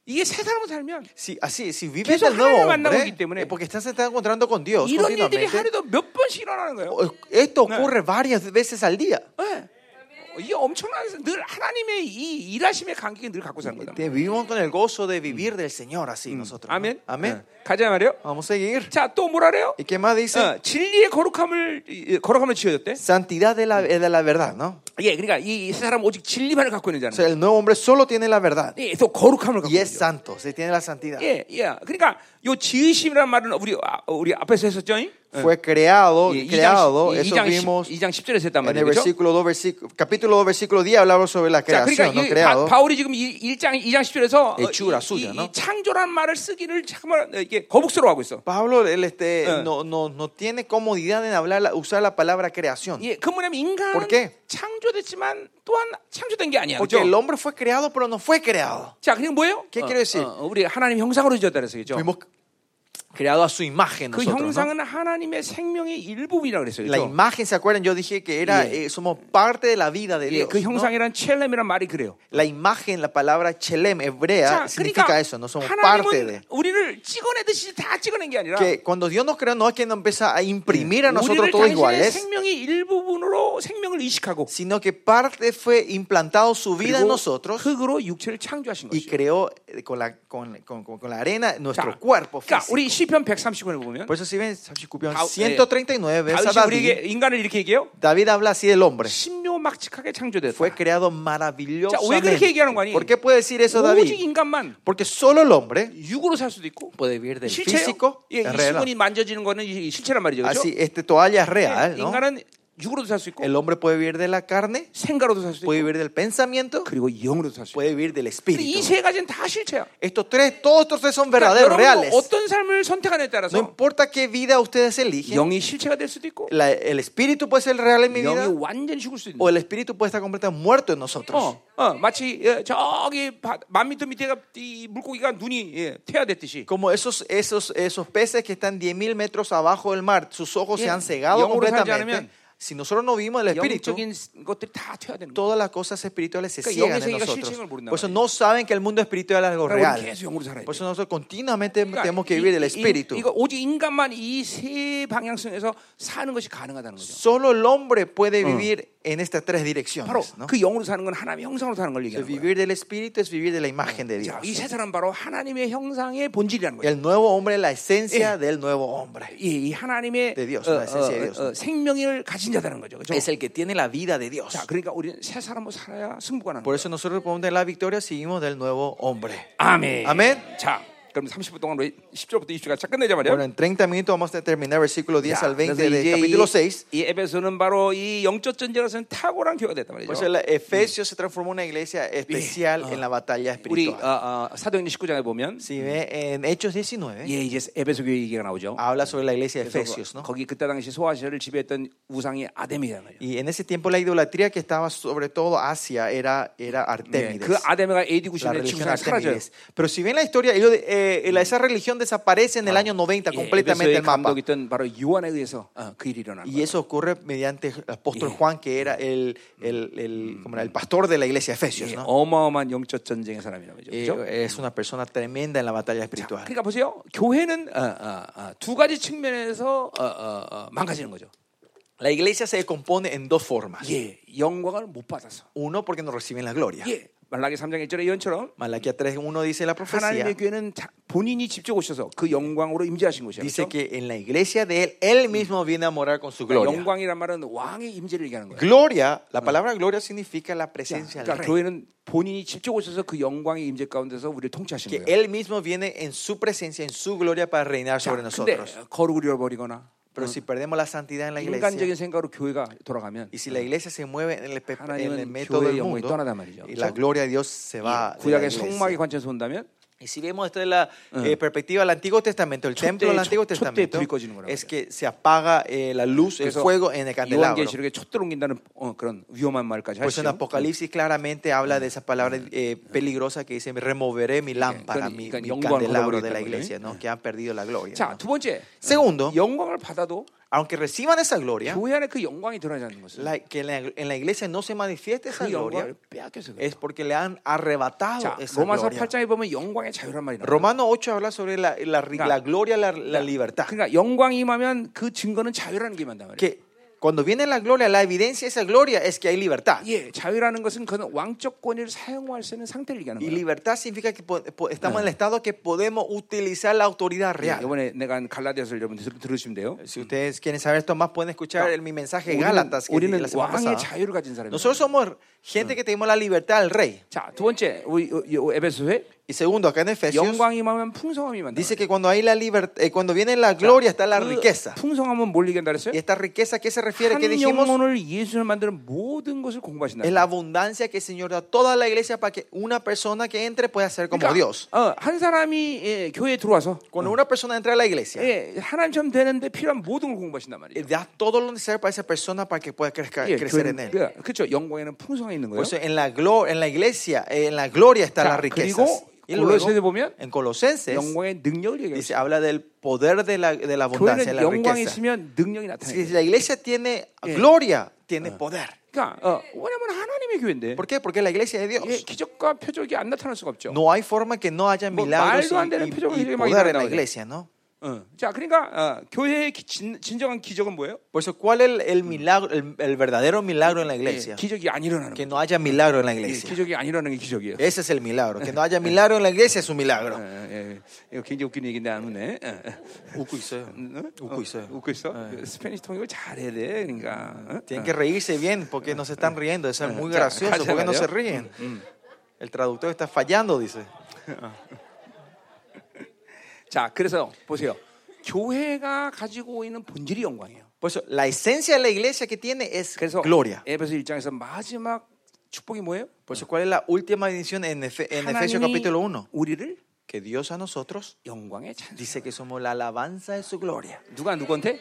Speaker 1: 이게 세 사람을 살면
Speaker 2: Si, así, si vives
Speaker 1: 계속
Speaker 2: del nuevo
Speaker 1: 하나님을 만나고
Speaker 2: hombre,
Speaker 1: 있기 때문에
Speaker 2: es porque estás se está encontrando con Dios
Speaker 1: 이런 일들이
Speaker 2: continuamente.
Speaker 1: 하루도 몇 번씩 일어나는 거예요.
Speaker 2: O- Esto ocurre varias veces al día.
Speaker 1: 예. 이게 엄청난 늘 하나님의 이 일하심의 감격이 늘 갖고 사는 거다.
Speaker 2: Te- Vivimos con el gozo de vivir del Señor así nosotros. ¿no?
Speaker 1: 아멘.
Speaker 2: Mm. Amén. Ah.
Speaker 1: 예. 가자 말이요.
Speaker 2: Vamos a seguir.
Speaker 1: 자, 또 뭐라 그래요?
Speaker 2: ¿Y qué más dice?
Speaker 1: 어, 진리의 거룩함을 이- 거룩함을 지어줬대.
Speaker 2: Santidad de la, de la verdad, ¿no?
Speaker 1: 예, 그러니까 이, 이 사람 오직 진리만을 갖고 있는
Speaker 2: O
Speaker 1: 자는.
Speaker 2: sea, el nuevo hombre solo tiene la verdad
Speaker 1: 예, 또 거룩함을 갖고
Speaker 2: y
Speaker 1: 있는
Speaker 2: es
Speaker 1: 자.
Speaker 2: santo, se tiene la santidad.
Speaker 1: 예, 예. 그러니까 요 지으심이란 말은 우리 아, 우리 앞에서 했었죠. 잉? 예.
Speaker 2: Fue creado,
Speaker 1: 예,
Speaker 2: creado,
Speaker 1: 시-
Speaker 2: eso
Speaker 1: 이장 십-
Speaker 2: vimos
Speaker 1: 이장 10절에서 했단
Speaker 2: en
Speaker 1: 말이죠.
Speaker 2: el
Speaker 1: 그렇죠?
Speaker 2: versículo 2, versículo, capítulo 2, versículo 10 hablamos sobre la
Speaker 1: 자, 그러니까
Speaker 2: creación, ¿no?
Speaker 1: 이 바,
Speaker 2: Creado.
Speaker 1: 바울이 지금 이 1장 2장 10절에서
Speaker 2: Hechura suya, no?
Speaker 1: 창조란 말을 쓰기를 정말 이게 거북스러워하고 있어.
Speaker 2: Pablo, él este,
Speaker 1: Eh.
Speaker 2: no, no, no tiene comodidad en hablar, la- usar la palabra creación.
Speaker 1: 예, 그 뭐냐면 인간은
Speaker 2: ¿Por qué?
Speaker 1: 창조됐지만 또한 창조된 게 아니야.
Speaker 2: Porque el
Speaker 1: 그렇죠?
Speaker 2: hombre fue creado, pero no fue creado.
Speaker 1: 자, 그냥 뭐예요?
Speaker 2: ¿Qué
Speaker 1: 어,
Speaker 2: quiero decir?
Speaker 1: 어, 우리 하나님 형상으로 지었다 그랬어요. 그죠?
Speaker 2: Fuimos creados a su imagen.
Speaker 1: 그
Speaker 2: nosotros, ¿no?
Speaker 1: 형상은 하나님의 생명의 일부분이라고 그랬어요.
Speaker 2: La
Speaker 1: 그죠?
Speaker 2: imagen, ¿se acuerdan? Yo dije que era,
Speaker 1: Yeah.
Speaker 2: eh, somos parte de la vida de
Speaker 1: 예,
Speaker 2: Dios.
Speaker 1: 그
Speaker 2: ¿no?
Speaker 1: 형상이란 첼렘이란 말이 그래요.
Speaker 2: La imagen, la palabra chelem hebrea
Speaker 1: 자,
Speaker 2: significa
Speaker 1: 그러니까
Speaker 2: eso, no somos parte
Speaker 1: 하나님은
Speaker 2: de.
Speaker 1: 우리를 찍어내듯이 다 찍어낸 게 아니라
Speaker 2: Que cuando Dios nos creó, no es que nos empieza a imprimir a nosotros
Speaker 1: 우리를
Speaker 2: todos
Speaker 1: 당신의
Speaker 2: iguales,
Speaker 1: 생명의 일부분으로 생명을 이식하고
Speaker 2: sino que parte fue implantado su vida en
Speaker 1: 그리고
Speaker 2: nosotros
Speaker 1: 흙으로 육체를 창조하신
Speaker 2: y
Speaker 1: 것이죠.
Speaker 2: creó eh, con la, con, con- con- con la arena
Speaker 1: 자,
Speaker 2: nuestro cuerpo
Speaker 1: 그러니까
Speaker 2: físico.
Speaker 1: 우리 시편 130권을 보면
Speaker 2: Por eso si ven, Salmos
Speaker 1: Dao-
Speaker 2: 139 ves a
Speaker 1: 다윗이 우리에게
Speaker 2: David,
Speaker 1: 인간을 이렇게 얘기해요.
Speaker 2: David habla así del hombre.
Speaker 1: 신묘막측하게 창조됐다.
Speaker 2: Fue creado
Speaker 1: 왜 그렇게 얘기하는 거니?
Speaker 2: maravillosamente. ¿Por qué puede decir eso
Speaker 1: 오직
Speaker 2: David?
Speaker 1: 인간만
Speaker 2: Porque solo el hombre
Speaker 1: 육으로 살 수도 있고
Speaker 2: puede vivir del
Speaker 1: 실체요.
Speaker 2: físico.
Speaker 1: 예, 이
Speaker 2: es real.
Speaker 1: 수건이 만져지는 거는 이 실체란 말이죠. 그렇죠?
Speaker 2: Así, este toalla es
Speaker 1: 예,
Speaker 2: real, ¿no?
Speaker 1: 인간은 육으로도 살 수 있고
Speaker 2: El hombre puede vivir de la carne,
Speaker 1: 생가로도 살 수 있고
Speaker 2: puede vivir del pensamiento,
Speaker 1: 그리고 영으로도 살 수 있고
Speaker 2: puede vivir del
Speaker 1: 이
Speaker 2: espíritu.
Speaker 1: 세 가지는 다 실체야.
Speaker 2: Estos tres, todos estos tres son
Speaker 1: 그러니까
Speaker 2: verdaderos,
Speaker 1: 여러분도
Speaker 2: reales.
Speaker 1: 어떤 삶을 선택하느냐에
Speaker 2: No
Speaker 1: 따라서
Speaker 2: importa qué vida ustedes eligen,
Speaker 1: 영이 실체가 될 수도 있고
Speaker 2: la- el espíritu puede ser real en mi vida
Speaker 1: 영이 완전히 죽을 수도 있는
Speaker 2: o el espíritu puede estar completamente muerto en nosotros.
Speaker 1: 어, 어, 마치 예, 저기 바- 만 미터 밑에가 이 물고기가 눈이 예, 태아됐듯이
Speaker 2: Como esos, esos, esos peces que están 10.000 metros abajo del mar, sus ojos se
Speaker 1: Yeah.
Speaker 2: han cegado
Speaker 1: 영으로 살지
Speaker 2: completamente.
Speaker 1: 않으면
Speaker 2: Si nosotros no vivimos del espíritu,
Speaker 1: 영적인 것들이 다 퇴화되는 거예요.
Speaker 2: todas las cosas espirituales se
Speaker 1: 그러니까
Speaker 2: ciegan
Speaker 1: 영의
Speaker 2: en
Speaker 1: 세계가
Speaker 2: nosotros.
Speaker 1: 실체를 모른단
Speaker 2: Por eso
Speaker 1: 말이에요.
Speaker 2: no saben que el mundo espiritual es algo
Speaker 1: 그러니까 우리
Speaker 2: real.
Speaker 1: 계속 영으로 살아야
Speaker 2: Por
Speaker 1: 돼.
Speaker 2: eso nosotros continuamente tenemos que vivir del espíritu.
Speaker 1: 그러니까 이거 오직 인간만 이 세 방향성에서 사는 것이 가능하다는 거죠.
Speaker 2: Solo el hombre puede vivir en estas tres
Speaker 1: 바로
Speaker 2: direcciones. ¿no?
Speaker 1: 그 영으로 사는 건 하나님의 형상으로 사는 걸
Speaker 2: Que
Speaker 1: 얘기하는 거예요.
Speaker 2: vivir del espíritu es vivir de la imagen de Dios.
Speaker 1: 이세 사람 바로 하나님의 형상의 본질이라는 거예요.
Speaker 2: El nuevo hombre es la esencia del nuevo hombre.
Speaker 1: 이, 이 하나님의
Speaker 2: 네, Dios,
Speaker 1: 어,
Speaker 2: la esencia de Dios.
Speaker 1: 어, 어, 생명을 가진 자라는 거죠. 그죠?
Speaker 2: Es el que tiene la vida de Dios.
Speaker 1: 자, 그러니까 우리는 세 사람으로 살아야 승부가 나는
Speaker 2: Por
Speaker 1: 거예요.
Speaker 2: eso nosotros podemos tener la victoria si vivimos del nuevo hombre.
Speaker 1: 아멘.
Speaker 2: 아멘.
Speaker 1: 자, 그럼 30분 동안 우리 10절부터 20절까지 쫙 끝내자 말이야.
Speaker 2: Bueno, en 30 minutos vamos a terminar versículo 10
Speaker 1: 자,
Speaker 2: al 20
Speaker 1: 그래서
Speaker 2: del
Speaker 1: 이제
Speaker 2: capítulo
Speaker 1: 이-
Speaker 2: 6.
Speaker 1: 이 에베소는 바로 이 영적 전쟁에서는 탁월한 교회가 됐단 말이죠.
Speaker 2: Por eso la Efesio Pues se transformó en una iglesia especial en la
Speaker 1: 우리
Speaker 2: batalla espiritual.
Speaker 1: 어, 어, 사도행전 19장에 보면
Speaker 2: Si ve en Hechos 19,
Speaker 1: 예, 아, 이제 에베소 교회 얘기가 나오죠.
Speaker 2: habla sobre la iglesia de
Speaker 1: 그래서
Speaker 2: Efesios, ¿no?
Speaker 1: 거기 그때 당시 소아시아를 지배했던 우상이 아데미잖아요.
Speaker 2: Y en ese tiempo la idolatría que estaba sobre todo Asia era, era
Speaker 1: 예,
Speaker 2: Artemides.
Speaker 1: 그 아데미가 AD
Speaker 2: la
Speaker 1: 90년에
Speaker 2: religión
Speaker 1: 지구상에 사라져요.
Speaker 2: Artemides. Pero si ven la historia, ellos, eh, la- esa religión desaparece en el año 90
Speaker 1: 예,
Speaker 2: completamente
Speaker 1: 에베소의
Speaker 2: del mapa.
Speaker 1: 감독이던 바로 요한에 의해서 어, 그 일이 일어난
Speaker 2: Y
Speaker 1: 거예요.
Speaker 2: eso ocurre mediante el apóstol
Speaker 1: Yeah.
Speaker 2: Juan, que era el, el, el- como era el pastor de la iglesia de Efesios.
Speaker 1: 예,
Speaker 2: ¿no?
Speaker 1: 어마어마한 영적 전쟁의 사람이란 말이죠.
Speaker 2: Eh,
Speaker 1: 그죠?
Speaker 2: es una persona tremenda en la batalla espiritual.
Speaker 1: 그러니까 보세요. 교회는 어, 어, 어, 두 가지 측면에서 어, 어, 어, 망가지는 거죠.
Speaker 2: La iglesia se compone en dos formas.
Speaker 1: 예, 영광을 못 받아서.
Speaker 2: Uno, porque no reciben la gloria.
Speaker 1: 예, 말라기 3장 1절의 예언처럼
Speaker 2: Malaquía 3.1 dice la profecía.
Speaker 1: 하나님의 교회는 자- 본인이 직접 오셔서 그 영광으로 임재하신 곳이에요.
Speaker 2: Dice
Speaker 1: 그렇죠?
Speaker 2: que en la iglesia de él, él mismo viene a morar con su
Speaker 1: 그러니까
Speaker 2: gloria.
Speaker 1: 영광이란 말은 왕의 임재를 얘기하는 거예요.
Speaker 2: Gloria, la palabra gloria significa la presencia
Speaker 1: 그러니까
Speaker 2: del rey.
Speaker 1: 교회는 본인이 직접 오셔서 그 영광의 임재 가운데서 우리를 통치하시는
Speaker 2: Que
Speaker 1: 거예요.
Speaker 2: él mismo viene en su presencia, en su gloria para reinar sobre
Speaker 1: 자, 근데
Speaker 2: nosotros.
Speaker 1: 거룩을 잃어버리거나
Speaker 2: Pero si perdemos la santidad en la
Speaker 1: 인간적인
Speaker 2: iglesia
Speaker 1: 생각으로 교회가 돌아가면
Speaker 2: y si la iglesia se mueve en el, pe- en el
Speaker 1: 하나님은
Speaker 2: método
Speaker 1: 교회의
Speaker 2: del
Speaker 1: 영광이
Speaker 2: mundo
Speaker 1: 떠나단 말이죠.
Speaker 2: y la
Speaker 1: 그렇죠?
Speaker 2: 아, gloria de Dios se va de la
Speaker 1: 구약의
Speaker 2: iglesia.
Speaker 1: 성막의 관점에서 본다면
Speaker 2: Y si vemos desde la eh, perspectiva del Antiguo Testamento, el
Speaker 1: 촛대,
Speaker 2: templo del Antiguo
Speaker 1: 촛- 촛대
Speaker 2: Testamento,
Speaker 1: 불이 꺼지는 거라고
Speaker 2: es que se apaga eh, la luz, el
Speaker 1: 그래서
Speaker 2: fuego en el candelabro.
Speaker 1: 요한계시록에 촛불 옮긴다는 어, 그런 위험한 말까지
Speaker 2: Pues en
Speaker 1: 하시죠.
Speaker 2: Apocalipsis claramente habla de esa palabra eh, peligrosa que dice, removeré mi lámpara,
Speaker 1: 그건-
Speaker 2: mi,
Speaker 1: 그건
Speaker 2: mi
Speaker 1: 영광을
Speaker 2: candelabro
Speaker 1: 잃어버리겠다는
Speaker 2: de la
Speaker 1: 거지.
Speaker 2: iglesia, ¿no? que han perdido la gloria.
Speaker 1: 자,
Speaker 2: ¿no?
Speaker 1: 두 번째.
Speaker 2: Segundo,
Speaker 1: 영광을 받아도
Speaker 2: aunque reciban esa gloria,
Speaker 1: 교회 안에 그 영광이 드러나지 않는 것은
Speaker 2: la- que en la, en la iglesia no se manifieste esa
Speaker 1: 그 영광을
Speaker 2: gloria,
Speaker 1: 빼앗겨서 그래요.
Speaker 2: es porque le han arrebatado
Speaker 1: 자,
Speaker 2: esa
Speaker 1: 로마서
Speaker 2: gloria.
Speaker 1: 8장에 보면 영광의 자유란 말이 나와요.
Speaker 2: Romano 8 habla sobre la, la, ri- la gloria, la, la libertad.
Speaker 1: 그러니까 영광이 임하면 그 증거는 자유라는 게 임한단 말이에요.
Speaker 2: que cuando viene la gloria, la evidencia de esa gloria es que hay libertad.
Speaker 1: 예, 자유라는 것은 그는 왕적 권위를 사용할 수 있는 상태를 얘기하는
Speaker 2: Y
Speaker 1: 거예요.
Speaker 2: libertad significa que po- po- estamos en el estado que podemos utilizar la autoridad
Speaker 1: 예,
Speaker 2: real.
Speaker 1: 이번에 내가 한 갈라디아서를 여러분 들, 들으시면 돼요.
Speaker 2: Si ustedes quieren saber esto más, pueden escuchar el- mi mensaje de
Speaker 1: 우리는,
Speaker 2: Gálatas que di
Speaker 1: 우리는
Speaker 2: la
Speaker 1: 왕의
Speaker 2: semana pasada.
Speaker 1: 자유를 가진 사람이에요.
Speaker 2: Nosotros somos gente que tenemos la libertad del rey.
Speaker 1: 자, 두 번째, 우리 요- 요 에베소서에
Speaker 2: Y segundo, acá en Efesios
Speaker 1: 영광이 임하면 풍성함이 임한다.
Speaker 2: dice que cuando hay la libertad, cuando viene la gloria está la
Speaker 1: 그
Speaker 2: riqueza.
Speaker 1: 풍성함은 뭘 얘기한다 그랬어요?
Speaker 2: Y esta riqueza, ¿qué se refiere? Que
Speaker 1: 한
Speaker 2: dijimos
Speaker 1: 영혼을 예수를 만드는 모든 것을 공부하신다.
Speaker 2: es la abundancia que el Señor da a toda la iglesia para que una persona que entre pueda ser como Dios.
Speaker 1: 어, 한 사람이 예, 교회에 들어와서
Speaker 2: Cuando una persona entra a la iglesia,
Speaker 1: 예, 하나님처럼 되는데 필요한 모든 걸 공부하신단
Speaker 2: Eh,
Speaker 1: 말이에요.
Speaker 2: da todo lo necesario para esa persona para que pueda crezca- crecer en
Speaker 1: 교회는,
Speaker 2: él.
Speaker 1: 그, 그렇죠. 영광에는 풍성이 있는 거예요.
Speaker 2: Por eso en la, glo- en la iglesia, eh, en la gloria están
Speaker 1: 자,
Speaker 2: las riquezas.
Speaker 1: 그리고
Speaker 2: Y luego,
Speaker 1: 골로새서 보면
Speaker 2: en Colosenses
Speaker 1: 영광의 능력을 얘기해요.
Speaker 2: dice, habla del poder de la, de la abundancia, de
Speaker 1: 교회는
Speaker 2: la
Speaker 1: 영광이
Speaker 2: riqueza.
Speaker 1: 있으면 능력이
Speaker 2: Si
Speaker 1: 나타나요.
Speaker 2: la iglesia tiene
Speaker 1: 예.
Speaker 2: gloria, tiene poder.
Speaker 1: 그러니까 어, 왜냐면 하나님의 교회인데
Speaker 2: ¿Por qué? Porque la iglesia de Dios.
Speaker 1: 예, 기적과 표적이 안 나타날 수가 없죠.
Speaker 2: No hay forma que no haya
Speaker 1: 뭐,
Speaker 2: milagros
Speaker 1: 말도 안
Speaker 2: y,
Speaker 1: 되는
Speaker 2: y-
Speaker 1: 표적을
Speaker 2: y
Speaker 1: 이렇게 막
Speaker 2: poder en la
Speaker 1: 일어나거든요.
Speaker 2: iglesia, ¿no?
Speaker 1: 어. 자, 그러니까 어, 교회의 기- 진, 진정한 기적은 뭐예요?
Speaker 2: Por eso, ¿cuál es el, el
Speaker 1: Mm.
Speaker 2: milagro, el, el verdadero milagro en la
Speaker 1: 예,
Speaker 2: iglesia?
Speaker 1: 기적이 안 일어나는
Speaker 2: Que
Speaker 1: 거예요.
Speaker 2: no haya milagro en la
Speaker 1: 예,
Speaker 2: iglesia.
Speaker 1: 기적이 안 일어나는 게 기적이에요.
Speaker 2: Ese es el milagro. Que no haya milagro en la iglesia es un milagro.
Speaker 1: 예, 예. 이거 굉장히 웃기는 얘기인데 안 웃네. 예, 예.
Speaker 2: 웃고 있어요.
Speaker 1: 응?
Speaker 2: 웃고 있어요. 예.
Speaker 1: 웃고 있어? 그 스페니시 통역을 잘해야 돼. 그러니까. 응?
Speaker 2: Tienen que reírse bien porque no se están riendo. Eso es
Speaker 1: Ah. Ya,
Speaker 2: muy
Speaker 1: Mm,
Speaker 2: gracioso.
Speaker 1: cállate,
Speaker 2: ¿Por qué no
Speaker 1: Dios.
Speaker 2: se ríen? El traductor está fallando, dice.
Speaker 1: 자, 그래서 보세요. 교회가 가지고 있는 본질이 영광이에요.
Speaker 2: Por eso, la esencia de la iglesia que tiene es
Speaker 1: 그래서
Speaker 2: gloria.
Speaker 1: 에베소 1장에서 마지막 축복이 뭐예요?
Speaker 2: Por eso, ¿cuál es la última bendición en, Efe- en Efesios capítulo 1?
Speaker 1: 우리를
Speaker 2: Que Dios a nosotros
Speaker 1: 영광의 찬.
Speaker 2: dice que somos la alabanza de su gloria.
Speaker 1: 누가 누구한테?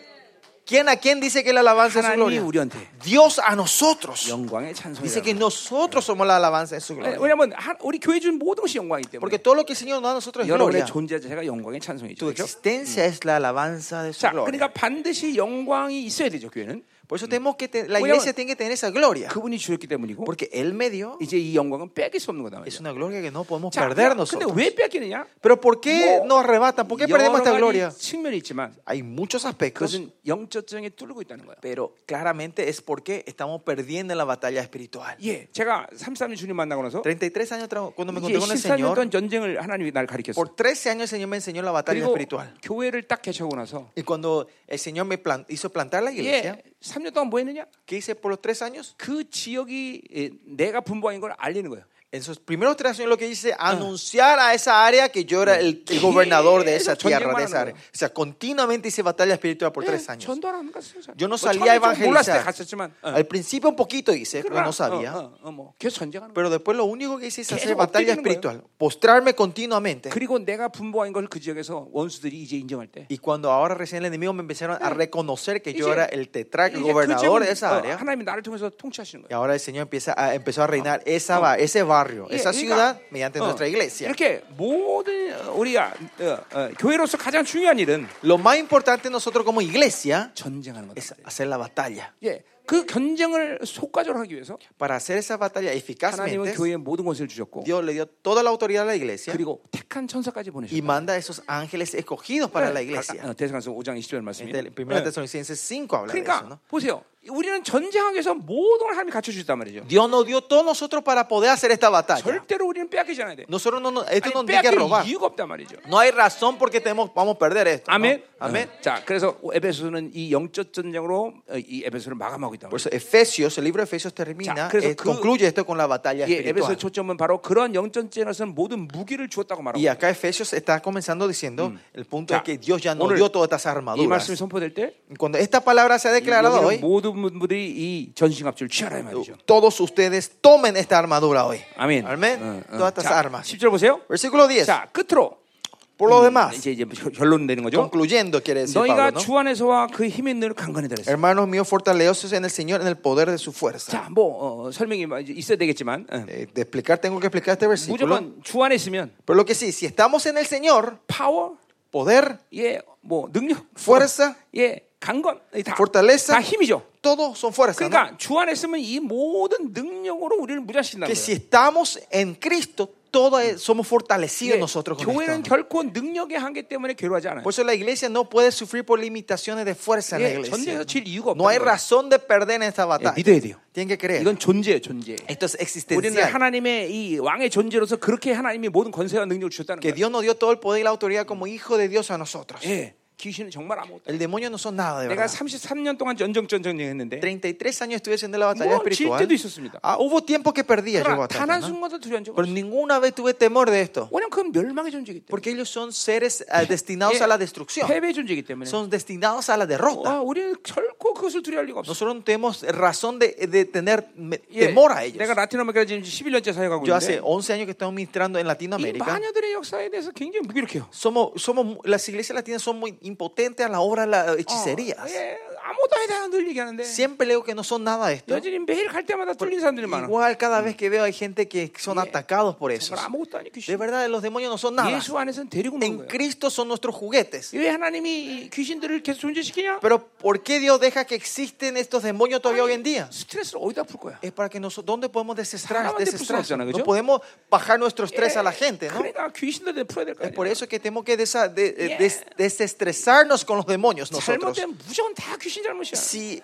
Speaker 2: ¿Quién a quién dice que es la alabanza de su
Speaker 1: 하나님이
Speaker 2: gloria?
Speaker 1: 우리한테
Speaker 2: Dios a nosotros.
Speaker 1: 영광의 찬송이.
Speaker 2: Dice que nosotros somos la alabanza de su gloria.
Speaker 1: 왜냐하면 하- 우리 교회 준 모든 것이 영광이기
Speaker 2: Porque
Speaker 1: 때문에
Speaker 2: todo lo que el Señor da a nosotros es
Speaker 1: 여러분의
Speaker 2: gloria.
Speaker 1: 존재 자체가 영광의
Speaker 2: Tu
Speaker 1: 찬송이죠. 그렇죠?
Speaker 2: existencia es la alabanza de su
Speaker 1: 자,
Speaker 2: gloria.
Speaker 1: 그러니까 반드시 영광이 있어야 되죠. 교회는
Speaker 2: Por eso tenemos que te- la
Speaker 1: Bueno,
Speaker 2: iglesia tiene que tener esa gloria.
Speaker 1: 그분이 주셨기 때문이고
Speaker 2: Porque Él me dio.
Speaker 1: 이제 이 영광은 뺏길 수 없는 거다 말이죠.
Speaker 2: Es una gloria que no podemos
Speaker 1: 자,
Speaker 2: perder
Speaker 1: 근데
Speaker 2: nosotros.
Speaker 1: 왜 뺏기느냐?
Speaker 2: Pero ¿por qué
Speaker 1: No.
Speaker 2: nos arrebatan? ¿Por qué perdemos esta gloria?
Speaker 1: 측면이 있지만
Speaker 2: Hay muchos aspectos,
Speaker 1: 그것은 영적증에 뚫리고 있다는 거예요.
Speaker 2: pero claramente es porque estamos perdiendo en la batalla espiritual.
Speaker 1: 예, 제가 33년 주님 만나고 나서
Speaker 2: 33 años tra- cuando me
Speaker 1: 이제
Speaker 2: encontré con el
Speaker 1: 14년
Speaker 2: Señor,
Speaker 1: 동안 전쟁을 하나님이 날 가르쳤어.
Speaker 2: por 13 años el Señor me enseñó la batalla
Speaker 1: 그리고
Speaker 2: espiritual.
Speaker 1: 교회를 딱 개척하고 나서
Speaker 2: Y cuando el Señor me plan- hizo plantar la iglesia,
Speaker 1: 예, 3년 동안 뭐 했느냐?
Speaker 2: ¿qué hice por los tres años?
Speaker 1: 그 지역이 예, 내가 분부인 걸 알리는 거예요.
Speaker 2: En esos primeros tres años lo que hice, anunciar a esa área que yo era el, el gobernador de esa
Speaker 1: Eso,
Speaker 2: tierra, de
Speaker 1: 전쟁만
Speaker 2: esa
Speaker 1: 하는
Speaker 2: área. O sea, continuamente hice batalla espiritual por tres
Speaker 1: 예,
Speaker 2: años.
Speaker 1: 전도하러 안 갔어요. 잘.
Speaker 2: Yo no
Speaker 1: 뭐
Speaker 2: salía a
Speaker 1: 처음에 좀 몰랐을 때
Speaker 2: evangelizar.
Speaker 1: 갔었지만 어.
Speaker 2: Al principio un poquito hice, pero
Speaker 1: 그러나,
Speaker 2: no
Speaker 1: 어,
Speaker 2: sabía.
Speaker 1: 어, 어, 뭐 계속 전쟁하는 거예요.
Speaker 2: Pero después lo único que hice es
Speaker 1: Eso,
Speaker 2: hacer batalla
Speaker 1: obteniendo,
Speaker 2: espiritual, postrarme continuamente.
Speaker 1: 그리고 내가 분부인 걸 그 지역에서 원수들이 이제 인정할 때
Speaker 2: Y cuando ahora recién el enemigo me empezaron a reconocer que Ah. yo
Speaker 1: Dice-
Speaker 2: era el tetrac, el
Speaker 1: 이제
Speaker 2: gobernador
Speaker 1: 그
Speaker 2: de esa
Speaker 1: 지역은, 어,
Speaker 2: área,
Speaker 1: 하나님이 나를 통해서 통치하시는
Speaker 2: y
Speaker 1: 거예요.
Speaker 2: ahora el Señor empieza a, empezó a reinar esa, ba- ese barrio,
Speaker 1: 예,
Speaker 2: esa ciudad, mediante
Speaker 1: 어,
Speaker 2: nuestra iglesia.
Speaker 1: 이렇게 모든 어, 우리가 어, 어, 교회로서 가장 중요한 일은
Speaker 2: Lo más importante nosotros como iglesia
Speaker 1: 전쟁하는 거다.
Speaker 2: es hacer la batalla.
Speaker 1: 예, 그 견쟁을 속과적으로 하기 위해서
Speaker 2: Para hacer esa batalla
Speaker 1: 하나님은
Speaker 2: eficazmente,
Speaker 1: 교회에 모든 것을 주셨고
Speaker 2: Dios le dio toda la autoridad a la iglesia
Speaker 1: 그리고 택한 천사까지
Speaker 2: y
Speaker 1: 보내셨다.
Speaker 2: manda a esos ángeles escogidos para la iglesia.
Speaker 1: 대사관서 5장 20절 말씀이에요.
Speaker 2: Este, Primera
Speaker 1: 예.
Speaker 2: Tesalonicenses 5 habla de
Speaker 1: 그러니까
Speaker 2: eso, ¿no?
Speaker 1: 보세요. 우리는 전쟁하기 위해서 모든 걸 하나님이 갖춰 주셨단 말이죠.
Speaker 2: Dios nos dio todos nosotros para poder hacer esta batalla.
Speaker 1: 절대로 우리는 빼앗기지 않아야 돼.
Speaker 2: Nosotros no, nos- esto
Speaker 1: 아니,
Speaker 2: no nos tiene que
Speaker 1: 빼앗길
Speaker 2: robar.
Speaker 1: 이유가 없단 말이죠.
Speaker 2: No hay razón porque tenemos, vamos a perder esto. ¿no?
Speaker 1: 네. 어, 아멘.
Speaker 2: Amén.
Speaker 1: 자, 그래서 에베소는 이 영적 전쟁으로 어, 이 에베소를 마감하고 있다.
Speaker 2: Por eso Efesios, el libro de Efesios termina,
Speaker 1: 자, 그래서
Speaker 2: eh,
Speaker 1: 그-
Speaker 2: concluye esto con la batalla
Speaker 1: 예, 에베소의
Speaker 2: espiritual.
Speaker 1: 초점은 바로 그런 영전쟁에서는 모든 무기를 주었다고 말하고
Speaker 2: Y acá Efesios está comenzando diciendo el punto
Speaker 1: 자,
Speaker 2: es que Dios Mm. ya nos
Speaker 1: 오늘
Speaker 2: dio todas estas
Speaker 1: 이 말씀이
Speaker 2: armaduras.
Speaker 1: 선포될 때
Speaker 2: Cuando esta palabra se ha
Speaker 1: 이-
Speaker 2: declarado
Speaker 1: 여기는
Speaker 2: hoy,
Speaker 1: 모든 분들이 이 전신갑주를 취하라 이 말이죠.
Speaker 2: todos ustedes tomen esta armadura hoy.
Speaker 1: 아멘.
Speaker 2: Amén. Ah,
Speaker 1: 응, 응.
Speaker 2: Todas estas
Speaker 1: 자,
Speaker 2: armas.
Speaker 1: 10절 보세요.
Speaker 2: Versículo 10.
Speaker 1: 자, 끝으로
Speaker 2: Por lo demás,
Speaker 1: 이제 이제 결론 내는 거죠.
Speaker 2: concluyendo quiere decir
Speaker 1: 너희가
Speaker 2: Pablo, ¿no?
Speaker 1: 주 안에서와 그 힘에 늘 강건히 되랬어.
Speaker 2: Hermanos míos, fortaleceos en el Señor en el poder de su fuerza.
Speaker 1: 자, 뭐 어, 설명이 이제 있어야 되겠지만 응.
Speaker 2: Eh, de explicar, tengo que explicar este versículo.
Speaker 1: 무조건 주 안에 있으면
Speaker 2: Pero lo que sí, si estamos en el Señor,
Speaker 1: 파워,
Speaker 2: poder,
Speaker 1: 예, 뭐 능력,
Speaker 2: fuerza,
Speaker 1: 예, 강건, 이 다,
Speaker 2: Fortaleza.
Speaker 1: 다 힘이죠.
Speaker 2: todo son fuerzas. ¿no?
Speaker 1: 그러니까 주 안에 있으면 이 모든 능력으로 우리를 무장신다는
Speaker 2: Que si
Speaker 1: 거예요.
Speaker 2: estamos en Cristo, todos eh, somos fortalecidos
Speaker 1: 예,
Speaker 2: nosotros con
Speaker 1: 교회는
Speaker 2: esto, ¿no?
Speaker 1: 결코 능력의 한계 때문에 괴로워하지 않아요.
Speaker 2: Por eso la iglesia no puede sufrir por limitaciones de fuerza en la
Speaker 1: 예,
Speaker 2: iglesia.
Speaker 1: 전쟁에서 질 이유가
Speaker 2: ¿no? No hay
Speaker 1: 없다는 거예요.
Speaker 2: razón de perder Eh, en esta batalla.
Speaker 1: 믿어야 돼요.
Speaker 2: Tienen que creer.
Speaker 1: 이건 존재예요, 존재.
Speaker 2: Esto es
Speaker 1: 우리는
Speaker 2: existencial.
Speaker 1: 하나님의 이 왕의 존재로서 그렇게 하나님이 모든 권세와 능력을 주셨다는
Speaker 2: Que
Speaker 1: 거예요.
Speaker 2: Dios nos dio todo el poder y la autoridad como hijo de Dios a nosotros.
Speaker 1: 예, 귀신은 정말 아무것도.
Speaker 2: El demonio no son nada de
Speaker 1: 내가
Speaker 2: verdad.
Speaker 1: 33년 동안 전쟁전 전쟁했는데
Speaker 2: 33 años estuve haciendo la batalla
Speaker 1: 뭐, 질
Speaker 2: espiritual.
Speaker 1: 때도 있었습니다.
Speaker 2: Ah, hubo tiempo que perdía yo
Speaker 1: 그러나 단
Speaker 2: batalla,
Speaker 1: 한
Speaker 2: ¿no?
Speaker 1: 순간도 두려운 적
Speaker 2: Pero
Speaker 1: 없어요.
Speaker 2: ninguna vez tuve temor de esto.
Speaker 1: 왜냐면 그건 멸망의 존재이기 때문에. 예,
Speaker 2: Porque ellos son seres ah, destinados a la destrucción.
Speaker 1: 패배의 존재이기 때문에.
Speaker 2: Son destinados a la derrota.
Speaker 1: 아, 우리는 결코 그것을 두려울 리가 없어.
Speaker 2: Nosotros no tenemos razón de, de tener me-
Speaker 1: 예,
Speaker 2: temor a ellos.
Speaker 1: 내가 라틴 아메리카 지금 11년째 사역하고
Speaker 2: Yo hace
Speaker 1: 있는데
Speaker 2: 11 años que estamos ministrando en
Speaker 1: 이
Speaker 2: Latinoamérica.
Speaker 1: 마녀들의 역사에 대해서 굉장히 무기력해요.
Speaker 2: Somos, somos, las iglesias latinas son muy impotentes a la obra de las
Speaker 1: 어,
Speaker 2: hechicerías.
Speaker 1: 예, 아무도 아니다 늘 얘기하는데
Speaker 2: Siempre leo que no son nada de esto.
Speaker 1: 여전히 매일 갈 때마다 뚫린 사람들이 많아.
Speaker 2: Igual cada vez que veo hay gente que son atacados por eso.
Speaker 1: 정말 아무것도 아니
Speaker 2: De
Speaker 1: 귀신.
Speaker 2: verdad, los demonios no son nada.
Speaker 1: 예수 안에서는 데리고
Speaker 2: En
Speaker 1: 먹는 거예요.
Speaker 2: Cristo son nuestros juguetes.
Speaker 1: 왜 하나님이 이 귀신들을 계속 존재시키냐?
Speaker 2: Pero ¿por qué Dios deja que existen estos demonios todavía hoy en día?
Speaker 1: 스트레스를 어디다 풀 거야?
Speaker 2: Es para que nosotros, ¿dónde podemos desestrar,
Speaker 1: 사람한테
Speaker 2: desestrar?
Speaker 1: 풀 수는 없잖아,
Speaker 2: No
Speaker 1: 그죠?
Speaker 2: podemos bajar nuestro estrés a la
Speaker 1: 예,
Speaker 2: gente, ¿no?
Speaker 1: 그러니까 귀신들한테 풀어야 될 거야.
Speaker 2: Es por eso que tenemos que desa- de- eh,
Speaker 1: Yeah.
Speaker 2: des- desestresarnos con los demonios nosotros.
Speaker 1: 잘못되면 무조건 다 귀신 잘못이야.
Speaker 2: Si,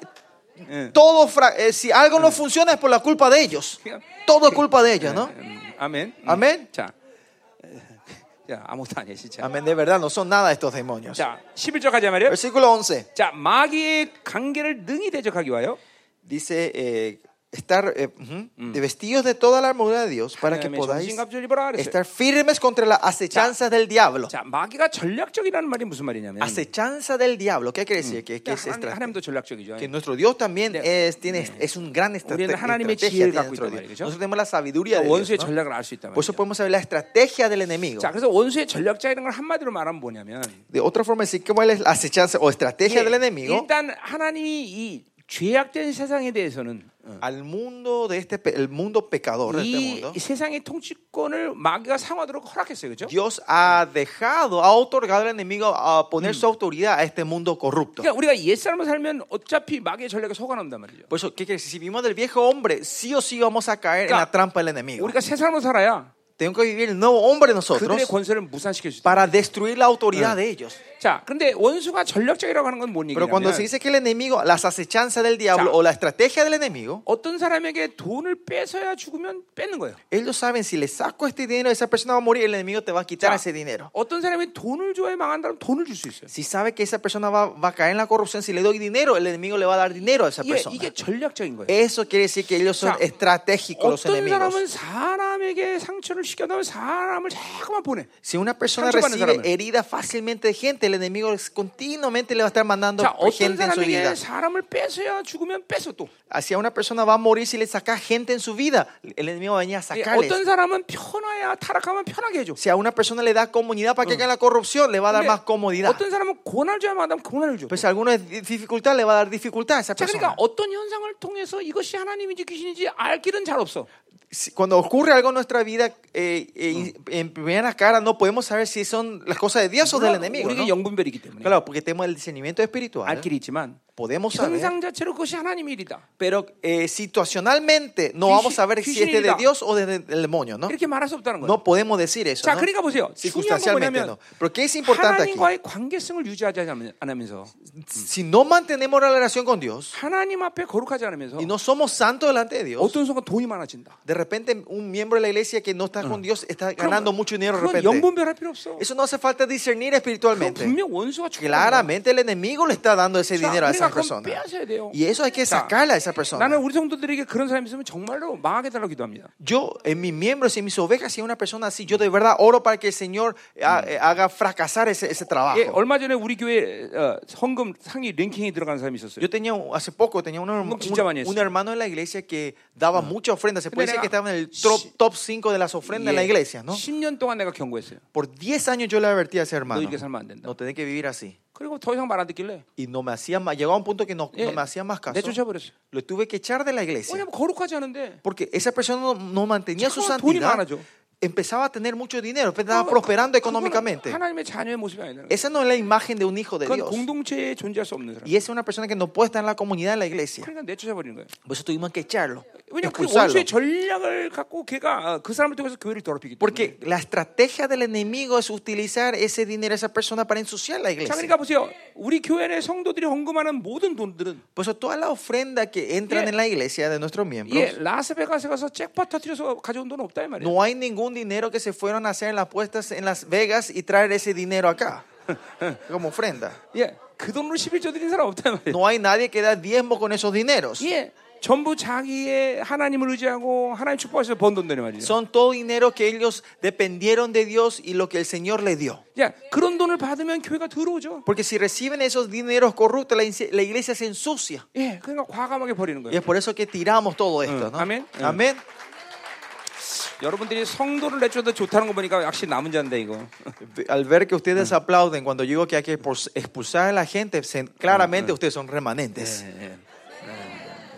Speaker 1: 예.
Speaker 2: todo fra- eh, si algo no funciona es por la culpa de ellos.
Speaker 1: Yeah.
Speaker 2: Todo es culpa de ellos, ¿no?
Speaker 1: 음, 아멘. 음.
Speaker 2: 아멘.
Speaker 1: 자, 에, 야 아무것도 아니야 진짜.
Speaker 2: Amén, de verdad, no son nada estos demonios.
Speaker 1: 자, 11절 가자 말이요.
Speaker 2: Versículo 11.
Speaker 1: 자, 마귀의 관계를 능히 대적하기 와요.
Speaker 2: dice eh, estar eh, ujú,
Speaker 1: Mm.
Speaker 2: de vestidos de toda la armadura de Dios para que
Speaker 1: 하나님의
Speaker 2: podáis
Speaker 1: 정신갑주를 입어라 그랬어요.
Speaker 2: estar firmes contra las acechanzas del diablo.
Speaker 1: 자, 마귀가 전략적이라는 말이 무슨 말이냐면
Speaker 2: Acechanza del diablo, ¿qué quiere decir? Que, que es
Speaker 1: 하나님,
Speaker 2: estra-
Speaker 1: 하나님도 전략적이죠.
Speaker 2: que nuestro Dios también
Speaker 1: 네.
Speaker 2: es, tiene, es un gran estrate-
Speaker 1: 우리는 하나님의
Speaker 2: estrategia.
Speaker 1: 지혜를
Speaker 2: tiene
Speaker 1: 갖고
Speaker 2: nuestro
Speaker 1: 있단
Speaker 2: Dios.
Speaker 1: 말이죠.
Speaker 2: Nosotros tenemos la sabiduría de Dios.
Speaker 1: 원수의
Speaker 2: ¿no?
Speaker 1: 전략을 알 수 있다
Speaker 2: Por eso
Speaker 1: 말이죠.
Speaker 2: podemos saber la estrategia del enemigo.
Speaker 1: 자, 그래서 원수의 전략자 이런 걸 한마디로 말하면 뭐냐면
Speaker 2: De otra forma, decir, ¿cómo es la acechanza o estrategia del
Speaker 1: 예,
Speaker 2: enemigo?
Speaker 1: 일단 하나님이 이 죄악된 세상에 대해서는 어,
Speaker 2: Al mundo de este, pe- el mundo pecador de este
Speaker 1: 이
Speaker 2: mundo,
Speaker 1: 세상의 통치권을 마귀가 상하도록 허락했어요. 그렇죠?
Speaker 2: Dios ha dejado, ha otorgado al enemigo a poner su autoridad a este mundo corrupto.
Speaker 1: 그러니까 우리가 옛사람을 살면 어차피 마귀의 전략에 속아난단 말이죠.
Speaker 2: Por eso, ¿qué crees? Si vivimos del viejo hombre, sí o sí vamos a caer en
Speaker 1: Claro.
Speaker 2: la trampa del enemigo.
Speaker 1: 우리가 새 사람으로 살아야
Speaker 2: Tengo que vivir el nuevo hombre nosotros
Speaker 1: 그들의 권세를 무산시킬 수 있다.
Speaker 2: para destruir la autoridad de ellos.
Speaker 1: 자, 그런데 원수가 전략적이라고 하는 건 뭔
Speaker 2: Pero cuando
Speaker 1: 얘기냐면
Speaker 2: se dice que el enemigo, las acechanzas del diablo
Speaker 1: Claro.
Speaker 2: o la estrategia del enemigo,
Speaker 1: 어떤 사람에게 돈을 뺏어야 죽으면 뺏는 거예요.
Speaker 2: ellos saben si le saco este dinero, esa persona va a morir, el enemigo te va a quitar
Speaker 1: Claro.
Speaker 2: ese dinero.
Speaker 1: 어떤 사람이 돈을 줘야 망한다면 돈을 줄 수 있어요.
Speaker 2: Si sabe que esa persona va, va a caer en la corrupción, si le doy dinero, el enemigo le va a dar dinero a esa
Speaker 1: 예, 이게,
Speaker 2: persona.
Speaker 1: 이게 전략적인 거예요.
Speaker 2: Eso quiere decir que ellos son
Speaker 1: Claro.
Speaker 2: estratégicos los
Speaker 1: 어떤
Speaker 2: enemigos.
Speaker 1: 사람은 사람에게 상처를 시켜놓으면 사람을 자꾸만 보내.
Speaker 2: Si una persona
Speaker 1: 상처받는
Speaker 2: recibe
Speaker 1: 사람을.
Speaker 2: herida fácilmente de gente, el enemigo es- continuamente le va a estar mandando
Speaker 1: 자, 어떤
Speaker 2: gente en su
Speaker 1: 사람에게
Speaker 2: vida.
Speaker 1: 사람을 뺏어야 죽으면 뺏어 또.
Speaker 2: Hacia una persona va a morir si le saca gente en su vida, el enemigo va a venir a
Speaker 1: 예,
Speaker 2: sacarle.
Speaker 1: 어떤 사람은 편해야 타락하면 편하게 해줘.
Speaker 2: Si a una persona le da comunidad para que caiga en la corrupción, le va a dar
Speaker 1: 근데
Speaker 2: más comodidad.
Speaker 1: 어떤 사람은 고난을 줘야 마다면 고난을 줘.
Speaker 2: Pues si a alguno es di- dificultad, le va a dar dificultad a esa
Speaker 1: 자, 그러니까
Speaker 2: persona.
Speaker 1: 어떤 현상을 통해서 이것이 하나님인지 귀신인지 알 길은 잘 없어.
Speaker 2: Si- Cuando ocurre algo en nuestra vida, eh, eh, en primera cara no podemos saber si son las cosas de Dios o del
Speaker 1: 물론
Speaker 2: enemigo.
Speaker 1: 우리에게
Speaker 2: ¿no?
Speaker 1: 영분별이기 때문에
Speaker 2: Claro, porque tenemos el discernimiento espiritual. ¿eh?
Speaker 1: 알 길이 있지만
Speaker 2: Podemos saber.
Speaker 1: 현상 자체로 그것이 하나님의 일이다.
Speaker 2: Pero eh, situacionalmente no
Speaker 1: 귀신-
Speaker 2: vamos a ver si este de
Speaker 1: 귀신이다.
Speaker 2: Dios o de- del demonio, ¿no?
Speaker 1: 이렇게 말할 수 없다는 거예요.
Speaker 2: No podemos decir eso.
Speaker 1: 자,
Speaker 2: ¿no?
Speaker 1: 그러니까 보세요. 중요한 건
Speaker 2: Circunstancialmente
Speaker 1: 뭐냐면
Speaker 2: no. Pero ¿qué es importante aquí?
Speaker 1: 하나님과의 관계성을 유지하지 않- 않으면서
Speaker 2: Si no mantenemos la relación con Dios
Speaker 1: 하나님 앞에 거룩하지 않으면서
Speaker 2: y no somos santos delante de Dios,
Speaker 1: 어떤 순간 돈이 많아진다.
Speaker 2: de repente un miembro de la iglesia que no está con Dios está ganando mucho dinero de
Speaker 1: 그건
Speaker 2: repente.
Speaker 1: 영분별할 필요 없어.
Speaker 2: Eso no hace falta discernir
Speaker 1: 그건
Speaker 2: espiritualmente.
Speaker 1: 분명 원수가 죽는 거야.
Speaker 2: Claramente el enemigo le está dando ese
Speaker 1: 자,
Speaker 2: dinero a esa
Speaker 1: 그러니까 그건
Speaker 2: persona.
Speaker 1: 빼앗아야 돼요.
Speaker 2: Y eso hay que
Speaker 1: 자,
Speaker 2: sacarla a esa persona.
Speaker 1: 나는 우리 성도들에게 그런 사람 있으면 정말로 망하게 달라고 기도합니다.
Speaker 2: Yo, en mis miembros y en mis ovejas, si hay una persona así, yo de verdad oro para que el Señor ha- eh, haga fracasar ese, ese trabajo.
Speaker 1: 예, 얼마 전에 우리 교회 어, 성금 상위 랭킹에 들어간 사람이 있었어요.
Speaker 2: Yo tenía, un- hace poco, tenía un, herma-
Speaker 1: Un chicha
Speaker 2: un,
Speaker 1: mañez.
Speaker 2: un hermano en la iglesia que daba muchas ofrendas. Se puede
Speaker 1: Pero
Speaker 2: decir que
Speaker 1: era-
Speaker 2: estaba en el top,
Speaker 1: Sí.
Speaker 2: top 5 de las ofrendas en la iglesia, ¿no?
Speaker 1: 10년 예, 동안 내가 경고했어요.
Speaker 2: Por 10 años yo le advertí a ese hermano,
Speaker 1: 이렇게 살면 안 된다.
Speaker 2: no tenés que vivir así.
Speaker 1: 그리고 더 이상 말 안 듣길래 예,
Speaker 2: Y no me hacía más, llegaba un punto que no, no me hacía más caso.
Speaker 1: 내쫓아버렸어요.
Speaker 2: Lo tuve que echar de la iglesia.
Speaker 1: 왜냐면 거룩하지 않은데
Speaker 2: Porque esa persona no, no mantenía su
Speaker 1: Chaco, 돈이
Speaker 2: santidad.
Speaker 1: 많아져.
Speaker 2: Empezaba a tener mucho dinero, pues, estaba
Speaker 1: 그거-
Speaker 2: prosperando
Speaker 1: 그거는
Speaker 2: económicamente.
Speaker 1: 하나님의 자녀의 모습이 아니라
Speaker 2: Esa no es la imagen de un hijo de
Speaker 1: 그건
Speaker 2: Dios.
Speaker 1: 공동체에 존재할 수 없는 사람.
Speaker 2: Y esa es una persona que no puede estar en la comunidad de la iglesia.
Speaker 1: 그러니까 내쫓아버리는 거예요.
Speaker 2: Por eso tuvimos que echarlo,
Speaker 1: 왜냐면 그
Speaker 2: expulsarlo.
Speaker 1: 원수의 전략을 갖고 걔가 어, 그 사람을 통해서 교회를 더럽히기 때문에.
Speaker 2: Porque la estrategia del enemigo es utilizar ese dinero, esa persona, para ensuciar la
Speaker 1: 자, 그러니까
Speaker 2: iglesia.
Speaker 1: 보세요. 우리 교회 내 성도들이 헌금하는 모든 돈들은
Speaker 2: Por eso toda la ofrenda que entran
Speaker 1: Yeah.
Speaker 2: en la iglesia de nuestros miembros,
Speaker 1: 예, 라스베가스 가서 잭팟 터트려서 가져온 돈 없다 이 말이에요.
Speaker 2: no hay ningún dinero que se fueron a hacer en las puestas en Las Vegas y traer ese dinero acá como ofrenda.
Speaker 1: 예, 그 돈으로 11조 드린 사람 없다 이 말이에요.
Speaker 2: No hay nadie que da diezmo con esos dineros.
Speaker 1: 예, 전부 자기의 하나님을 의지하고 하나님 축복하셔서 번 돈들이 말이죠.
Speaker 2: Son todo dinero que ellos dependieron de Dios y lo que el Señor le dio.
Speaker 1: 야, 그런 돈을 받으면 교회가 들어오죠.
Speaker 2: Porque si reciben esos dineros corruptos, la, inse- la iglesia se ensucia.
Speaker 1: 예, 그러니까 과감하게 버리는
Speaker 2: Y
Speaker 1: 거예요.
Speaker 2: es por eso que tiramos todo esto.
Speaker 1: Mm.
Speaker 2: ¿no?
Speaker 1: Amén. Mm.
Speaker 2: Amén.
Speaker 1: 여러분들이 성도를 내쫓아도 좋다는 거 보니까 역시 남은 자인데 이거.
Speaker 2: Al ver que
Speaker 1: Mm.
Speaker 2: ustedes aplauden cuando digo que hay que por- expulsar a la gente, se-
Speaker 1: Mm,
Speaker 2: claramente ustedes son remanentes.
Speaker 1: Eh,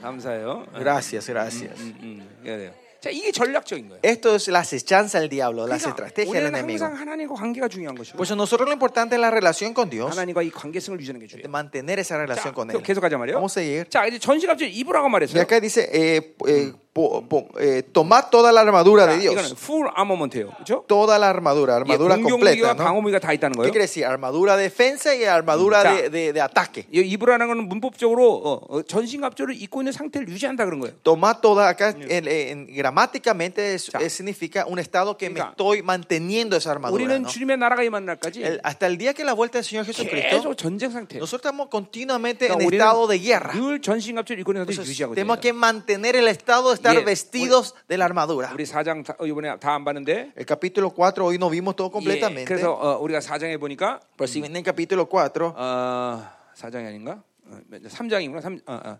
Speaker 1: 감사해요. 예.
Speaker 2: Gracias, gracias.
Speaker 1: 음, 음, 예, 예. 자, 이게 전략적인 거예요.
Speaker 2: Esto es la acechanza del diablo, la
Speaker 1: 그러니까
Speaker 2: estrategia del
Speaker 1: 우리는
Speaker 2: enemigo.
Speaker 1: 항상 하나님과 관계가 중요한 것이고
Speaker 2: Por eso nosotros lo importante es la relación con Dios,
Speaker 1: 하나님과 이 관계성을 유지하는 게 중요해요.
Speaker 2: mantener esa
Speaker 1: 자,
Speaker 2: relación con Él.
Speaker 1: 계속 가자 말이요.
Speaker 2: Vamos a seguir.
Speaker 1: 자, 이제 전시갑주 입으라고
Speaker 2: Y
Speaker 1: 말했어요.
Speaker 2: acá dice, eh, eh, po- po- eh, tomad toda la armadura de
Speaker 1: 이거는
Speaker 2: Dios.
Speaker 1: 풀 아머먼트예요. 그렇죠?
Speaker 2: Toda la armadura,
Speaker 1: 예,
Speaker 2: armadura completa.
Speaker 1: 공격무기와
Speaker 2: ¿no?
Speaker 1: 방어무기가 그러니까 다 있다는
Speaker 2: ¿Qué
Speaker 1: 거예요.
Speaker 2: quiere decir? Armadura de defensa y armadura
Speaker 1: 자.
Speaker 2: de, de- de ataque.
Speaker 1: 이 입으라는 거는 문법적으로 어, 어, 전신갑주를 입고 있는 상태를 유지한다 그런 거예요.
Speaker 2: Tomar toda acá, en- en- gramáticamente es-
Speaker 1: 자.
Speaker 2: es- significa un estado que me
Speaker 1: 그러니까
Speaker 2: estoy manteniendo esa armadura.
Speaker 1: 우리는
Speaker 2: ¿no?
Speaker 1: 주님의 나라가 임한 날까지
Speaker 2: El- hasta el día que la vuelta del Señor Jesucristo,
Speaker 1: 계속 전쟁 상태예요.
Speaker 2: nosotros estamos continuamente en
Speaker 1: 그러니까 우리는
Speaker 2: estado de guerra.
Speaker 1: 늘 전신갑주를 입고 있는 상태를
Speaker 2: Entonces,
Speaker 1: 유지하고
Speaker 2: tenemos
Speaker 1: 있어요.
Speaker 2: que mantener el estado de estar
Speaker 1: Yeah.
Speaker 2: vestidos de la armadura.
Speaker 1: 우리 사장 다- 어, 이번에 다 안 봤는데
Speaker 2: El capítulo 4 hoy no vimos todo
Speaker 1: 예,
Speaker 2: completamente.
Speaker 1: 그래서 어, 우리가 사장에 보니까
Speaker 2: Pero si ven en el capítulo 4,
Speaker 1: 아, 사장이 아닌가? 어, 3장이구나. 3, 아, 아.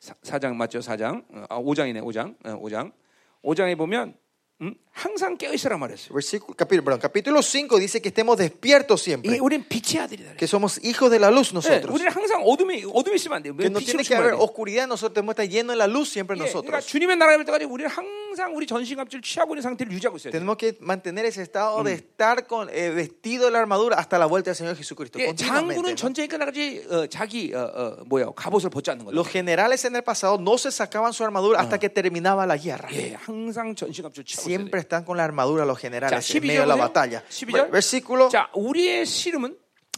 Speaker 1: 사, 사장 맞죠? 사장. 어, 아, 5장이네. 5장. 어, 5장. 5장에 보면 음, 항상 깨어 있으라 말했어요.
Speaker 2: versículo, capítulo, perdón, capítulo 5 dice que estemos despiertos
Speaker 1: 이
Speaker 2: siempre,
Speaker 1: 우리는 빛의 아들이다.
Speaker 2: que somos hijos de la luz
Speaker 1: 예,
Speaker 2: nosotros.
Speaker 1: 네. 우리는 항상 어둠이 어둠이 있으면 안 돼요.
Speaker 2: Que no tiene
Speaker 1: 빛으로
Speaker 2: que
Speaker 1: 충만해야
Speaker 2: haber
Speaker 1: 돼요.
Speaker 2: oscuridad, nosotros tenemos que estar llenos de la luz siempre
Speaker 1: 예, 그러니까
Speaker 2: nosotros.
Speaker 1: 주님의 나라에 올 때까지 우리는 항상 우리 전신갑주를 취하고 있는 상태를 유지하고 있어야 돼요.
Speaker 2: Tenemos que mantener ese estado de estar con, eh, vestido de la armadura hasta la vuelta del Señor Jesucristo.
Speaker 1: 예,
Speaker 2: continuamente,
Speaker 1: 장군은
Speaker 2: ¿no?
Speaker 1: 전쟁이 끝나까지 어, 자기 어, 어, 뭐야 갑옷을 벗지 않는 거예요.
Speaker 2: Los generales en el pasado no se sacaban su armadura hasta que terminaba la guerra.
Speaker 1: 예, 항상 전신갑주를 취하고 있어야 돼요.
Speaker 2: Siempre están con la armadura los
Speaker 1: 자,
Speaker 2: generales en
Speaker 1: 12절
Speaker 2: medio de la
Speaker 1: 보세요.
Speaker 2: batalla.
Speaker 1: 12절.
Speaker 2: Versículo
Speaker 1: 자, 우리의 씨름은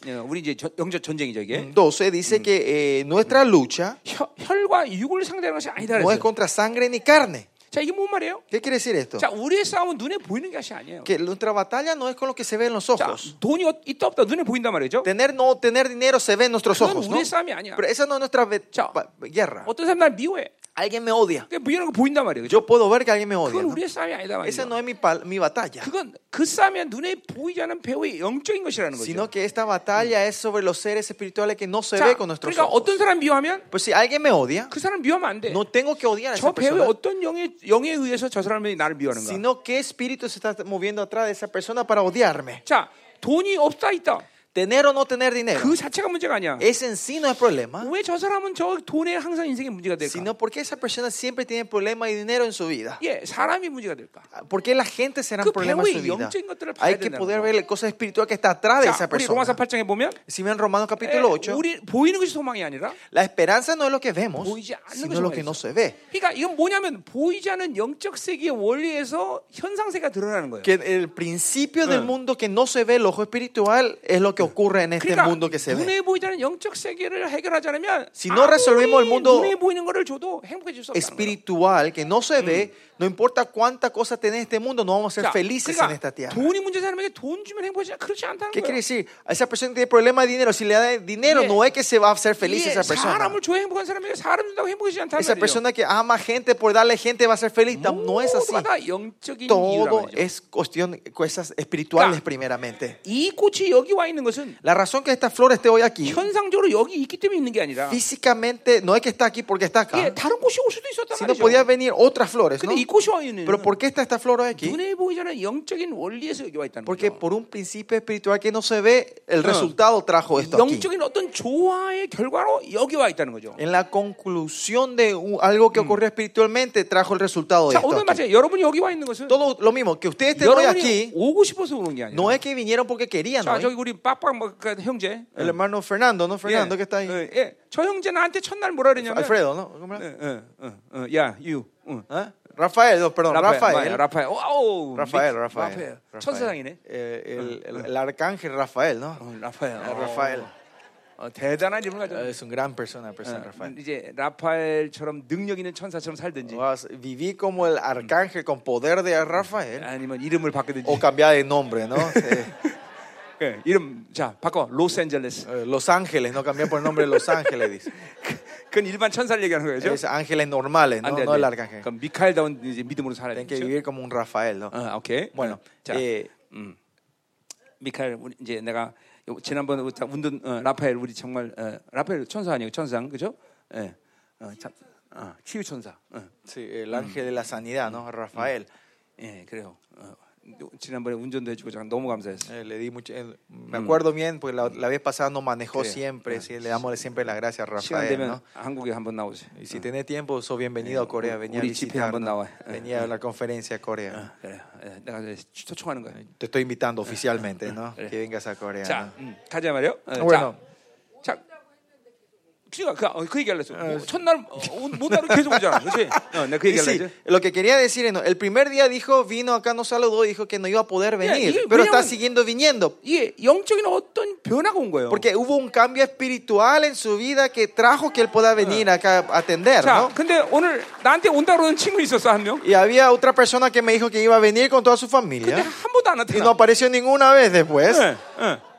Speaker 1: 예, 우리 이제 전- 영적 전쟁이죠 이게.
Speaker 2: 12 dice que eh, nuestra lucha
Speaker 1: 혀- 혈과 육을 상대하는 것이 아니다
Speaker 2: no es
Speaker 1: 그랬어요.
Speaker 2: contra sangre ni carne.
Speaker 1: 자, 이게 뭔 말이에요?
Speaker 2: ¿Qué quiere decir esto?
Speaker 1: 자, 우리의 싸움은 눈에 보이는 것이 아니에요.
Speaker 2: Que nuestra batalla no es con lo que se ve en los
Speaker 1: 자,
Speaker 2: ojos.
Speaker 1: 돈이 어- 있다 없다 눈에 보인단 말이죠.
Speaker 2: Tener no tener dinero se ve en nuestros
Speaker 1: 그건
Speaker 2: ojos, ¿no?
Speaker 1: 우리의 싸움이 아니야.
Speaker 2: Pero esa no es nuestra ve-
Speaker 1: Chao.
Speaker 2: ba- guerra.
Speaker 1: 어떤 사람 날 미워해.
Speaker 2: Alguien me odia.
Speaker 1: 근데 미워하는 거 보인단 말이에요. 그죠?
Speaker 2: Yo puedo ver que alguien me odia.
Speaker 1: 그건
Speaker 2: ¿no?
Speaker 1: 우리의 싸움이 아니다
Speaker 2: Esa no
Speaker 1: 말이죠.
Speaker 2: es mi, pal- mi batalla,
Speaker 1: 그건 그 싸움이 눈에 보이지 않는 배우의 영적인 것이라는 거죠.
Speaker 2: sino que esta batalla es sobre los seres espirituales que no se
Speaker 1: 자,
Speaker 2: ve con nuestros
Speaker 1: 그러니까
Speaker 2: ojos.
Speaker 1: 어떤 사람 미워하면
Speaker 2: Pues si alguien me odia,
Speaker 1: 그 사람 미워하면 안 돼.
Speaker 2: no tengo que odiar a
Speaker 1: 저
Speaker 2: esa
Speaker 1: 배우의
Speaker 2: persona,
Speaker 1: 어떤 영에 영에 의해서 저 사람이 나를 미워하는가.
Speaker 2: sino qué espíritu se está moviendo atrás de esa persona para odiarme.
Speaker 1: 자, 돈이 없다 있다.
Speaker 2: Tener o no tener dinero,
Speaker 1: 그 자체가 문제가 아니야.
Speaker 2: ese en sí no es problema,
Speaker 1: 왜 저 사람은 저 돈에 항상 인생에 문제가 될까?
Speaker 2: sino porque esa persona siempre tiene problemas y dinero en su vida.
Speaker 1: 예, 사람이 문제가 될까?
Speaker 2: ¿Por qué la gente será
Speaker 1: 그
Speaker 2: un problema en su
Speaker 1: 배우의
Speaker 2: vida?
Speaker 1: 영적인 것들을 봐야
Speaker 2: Hay que
Speaker 1: 된다는
Speaker 2: poder
Speaker 1: 거예요.
Speaker 2: ver la cosa espiritual que está atrás de
Speaker 1: 자,
Speaker 2: esa
Speaker 1: 우리 로마서
Speaker 2: persona.
Speaker 1: 8장에 보면
Speaker 2: Si ven Romanos
Speaker 1: 예,
Speaker 2: capítulo 8,
Speaker 1: 우리 보이는 것이 소망이 아니라
Speaker 2: la esperanza no es lo que vemos,
Speaker 1: 보이지 않는
Speaker 2: sino
Speaker 1: 것이
Speaker 2: lo que
Speaker 1: 말이죠.
Speaker 2: no se ve.
Speaker 1: 그러니까 이건 뭐냐면 보이지 않는 영적 세계의 원리에서 현상세가 드러나는 거예요.
Speaker 2: Que el principio del
Speaker 1: 응.
Speaker 2: Ah. mundo que no se ve, el ojo espiritual, es lo que que ocurre en este
Speaker 1: 그러니까
Speaker 2: mundo que se ve.
Speaker 1: 눈에 보이자는 영적 세계를 해결하지 않으면
Speaker 2: Si no resolvemos el mundo
Speaker 1: 눈에 보이는 거를 줘도 행복해질 수 없다는 거예요.
Speaker 2: Espiritual, que no se ve, no importa cuánta cosa tenés en este mundo, no vamos a ser
Speaker 1: 자, 그러니까
Speaker 2: felices en esta tierra.
Speaker 1: 돈이 문제인 사람에게 돈 주면 행복하지 않- 그렇지 않다는
Speaker 2: ¿Qué
Speaker 1: 거예요.
Speaker 2: quiere decir? A esa persona que tiene problema de dinero, si le da dinero,
Speaker 1: Yeah.
Speaker 2: no es que se va a ser feliz
Speaker 1: 이게
Speaker 2: esa persona.
Speaker 1: 사람을 줘야 행복한 사람에게 사람 준다고 행복하지 않다는
Speaker 2: Esa
Speaker 1: 말이죠.
Speaker 2: persona que ama gente por darle gente va a ser feliz. tam- No es así.
Speaker 1: 모두가 다 영적인 이유라
Speaker 2: Todo
Speaker 1: 말이죠.
Speaker 2: es cuestión cosas espirituales
Speaker 1: Claro.
Speaker 2: primeramente.
Speaker 1: 이 꽃이 여기 와 있는 것은
Speaker 2: La razón que esta flor esté hoy aquí,
Speaker 1: 현상적으로 여기 있기 때문에 있는 게 아니라
Speaker 2: físicamente, no es que está aquí porque está
Speaker 1: 예,
Speaker 2: acá,
Speaker 1: 다른 꽃이 올 수도 있었단
Speaker 2: sino
Speaker 1: 말이죠.
Speaker 2: podía venir otras flores. ¿no?
Speaker 1: 근데 이 꽃이 와 있는
Speaker 2: Pero ¿por qué está esta flor hoy aquí?
Speaker 1: 눈에 보이지 않는 영적인 원리에서 여기 와 있다는
Speaker 2: Porque
Speaker 1: 거죠.
Speaker 2: por un principio espiritual que no se ve, el
Speaker 1: Ah.
Speaker 2: resultado trajo esto aquí.
Speaker 1: 영적인 어떤 조화의 결과로 여기 와 있다는 거죠.
Speaker 2: En la conclusión de u- algo que ocurrió espiritualmente, trajo el resultado de
Speaker 1: 자,
Speaker 2: esto.
Speaker 1: 오늘
Speaker 2: aquí.
Speaker 1: 마찬가지 여러분이 여기 와 있는 것은
Speaker 2: Todo lo mismo, que ustedes estén hoy
Speaker 1: 여러분이
Speaker 2: aquí,
Speaker 1: 오고 싶어서 오는 게
Speaker 2: no
Speaker 1: 아니라
Speaker 2: es que vinieron porque querían.
Speaker 1: 자,
Speaker 2: hoy.
Speaker 1: 저기 우리 빡빡 뭐, 그 형제
Speaker 2: El hermano Fernando, ¿no? Fernando que está ahí.
Speaker 1: 예, 예. 저 형제 나한테 첫날 뭐라 그랬냐면
Speaker 2: Alfredo, ¿no? ¿Cómo era?
Speaker 1: 예, 예, 예, 예. 야, you 응.
Speaker 2: ¿Ah? Rafael, no, perdón, Rafael. ¿eh?
Speaker 1: 맞아요, 라파엘. 와우.
Speaker 2: Rafael,
Speaker 1: 미-
Speaker 2: Rafael. Rafael.
Speaker 1: 천사상이네.
Speaker 2: Eh, el, el- el arcángel Rafael, ¿no?
Speaker 1: 어, 라파엘.
Speaker 2: Eh, Rafael.
Speaker 1: 어, 대단한 인물
Speaker 2: Eh,
Speaker 1: 가져.
Speaker 2: Es un gran persona, persona Rafael.
Speaker 1: 이제 라파엘처럼 능력 있는 천사처럼 살든지
Speaker 2: Vas- Viví como el arcángel con poder de Rafael.
Speaker 1: 아니면 이름을 바꾸든지.
Speaker 2: O cambiar de nombre, ¿no? Eh,
Speaker 1: 예, 이름 자 바꿔 로스앤젤레스.
Speaker 2: eh, Los Ángeles, no cambiar por el nombre de Los Ángeles, dice.
Speaker 1: 그건 일반 천사를 얘기하는 거죠.
Speaker 2: Es ángeles normales,
Speaker 1: 안
Speaker 2: no,
Speaker 1: 돼,
Speaker 2: no el
Speaker 1: 안 돼.
Speaker 2: arcángel.
Speaker 1: 그럼 미카엘다운 이제 믿음으로 살아야
Speaker 2: Tienen que
Speaker 1: 되죠.
Speaker 2: vivir como un Rafael, ¿no?
Speaker 1: 아, 오케이.
Speaker 2: Bueno,
Speaker 1: 자,
Speaker 2: eh,
Speaker 1: 미카엘 우리 이제 내가 요- 지난번 우리 다 운동 어, 라파엘 우리 정말 어, 라파엘 천사 아니에요? 천상 그죠? 예. 어, 참, 어, 치유 천사. 어.
Speaker 2: sí, el ángel de la sanidad, ¿no? Rafael.
Speaker 1: 예, 그래요. 어, 지난번에 운전도 해주고 참 너무 감사했어요.
Speaker 2: Eh, le di mucho, eh, me acuerdo bien, porque la, la vez pasada nos manejó
Speaker 1: Creo.
Speaker 2: siempre, sí, Ah. le damos siempre las gracias a
Speaker 1: 시간
Speaker 2: Rafael.
Speaker 1: 되면
Speaker 2: ¿no?
Speaker 1: 한국에 한번 나오세요.
Speaker 2: Y si tenés tiempo, sos bienvenido a Corea, venía a
Speaker 1: Uri Chipe
Speaker 2: visitar,
Speaker 1: Ambon
Speaker 2: ¿no?
Speaker 1: Nawa.
Speaker 2: venía a la conferencia a Corea.
Speaker 1: 그래요. 예, 내가 이제 초청하는 거예요.
Speaker 2: Te estoy invitando oficialmente, ¿no?
Speaker 1: Creo.
Speaker 2: Que vengas a Corea.
Speaker 1: 자, 음, 가자 말이요. 어,
Speaker 2: Bueno.
Speaker 1: 자, 자. 그니까 그, 어, 그 얘기할랬어. 뭐, 첫날 어, 온- 못 알아 계속 오잖아, 그렇지? 어, 내가 그
Speaker 2: Y sí,
Speaker 1: 얘기할랬지.
Speaker 2: lo que quería decir, es, no, el primer día dijo, vino acá, nos saludó, dijo que no iba a poder
Speaker 1: Mira,
Speaker 2: venir,
Speaker 1: y-
Speaker 2: pero
Speaker 1: veníamos-
Speaker 2: está siguiendo viniendo.
Speaker 1: 이게 영적인 어떤 변화가 온 거예요.
Speaker 2: Porque hubo un cambio espiritual en su vida que trajo que él pueda venir
Speaker 1: Ah.
Speaker 2: acá a atender,
Speaker 1: 자, 네.
Speaker 2: ¿no?
Speaker 1: 근데 오늘 나한테 온다 그러는 친구 있었어 한 명.
Speaker 2: Y había otra persona que me dijo que iba a venir con toda su
Speaker 1: 근데
Speaker 2: familia.
Speaker 1: 한 번도 안
Speaker 2: Y
Speaker 1: 나타나.
Speaker 2: no apareció ninguna vez después.
Speaker 1: 예, 예.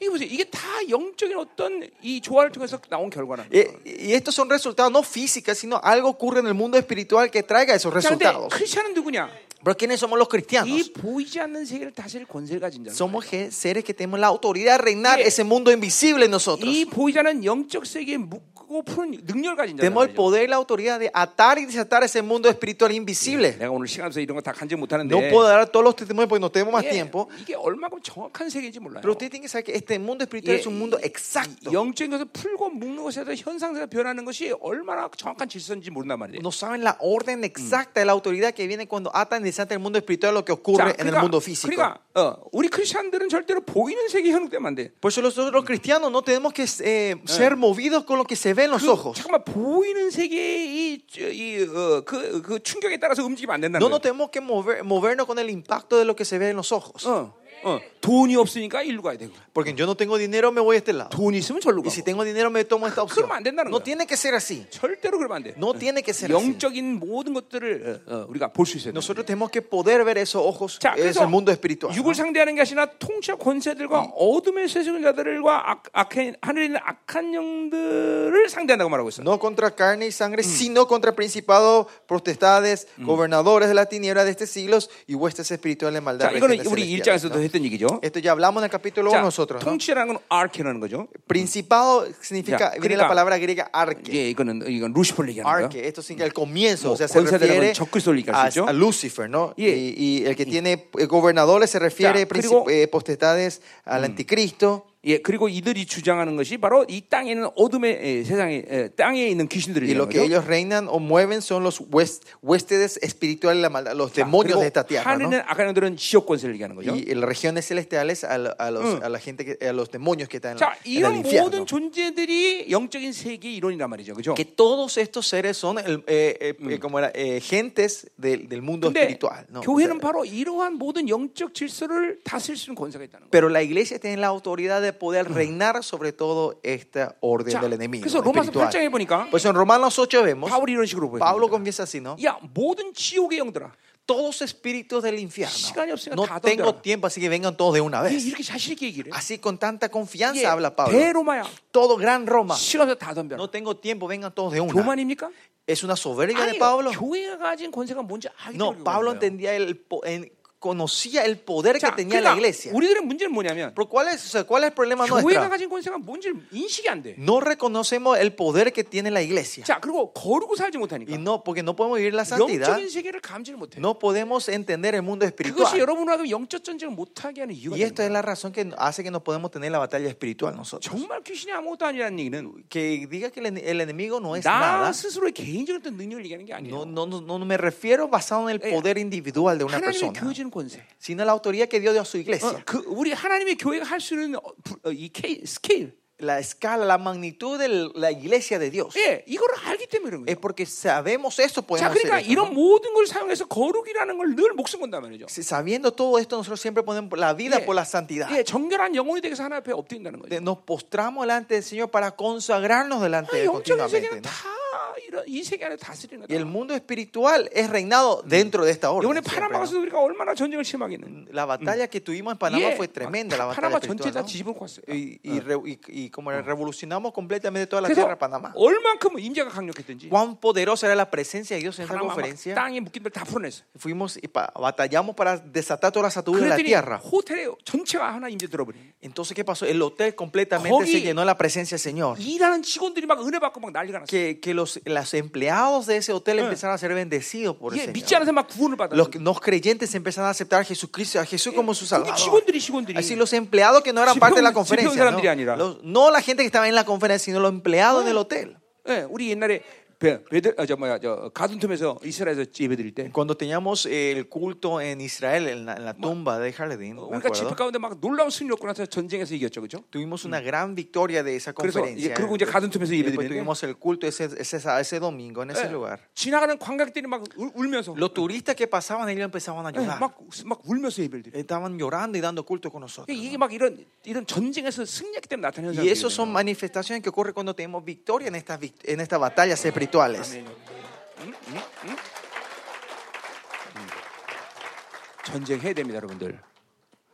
Speaker 1: 이게 보세요. 이게 다 영적인 어떤 이 조화를 통해서 나온 결과라는 거예요.
Speaker 2: Y- Y estos son resultados no físicas, sino algo ocurre en el mundo espiritual que traiga esos
Speaker 1: 자, 근데
Speaker 2: resultados.
Speaker 1: 크리스천은 누구냐?
Speaker 2: Pero ¿quiénes somos los cristianos?
Speaker 1: 이 보이지 않는 세계를 다스릴 권세를 가진 자.
Speaker 2: Somos ge- seres que tenemos la autoridad de reinar
Speaker 1: Sí.
Speaker 2: ese mundo invisible en nosotros.
Speaker 1: 이 보이지 않는 영적 세계에 묶고 푸는 능력을 가진 자.
Speaker 2: Tenemos el poder y la autoridad de atar y desatar ese mundo espiritual invisible.
Speaker 1: 내가 오늘 시간 없어 이런 거 다 간증 못 하는데.
Speaker 2: No puedo dar todos los testimonios porque no tenemos más
Speaker 1: 예,
Speaker 2: tiempo.
Speaker 1: 이게 얼마큼 정확한 세계인지 몰라요.
Speaker 2: Pero usted tiene que saber que este mundo espiritual
Speaker 1: 예,
Speaker 2: es un mundo
Speaker 1: 이-
Speaker 2: exacto.
Speaker 1: 영적인 것을 풀고 묶는 것에 대해서 현상세가 변하는 것이 얼마나 정확한 질서인지 모른단 말이에요.
Speaker 2: No saben la orden exacta de la autoridad que viene cuando atan y desatan el mundo espiritual lo que ocurre en el mundo físico.
Speaker 1: 그러니까 어, 우리 크리스천들은 절대로 보이는 세계 현혹되면 안 돼.
Speaker 2: Por eso nosotros los cristianos no tenemos que eh, ser movidos con lo que se ve en los ojos.
Speaker 1: 잠깐만 보이는 세계의 이, 이, 어, 그, 그 충격에 따라서 움직이면 안 된다는
Speaker 2: No
Speaker 1: 거예요.
Speaker 2: nos tenemos que mover, movernos con el impacto de lo que se ve en los ojos.
Speaker 1: 어, 어, 돈이 없으니까 일로 가야 되고
Speaker 2: Porque yo no tengo dinero, me voy a este lado.
Speaker 1: 돈 있으면 절로
Speaker 2: Y
Speaker 1: 가고
Speaker 2: si tengo dinero, me tomo esta opción.
Speaker 1: 그러면 안 된다는
Speaker 2: No
Speaker 1: 거야.
Speaker 2: tiene que ser así.
Speaker 1: 절대로 그러면 안 돼.
Speaker 2: No tiene que ser así.
Speaker 1: 영적인 모든 것들을 어, 어, 우리가 볼 수 있어야 돼.
Speaker 2: Nosotros tenemos que poder ver esos ojos,
Speaker 1: 자,
Speaker 2: es
Speaker 1: 그래서
Speaker 2: el mundo espiritual. ¿no?
Speaker 1: 육을 상대하는 게 아니라 통치와 권세들과 어둠의 세속인 자들과 악, 악한 하늘에 있는 악한 영들을 상대한다고 말하고 있어. 요
Speaker 2: No contra carne y
Speaker 1: Mm.
Speaker 2: sangre, sino contra principados, potestades, gobernadores de la tiniebla de este siglo y huestes espirituales de maldad.
Speaker 1: 자, 이거는
Speaker 2: regiones
Speaker 1: 우리
Speaker 2: celestiales,
Speaker 1: 일장에서도
Speaker 2: ¿no?
Speaker 1: 했던 얘기죠.
Speaker 2: Esto ya hablamos en el capítulo 1
Speaker 1: 자,
Speaker 2: nosotros. ¿no?
Speaker 1: 통치라는 건 아르케라는 거죠.
Speaker 2: Principado significa,
Speaker 1: Ya,
Speaker 2: viene
Speaker 1: 그러니까-
Speaker 2: la palabra griega arque.
Speaker 1: 예, 이거는 이건 루시퍼를 얘기하는 거예요.
Speaker 2: Arque, esto significa el comienzo,
Speaker 1: Bueno,
Speaker 2: o sea, se
Speaker 1: concederon
Speaker 2: refiere
Speaker 1: 적그리스도를 얘기할
Speaker 2: a,
Speaker 1: 수 있죠.
Speaker 2: a Lucifer, ¿no?
Speaker 1: Yeah. Mm.
Speaker 2: Y, y el que tiene eh, gobernadores se refiere
Speaker 1: Ya, Mm.
Speaker 2: princip-
Speaker 1: 그리고-
Speaker 2: eh, potestades al anticristo.
Speaker 1: 예, 그리고 이들이 주장하는 것이 바로 이 땅에 있는 어둠의 예, 세상에 예, 땅에 있는 귀신들을
Speaker 2: Y lo
Speaker 1: 얘기하는
Speaker 2: que
Speaker 1: 거죠.
Speaker 2: ellos reinan o mueven son los huest- huéspedes espirituales de la maldad, los
Speaker 1: 자,
Speaker 2: demonios de esta
Speaker 1: 그리고
Speaker 2: tierra,
Speaker 1: 하늘에
Speaker 2: ¿no?
Speaker 1: 있는 악한 영들은 지역 권세를 얘기하는 거죠.
Speaker 2: Y en las regiones celestiales a, la- a los, a la gente que- a los demonios que están en,
Speaker 1: 자,
Speaker 2: la- en el
Speaker 1: 이런 모든
Speaker 2: infierno.
Speaker 1: 존재들이 영적인 세계 이론이란 말이죠, 그죠
Speaker 2: Que todos estos seres son el- eh, eh, eh, como era, eh, gentes del, del mundo
Speaker 1: 근데
Speaker 2: espiritual. ¿no?
Speaker 1: 교회는 바로 이러한 모든 영적 질서를 다스릴 수 있는 권세가 있다는 거예요.
Speaker 2: Pero la iglesia tiene la autoridad de de poder reinar sobre todo esta orden
Speaker 1: 자,
Speaker 2: del enemigo.
Speaker 1: 그래서 로마서
Speaker 2: espiritual.
Speaker 1: 8장에 보니까
Speaker 2: Pues en Romanos 8 vemos,
Speaker 1: 뭐 바울이 이런 식으로 보여요.
Speaker 2: Pablo Pues comienza así, ¿no?
Speaker 1: 야 모든 지옥의 영들아
Speaker 2: Todos espíritus del infierno.
Speaker 1: 시간이 없으니까
Speaker 2: No
Speaker 1: 다
Speaker 2: tengo
Speaker 1: 던져라.
Speaker 2: tiempo, así que vengan todos de una
Speaker 1: 이-
Speaker 2: vez.
Speaker 1: 이렇게 자신 있게 얘기를 해.
Speaker 2: Así con tanta confianza
Speaker 1: 이게
Speaker 2: habla Pablo.
Speaker 1: 대로마야.
Speaker 2: Todo gran Roma.
Speaker 1: 시간 없어 다 덤벼라.
Speaker 2: No tengo tiempo, vengan todos de una.
Speaker 1: 교만입니까?
Speaker 2: ¿Es una soberbia
Speaker 1: 아니
Speaker 2: de Pablo?
Speaker 1: 교회가 가진 권세가 뭔지 알기
Speaker 2: No,
Speaker 1: 때문에
Speaker 2: Pablo
Speaker 1: 그런 거예요.
Speaker 2: entendía el, po- en- conocía el poder que
Speaker 1: 자,
Speaker 2: tenía la
Speaker 1: 그러니까
Speaker 2: iglesia.
Speaker 1: 우리들의 문제는 뭐냐면
Speaker 2: Pero ¿cuál es, o sea, cuál es el problema
Speaker 1: 교회가
Speaker 2: nuestro?
Speaker 1: 가진 권세가 뭔지 인식이 안 돼.
Speaker 2: No reconocemos el poder que tiene la iglesia.
Speaker 1: 자, 그리고 거르고 살지
Speaker 2: Y
Speaker 1: 못하니까
Speaker 2: no, porque no podemos vivir la santidad,
Speaker 1: 영적인 세계를 감지를 못해.
Speaker 2: no podemos entender el mundo
Speaker 1: 그것이
Speaker 2: espiritual.
Speaker 1: 여러분으로 하여금 영적 전쟁을 못하게 하는 이유가
Speaker 2: Y
Speaker 1: 되는
Speaker 2: esta
Speaker 1: 거예요.
Speaker 2: es la razón que hace que no podemos tener la batalla espiritual nosotros.
Speaker 1: 정말 귀신이 아무것도 아니라는 얘기는
Speaker 2: Que diga que el, ene- el enemigo no es
Speaker 1: 뭐 나
Speaker 2: nada,
Speaker 1: 스스로의 개인적인 어떤 능력을 얘기하는 게
Speaker 2: no,
Speaker 1: 아니에요.
Speaker 2: no, no, no me refiero basado en el
Speaker 1: Eh,
Speaker 2: poder individual de una
Speaker 1: 하나님이
Speaker 2: persona,
Speaker 1: 교회 주는 권세.
Speaker 2: sino la autoridad que Dios dio a su
Speaker 1: 어,
Speaker 2: iglesia.
Speaker 1: 그 우리 하나님의 교회가 할 수 있는 어, 부- 어, 이 케이- 스케일,
Speaker 2: La escala, la magnitud de la iglesia de Dios.
Speaker 1: 예, 이걸 알기 때문에 그런
Speaker 2: Es
Speaker 1: 거예요.
Speaker 2: porque sabemos esto,
Speaker 1: 자,
Speaker 2: podemos
Speaker 1: 그러니까
Speaker 2: hacer esto, ¿no?
Speaker 1: 이런 moden 걸 사용해서 거룩이라는 걸 늘 목숨 건단 말이죠.
Speaker 2: Si- Sabiendo todo esto, nosotros siempre ponemos la vida
Speaker 1: 예.
Speaker 2: por la santidad.
Speaker 1: 예, 정결한 영혼이 되기 위해서 하나 앞에 엎드린다는
Speaker 2: De-
Speaker 1: 거죠.
Speaker 2: Nos postramos delante del Señor para consagrarnos delante
Speaker 1: 아,
Speaker 2: de Él
Speaker 1: 영적인
Speaker 2: continuamente.
Speaker 1: 세계는
Speaker 2: ¿no?
Speaker 1: 다 이런 이 세계 안에 다스리는
Speaker 2: Y el
Speaker 1: 거다.
Speaker 2: mundo espiritual es reinado dentro de esta
Speaker 1: 이번에
Speaker 2: orden. siempre,
Speaker 1: 파나마에서 우리가 얼마나 전쟁을 심하게 했는.
Speaker 2: ¿no? La batalla que tuvimos en Mm. Panamá
Speaker 1: 예,
Speaker 2: fue tremenda, la
Speaker 1: 파-
Speaker 2: batalla
Speaker 1: 파나마 전체 다
Speaker 2: espiritual. ¿no?
Speaker 1: 뒤집어 놨어요.
Speaker 2: Y, y re- y- y como revolucionamos completamente toda la tierra
Speaker 1: 그래서
Speaker 2: de Panamá.
Speaker 1: 얼만큼 임재가 강력했든지
Speaker 2: Cuán poderosa era la presencia de Dios en esa
Speaker 1: 파나마 막
Speaker 2: conferencia.
Speaker 1: 땅에 묶인 걸다 풀어냈어요.
Speaker 2: Fuimos y pa- batallamos para desatar toda la satura de la
Speaker 1: 그랬더니
Speaker 2: tierra.
Speaker 1: 호텔에 전체가 하나 임재 들어버린.
Speaker 2: Entonces, ¿qué pasó? El hotel completamente
Speaker 1: 거기-
Speaker 2: se llenó de la presencia del Señor.
Speaker 1: 일하는 직원들이 막 은혜 받고 막 난리가 났어요.
Speaker 2: que, que los, los empleados de ese hotel
Speaker 1: Eh.
Speaker 2: empezaron a ser bendecidos por
Speaker 1: 예,
Speaker 2: el
Speaker 1: 믿지 않은
Speaker 2: Señor.
Speaker 1: 사람 막 구원을 받아.
Speaker 2: Los, los creyentes empezaron a aceptar a Jesucristo, a Jesús como su
Speaker 1: 그게
Speaker 2: Salvador.
Speaker 1: 직원들이 직원들이.
Speaker 2: Así los empleados que no eran parte de la
Speaker 1: 집회온- 집회온
Speaker 2: conferencia,
Speaker 1: 사람들이
Speaker 2: ¿no?
Speaker 1: 아니라.
Speaker 2: Los- no la gente que estaba en la conferencia, sino los empleados del hotel.
Speaker 1: 예, 우리 옛날에 베- 베들 아, 저 뭐야 저 가둔틈에서 이스라엘에서 예배 드릴 때
Speaker 2: Cuando teníamos eh, el culto en Israel, en la, en la tumba de Jaredín, me
Speaker 1: 그 우리가 집회
Speaker 2: acuerdo,
Speaker 1: 가운데 막 놀라운 승리를 얻고 나서 전쟁에서 이겼죠, 그죠?
Speaker 2: tuvimos una gran victoria de esa
Speaker 1: 그래서
Speaker 2: conferencia. ¿eh?
Speaker 1: 이제- 그리고 이제 가든툼에서
Speaker 2: Después
Speaker 1: 예배드리는데.
Speaker 2: tuvimos el culto ese, ese, ese domingo en
Speaker 1: 아,
Speaker 2: ese
Speaker 1: Eh.
Speaker 2: lugar.
Speaker 1: 예, 지나가는 관객들이 막 울- 울면서
Speaker 2: Los turistas que pasaban, ellos empezaban a
Speaker 1: 예,
Speaker 2: llorar.
Speaker 1: 막, 막 울면서 예배를 드려요.
Speaker 2: Estaban llorando y dando culto con nosotros.
Speaker 1: 이게 막 이런 이런 전쟁에서 승리했기 때문에 나타나는
Speaker 2: Y eso son
Speaker 1: 현상이에요.
Speaker 2: manifestaciones que ocurren cuando tenemos victoria en estas, vic- en estas batallas espirituales.
Speaker 1: 전쟁해야 됩니다, 여러분들.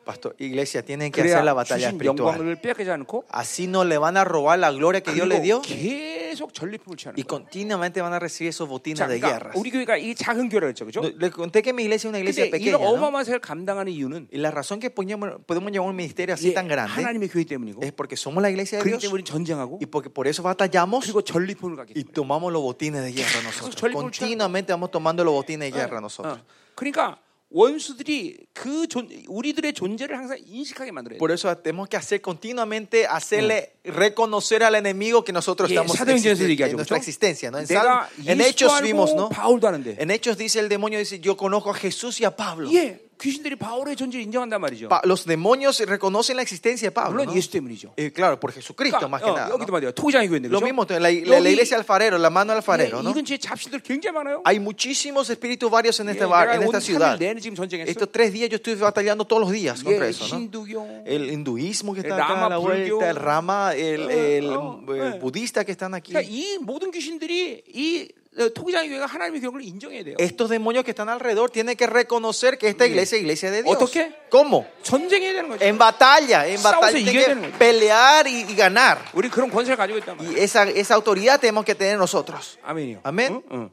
Speaker 2: Pastor, iglesia, tienen que hacer la
Speaker 1: 그러니까 그래야
Speaker 2: batalla
Speaker 1: 주신
Speaker 2: espiritual.
Speaker 1: 영광을 빼앗기지 않고
Speaker 2: Así no le van a robar la gloria que Dios le dio
Speaker 1: 그리고 계속 전리품을 취하는
Speaker 2: y
Speaker 1: 거예요.
Speaker 2: continuamente van a recibir esos botines
Speaker 1: 자,
Speaker 2: de
Speaker 1: 그러니까
Speaker 2: guerra.
Speaker 1: 우리 교회가 이 작은 교회라고 했죠, 그죠?
Speaker 2: No, Le conté que mi iglesia es una iglesia
Speaker 1: 근데
Speaker 2: pequeña.
Speaker 1: 이런
Speaker 2: ¿no?
Speaker 1: 어마어마한 세를 감당하는 이유는
Speaker 2: Y la razón que poníamos- podemos llevar un ministerio así
Speaker 1: 예,
Speaker 2: tan grande
Speaker 1: 하나님의 교회 때문이고
Speaker 2: es porque somos la iglesia de
Speaker 1: 그렇기
Speaker 2: Dios
Speaker 1: 때문에 우리는 전쟁하고
Speaker 2: y porque por eso batallamos
Speaker 1: 그리고 전리품을 갖기
Speaker 2: y
Speaker 1: 때문에
Speaker 2: tomamos los botines de guerra nosotros.
Speaker 1: 전리품을 취하는
Speaker 2: Continuamente vamos tomando los botines de guerra nosotros.
Speaker 1: 어, 그러니까 원수들이 그 존, 우리들의 존재를 항상 인식하게 만들어야 돼.
Speaker 2: Por eso tenemos que hacer continuamente, hacerle reconocer al enemigo que nosotros
Speaker 1: 예,
Speaker 2: estamos
Speaker 1: 사도행전에서
Speaker 2: existen-
Speaker 1: 얘기하죠,
Speaker 2: en nuestra
Speaker 1: 그렇죠?
Speaker 2: existencia. ¿no? En,
Speaker 1: 내가
Speaker 2: Salmo- en
Speaker 1: 예수도
Speaker 2: Hechos vimos,
Speaker 1: 알고
Speaker 2: ¿no?
Speaker 1: 바울도 아는데.
Speaker 2: En Hechos dice el demonio, dice, yo conozco a Jesús y a Pablo.
Speaker 1: 예, 귀신들이 바울의 존재를 인정한단 말이죠.
Speaker 2: Pa- los demonios reconocen la existencia de Pablo.
Speaker 1: 물론
Speaker 2: ¿no?
Speaker 1: 예수 때문이죠.
Speaker 2: Eh, claro, por Jesucristo más que
Speaker 1: 어,
Speaker 2: nada.
Speaker 1: 여기도
Speaker 2: ¿no?
Speaker 1: 말이야. 토기장의 교회인데
Speaker 2: Lo
Speaker 1: 그죠?
Speaker 2: mismo, la, la- la
Speaker 1: 여기,
Speaker 2: iglesia alfarero, la mano alfarero.
Speaker 1: 예,
Speaker 2: ¿no?
Speaker 1: 이 근처에 잡신들 굉장히 많아요.
Speaker 2: Hay muchísimos espíritus varios en,
Speaker 1: 예,
Speaker 2: este bar,
Speaker 1: 내가
Speaker 2: en
Speaker 1: 오늘
Speaker 2: esta
Speaker 1: 삼일
Speaker 2: ciudad.
Speaker 1: 내내 지금 전쟁했어.
Speaker 2: Estos tres días yo estuve batallando todos los días contra
Speaker 1: 예,
Speaker 2: eso. ¿no?
Speaker 1: 신두교.
Speaker 2: El hinduismo que
Speaker 1: El
Speaker 2: está acá a
Speaker 1: Dharma,
Speaker 2: la
Speaker 1: Purgyo.
Speaker 2: vuelta, el Rama, el, el,
Speaker 1: oh,
Speaker 2: Ah, eh,
Speaker 1: eh.
Speaker 2: budista que están aquí.
Speaker 1: 그러니까 이 모든 귀신들이 이 어, 토기장의 교회가 하나님의 교회를 인정해야 돼요.
Speaker 2: Estos demonios que están alrededor tienen que reconocer que esta iglesia es iglesia de Dios.
Speaker 1: ¿Otro qué?
Speaker 2: ¿Cómo?
Speaker 1: 전쟁해야 되는 거죠.
Speaker 2: En batalla, en
Speaker 1: Estamos
Speaker 2: batalla
Speaker 1: siguiendo
Speaker 2: tienen
Speaker 1: en
Speaker 2: que
Speaker 1: el-
Speaker 2: pelear y, y ganar.
Speaker 1: 우리 그런 권세를 가지고 있단 말이야.
Speaker 2: Y esa, esa autoridad tenemos que tener nosotros.
Speaker 1: 아멘이요.
Speaker 2: 아멘.
Speaker 1: 응, 응.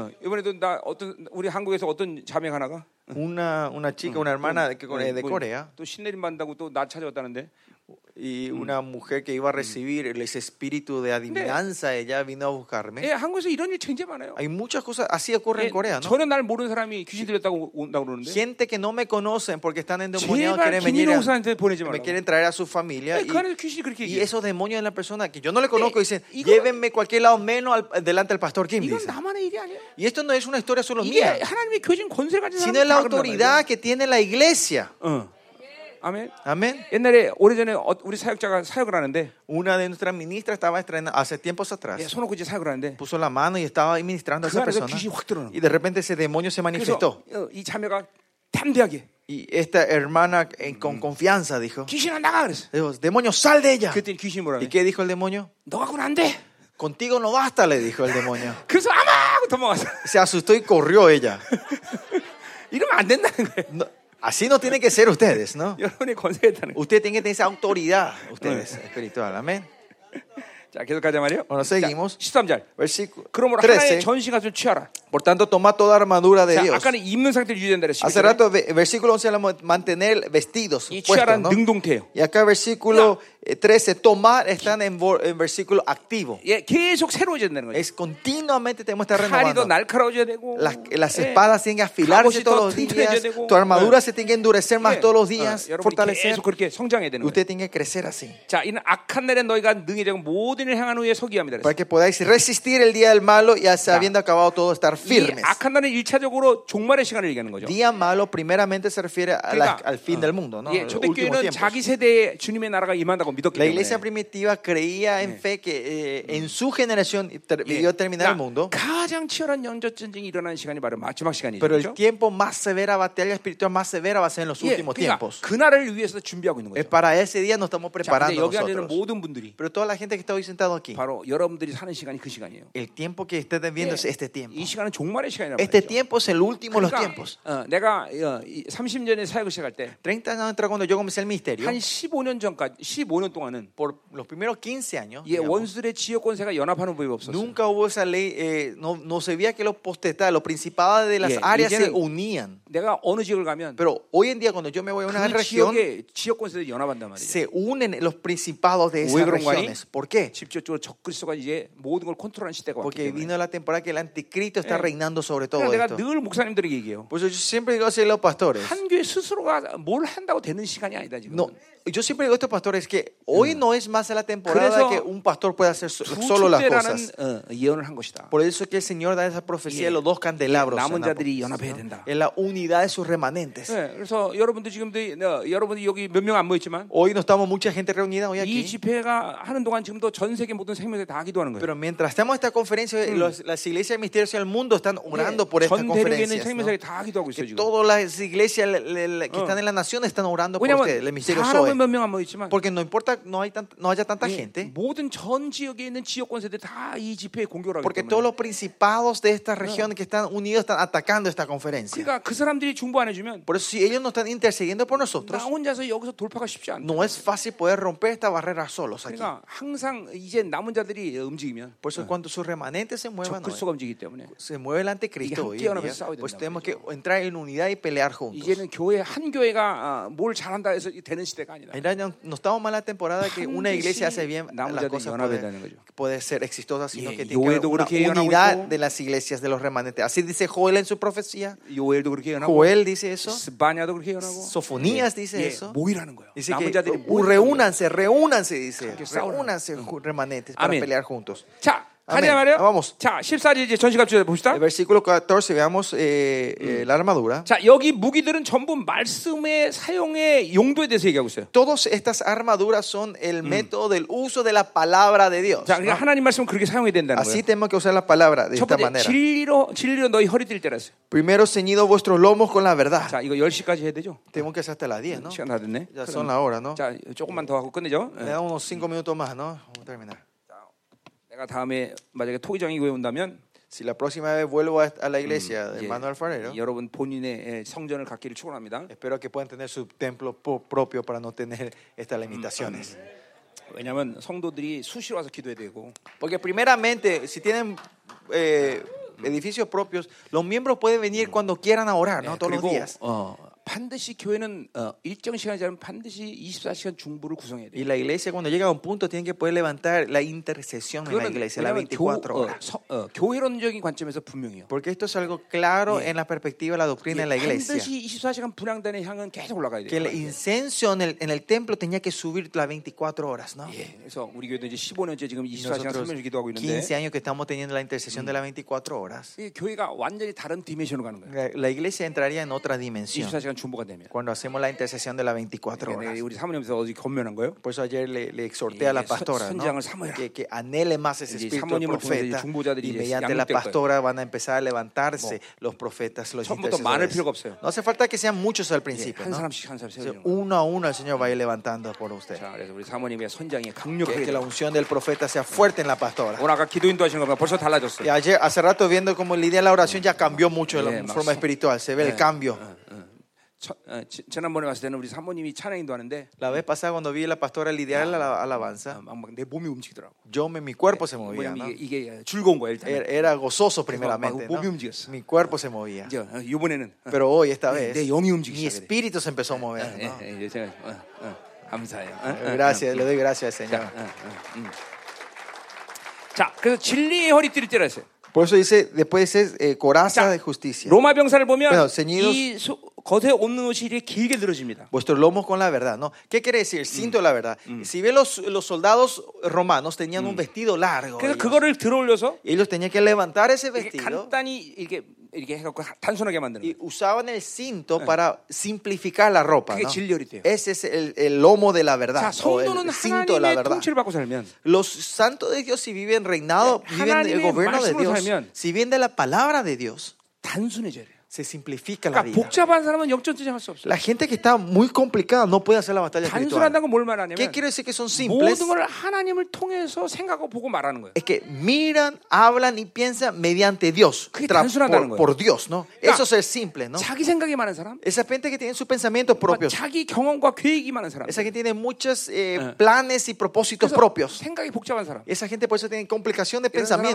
Speaker 1: 어, 이번에도 나 어떤 우리 한국에서 어떤 자매 하나가
Speaker 2: Una, una chica, una hermana de, de
Speaker 1: 뭐,
Speaker 2: Corea
Speaker 1: 또 신내림 받는다고 또 나 찾아왔다는데.
Speaker 2: y una mujer que iba a recibir ese espíritu de adivinanza, ella vino a buscarme.
Speaker 1: 예, 한국에서 이런 일 굉장히 많아요.
Speaker 2: Hay muchas cosas, así ocurre
Speaker 1: 예,
Speaker 2: en Corea, ¿no?
Speaker 1: 전혀 날 모르는 사람이 귀신 들렸다고 온다고 그러는데.
Speaker 2: Gente que no me conocen porque están endemoniados
Speaker 1: 제발
Speaker 2: quieren venir a-
Speaker 1: 김인호 목사한테 보내지
Speaker 2: me
Speaker 1: 말라고.
Speaker 2: quieren traer a su familia
Speaker 1: 예,
Speaker 2: y,
Speaker 1: 그 안에서 귀신이 그렇게
Speaker 2: y
Speaker 1: 얘기해.
Speaker 2: esos demonios en la persona que yo no le conozco dicen
Speaker 1: 이거-
Speaker 2: llévenme cualquier lado menos al- delante del pastor Kim
Speaker 1: 이건
Speaker 2: dice.
Speaker 1: 나만의 일이 아니에요.
Speaker 2: y esto no es una historia solo
Speaker 1: 이게
Speaker 2: mía
Speaker 1: 하나님의 교진 권세를 가진
Speaker 2: sino es
Speaker 1: 사람이
Speaker 2: la
Speaker 1: 다 그런단
Speaker 2: autoridad que tiene la iglesia
Speaker 1: 말이에요. 응. 아멘.
Speaker 2: amén
Speaker 1: 옛날에 오래전에 어- 우리 사역자가 사역을 하는데
Speaker 2: una de nuestras ministras estaba estrenando hace tiempos atrás
Speaker 1: 예, 손놓고 이제 사역을 하는데
Speaker 2: puso la mano y estaba ahí ministrando a
Speaker 1: 그
Speaker 2: esa
Speaker 1: 안에서
Speaker 2: persona
Speaker 1: 귀신이 확 들어오는
Speaker 2: y de repente ese demonio se
Speaker 1: 그래서
Speaker 2: manifestó
Speaker 1: 어, 이 자매가 어, 담대하게
Speaker 2: Y esta hermana eh, con confianza dijo,
Speaker 1: 귀신아 나가 그랬어.
Speaker 2: Dios, demonio, sal de ella.
Speaker 1: 그랬더니 아. 귀신이 뭐라
Speaker 2: ¿Y
Speaker 1: 그래?
Speaker 2: qué dijo el demonio?
Speaker 1: 너가고는 안 돼.
Speaker 2: Contigo no basta, le dijo el demonio.
Speaker 1: 그래서 아마 하고 도망갔어.
Speaker 2: Se asustó y corrió ella.
Speaker 1: 이러면 안 된다는 거예요.
Speaker 2: No, así no tiene que ser ustedes, ¿no?
Speaker 1: 여러분이 권세했다는 거.
Speaker 2: Ustedes tienen que tener esa autoridad, ustedes, espiritual. Amén.
Speaker 1: 자, 계속 가자 말이에요.
Speaker 2: Bueno, seguimos.
Speaker 1: 13절.
Speaker 2: Versículo
Speaker 1: 어, 그러므로 하나님의
Speaker 2: 13.
Speaker 1: 전신 가을 취하라.
Speaker 2: Por tanto, toma toda armadura de
Speaker 1: 자,
Speaker 2: Dios.
Speaker 1: 네, 아까는 입는 상태를 유지한다 그랬어요.
Speaker 2: Hace rato, ve- versículo 11, hablamos de mantener vestidos.
Speaker 1: 이
Speaker 2: Puestos,
Speaker 1: 취하라는
Speaker 2: ¿no?
Speaker 1: 능동태예요.
Speaker 2: Y acá, versículo eh, 13, tomar, están en, vo- en versículo activo.
Speaker 1: 예, 계속 새로워진다는 거예요.
Speaker 2: Es continuamente tenemos que estar
Speaker 1: 칼이 더
Speaker 2: renovando.
Speaker 1: 날카로워져야 되고
Speaker 2: Las, las
Speaker 1: 예.
Speaker 2: espadas tienen que
Speaker 1: 갑옷이
Speaker 2: afilarse
Speaker 1: 더
Speaker 2: todos los
Speaker 1: 튼튼해져야
Speaker 2: días.
Speaker 1: 되고.
Speaker 2: Tu armadura
Speaker 1: 예.
Speaker 2: se tiene que endurecer más
Speaker 1: 예.
Speaker 2: todos
Speaker 1: 어,
Speaker 2: los días,
Speaker 1: 여러분이
Speaker 2: fortalecer.
Speaker 1: 계속 그렇게 성장해야 되는 거예요.
Speaker 2: Usted tiene que crecer así.
Speaker 1: 자, 이는 악한 날에 너희가 능히 되고 모든 일을 행한 후에 서기 합니다.
Speaker 2: Para que podáis resistir el día del malo y hasta habiendo acabado todo, estar
Speaker 1: 이
Speaker 2: firmes.
Speaker 1: 악한 날은 일차적으로 종말의 시간을 얘기하는 거죠.
Speaker 2: Día malo primeramente se refiere a la-
Speaker 1: 그러니까,
Speaker 2: al fin del mundo, ¿no?
Speaker 1: 예,
Speaker 2: Los últimos
Speaker 1: 초대교회는
Speaker 2: tiempos.
Speaker 1: 자기 세대에 주님의 나라가 임한다고 믿었기
Speaker 2: La
Speaker 1: 때문에
Speaker 2: iglesia primitiva creía en fe que eh, en su generación ter-
Speaker 1: 예.
Speaker 2: vio terminar el
Speaker 1: 그러니까
Speaker 2: mundo,
Speaker 1: 가장 치열한 영적 전쟁이 일어나는 시간이 바로 마지막 시간이죠.
Speaker 2: pero
Speaker 1: 그렇죠?
Speaker 2: el tiempo más severa, batalla espiritual más severa va a ser en los
Speaker 1: 예,
Speaker 2: últimos
Speaker 1: 그러니까
Speaker 2: tiempos.
Speaker 1: 그 날을 위해서 준비하고 있는
Speaker 2: Es
Speaker 1: 거죠.
Speaker 2: para ese día nos estamos
Speaker 1: 자, 근데
Speaker 2: preparando
Speaker 1: 여기 앉아 있는
Speaker 2: nosotros.
Speaker 1: 모든 분들이
Speaker 2: Pero toda la gente que está hoy sentado aquí,
Speaker 1: 바로 여러분들이 사는 시간이 그 시간이에요. 예.
Speaker 2: el tiempo que estés viendo es este tiempo.
Speaker 1: 이 시간은 종말의 시간이라고
Speaker 2: Este tiempo es el último de los tiempos.
Speaker 1: 어, 내가 어, 30년에 사역을 시작할 때 한
Speaker 2: 30 años atrás cuando yo comencé el misterio,
Speaker 1: 15년 전까지 15년 동안은
Speaker 2: por los primeros 15 años,
Speaker 1: 예,
Speaker 2: digamos,
Speaker 1: 원수들의 지역권세가 연합하는 법이 없었어요.
Speaker 2: nunca hubo esa ley, eh, no, no se veía que los postestados, los principados de las
Speaker 1: Yeah,
Speaker 2: áreas se
Speaker 1: 이제는-
Speaker 2: unían.
Speaker 1: 내가 어느 지역을 가면
Speaker 2: Pero hoy en día cuando yo me voy a una
Speaker 1: 그
Speaker 2: región,
Speaker 1: 지역의 지역권세들이 연합한단 말이죠.
Speaker 2: se unen los principados de
Speaker 1: ¿Ue
Speaker 2: esas
Speaker 1: 그런 거 아니?
Speaker 2: regiones. ¿Por qué?
Speaker 1: 집적으로 적그리스도가 이제 모든 걸 컨트롤하는 시대가 왔기
Speaker 2: Porque
Speaker 1: 때문에.
Speaker 2: vino la temporada que el anticristo está
Speaker 1: Eh.
Speaker 2: reinando sobre todo
Speaker 1: 그러니까 내가
Speaker 2: esto.
Speaker 1: 늘 목사님들에게 얘기해요.
Speaker 2: Por eso yo siempre digo así a los pastores.
Speaker 1: 한 교회 스스로가 뭘 한다고 되는 시간이 아니다 지금.
Speaker 2: No, yo siempre digo a estos pastores que hoy no es más la temporada
Speaker 1: Por Mm. eso,
Speaker 2: que un pastor pueda hacer so-
Speaker 1: 두
Speaker 2: solo las
Speaker 1: 축제라는
Speaker 2: cosas.
Speaker 1: 어, 예언을 한 것이다.
Speaker 2: Por eso es que el Señor da esa profecía de
Speaker 1: Yeah.
Speaker 2: los dos candelabros.
Speaker 1: 남은
Speaker 2: en la-
Speaker 1: 자들이 연합해야 된다.
Speaker 2: En la unidad de sus remanentes.
Speaker 1: 네, 그래서 여러분들 지금도 어, 여러분들 여기 몇 명 안 모였지만
Speaker 2: Hoy no estamos mucha gente reunida hoy
Speaker 1: 이
Speaker 2: aquí.
Speaker 1: 집회가 하는 동안 지금도 전 세계 moden 생명들 다 기도하는 거예요.
Speaker 2: Pero mientras estamos en esta conferencia, los- las iglesias misteriosas del mundo están orando por esta
Speaker 1: 전 대륙에 있는
Speaker 2: conferencia.
Speaker 1: 생명들이 다 기도하고 있어요 예, 지금.
Speaker 2: Todas las iglesias le- le- le- que están en la nación están orando por
Speaker 1: 왜냐면
Speaker 2: ustedes, el misterio
Speaker 1: 사람은
Speaker 2: Zoe.
Speaker 1: 몇 명 안 모였지만 예,
Speaker 2: Porque no importa, no, hay tant- no haya tanta gente,
Speaker 1: 모든 전 지역에 있는 지역권 세들 다 이 집회에 공격을 하기
Speaker 2: porque todos
Speaker 1: 때문에.
Speaker 2: los principados de esta región que están unidos están atacando esta conferencia.
Speaker 1: 그러니까 그 사람들이 중보 안 해주면
Speaker 2: Por eso, si ellos no están intercediendo por
Speaker 1: 나
Speaker 2: nosotros,
Speaker 1: 혼자서 여기서 돌파가 쉽지 않아.
Speaker 2: no es fácil poder romper esta barrera solos aquí.
Speaker 1: 그러니까 항상 이제 남은 자들이 움직이면
Speaker 2: Por eso, cuando sus remanentes se muevan, hoy,
Speaker 1: 적그리스도가 움직이기 때문에
Speaker 2: se mueve el anticristo
Speaker 1: Y 함께
Speaker 2: hoy, en día,
Speaker 1: 연합해서 싸워야
Speaker 2: pues
Speaker 1: 된단
Speaker 2: tenemos que entrar en unidad y pelear juntos.
Speaker 1: 이제는 교회 한 교회가 아, 뭘 잘한다 해서 되는 시대가 아니다.
Speaker 2: Mira, no, no estamos mal la temporada que una
Speaker 1: 반드시
Speaker 2: iglesia hace bien las
Speaker 1: 남자들이
Speaker 2: cosas
Speaker 1: 연합해야
Speaker 2: puede,
Speaker 1: 되는 거죠.
Speaker 2: puede ser exitosa, sino
Speaker 1: 예,
Speaker 2: que tiene que haber
Speaker 1: 요엘도
Speaker 2: una
Speaker 1: 그렇게 연합하고
Speaker 2: unidad
Speaker 1: 있고.
Speaker 2: de las iglesias de los remanentes. Así dice Joel en su profecía.
Speaker 1: 요엘도 그렇게 연하고
Speaker 2: Joel dice eso.
Speaker 1: 스바냐도 그렇게 연하고
Speaker 2: Sofonías dice eso.
Speaker 1: 모이라는 거예요.
Speaker 2: Dice
Speaker 1: 남은
Speaker 2: que
Speaker 1: 자들이 모이라는
Speaker 2: "Uh,
Speaker 1: 거예요.
Speaker 2: reúnanse, reúnanse, dice.
Speaker 1: que 싸우라고.
Speaker 2: Reúnanse ju- remanentes para
Speaker 1: Amén.
Speaker 2: pelear juntos.
Speaker 1: 자,
Speaker 2: 아멘.
Speaker 1: 가자 말이요.
Speaker 2: Vamos.
Speaker 1: 자, 14절 이제 전시갑 주에 봅시다.
Speaker 2: El versículo 14, veamos eh, eh, la armadura.
Speaker 1: 자, 여기 무기들은 전부 말씀의 사용의 용도에 대해서 얘기하고 있어요.
Speaker 2: Todas estas armaduras son el método del uso de la palabra de Dios.
Speaker 1: 자, 그러니까
Speaker 2: ¿no?
Speaker 1: 하나님 말씀은 그렇게 사용해야 된다는
Speaker 2: Así
Speaker 1: 거예요.
Speaker 2: tenemos que usar la palabra de
Speaker 1: 첫
Speaker 2: esta
Speaker 1: 번째
Speaker 2: manera.
Speaker 1: 진리로 진리로 너희 허리 뛸 때라 했어요.
Speaker 2: Primero ceñido vuestros lomos con la verdad.
Speaker 1: 자, 이거 10시까지 해야 되죠?
Speaker 2: Tengo que hacer hasta las 10, ¿no?
Speaker 1: 시간 다 됐네.
Speaker 2: Ya eh.
Speaker 1: 그럼
Speaker 2: son la hora, ¿no?
Speaker 1: 자, 조금만 더 하고 끝내죠. 예,
Speaker 2: Me da unos 5 minutos más, ¿no? Vamos a terminar.
Speaker 1: 내가 다음에 만약에 토기장이 왜 온다면
Speaker 2: Si la próxima vez vuelvo a, a la iglesia del
Speaker 1: 예,
Speaker 2: hermano Alfarero,
Speaker 1: 여러분 본인의 예, 성전을 갖기를 축원합니다.
Speaker 2: espero que puedan tener su templo po- propio para no tener estas limitaciones.
Speaker 1: 왜냐하면 성도들이 수시로 와서 기도해야 되고
Speaker 2: Porque primeramente, si tienen eh, edificios propios, los miembros pueden venir cuando quieran a orar, ¿no? Todos los
Speaker 1: 그리고
Speaker 2: días.
Speaker 1: 어, 반드시 교회는 어, 일정 시간이 지나면 반드시 24시간 중보를 구성해야 돼요.
Speaker 2: Y la iglesia cuando llega a un punto tiene que poder levantar la intercesión en la
Speaker 1: 그거는
Speaker 2: iglesia, las
Speaker 1: 왜냐면 교,
Speaker 2: 24
Speaker 1: 어,
Speaker 2: horas.
Speaker 1: 서- 어, 교회론적인 관점에서 분명해요. 예,
Speaker 2: Porque esto es algo claro en la perspectiva de la doctrina de la iglesia.
Speaker 1: 반드시 24시간 분향단의 향은 계속 올라가야
Speaker 2: que
Speaker 1: 돼요.
Speaker 2: el incenso en el, en el templo tenía que subir las 24 horas, ¿no?
Speaker 1: 예, 그래서 우리 교회도 이제 15년째 지금
Speaker 2: Y
Speaker 1: 24시간
Speaker 2: Nosotros
Speaker 1: 설명을 기도하고 있는데
Speaker 2: 15 años que estamos teniendo la intercesión de las 24 horas.
Speaker 1: 이 교회가 완전히 다른 디멘션으로 가는 거예요.
Speaker 2: La, la iglesia entraría en otra dimensión.
Speaker 1: 24시간 시간 중보가 됩니다.
Speaker 2: cuando hacemos la intercesión de las 24
Speaker 1: 그러니까
Speaker 2: horas.
Speaker 1: 내- 우리 사모님께서 어제 건면한 거예요.
Speaker 2: Por eso ayer le, le exhorté a la
Speaker 1: Eh, son-
Speaker 2: pastora
Speaker 1: son
Speaker 2: ¿no?
Speaker 1: llamados samurai.
Speaker 2: que, que anhele más ese
Speaker 1: Y
Speaker 2: espíritu del
Speaker 1: samurai 통해서 이제
Speaker 2: profeta
Speaker 1: 중보자들이
Speaker 2: y
Speaker 1: 이제
Speaker 2: mediante la
Speaker 1: 양육될 거예요.
Speaker 2: pastora van a empezar a levantarse los profetas, los
Speaker 1: 처음부터 많을 필요가 없어요.
Speaker 2: intercesores. No hace falta que sean muchos al
Speaker 1: 예,
Speaker 2: principio.
Speaker 1: 한
Speaker 2: ¿no?
Speaker 1: 사람씩 한 사람씩 세우는 거예요.
Speaker 2: Uno a uno el Señor va a ir levantando por usted.
Speaker 1: 자, 그래서 우리 사모님의 선장이
Speaker 2: Que,
Speaker 1: 강력하게
Speaker 2: que la unción del profeta sea fuerte en la pastora.
Speaker 1: 오늘 아까 기도인도 하시는 거 벌써
Speaker 2: Y
Speaker 1: 달라졌어요.
Speaker 2: ayer, hace rato viendo cómo lidia la oración ya cambió mucho de
Speaker 1: Yeah,
Speaker 2: la forma
Speaker 1: más-
Speaker 2: espiritual, se ve el cambio.
Speaker 1: ah. 첫- 어, 지- 지난번에 왔을 때는 우리 사모님이 찬양인도 하는데 어,
Speaker 2: La vez pasada cuando vi a la pastora lidiar la la alabanza,
Speaker 1: 막 내 몸이 움직이더라고.
Speaker 2: yo me, mi cuerpo se movía, ¿no?
Speaker 1: 뭐냐면 이게, 이게 즐거운 거예요 일단.
Speaker 2: Era, era gozoso primeramente,
Speaker 1: Como- como-
Speaker 2: ¿no?
Speaker 1: 움직였어.
Speaker 2: Mi cuerpo se movía.
Speaker 1: 이제 어, 이번에는 어,
Speaker 2: Pero hoy, esta
Speaker 1: 내-
Speaker 2: vez,
Speaker 1: 내 영이
Speaker 2: mi
Speaker 1: 움직이기 시작해.
Speaker 2: espíritu se empezó a mover,
Speaker 1: 예,
Speaker 2: ¿no?
Speaker 1: 예, 이제 제가, 어, 어, 감사해요. 어, 어,
Speaker 2: Gracias, le doy gracias al Señor.
Speaker 1: 음. 자, 그래서 진리의 허리띠를 찌라 했어요.
Speaker 2: Por eso dice, después dice, eh, coraza de
Speaker 1: 자,
Speaker 2: justicia.
Speaker 1: 로마 병사를 보면
Speaker 2: Bueno, ceñidos-
Speaker 1: 이 소- 겉에 없는 옷이 이렇게 길게 늘어집니다.
Speaker 2: Vuestros lomos con la verdad, ¿no? ¿Qué quiere decir? El cinto de la verdad. Si ve los, los soldados romanos tenían un vestido largo.
Speaker 1: 그래서
Speaker 2: ellos.
Speaker 1: 그거를 들어 올려서
Speaker 2: Ellos tenían que levantar ese
Speaker 1: 이렇게
Speaker 2: Oh, vestido
Speaker 1: 간단히 이렇게 이렇게 해갖고 단순하게 만드는
Speaker 2: y
Speaker 1: 거예요.
Speaker 2: usaban el cinto para simplificar la ropa.
Speaker 1: 그게
Speaker 2: ¿no?
Speaker 1: 진리열이 돼요.
Speaker 2: Ese es el, el lomo de la
Speaker 1: 자,
Speaker 2: verdad. o
Speaker 1: 성도는
Speaker 2: el cinto de la
Speaker 1: 하나님의
Speaker 2: verdad.
Speaker 1: 통치를 받고 살면
Speaker 2: Los santos de Dios, si viven reinado,
Speaker 1: 예,
Speaker 2: viven el
Speaker 1: 하나님의
Speaker 2: gobierno de
Speaker 1: 말씀으로
Speaker 2: Dios,
Speaker 1: 살면
Speaker 2: si viven de la palabra de Dios,
Speaker 1: 단순해져요.
Speaker 2: se simplifica la
Speaker 1: 그러니까
Speaker 2: vida.
Speaker 1: 복잡한 사람은 영적 전쟁할 수 없어요.
Speaker 2: La gente que está muy complicada no puede hacer la batalla espiritual.
Speaker 1: 단순하다는 건 뭘 말하냐면
Speaker 2: ¿Qué quiere decir que son simples?
Speaker 1: 모든 걸 하나님을 통해서 생각하고 보고 말하는 거예요.
Speaker 2: Es que miran, hablan y piensan mediante Dios,
Speaker 1: 그게
Speaker 2: tra-
Speaker 1: 단순하다는 거예요.
Speaker 2: por, por Dios, ¿no?
Speaker 1: 그러니까
Speaker 2: Eso es ser simple, ¿no?
Speaker 1: 자기 생각이 많은 사람,
Speaker 2: Esa gente que tiene sus pensamientos propios.
Speaker 1: 자기 경험과 계획이 많은 사람,
Speaker 2: Esa gente tiene muchos eh,
Speaker 1: Eh.
Speaker 2: planes y propósitos
Speaker 1: 그래서
Speaker 2: propios.
Speaker 1: 생각이 복잡한 사람,
Speaker 2: Esa gente por eso tiene complicación de
Speaker 1: 이런 사람은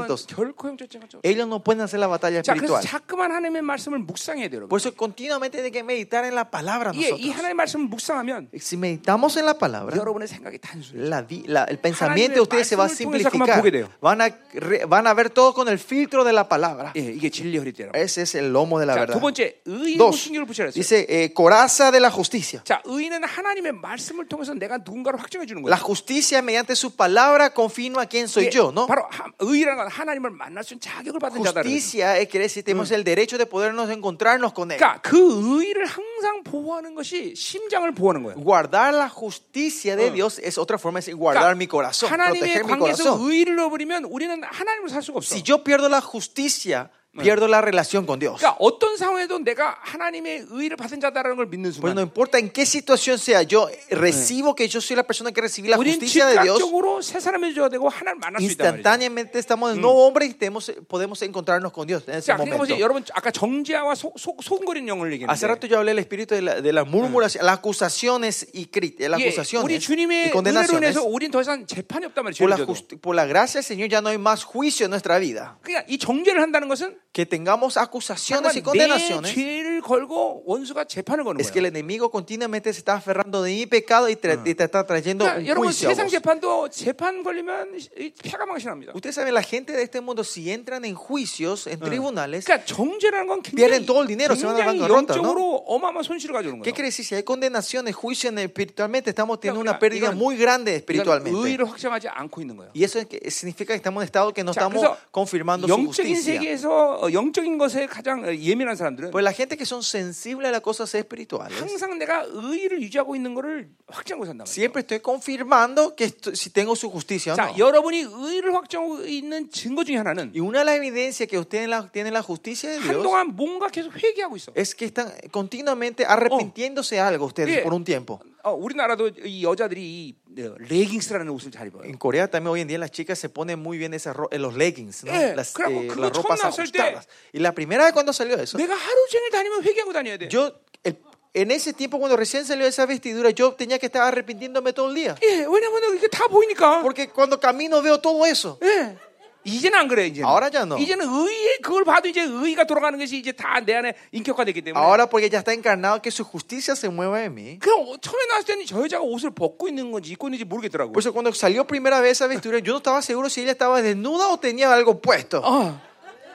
Speaker 2: pensamientos.
Speaker 1: 결코 영적 전쟁할 수 없어요.
Speaker 2: Ellos no pueden hacer la batalla
Speaker 1: 자, 그래서
Speaker 2: espiritual.
Speaker 1: 자꾸만 하나님의 말씀을 묵상해야 돼요. 여러분.
Speaker 2: Por eso continuamente tiene que meditar en la palabra
Speaker 1: 예, 이
Speaker 2: nosotros.
Speaker 1: 하나님의 말씀을 묵상하면
Speaker 2: Si meditamos en la palabra,
Speaker 1: 여러분의 생각이 단순해.
Speaker 2: la vi- la- el pensamiento de ustedes se va a
Speaker 1: 말씀을 통해서
Speaker 2: simplificar.
Speaker 1: 그만 보게 돼요.
Speaker 2: Van a, re- van a ver todo con el filtro de la palabra.
Speaker 1: 예, 이게 진리 허리띠라고.
Speaker 2: Ese es el lomo de la
Speaker 1: 자, 두
Speaker 2: verdad.
Speaker 1: 번째 의인
Speaker 2: Dos,
Speaker 1: 후신기를 붙이라 했어요.
Speaker 2: dice eh, coraza de la justicia.
Speaker 1: 자, 의인은 하나님의 말씀을 통해서 내가 누군가를 확정해 주는
Speaker 2: La
Speaker 1: 거예요.
Speaker 2: justicia mediante su palabra confirma quién soy yo, ¿no?
Speaker 1: 예, 바로 하- 의라는 건 ha나님을 만날 수 있는 자격을 받은 자다. 그래요.
Speaker 2: Justicia es que decir, tenemos el derecho de podernos encontrarnos con Él.
Speaker 1: 그러니까 그 의를 항상 보호하는 것이 심장을 보호하는 거예요.
Speaker 2: Guardar la justicia de Dios es otra forma de decir, guardar mi corazón,
Speaker 1: 그러니까 하나님의
Speaker 2: proteger mi
Speaker 1: 관계에서
Speaker 2: corazón.
Speaker 1: 의를 넣어버리면 우리는 하나님을 살 수가 없어.
Speaker 2: Si yo pierdo la justicia, pierdo la relación con Dios.
Speaker 1: 그러니까 어떤 상황에도 내가 하나님의 의를 받은 자다라는 걸 믿는
Speaker 2: Pues no
Speaker 1: 순간
Speaker 2: importa en qué situación sea, yo eh, recibo que yo soy la persona que recibí la
Speaker 1: 우리는
Speaker 2: justicia de Dios.
Speaker 1: 즉각적으로 새 사람을 줘야 되고 하나님을 만날 수 있단 말이죠.
Speaker 2: Instantáneamente estamos en un nuevo hombre y tenemos- podemos encontrarnos con Dios en ese
Speaker 1: 자, 그러니까 보세요.
Speaker 2: momento.
Speaker 1: 여러분 아까 정지아와 소소거리는 영을
Speaker 2: Hace
Speaker 1: 얘기했는데
Speaker 2: rato yo hablé del espíritu de, la- de las murmuraciones, las acusaciones y crit- las
Speaker 1: 예, 우리
Speaker 2: acusaciones y
Speaker 1: 주님의 은혜로
Speaker 2: condenaciones.
Speaker 1: 인해서 우린 더 이상 재판이 없단 말이죠.
Speaker 2: Por la,
Speaker 1: 죄인들도.
Speaker 2: justi- por la gracia del Señor ya no hay más juicio en nuestra vida.
Speaker 1: 그러니까 이 정죄를 한다는 것은
Speaker 2: Que tengamos acusaciones y
Speaker 1: 내
Speaker 2: condenaciones
Speaker 1: 죄를 걸고 원수가 재판을 거는
Speaker 2: es que
Speaker 1: 거예요.
Speaker 2: el enemigo continuamente se está aferrando de mi pecado y tra- y te está trayendo
Speaker 1: 그러니까
Speaker 2: un
Speaker 1: 여러분
Speaker 2: juicio. a
Speaker 1: 세상
Speaker 2: vos.
Speaker 1: 재판도 재판 걸리면 이 폐가 망신합니다.
Speaker 2: Ustedes saben, la gente de este mundo, si entran en juicios, en tribunales,
Speaker 1: 그러니까 정죄라는 건 굉장히,
Speaker 2: Pierden todo el dinero, se van a
Speaker 1: 굉장히
Speaker 2: bancarrota, ¿no?
Speaker 1: 영적으로 어마어마한 손실을 가져오는
Speaker 2: ¿qué
Speaker 1: 거예요.
Speaker 2: quiere decir? Si hay condenaciones, juicios en el- espiritualmente, estamos teniendo
Speaker 1: Claro,
Speaker 2: una pérdida
Speaker 1: digan-
Speaker 2: muy
Speaker 1: 이건
Speaker 2: grande espiritualmente.
Speaker 1: 의의를 확정하지 않고 있는 거예요.
Speaker 2: Y eso es que- significa que estamos en un estado que no
Speaker 1: 자,
Speaker 2: estamos
Speaker 1: 그래서
Speaker 2: confirmando su
Speaker 1: 영적인
Speaker 2: justicia.
Speaker 1: 세계에서 어, 영적인 것에 가장 어, 예민한 사람들은
Speaker 2: Pues la gente que son sensibles a las cosas espirituales,
Speaker 1: 항상 내가 의의를 유지하고 있는 것을 확정하고 산단 말이에요.
Speaker 2: siempre estoy confirmando que esto- si tengo su justicia o
Speaker 1: 자,
Speaker 2: no.
Speaker 1: 여러분이 의를 확정하고 있는 증거 중에 하나는
Speaker 2: Y una de las evidencias que ustedes la, tienen la justicia de Dios
Speaker 1: 한동안 뭔가 계속 회개하고 있어.
Speaker 2: es que están continuamente arrepintiéndose de algo ustedes
Speaker 1: Sí.
Speaker 2: por un tiempo.
Speaker 1: 어, 우리나라도 이 여자들이 이 어, 레깅스라는 옷을 잘 입어요.
Speaker 2: En Corea también hoy en día las chicas se ponen muy bien esas ro- eh, los leggings, ¿no?
Speaker 1: Eh,
Speaker 2: las,
Speaker 1: claro,
Speaker 2: eh,
Speaker 1: 그거
Speaker 2: las ropas
Speaker 1: 처음 나왔을 때-
Speaker 2: ajustadas. Y la primera vez cuando salió eso,
Speaker 1: 내가 하루 종일 다니면 회개하고 다녀야 돼.
Speaker 2: yo el- en ese tiempo cuando recién salió esa vestidura, yo tenía que estar arrepintiéndome todo el día.
Speaker 1: 예, 왜냐면 이게 다 보이니까.
Speaker 2: Porque cuando camino veo todo eso.
Speaker 1: 예. 이제는 안 그래 이제는.
Speaker 2: Ahora ya no.
Speaker 1: 이제는 의의 그걸 봐도 이제 의의가 돌아가는 것이 이제 다 내 안에 인격화됐기 때문에.
Speaker 2: Ahora porque ya está encarnado que su justicia se mueva en mí.
Speaker 1: 그럼 어, 처음에 나왔을 때는 저 여자가 옷을 벗고 있는 건지 입고 있는지 모르겠더라고.
Speaker 2: Por eso cuando salió primera vez esa vestidura, yo no estaba seguro si ella estaba desnuda o tenía algo puesto.
Speaker 1: 아.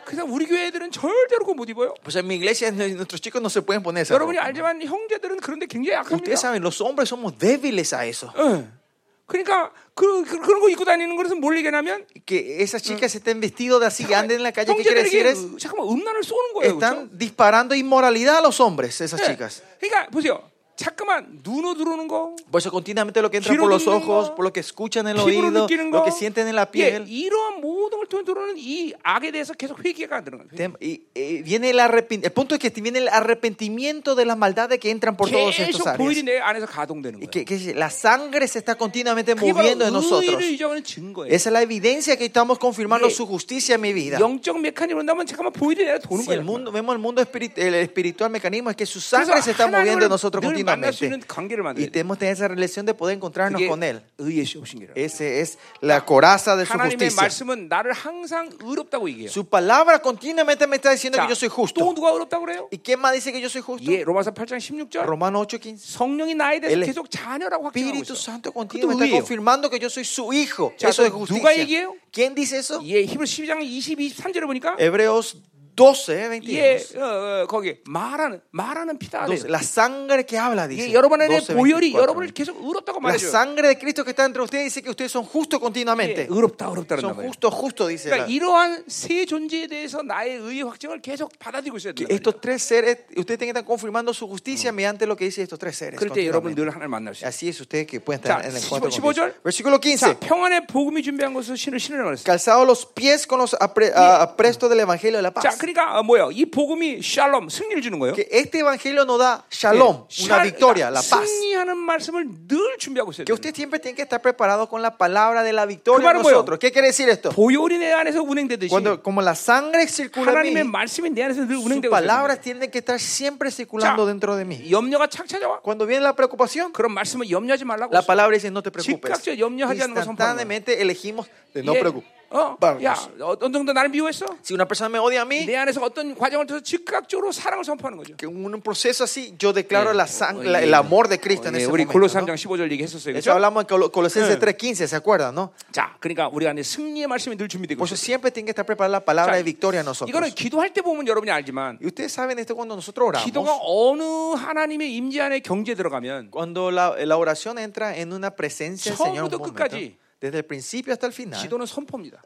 Speaker 1: 그래서 우리 교회 애들은 절대로 그못 입어요.
Speaker 2: Pues en mi iglesia n- nuestros chicos no se pueden poner esa
Speaker 1: 여러분이
Speaker 2: ropa.
Speaker 1: 알지만 형제들은 그런데 굉장히 약합니다.
Speaker 2: Ustedes saben, los hombres somos débiles a eso.
Speaker 1: 예. 그러니까 그, 그 그런 거 입고 다니는 것은 뭘 얘기냐면
Speaker 2: Que esas chicas estén vestidas de así y anden en la calle, ¿qué quiere decir?
Speaker 1: 형제들에게
Speaker 2: Es,
Speaker 1: 잠깐만 음란을 쏘는 거예요. 그렇죠?
Speaker 2: están disparando inmoralidad a los hombres, esas
Speaker 1: 예.
Speaker 2: chicas.
Speaker 1: 그러니까 보세요. 자꾸만 눈으로 들어오는 거,
Speaker 2: Por eso continuamente lo que entra
Speaker 1: Quiero
Speaker 2: por los
Speaker 1: vivir,
Speaker 2: ojos,
Speaker 1: ¿no?
Speaker 2: por lo que escuchan en el
Speaker 1: 피부로
Speaker 2: oído,
Speaker 1: 느끼는
Speaker 2: lo
Speaker 1: 거,
Speaker 2: que sienten en la
Speaker 1: 예,
Speaker 2: piel.
Speaker 1: 이러한 모든 걸 통해 들어오는 이 악에 대해서 계속 회개가 들어가는 거예요.
Speaker 2: Tem- Y, eh, viene el arrepentimiento. El punto es que viene el arrepentimiento de las maldades que entran por todos estos
Speaker 1: 계속 보일이
Speaker 2: áreas.
Speaker 1: 내 안에서 가동되는
Speaker 2: Y
Speaker 1: 거예요.
Speaker 2: que, que la sangre se está continuamente
Speaker 1: 그게
Speaker 2: moviendo en
Speaker 1: 바로
Speaker 2: nosotros.
Speaker 1: 의를 유지하는 증거예요.
Speaker 2: Esa es la evidencia que estamos confirmando
Speaker 1: Ye-
Speaker 2: su justicia en mi vida.
Speaker 1: 영적 메카니즘 본다면 잠깐만 보일이 내가 도는
Speaker 2: Si el
Speaker 1: 거예요.
Speaker 2: mundo, vemos el mundo espirit- el espiritual mecanismo es que su
Speaker 1: 그래서
Speaker 2: sangre se está moviendo en nosotros
Speaker 1: 늘 만날 수
Speaker 2: continuamente.
Speaker 1: 있는 관계를
Speaker 2: Y
Speaker 1: 만들어야 돼.
Speaker 2: tenemos tener esa relación de poder encontrarnos
Speaker 1: 그게
Speaker 2: con Él.
Speaker 1: 의의 쇼신이라.
Speaker 2: Ese es la coraza de su
Speaker 1: 하나님의
Speaker 2: justicia.
Speaker 1: 말씀은 나를 항상 의롭다고 얘기해요.
Speaker 2: Su palabra continuamente me está diciendo
Speaker 1: 자,
Speaker 2: que yo soy
Speaker 1: 또
Speaker 2: justo.
Speaker 1: 누가 의롭다고 그래요?
Speaker 2: ¿Y quién más dice que yo soy justo?
Speaker 1: 예, 로마서 8장 16절.
Speaker 2: Romano 8:15.
Speaker 1: 성령이 나에 대해서
Speaker 2: El
Speaker 1: 계속 자녀라고 확증하고
Speaker 2: Espíritu
Speaker 1: 있어.
Speaker 2: Santo
Speaker 1: 그것도
Speaker 2: continuamente está
Speaker 1: 의예요.
Speaker 2: confirmando que yo soy su hijo.
Speaker 1: 자,
Speaker 2: Eso es
Speaker 1: 그럼
Speaker 2: justicia.
Speaker 1: 누가 얘기해요?
Speaker 2: ¿Quién dice eso?
Speaker 1: 예, 히브리 12장 20, 23절을 보니까
Speaker 2: Hebreos eh, 12, 22.
Speaker 1: 예, 어, 어, 거기 말하는 말하는 피다. 그래요.
Speaker 2: 12. La sangre que habla dice.
Speaker 1: 이게 여러분 안에
Speaker 2: 12,
Speaker 1: 보혈이
Speaker 2: 24.
Speaker 1: 여러분을 계속 의롭다고
Speaker 2: La
Speaker 1: 말해줘요.
Speaker 2: sangre de Cristo que está entre ustedes dice que ustedes son justos
Speaker 1: 예,
Speaker 2: continuamente.
Speaker 1: 의롭다, 의롭다 그런단
Speaker 2: Son
Speaker 1: 말이에요.
Speaker 2: justos, justos, dice.
Speaker 1: 그러니까
Speaker 2: la-
Speaker 1: 이러한 세 존재에 대해서 나의 의의 확증을 계속 받아들이고 있어야
Speaker 2: que
Speaker 1: 돼요.
Speaker 2: Estos tres seres, ustedes tienen que estar confirmando su justicia mediante lo que dice estos tres seres.
Speaker 1: 그럴 때 여러분
Speaker 2: continuamente.
Speaker 1: 늘 하나님 만날 수 있어요.
Speaker 2: Así es, ustedes que pueden
Speaker 1: 자,
Speaker 2: estar en el encuentro con
Speaker 1: 15 절.
Speaker 2: Cristo. Versículo
Speaker 1: 자,
Speaker 2: 15.
Speaker 1: 평안의 복음이 준비한 것을 신을 신으라 말했어요.
Speaker 2: Calzados los pies con los apre- a- aprestos del Evangelio de la
Speaker 1: 자,
Speaker 2: Paz.
Speaker 1: 그러니까 어, 뭐예요? 이 복음이 샬롬 승리를 주는 거예요.
Speaker 2: Que este Evangelio nos da shalom,
Speaker 1: 예,
Speaker 2: una
Speaker 1: 샬-
Speaker 2: victoria, la paz.
Speaker 1: 승리하는 말씀을 늘 준비하고 있어야
Speaker 2: Que
Speaker 1: 돼요.
Speaker 2: usted siempre tiene que estar preparado con la palabra de la victoria
Speaker 1: Que
Speaker 2: en nosotros. ¿Qué quiere decir esto?
Speaker 1: 보혈이 내 안에서 운행되듯이
Speaker 2: Cuando, como la sangre circula en
Speaker 1: 하나님의
Speaker 2: mí,
Speaker 1: 말씀이 내 안에서 늘
Speaker 2: sus
Speaker 1: 운행되고 있어요.
Speaker 2: palabras tienen que estar siempre circulando
Speaker 1: 자,
Speaker 2: dentro de mí.
Speaker 1: 염려가 착 찾아와.
Speaker 2: Cuando viene la preocupación,
Speaker 1: 그런 말씀을 염려하지 말라고.
Speaker 2: la
Speaker 1: 했어요.
Speaker 2: palabra dice no te preocupes.
Speaker 1: 즉각적 염려하지 않는 거
Speaker 2: Instantáneamente elegimos de no
Speaker 1: 예, 어, 야,
Speaker 2: preocuparnos.
Speaker 1: 어떤 정도 나를 미워했어?
Speaker 2: Si una persona me odia a mí,
Speaker 1: 내 안에서 어떤 과정을 통해서 즉각적으로 사랑을 선포하는 거죠.
Speaker 2: que un un proceso así, yo declaro
Speaker 1: 예.
Speaker 2: la sang-
Speaker 1: 어,
Speaker 2: la-
Speaker 1: 예.
Speaker 2: el amor de
Speaker 1: 어,
Speaker 2: Cristo en
Speaker 1: 예,
Speaker 2: ese
Speaker 1: 우리
Speaker 2: momento. ¿no?
Speaker 1: 골로산장 15절 얘기했었어요.
Speaker 2: Eso
Speaker 1: 그렇죠?
Speaker 2: hablamos en Colo-
Speaker 1: 예.
Speaker 2: Colosenses 3.15, ¿se acuerdan? No?
Speaker 1: 자, 그러니까 우리 안에 승리의 말씀이 늘 준비되고
Speaker 2: Por eso
Speaker 1: 있어요.
Speaker 2: Pues siempre tiene que estar preparada la palabra
Speaker 1: 자,
Speaker 2: de victoria en nosotros.
Speaker 1: 이거는 기도할 때 보면 여러분이 알지만
Speaker 2: Y ustedes saben esto cuando nosotros
Speaker 1: 기도가
Speaker 2: oramos.
Speaker 1: 어느 하나님의 임재 안에 경지에 들어가면
Speaker 2: Cuando la, la oración entra en una presencia del Señor, un
Speaker 1: 처음부터
Speaker 2: momento,
Speaker 1: 끝까지.
Speaker 2: desde el principio hasta el final,
Speaker 1: 기도는 선포입니다.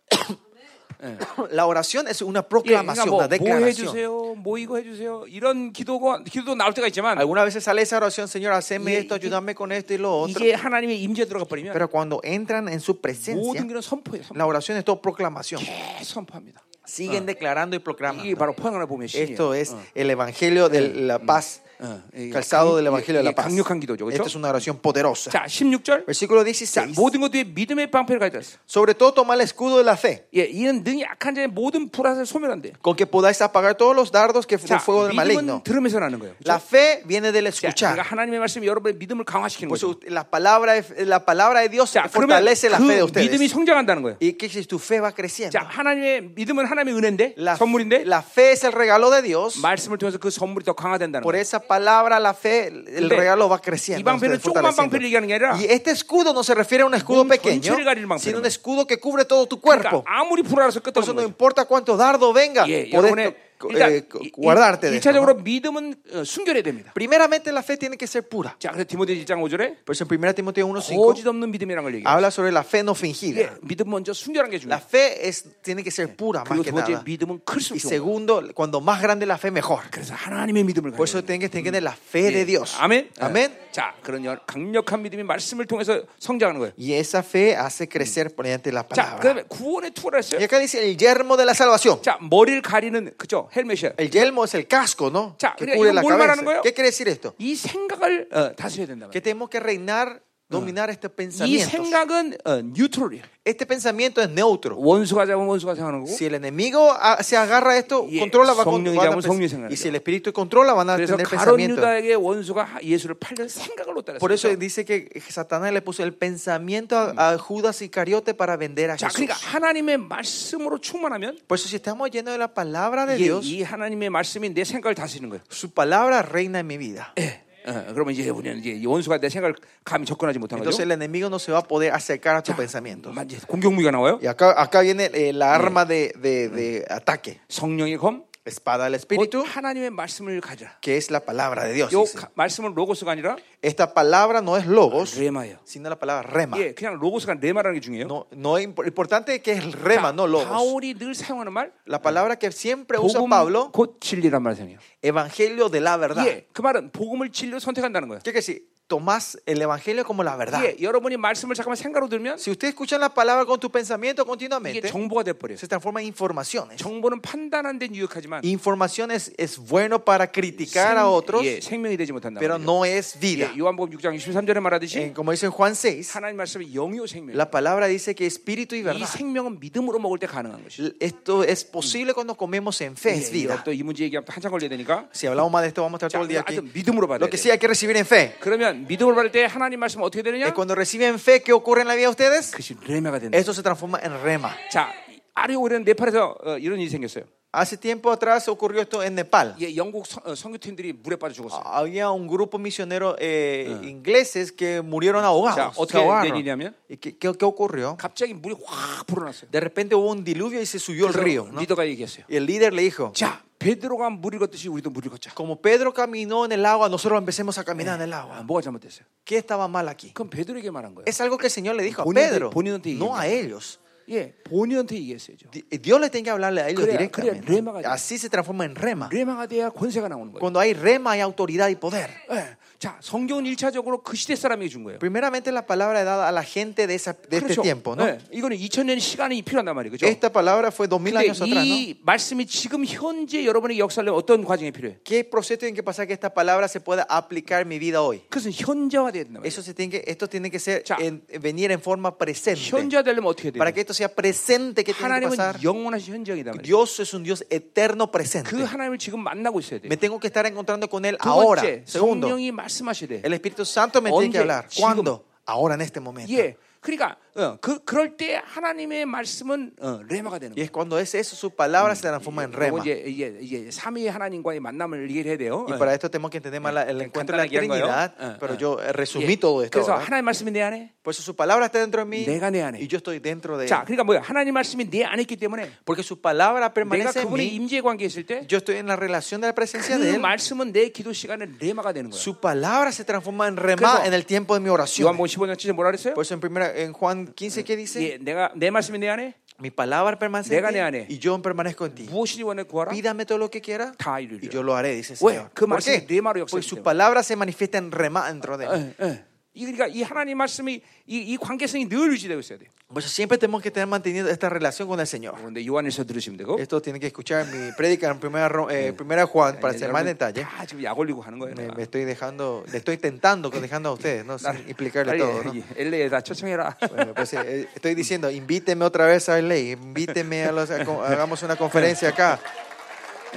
Speaker 2: la oración es una
Speaker 1: 예, 그러니까
Speaker 2: proclamación,
Speaker 1: 뭐,
Speaker 2: una
Speaker 1: 뭐
Speaker 2: declaración.
Speaker 1: 해주세요, 뭐 이거 해주세요. 이런 기도가 기도도 나올 때가 있지만
Speaker 2: Algunas veces sale esa oración, Señor, haceme
Speaker 1: 이게-
Speaker 2: esto, ayúdame con esto y lo otro.
Speaker 1: 이게 하나님의 임재 에 들어가 버리면
Speaker 2: Pero cuando entran en su
Speaker 1: 모든
Speaker 2: presencia,
Speaker 1: 길은 선포예요. 선포.
Speaker 2: la oración es todo proclamación.
Speaker 1: 계속 선포합니다.
Speaker 2: Siguen declarando Ah. y Ah. proclamando.
Speaker 1: 이게 바로 평안을 보면 신이에요.
Speaker 2: Esto es el evangelio de la paz,
Speaker 1: 어,
Speaker 2: Ah.
Speaker 1: 이게
Speaker 2: calzado
Speaker 1: 강-
Speaker 2: del evangelio de la
Speaker 1: 이게
Speaker 2: paz.
Speaker 1: 강력한 기도죠, 그렇죠?
Speaker 2: Esta es una oración poderosa.
Speaker 1: 자, 16절.
Speaker 2: Versículo
Speaker 1: 자,
Speaker 2: 16.
Speaker 1: 모든 것 뒤에 믿음의 방패를 가져다 있어.
Speaker 2: Sobre todo toma el escudo de la fe,
Speaker 1: 예, 이는 능이 약한 자의 모든 불화를 소멸한대.
Speaker 2: con que podáis apagar todos los dardos que
Speaker 1: 자,
Speaker 2: del fuego
Speaker 1: 믿음은
Speaker 2: del maligno.
Speaker 1: 들으면서 나는 거예요.
Speaker 2: La
Speaker 1: 그렇죠?
Speaker 2: fe viene del
Speaker 1: 자, 그러니까
Speaker 2: escuchar.
Speaker 1: 하나님의 말씀이 여러분의 믿음을 강화시키는
Speaker 2: Por
Speaker 1: 거죠.
Speaker 2: eso la palabra, de- la palabra de Dios
Speaker 1: 자, 그러면
Speaker 2: fortalece la fe de
Speaker 1: 그 믿음이
Speaker 2: ustedes.
Speaker 1: 성장한다는 거예요.
Speaker 2: Y que si tu fe va creciendo.
Speaker 1: 자, 하나님의 믿음은 하나님의 은혜인데
Speaker 2: La,
Speaker 1: 선물인데
Speaker 2: la fe es el regalo de Dios.
Speaker 1: 말씀을 통해서 그 선물이 더 강화된다는
Speaker 2: Por
Speaker 1: 거예요.
Speaker 2: esa palabra, la fe, el
Speaker 1: 근데
Speaker 2: regalo va
Speaker 1: 이
Speaker 2: creciendo.
Speaker 1: 방패는
Speaker 2: se
Speaker 1: 조그만
Speaker 2: fortaleciendo.
Speaker 1: 방패를 얘기하는 게 아니라
Speaker 2: Y este escudo no se refiere a un escudo
Speaker 1: 몸
Speaker 2: pequeño,
Speaker 1: 전체를 가리는 방패라는
Speaker 2: sino un
Speaker 1: 거예요.
Speaker 2: escudo que cubre todo tu
Speaker 1: 그러니까
Speaker 2: cuerpo.
Speaker 1: 아무리 불화라서
Speaker 2: Por eso eh,
Speaker 1: 끝없는
Speaker 2: no
Speaker 1: 거예요.
Speaker 2: importa cuánto dardo venga,
Speaker 1: 예,
Speaker 2: podés
Speaker 1: 여러분의
Speaker 2: co-
Speaker 1: 일단
Speaker 2: eh, co- guardarte de esto,
Speaker 1: 일차적으로
Speaker 2: ¿no?
Speaker 1: 믿음은 어, 순결해야 됩니다.
Speaker 2: Primeramente, la fe tiene que ser pura.
Speaker 1: 자, 그래서 디모데 1장 5절에
Speaker 2: Por eso en 1 Timoteo 1.5
Speaker 1: 거짓없는 믿음이라는 걸 얘기해요.
Speaker 2: habla sobre la fe no
Speaker 1: 예,
Speaker 2: fingida.
Speaker 1: 믿음 먼저 순결한 게
Speaker 2: 아, La
Speaker 1: 중요해요.
Speaker 2: fe es, tiene que ser pura más
Speaker 1: 그리고 두
Speaker 2: que
Speaker 1: 번째
Speaker 2: nada.
Speaker 1: 믿음은
Speaker 2: Y
Speaker 1: 클수록 좋은 거예요.
Speaker 2: segundo, cuando más grande la fe, mejor.
Speaker 1: 그래서 하나님의 믿음을
Speaker 2: Por eso
Speaker 1: 가져요. 예.
Speaker 2: tienen que tener la fe de Dios.
Speaker 1: 아멘.
Speaker 2: Amén.
Speaker 1: 예. 자, 그런 열- 강력한 믿음이 말씀을 통해서 성장하는 거예요.
Speaker 2: Y esa fe hace crecer mediante la
Speaker 1: 자,
Speaker 2: palabra.
Speaker 1: 그다음에 구원의 투를
Speaker 2: Y
Speaker 1: 했어요.
Speaker 2: acá dice el yermo de la salvación.
Speaker 1: 자, 머리를 가리는 그죠? 헬멧이요.
Speaker 2: El yelmo es el casco, ¿no?
Speaker 1: Ya,
Speaker 2: Que
Speaker 1: mira,
Speaker 2: cubre
Speaker 1: ¿y
Speaker 2: la
Speaker 1: 뭘
Speaker 2: cabeza.
Speaker 1: 말하는 거예요?
Speaker 2: ¿Qué quiere decir esto?
Speaker 1: 이 생각을 어, 다스려야 된다.
Speaker 2: Que tenemos que reinar, dominar este
Speaker 1: 이
Speaker 2: pensamiento.
Speaker 1: 생각은 어, 뉴트럴이에요.
Speaker 2: Este pensamiento es neutro.
Speaker 1: 원수가 잡으면 원수가 생각하는 거고.
Speaker 2: Si el enemigo ah, se agarra a esto,
Speaker 1: Y-
Speaker 2: controla, va a
Speaker 1: 성령이
Speaker 2: controlar.
Speaker 1: 잡으면 성령이 생각하는
Speaker 2: Y si
Speaker 1: 거예요.
Speaker 2: el espíritu controla, van a
Speaker 1: 그래서
Speaker 2: tener
Speaker 1: 가론
Speaker 2: pensamiento.
Speaker 1: 유다에게 원수가 예수를 팔려는 생각을 놓다랬어요.
Speaker 2: Por eso dice que Satanás le puso el pensamiento a, a Judas Iscariote para vender a
Speaker 1: 자,
Speaker 2: Jesús.
Speaker 1: 그러니까 하나님의 말씀으로 충만하면
Speaker 2: Por eso si estamos llenos de la palabra de
Speaker 1: 이게
Speaker 2: Dios,
Speaker 1: 이 하나님의 말씀이 내 생각을 다스리는 거예요.
Speaker 2: su palabra reina en mi vida.
Speaker 1: 예. 어, 그러면 이제 우리는 이제 이 원수가 내 생각을 감히 접근하지 못한 거죠.
Speaker 2: Entonces el enemigo no se va a poder acercar a tu pensamiento.
Speaker 1: 마- 이제 공격무기가 나와요.
Speaker 2: Y acá, acá viene eh, la arma de, de- de ataque.
Speaker 1: 성령의 검,
Speaker 2: espada del
Speaker 1: 곧
Speaker 2: Espíritu,
Speaker 1: 하나님의 말씀을 가져라.
Speaker 2: que es la palabra de Dios.
Speaker 1: 요
Speaker 2: dice.
Speaker 1: 가- 말씀은 로고스가 아니라
Speaker 2: Esta palabra no es logos,
Speaker 1: 레마예요.
Speaker 2: sino la palabra rema.
Speaker 1: 예, 그냥 로고스가 아니라 레마라는 게 중요해요.
Speaker 2: No, no es impo- importante que es rema,
Speaker 1: 자,
Speaker 2: no logos.
Speaker 1: 바울이 늘 사용하는 말
Speaker 2: La palabra que siempre usa
Speaker 1: 복음
Speaker 2: Pablo,
Speaker 1: 곧 진리란 말을 사용해요.
Speaker 2: evangelio de la verdad.
Speaker 1: 예, 그 말은 복음을 진리로 선택한다는 거예요.
Speaker 2: ¿Qué quiere decir? Tomás el evangelio como la verdad.
Speaker 1: 예, 여러분이 말씀을 잠깐만 생각으로 들면
Speaker 2: Si usted escucha la palabra con tu pensamiento
Speaker 1: 이게
Speaker 2: continuamente,
Speaker 1: 정보가 돼 버려요.
Speaker 2: se transforma en informaciones.
Speaker 1: 정보는 판단한 데는 유익하지만
Speaker 2: Información es, es bueno para criticar a
Speaker 1: 생-
Speaker 2: otros,
Speaker 1: 예, 생명이 되지 못한다.
Speaker 2: pero no es vida.
Speaker 1: 예, 요한복음 6장 23절에
Speaker 2: En-
Speaker 1: 말하듯이 그
Speaker 2: como dice en Juan 6,
Speaker 1: 하나님 말씀이 영요 생명.
Speaker 2: la palabra dice que espíritu y
Speaker 1: 이
Speaker 2: verdad.
Speaker 1: 생명은 믿음으로 먹을 때 가능한 것이.
Speaker 2: L- Esto es posible cuando comemos en fe, es vida.
Speaker 1: 또이 문제 얘기하면 또 한참 걸려야 되니까.
Speaker 2: Si hablamos más de esto, vamos a estar
Speaker 1: 자,
Speaker 2: todo el día aquí.
Speaker 1: 하여튼 믿음으로 받아야
Speaker 2: Lo que
Speaker 1: 돼.
Speaker 2: sí hay que recibir en fe.
Speaker 1: 그러면 믿음으로 받을 때 하나님 말씀 어떻게
Speaker 2: Y
Speaker 1: 되느냐?
Speaker 2: cuando reciben fe, ¿qué ocurre en la vida de ustedes?
Speaker 1: 그것이 레마가 된다.
Speaker 2: Esto se transforma en rema.
Speaker 1: 자, 아래 오래는 네팔에서 어, 이런 일이 생겼어요.
Speaker 2: Hace tiempo atrás ocurrió esto en Nepal.
Speaker 1: 예, 영국 선- 어, 선교팀들이 물에 빠져 죽었어요.
Speaker 2: Había un grupo misionero eh,
Speaker 1: Ah.
Speaker 2: ingleses que murieron ahogados.
Speaker 1: Ya,
Speaker 2: se
Speaker 1: ¿qué
Speaker 2: ahogaron.
Speaker 1: delinea면?
Speaker 2: ¿Y qué, qué- qué ocurrió?
Speaker 1: 갑자기 물이 확 불어났어요.
Speaker 2: De repente hubo un diluvio y se subió el
Speaker 1: 그래서
Speaker 2: río. ¿no?
Speaker 1: 리더가 얘기했어요.
Speaker 2: Y el líder le dijo,
Speaker 1: 자, 베드로가 물을 걷듯이 우리도 물을 걷자.
Speaker 2: como Pedro caminó en el agua, nosotros
Speaker 1: Eh,
Speaker 2: empecemos a caminar en el
Speaker 1: 아,
Speaker 2: agua.
Speaker 1: 뭐가 잘못됐어요?
Speaker 2: ¿Qué estaba mal aquí?
Speaker 1: 그건 베드로에게 말한 거예요.
Speaker 2: Es algo que el Señor le dijo a
Speaker 1: Ponente-
Speaker 2: Pedro,
Speaker 1: ponente y-
Speaker 2: no a ellos.
Speaker 1: 예, 본인한테 얘기했어야죠.
Speaker 2: Di- eh, Dios le tiene que hablarle a ellos
Speaker 1: Crea-
Speaker 2: directamente.
Speaker 1: crea rema. pues.
Speaker 2: Así se transforma en rema.
Speaker 1: 레마가 돼야 권세가 나오는 거예요.
Speaker 2: Cuando hay rema hay autoridad y poder.
Speaker 1: 예, 자, 성경은 1차적으로 그 시대 사람에게 준 거예요.
Speaker 2: Primeramente la palabra dada a la gente de, esa- de este
Speaker 1: 그렇죠.
Speaker 2: tiempo, ¿no?
Speaker 1: 예, 이거는 2000년 시간이 필요한단 말이에요. 그렇죠?
Speaker 2: Esta palabra fue dos mil
Speaker 1: 근데
Speaker 2: años atrás, ¿no?
Speaker 1: 이 말씀이 지금 현재 여러분의 역사를 어떤 과정이 필요해?
Speaker 2: ¿Qué proceso tiene que pasar que esta palabra se pueda aplicar en mi vida hoy?
Speaker 1: 그것은 현재화돼야 된다 말이에요.
Speaker 2: Eso se tiene que, esto tiene que ser
Speaker 1: Ya.
Speaker 2: en- venir en forma presente.
Speaker 1: 현재화 되려면 어떻게 돼요?
Speaker 2: Para que esto sea presente, ¿qué tiene que
Speaker 1: 하나님은
Speaker 2: pasar?
Speaker 1: 영원하신 현장이다 말이에요.
Speaker 2: Dios es un Dios eterno presente.
Speaker 1: 그 하나님을 지금 만나고 있어야 돼요.
Speaker 2: Me tengo que estar encontrando con Él
Speaker 1: 두
Speaker 2: ahora.
Speaker 1: 번째,
Speaker 2: Segundo,
Speaker 1: 성령이 말씀하셔야 돼.
Speaker 2: el Espíritu Santo me tiene que
Speaker 1: Onde?
Speaker 2: hablar.
Speaker 1: Chico.
Speaker 2: ¿Cuándo? Ahora en este momento.
Speaker 1: 예. 그러니까 어, 그 그럴 때 하나님의 말씀은 어, 레마가 되는
Speaker 2: Y
Speaker 1: 거예요.
Speaker 2: es cuando es eso, su palabra se transforma en
Speaker 1: 그리고
Speaker 2: rema.
Speaker 1: 이제 이제 이제 삼위 하나님과의 만남을 얘기를 해야 돼요.
Speaker 2: Y
Speaker 1: 어.
Speaker 2: para esto tenemos que entender más la- el encuentro de la
Speaker 1: 간단하게 한
Speaker 2: Trinidad,
Speaker 1: 거예요. 어,
Speaker 2: pero
Speaker 1: 어.
Speaker 2: yo eh, resumí
Speaker 1: 예.
Speaker 2: todo esto.
Speaker 1: 그래서
Speaker 2: ¿verdad?
Speaker 1: 하나님 말씀이 내 안에.
Speaker 2: Por eso su palabra está dentro de mí
Speaker 1: 내가 내 안에.
Speaker 2: y yo estoy dentro de él.
Speaker 1: 자, 그러니까 뭐야? 하나님 말씀이 내 안에 있기 때문에
Speaker 2: Porque su palabra
Speaker 1: 내가
Speaker 2: permanece en
Speaker 1: 그분의
Speaker 2: mí,
Speaker 1: 임재 관계에 있을 때 그
Speaker 2: yo estoy en la relación de la presencia de él.
Speaker 1: 말씀은 내 기도 시간에 레마가 되는 거예요.
Speaker 2: Su palabra se transforma en
Speaker 1: Creo.
Speaker 2: rema en el tiempo de mi oración.
Speaker 1: 요한복음 15장 7절 뭐라 그랬어요?
Speaker 2: Por eso en, primera, en Juan 15, ¿qué dice?
Speaker 1: 예, 내가 내 말씀이 내 안에
Speaker 2: Mi palabra permanece
Speaker 1: 내가 내
Speaker 2: en
Speaker 1: 안에.
Speaker 2: ti y yo permanezco en ti.
Speaker 1: 무엇이니 원해 구하라.
Speaker 2: Pídame todo lo que quiera
Speaker 1: 다
Speaker 2: y
Speaker 1: 이루리라.
Speaker 2: yo lo haré, dice el
Speaker 1: Oye,
Speaker 2: Señor.
Speaker 1: 그
Speaker 2: ¿Por
Speaker 1: 말씀이 내
Speaker 2: qué?
Speaker 1: 말의 역사이기
Speaker 2: Porque su
Speaker 1: 때문에.
Speaker 2: palabra se manifiesta en rema dentro de mí.
Speaker 1: 예, 예. 이- 그러니까 이 하나님 말씀이 이, 이 관계성이 늘 유지되고 있어야 돼요.
Speaker 2: Por eso siempre tenemos que tener mantenido esta relación con el Señor.
Speaker 1: 그런데 요한일서 들으시면 되고
Speaker 2: Esto tienen que escuchar mi prédica en primera, Ro- Oh. eh, primera Juan para ser más en
Speaker 1: 여러분
Speaker 2: Ah. detalle.
Speaker 1: 다 지금 약 올리고 하는 거예요.
Speaker 2: Me, me estoy dejando, le estoy tentando, con- dejando a ustedes, ¿no? Sin explicarle todo, ¿no?
Speaker 1: 엘레에다 초청해라.
Speaker 2: Bueno, pues, eh, estoy diciendo, invíteme otra vez a ley, invíteme a los, a co- hagamos una conferencia acá.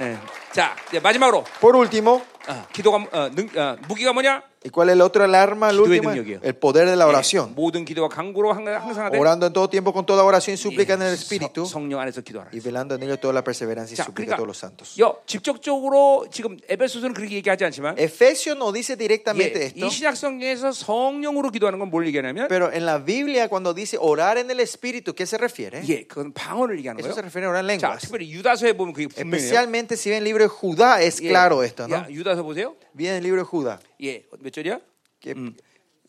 Speaker 1: 예. 자, 이제 마지막으로
Speaker 2: Por último,
Speaker 1: 어, 기도가 어, 능- 어, 무기가 뭐냐?
Speaker 2: ¿y cuál es el otro alarma? El,
Speaker 1: Gido의
Speaker 2: último,
Speaker 1: 능력이에요.
Speaker 2: el poder de la
Speaker 1: 예,
Speaker 2: oración.
Speaker 1: 모든 기도와 간구로 항- 항상 하되
Speaker 2: Orando en todo tiempo con toda oración y súplica en
Speaker 1: 예,
Speaker 2: el
Speaker 1: 성-
Speaker 2: Espíritu
Speaker 1: 성령 안에서 기도하라.
Speaker 2: y velando en ello toda la perseverancia y
Speaker 1: 자,
Speaker 2: súplica
Speaker 1: 그러니까
Speaker 2: a todos los santos.
Speaker 1: 여, 직접적으로 지금 에베소서는 그렇게 얘기하지 않지만
Speaker 2: Efesios no dice directamente
Speaker 1: 예,
Speaker 2: esto.
Speaker 1: 이 신약 성경에서 성령으로 기도하는 건 뭘 얘기하냐면
Speaker 2: Pero en la Biblia cuando dice orar en el Espíritu, ¿qué se refiere?
Speaker 1: 예, 그건 방언을 얘기하는
Speaker 2: Eso se
Speaker 1: 거예요.
Speaker 2: refiere a orar en
Speaker 1: 자,
Speaker 2: lenguas.
Speaker 1: 특별히 유다서에 보면 그게 분명해요.
Speaker 2: Especialmente si ven el libro de Judá, es
Speaker 1: 예,
Speaker 2: claro esto, ¿no?
Speaker 1: 야, 유다서 보세요.
Speaker 2: Bien el libro de Judá.
Speaker 1: 예, 몇 절이야?
Speaker 2: que-
Speaker 1: 음,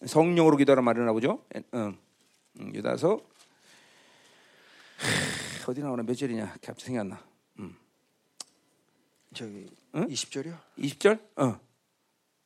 Speaker 1: 성령으로 기도하라 말이나 보죠. 에, 음, 음, 유다서 하, 어디 나오나 몇 절이냐? 갑자기 생각나
Speaker 2: 저기,
Speaker 1: 응?
Speaker 2: 20절이요?
Speaker 1: 20절? 어.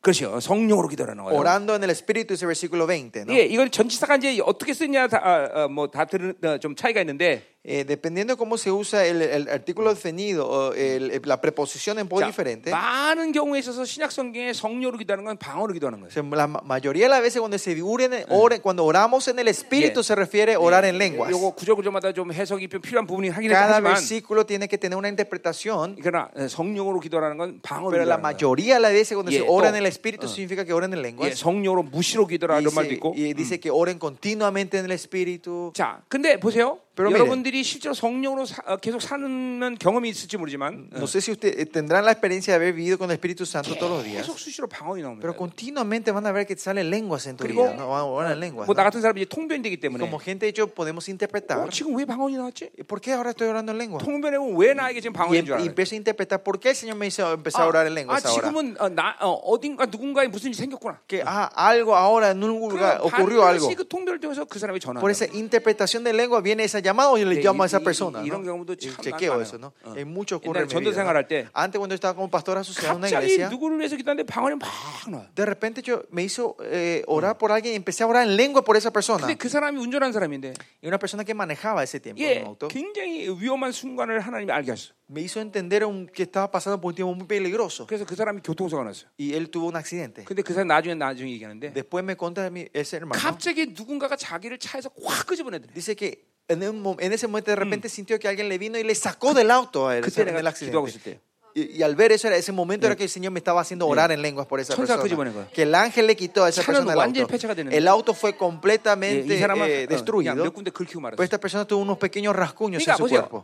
Speaker 1: 그렇죠. 성령으로 기도하라 나와요.
Speaker 2: Orando en el Espíritu, dice versículo 20, ¿no?
Speaker 1: 예, 이건 전치사가 이제 어떻게 쓰냐 다, 아, 아, 뭐다 들은 어, 좀 차이가 있는데
Speaker 2: Eh, dependiendo cómo se usa el, el artículo definido, o el- eh, la preposición en
Speaker 1: 자,
Speaker 2: poco diferente,
Speaker 1: 많은 경우에 있어서 신약 성경에 성령으로 기도하는 건 방언으로 기도하는
Speaker 2: o
Speaker 1: 거예요.
Speaker 2: sea, la ma- mayoría de las veces cuando, se oren- oren- cuando oramos en el Espíritu
Speaker 1: Bien.
Speaker 2: se refiere a orar en lenguas.
Speaker 1: 요거 구절구절마다 좀 해석이 좀 필요한 부분이 하긴
Speaker 2: Cada
Speaker 1: 하지만
Speaker 2: versículo tiene que tener una interpretación,
Speaker 1: 그러나 어, 성령으로 기도하는 건 방언으로
Speaker 2: pero la
Speaker 1: 기도하는 거예요.
Speaker 2: mayoría de las veces cuando se
Speaker 1: Yeah,
Speaker 2: oran
Speaker 1: no.
Speaker 2: en el Espíritu significa que oren en
Speaker 1: 예,
Speaker 2: lenguas.
Speaker 1: 성령으로 무시로 기도하라 이런 말도
Speaker 2: Dice-
Speaker 1: 있고.
Speaker 2: y dice que oren continuamente en el Espíritu.
Speaker 1: 자, 근데 보세요.
Speaker 2: Pero miren,
Speaker 1: 여러분들이 실제로 성령으로 사- 어, 계속 사는 경험이 있을지 모르지만 어,
Speaker 2: no sé si ustedes eh, tendrán la experiencia de haber vivido con el Espíritu Santo todos los días,
Speaker 1: 계속 수시로 방언이 나옵니다.
Speaker 2: pero continuamente van a ver que salen lenguas en tu
Speaker 1: 그리고
Speaker 2: vida, ¿no? Van a orar lenguas.
Speaker 1: 뭐 나
Speaker 2: ¿no?
Speaker 1: 같은 사람이 이제 통변되기
Speaker 2: Y
Speaker 1: 때문에
Speaker 2: Como gente de hecho podemos
Speaker 1: 어,
Speaker 2: interpretar.
Speaker 1: 지금 왜 방언이 나왔지?
Speaker 2: ¿Por qué ahora estoy orando en lengua?
Speaker 1: 통변해면 왜 나에게 지금
Speaker 2: Y,
Speaker 1: 방언인
Speaker 2: em-
Speaker 1: 줄 알아요?
Speaker 2: y empiezo a interpretar por qué el Señor me hizo empezar
Speaker 1: Ah.
Speaker 2: a orar en lenguas ahora.
Speaker 1: 지금은 어, 나 어, 어딘가 누군가에 무슨 일이 생겼구나.
Speaker 2: Que ah, algo ahora en un lugar ocurrió algo.
Speaker 1: 반드시 그 통변을 통해서 그 사람이 전화.
Speaker 2: Por esa interpretación de lengua viene esa llamada o yo le
Speaker 1: 네,
Speaker 2: llamo a
Speaker 1: 이-
Speaker 2: esa
Speaker 1: 이-
Speaker 2: persona.
Speaker 1: 이런
Speaker 2: ¿no?
Speaker 1: 경우도
Speaker 2: El
Speaker 1: 참
Speaker 2: chequeo
Speaker 1: 많아요.
Speaker 2: eso, ¿no?
Speaker 1: 어.
Speaker 2: Hay mucho ocurre
Speaker 1: 옛날에
Speaker 2: en mi vida,
Speaker 1: 전도 생활할 때
Speaker 2: ¿no? Antes cuando estaba como pastor asociado en una
Speaker 1: 갑자기
Speaker 2: iglesia,
Speaker 1: 누구를 위해서 기도하는데 방언이 막 나와.
Speaker 2: de repente yo me hizo eh, orar por alguien y empecé a orar en lengua por esa persona.
Speaker 1: 근데 그 사람이 운전한 사람인데
Speaker 2: Y una persona que manejaba ese tiempo en
Speaker 1: 예,
Speaker 2: un auto
Speaker 1: 굉장히 위험한 순간을 하나님이 알게 하셨어.
Speaker 2: me hizo entender un- que estaba pasando por un tiempo muy peligroso
Speaker 1: 그래서 그 사람이 교통사고 났어요.
Speaker 2: y él tuvo un accidente.
Speaker 1: 근데 그 사람 나중에 나중에 얘기하는데
Speaker 2: Después me cuenta mi- ese hermano.
Speaker 1: 갑자기 누군가가 자기를 차에서 확 끄집어내더래.
Speaker 2: Dice que en, un mom- en ese momento de repente sintió que alguien le vino y le sacó del auto a él
Speaker 1: 그때
Speaker 2: del
Speaker 1: 내가 기도하고 있을
Speaker 2: accidente.
Speaker 1: 때
Speaker 2: Y, y al ver eso, era ese momento era que el Señor me estaba haciendo orar en lenguas por esa
Speaker 1: 천사가 끄집어낸
Speaker 2: persona.
Speaker 1: 거야.
Speaker 2: Que el ángel le quitó a esa
Speaker 1: 차는
Speaker 2: persona el
Speaker 1: 완전히
Speaker 2: auto.
Speaker 1: 폐차가 되는데.
Speaker 2: El auto fue
Speaker 1: 예,
Speaker 2: completamente
Speaker 1: 이 사람은
Speaker 2: eh,
Speaker 1: 어, 그냥
Speaker 2: destruido.
Speaker 1: 몇 군데 긁히고
Speaker 2: Pero
Speaker 1: 말았어.
Speaker 2: esta persona tuvo unos pequeños rasguños en
Speaker 1: 그러니까
Speaker 2: su
Speaker 1: 보세요.
Speaker 2: cuerpo.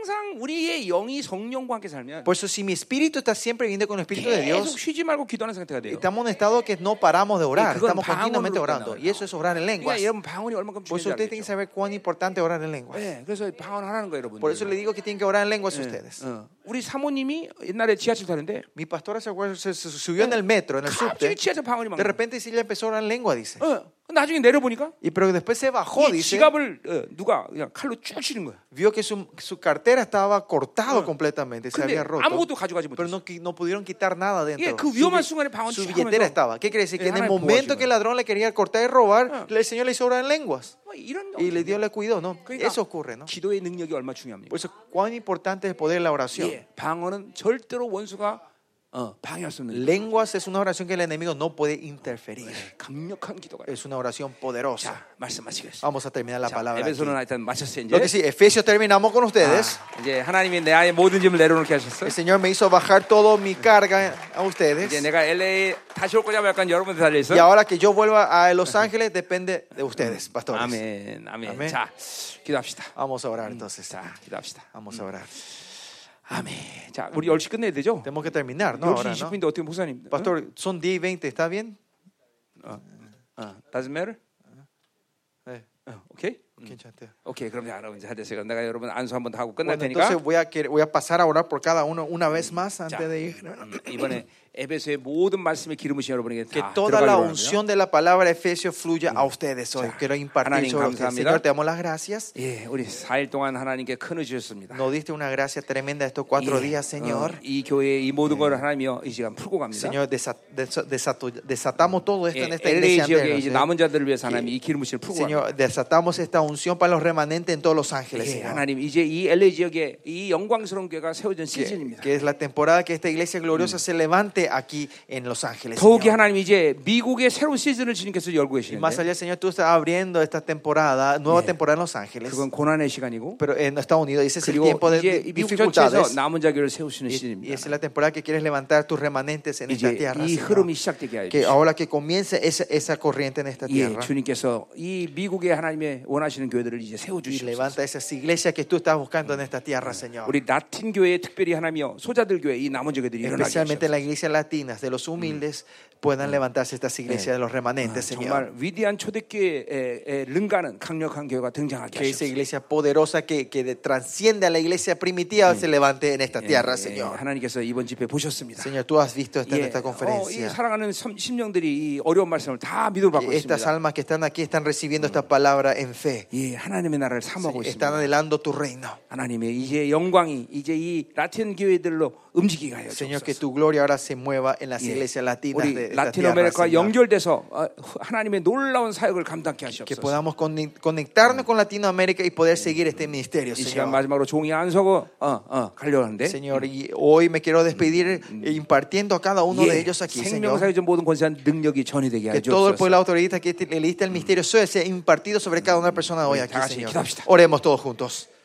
Speaker 1: 항상 우리의 영이 성령과 함께 살면
Speaker 2: Por eso, si mi espíritu está siempre viniendo con el espíritu de
Speaker 1: 계속
Speaker 2: Dios,
Speaker 1: 쉬지 말고 기도하는 상태가 돼요.
Speaker 2: estamos en un estado que no paramos de orar.
Speaker 1: 그건
Speaker 2: Estamos continuamente
Speaker 1: 방언으로
Speaker 2: orando.
Speaker 1: 끝나요.
Speaker 2: Y eso es orar en lenguas.
Speaker 1: 그러니까 여러분 방언이 얼마큼
Speaker 2: Por eso,
Speaker 1: 중요한지
Speaker 2: ustedes tienen que
Speaker 1: 알겠죠?
Speaker 2: saber cuán importante es orar en lenguas.
Speaker 1: 예, 그래서 방언 하라는 거예요, 여러분.
Speaker 2: Por eso le digo que tienen que orar en lenguas ustedes.
Speaker 1: 어. u리 사모님이 옛날에 지하철 타는데
Speaker 2: Mi pastora se, acuerda, se- se subió en el metro, en el
Speaker 1: 갑자기
Speaker 2: subte.
Speaker 1: 지하철 방언이 막.
Speaker 2: De repente, sí, ella empezó a orar en lengua, dice.
Speaker 1: 나와. 어, 나중에 내려보니까
Speaker 2: Y pero después se bajó,
Speaker 1: 이
Speaker 2: dice,
Speaker 1: 지갑을 어, 누가 그냥 칼로 쭉 치는 거야.
Speaker 2: vio que su, su cartera estaba cortado completamente, se
Speaker 1: 근데
Speaker 2: había
Speaker 1: 아무것도
Speaker 2: roto.
Speaker 1: 가져가지
Speaker 2: Pero
Speaker 1: 못했어.
Speaker 2: no, qui- no pudieron quitar nada
Speaker 1: 예,
Speaker 2: dentro.
Speaker 1: 그
Speaker 2: Su,
Speaker 1: 위험한 순간에 방언
Speaker 2: su
Speaker 1: 쭉
Speaker 2: billetera
Speaker 1: 하면서
Speaker 2: estaba. ¿Qué quiere decir? Que en el
Speaker 1: 하나님
Speaker 2: momento
Speaker 1: 보호하시는
Speaker 2: que el ladrón le quería cortar y robar, el Señor le hizo orar en lenguas.
Speaker 1: 뭐 이런
Speaker 2: Y le dio, le cuidó, ¿no?
Speaker 1: 그러니까
Speaker 2: Eso ocurre, ¿no?
Speaker 1: 기도의 능력이 얼마 나 중요합니까?
Speaker 2: Por eso, cuán importante es el poder de la oración.
Speaker 1: 예, 방언은 절대로 원수가 어, 방해할 수 없는
Speaker 2: Lenguas es una oración que el enemigo no puede interferir.
Speaker 1: 강력한 기도가.
Speaker 2: Es una oración poderosa.
Speaker 1: 자, 말씀하시겠습니다.
Speaker 2: Vamos a terminar la
Speaker 1: 예. 아, 자,
Speaker 2: palabra. aquí.
Speaker 1: 에베소는 일단 마쳤어요
Speaker 2: Lo que
Speaker 1: 이제.
Speaker 2: sí, Efesios terminamos con ustedes.
Speaker 1: 아, 이제 하나님이 내 안에 모든 짐을 내려놓게 하셨어요.
Speaker 2: El Señor me hizo bajar toda mi carga a ustedes.
Speaker 1: 이제 내가 LA 다시 올 거냐면 약간 여러분들 달려
Speaker 2: Y
Speaker 1: 있어.
Speaker 2: ahora que yo vuelva a Los Ángeles depende de ustedes, pastores.
Speaker 1: 아멘, 아멘.
Speaker 2: 아멘.
Speaker 1: 자, 기도합시다.
Speaker 2: Vamos a orar entonces.
Speaker 1: 자, 기도합시다.
Speaker 2: Vamos a orar.
Speaker 1: 아. 아멘. 네, 자, 우리 10시 끝내야 되죠?
Speaker 2: Tenemos que terminar, ¿no?
Speaker 1: 10시
Speaker 2: Ahora, ¿no?
Speaker 1: 20분인데 어떻게 목사님? 응?
Speaker 2: Pastor, son 10 y 20, ¿está bien?
Speaker 1: 어, doesn't matter.
Speaker 2: Eh,
Speaker 1: 어, 오케이.
Speaker 2: ¿quién chantea?
Speaker 1: 오케이. 그럼 여러분 이제 할 됐어요. 내가 여러분 안수 한번 더 하고 끝날
Speaker 2: Bueno,
Speaker 1: 테니까.
Speaker 2: entonces voy a, quer- voy a pasar a orar por cada uno una vez más
Speaker 1: 자,
Speaker 2: antes de ir.
Speaker 1: 음, 이번에 에베소의 모든 말씀에 기름으신 여러분에게
Speaker 2: Que
Speaker 1: 다
Speaker 2: toda la
Speaker 1: 들어가려고 하고요.
Speaker 2: unción de la palabra Efesios fluya a ustedes hoy. Quiero impartir
Speaker 1: Ha나님,
Speaker 2: sobre ustedes.
Speaker 1: 감사합니다.
Speaker 2: Señor, te damos las gracias.
Speaker 1: 예, 우리 4일 동안 하나님께 큰 의지였습니다. 예,
Speaker 2: Nos diste una gracia tremenda estos cuatro días,
Speaker 1: Uh,
Speaker 2: Señor.
Speaker 1: 어, 이 교회의 이 모든 걸 하나님이여 이 시간 풀고 갑니다.
Speaker 2: Señor, desa- desa- desatu- desatamos todo esto en este
Speaker 1: 예,
Speaker 2: esta
Speaker 1: LA
Speaker 2: iglesia.
Speaker 1: 지역에
Speaker 2: ante
Speaker 1: 이제 예.
Speaker 2: nosotros.
Speaker 1: 남은 자들을 위해서 하나님이 이 기름을 풀고 갑니다.
Speaker 2: Señor, desatamos esta unción para los remanentes en todos los ángeles,
Speaker 1: 예,
Speaker 2: Señor.
Speaker 1: 하나님 이제 이 LA 지역에 이 영광스러운 교회가 세워진
Speaker 2: Que,
Speaker 1: 시즌입니다.
Speaker 2: que es la temporada que esta iglesia gloriosa se levante aquí en Los Ángeles.
Speaker 1: 더욱이
Speaker 2: Señor.
Speaker 1: 하나님 이제 미국의 새로운 시즌을 주님께서 열고
Speaker 2: Y más
Speaker 1: 계시는데
Speaker 2: allá, Señor, tú estás abriendo esta temporada, nueva temporada en Los Ángeles.
Speaker 1: 그건 고난의 시간이고
Speaker 2: Pero en Estados Unidos, ese es el
Speaker 1: 그리고
Speaker 2: tiempo de
Speaker 1: 이제
Speaker 2: di-
Speaker 1: 이 미국 전체에서
Speaker 2: dificultades.
Speaker 1: 남은 자교를 세우시는
Speaker 2: Y, y esa
Speaker 1: 시즌입니다.
Speaker 2: es la temporada que quieres levantar tus remanentes en esta
Speaker 1: 이제
Speaker 2: tierra.
Speaker 1: 이
Speaker 2: Señor.
Speaker 1: 흐름이 시작되게 하여
Speaker 2: Que
Speaker 1: 주시옵소서.
Speaker 2: ahora que comience esa, esa corriente en esta
Speaker 1: 예,
Speaker 2: tierra.
Speaker 1: 주님께서 이 미국의 하나님의 원하시는 교회들을 이제 세워
Speaker 2: Y
Speaker 1: 주시옵소서.
Speaker 2: levanta esas iglesias que tú estás buscando en esta tierra, Señor.
Speaker 1: 우리 라틴 교회 특별히 하나님이여 소자들 교회 이 남은 교회들이 일어나게
Speaker 2: especialmente
Speaker 1: 하옵소서.
Speaker 2: en las iglesias latinas, de los humildes, puedan levantarse estas iglesias de los remanentes, Señor.
Speaker 1: 아, 정말 위대한 초대교회의 능가는 강력한 교회가 등장하게
Speaker 2: Que esa
Speaker 1: 하옵소서.
Speaker 2: iglesia poderosa que, que de- transciende a la iglesia primitiva se levante en
Speaker 1: Eh,
Speaker 2: esta tierra,
Speaker 1: 예,
Speaker 2: Señor.
Speaker 1: 하나님께서 이번 집회 보셨습니다.
Speaker 2: Señor, tú has visto esta, en
Speaker 1: 예,
Speaker 2: esta
Speaker 1: 어, 이
Speaker 2: conferencia. 예,
Speaker 1: 사랑하는 섬- 심령들이 이 어려운 말씀을 다 믿음을 받고
Speaker 2: Que Estas
Speaker 1: 있습니다.
Speaker 2: almas que están aquí están recibiendo esta palabra en fe.
Speaker 1: 예, 하나님의 나라를 삼하고
Speaker 2: Están
Speaker 1: 있습니다.
Speaker 2: anhelando tu reino.
Speaker 1: 하나님의 이제 영광이 이제 이 라틴 교회들로 움직이게 하여
Speaker 2: Señor, que
Speaker 1: 주옵소서.
Speaker 2: tu gloria ahora se mueva en las
Speaker 1: 예,
Speaker 2: iglesias latinas de
Speaker 1: 우리
Speaker 2: esta
Speaker 1: 라틴
Speaker 2: tierra,
Speaker 1: 아메리카와
Speaker 2: Señor.
Speaker 1: 연결돼서 어, 하나님의 놀라운 사역을 감당케
Speaker 2: Que
Speaker 1: 하시옵소서.
Speaker 2: podamos conne- conectarnos con Latinoamérica y poder seguir este ministerio,
Speaker 1: 이 시간
Speaker 2: Señor.
Speaker 1: 마지막으로 종이 안 서고 어, 어, 가려고 하는데
Speaker 2: Señor, y hoy me quiero despedir eh, impartiendo a cada uno de
Speaker 1: 예,
Speaker 2: ellos aquí,
Speaker 1: 생명사의
Speaker 2: Señor.
Speaker 1: 전 모든 권세한 능력이 전이되게
Speaker 2: Que este, todo el pueblo
Speaker 1: 하옵소서.
Speaker 2: autoridad que te- le diste el misterio sea impartido sobre cada una persona hoy
Speaker 1: 다
Speaker 2: aquí,
Speaker 1: 같이
Speaker 2: Señor.
Speaker 1: 기도합시다.
Speaker 2: Oremos todos juntos.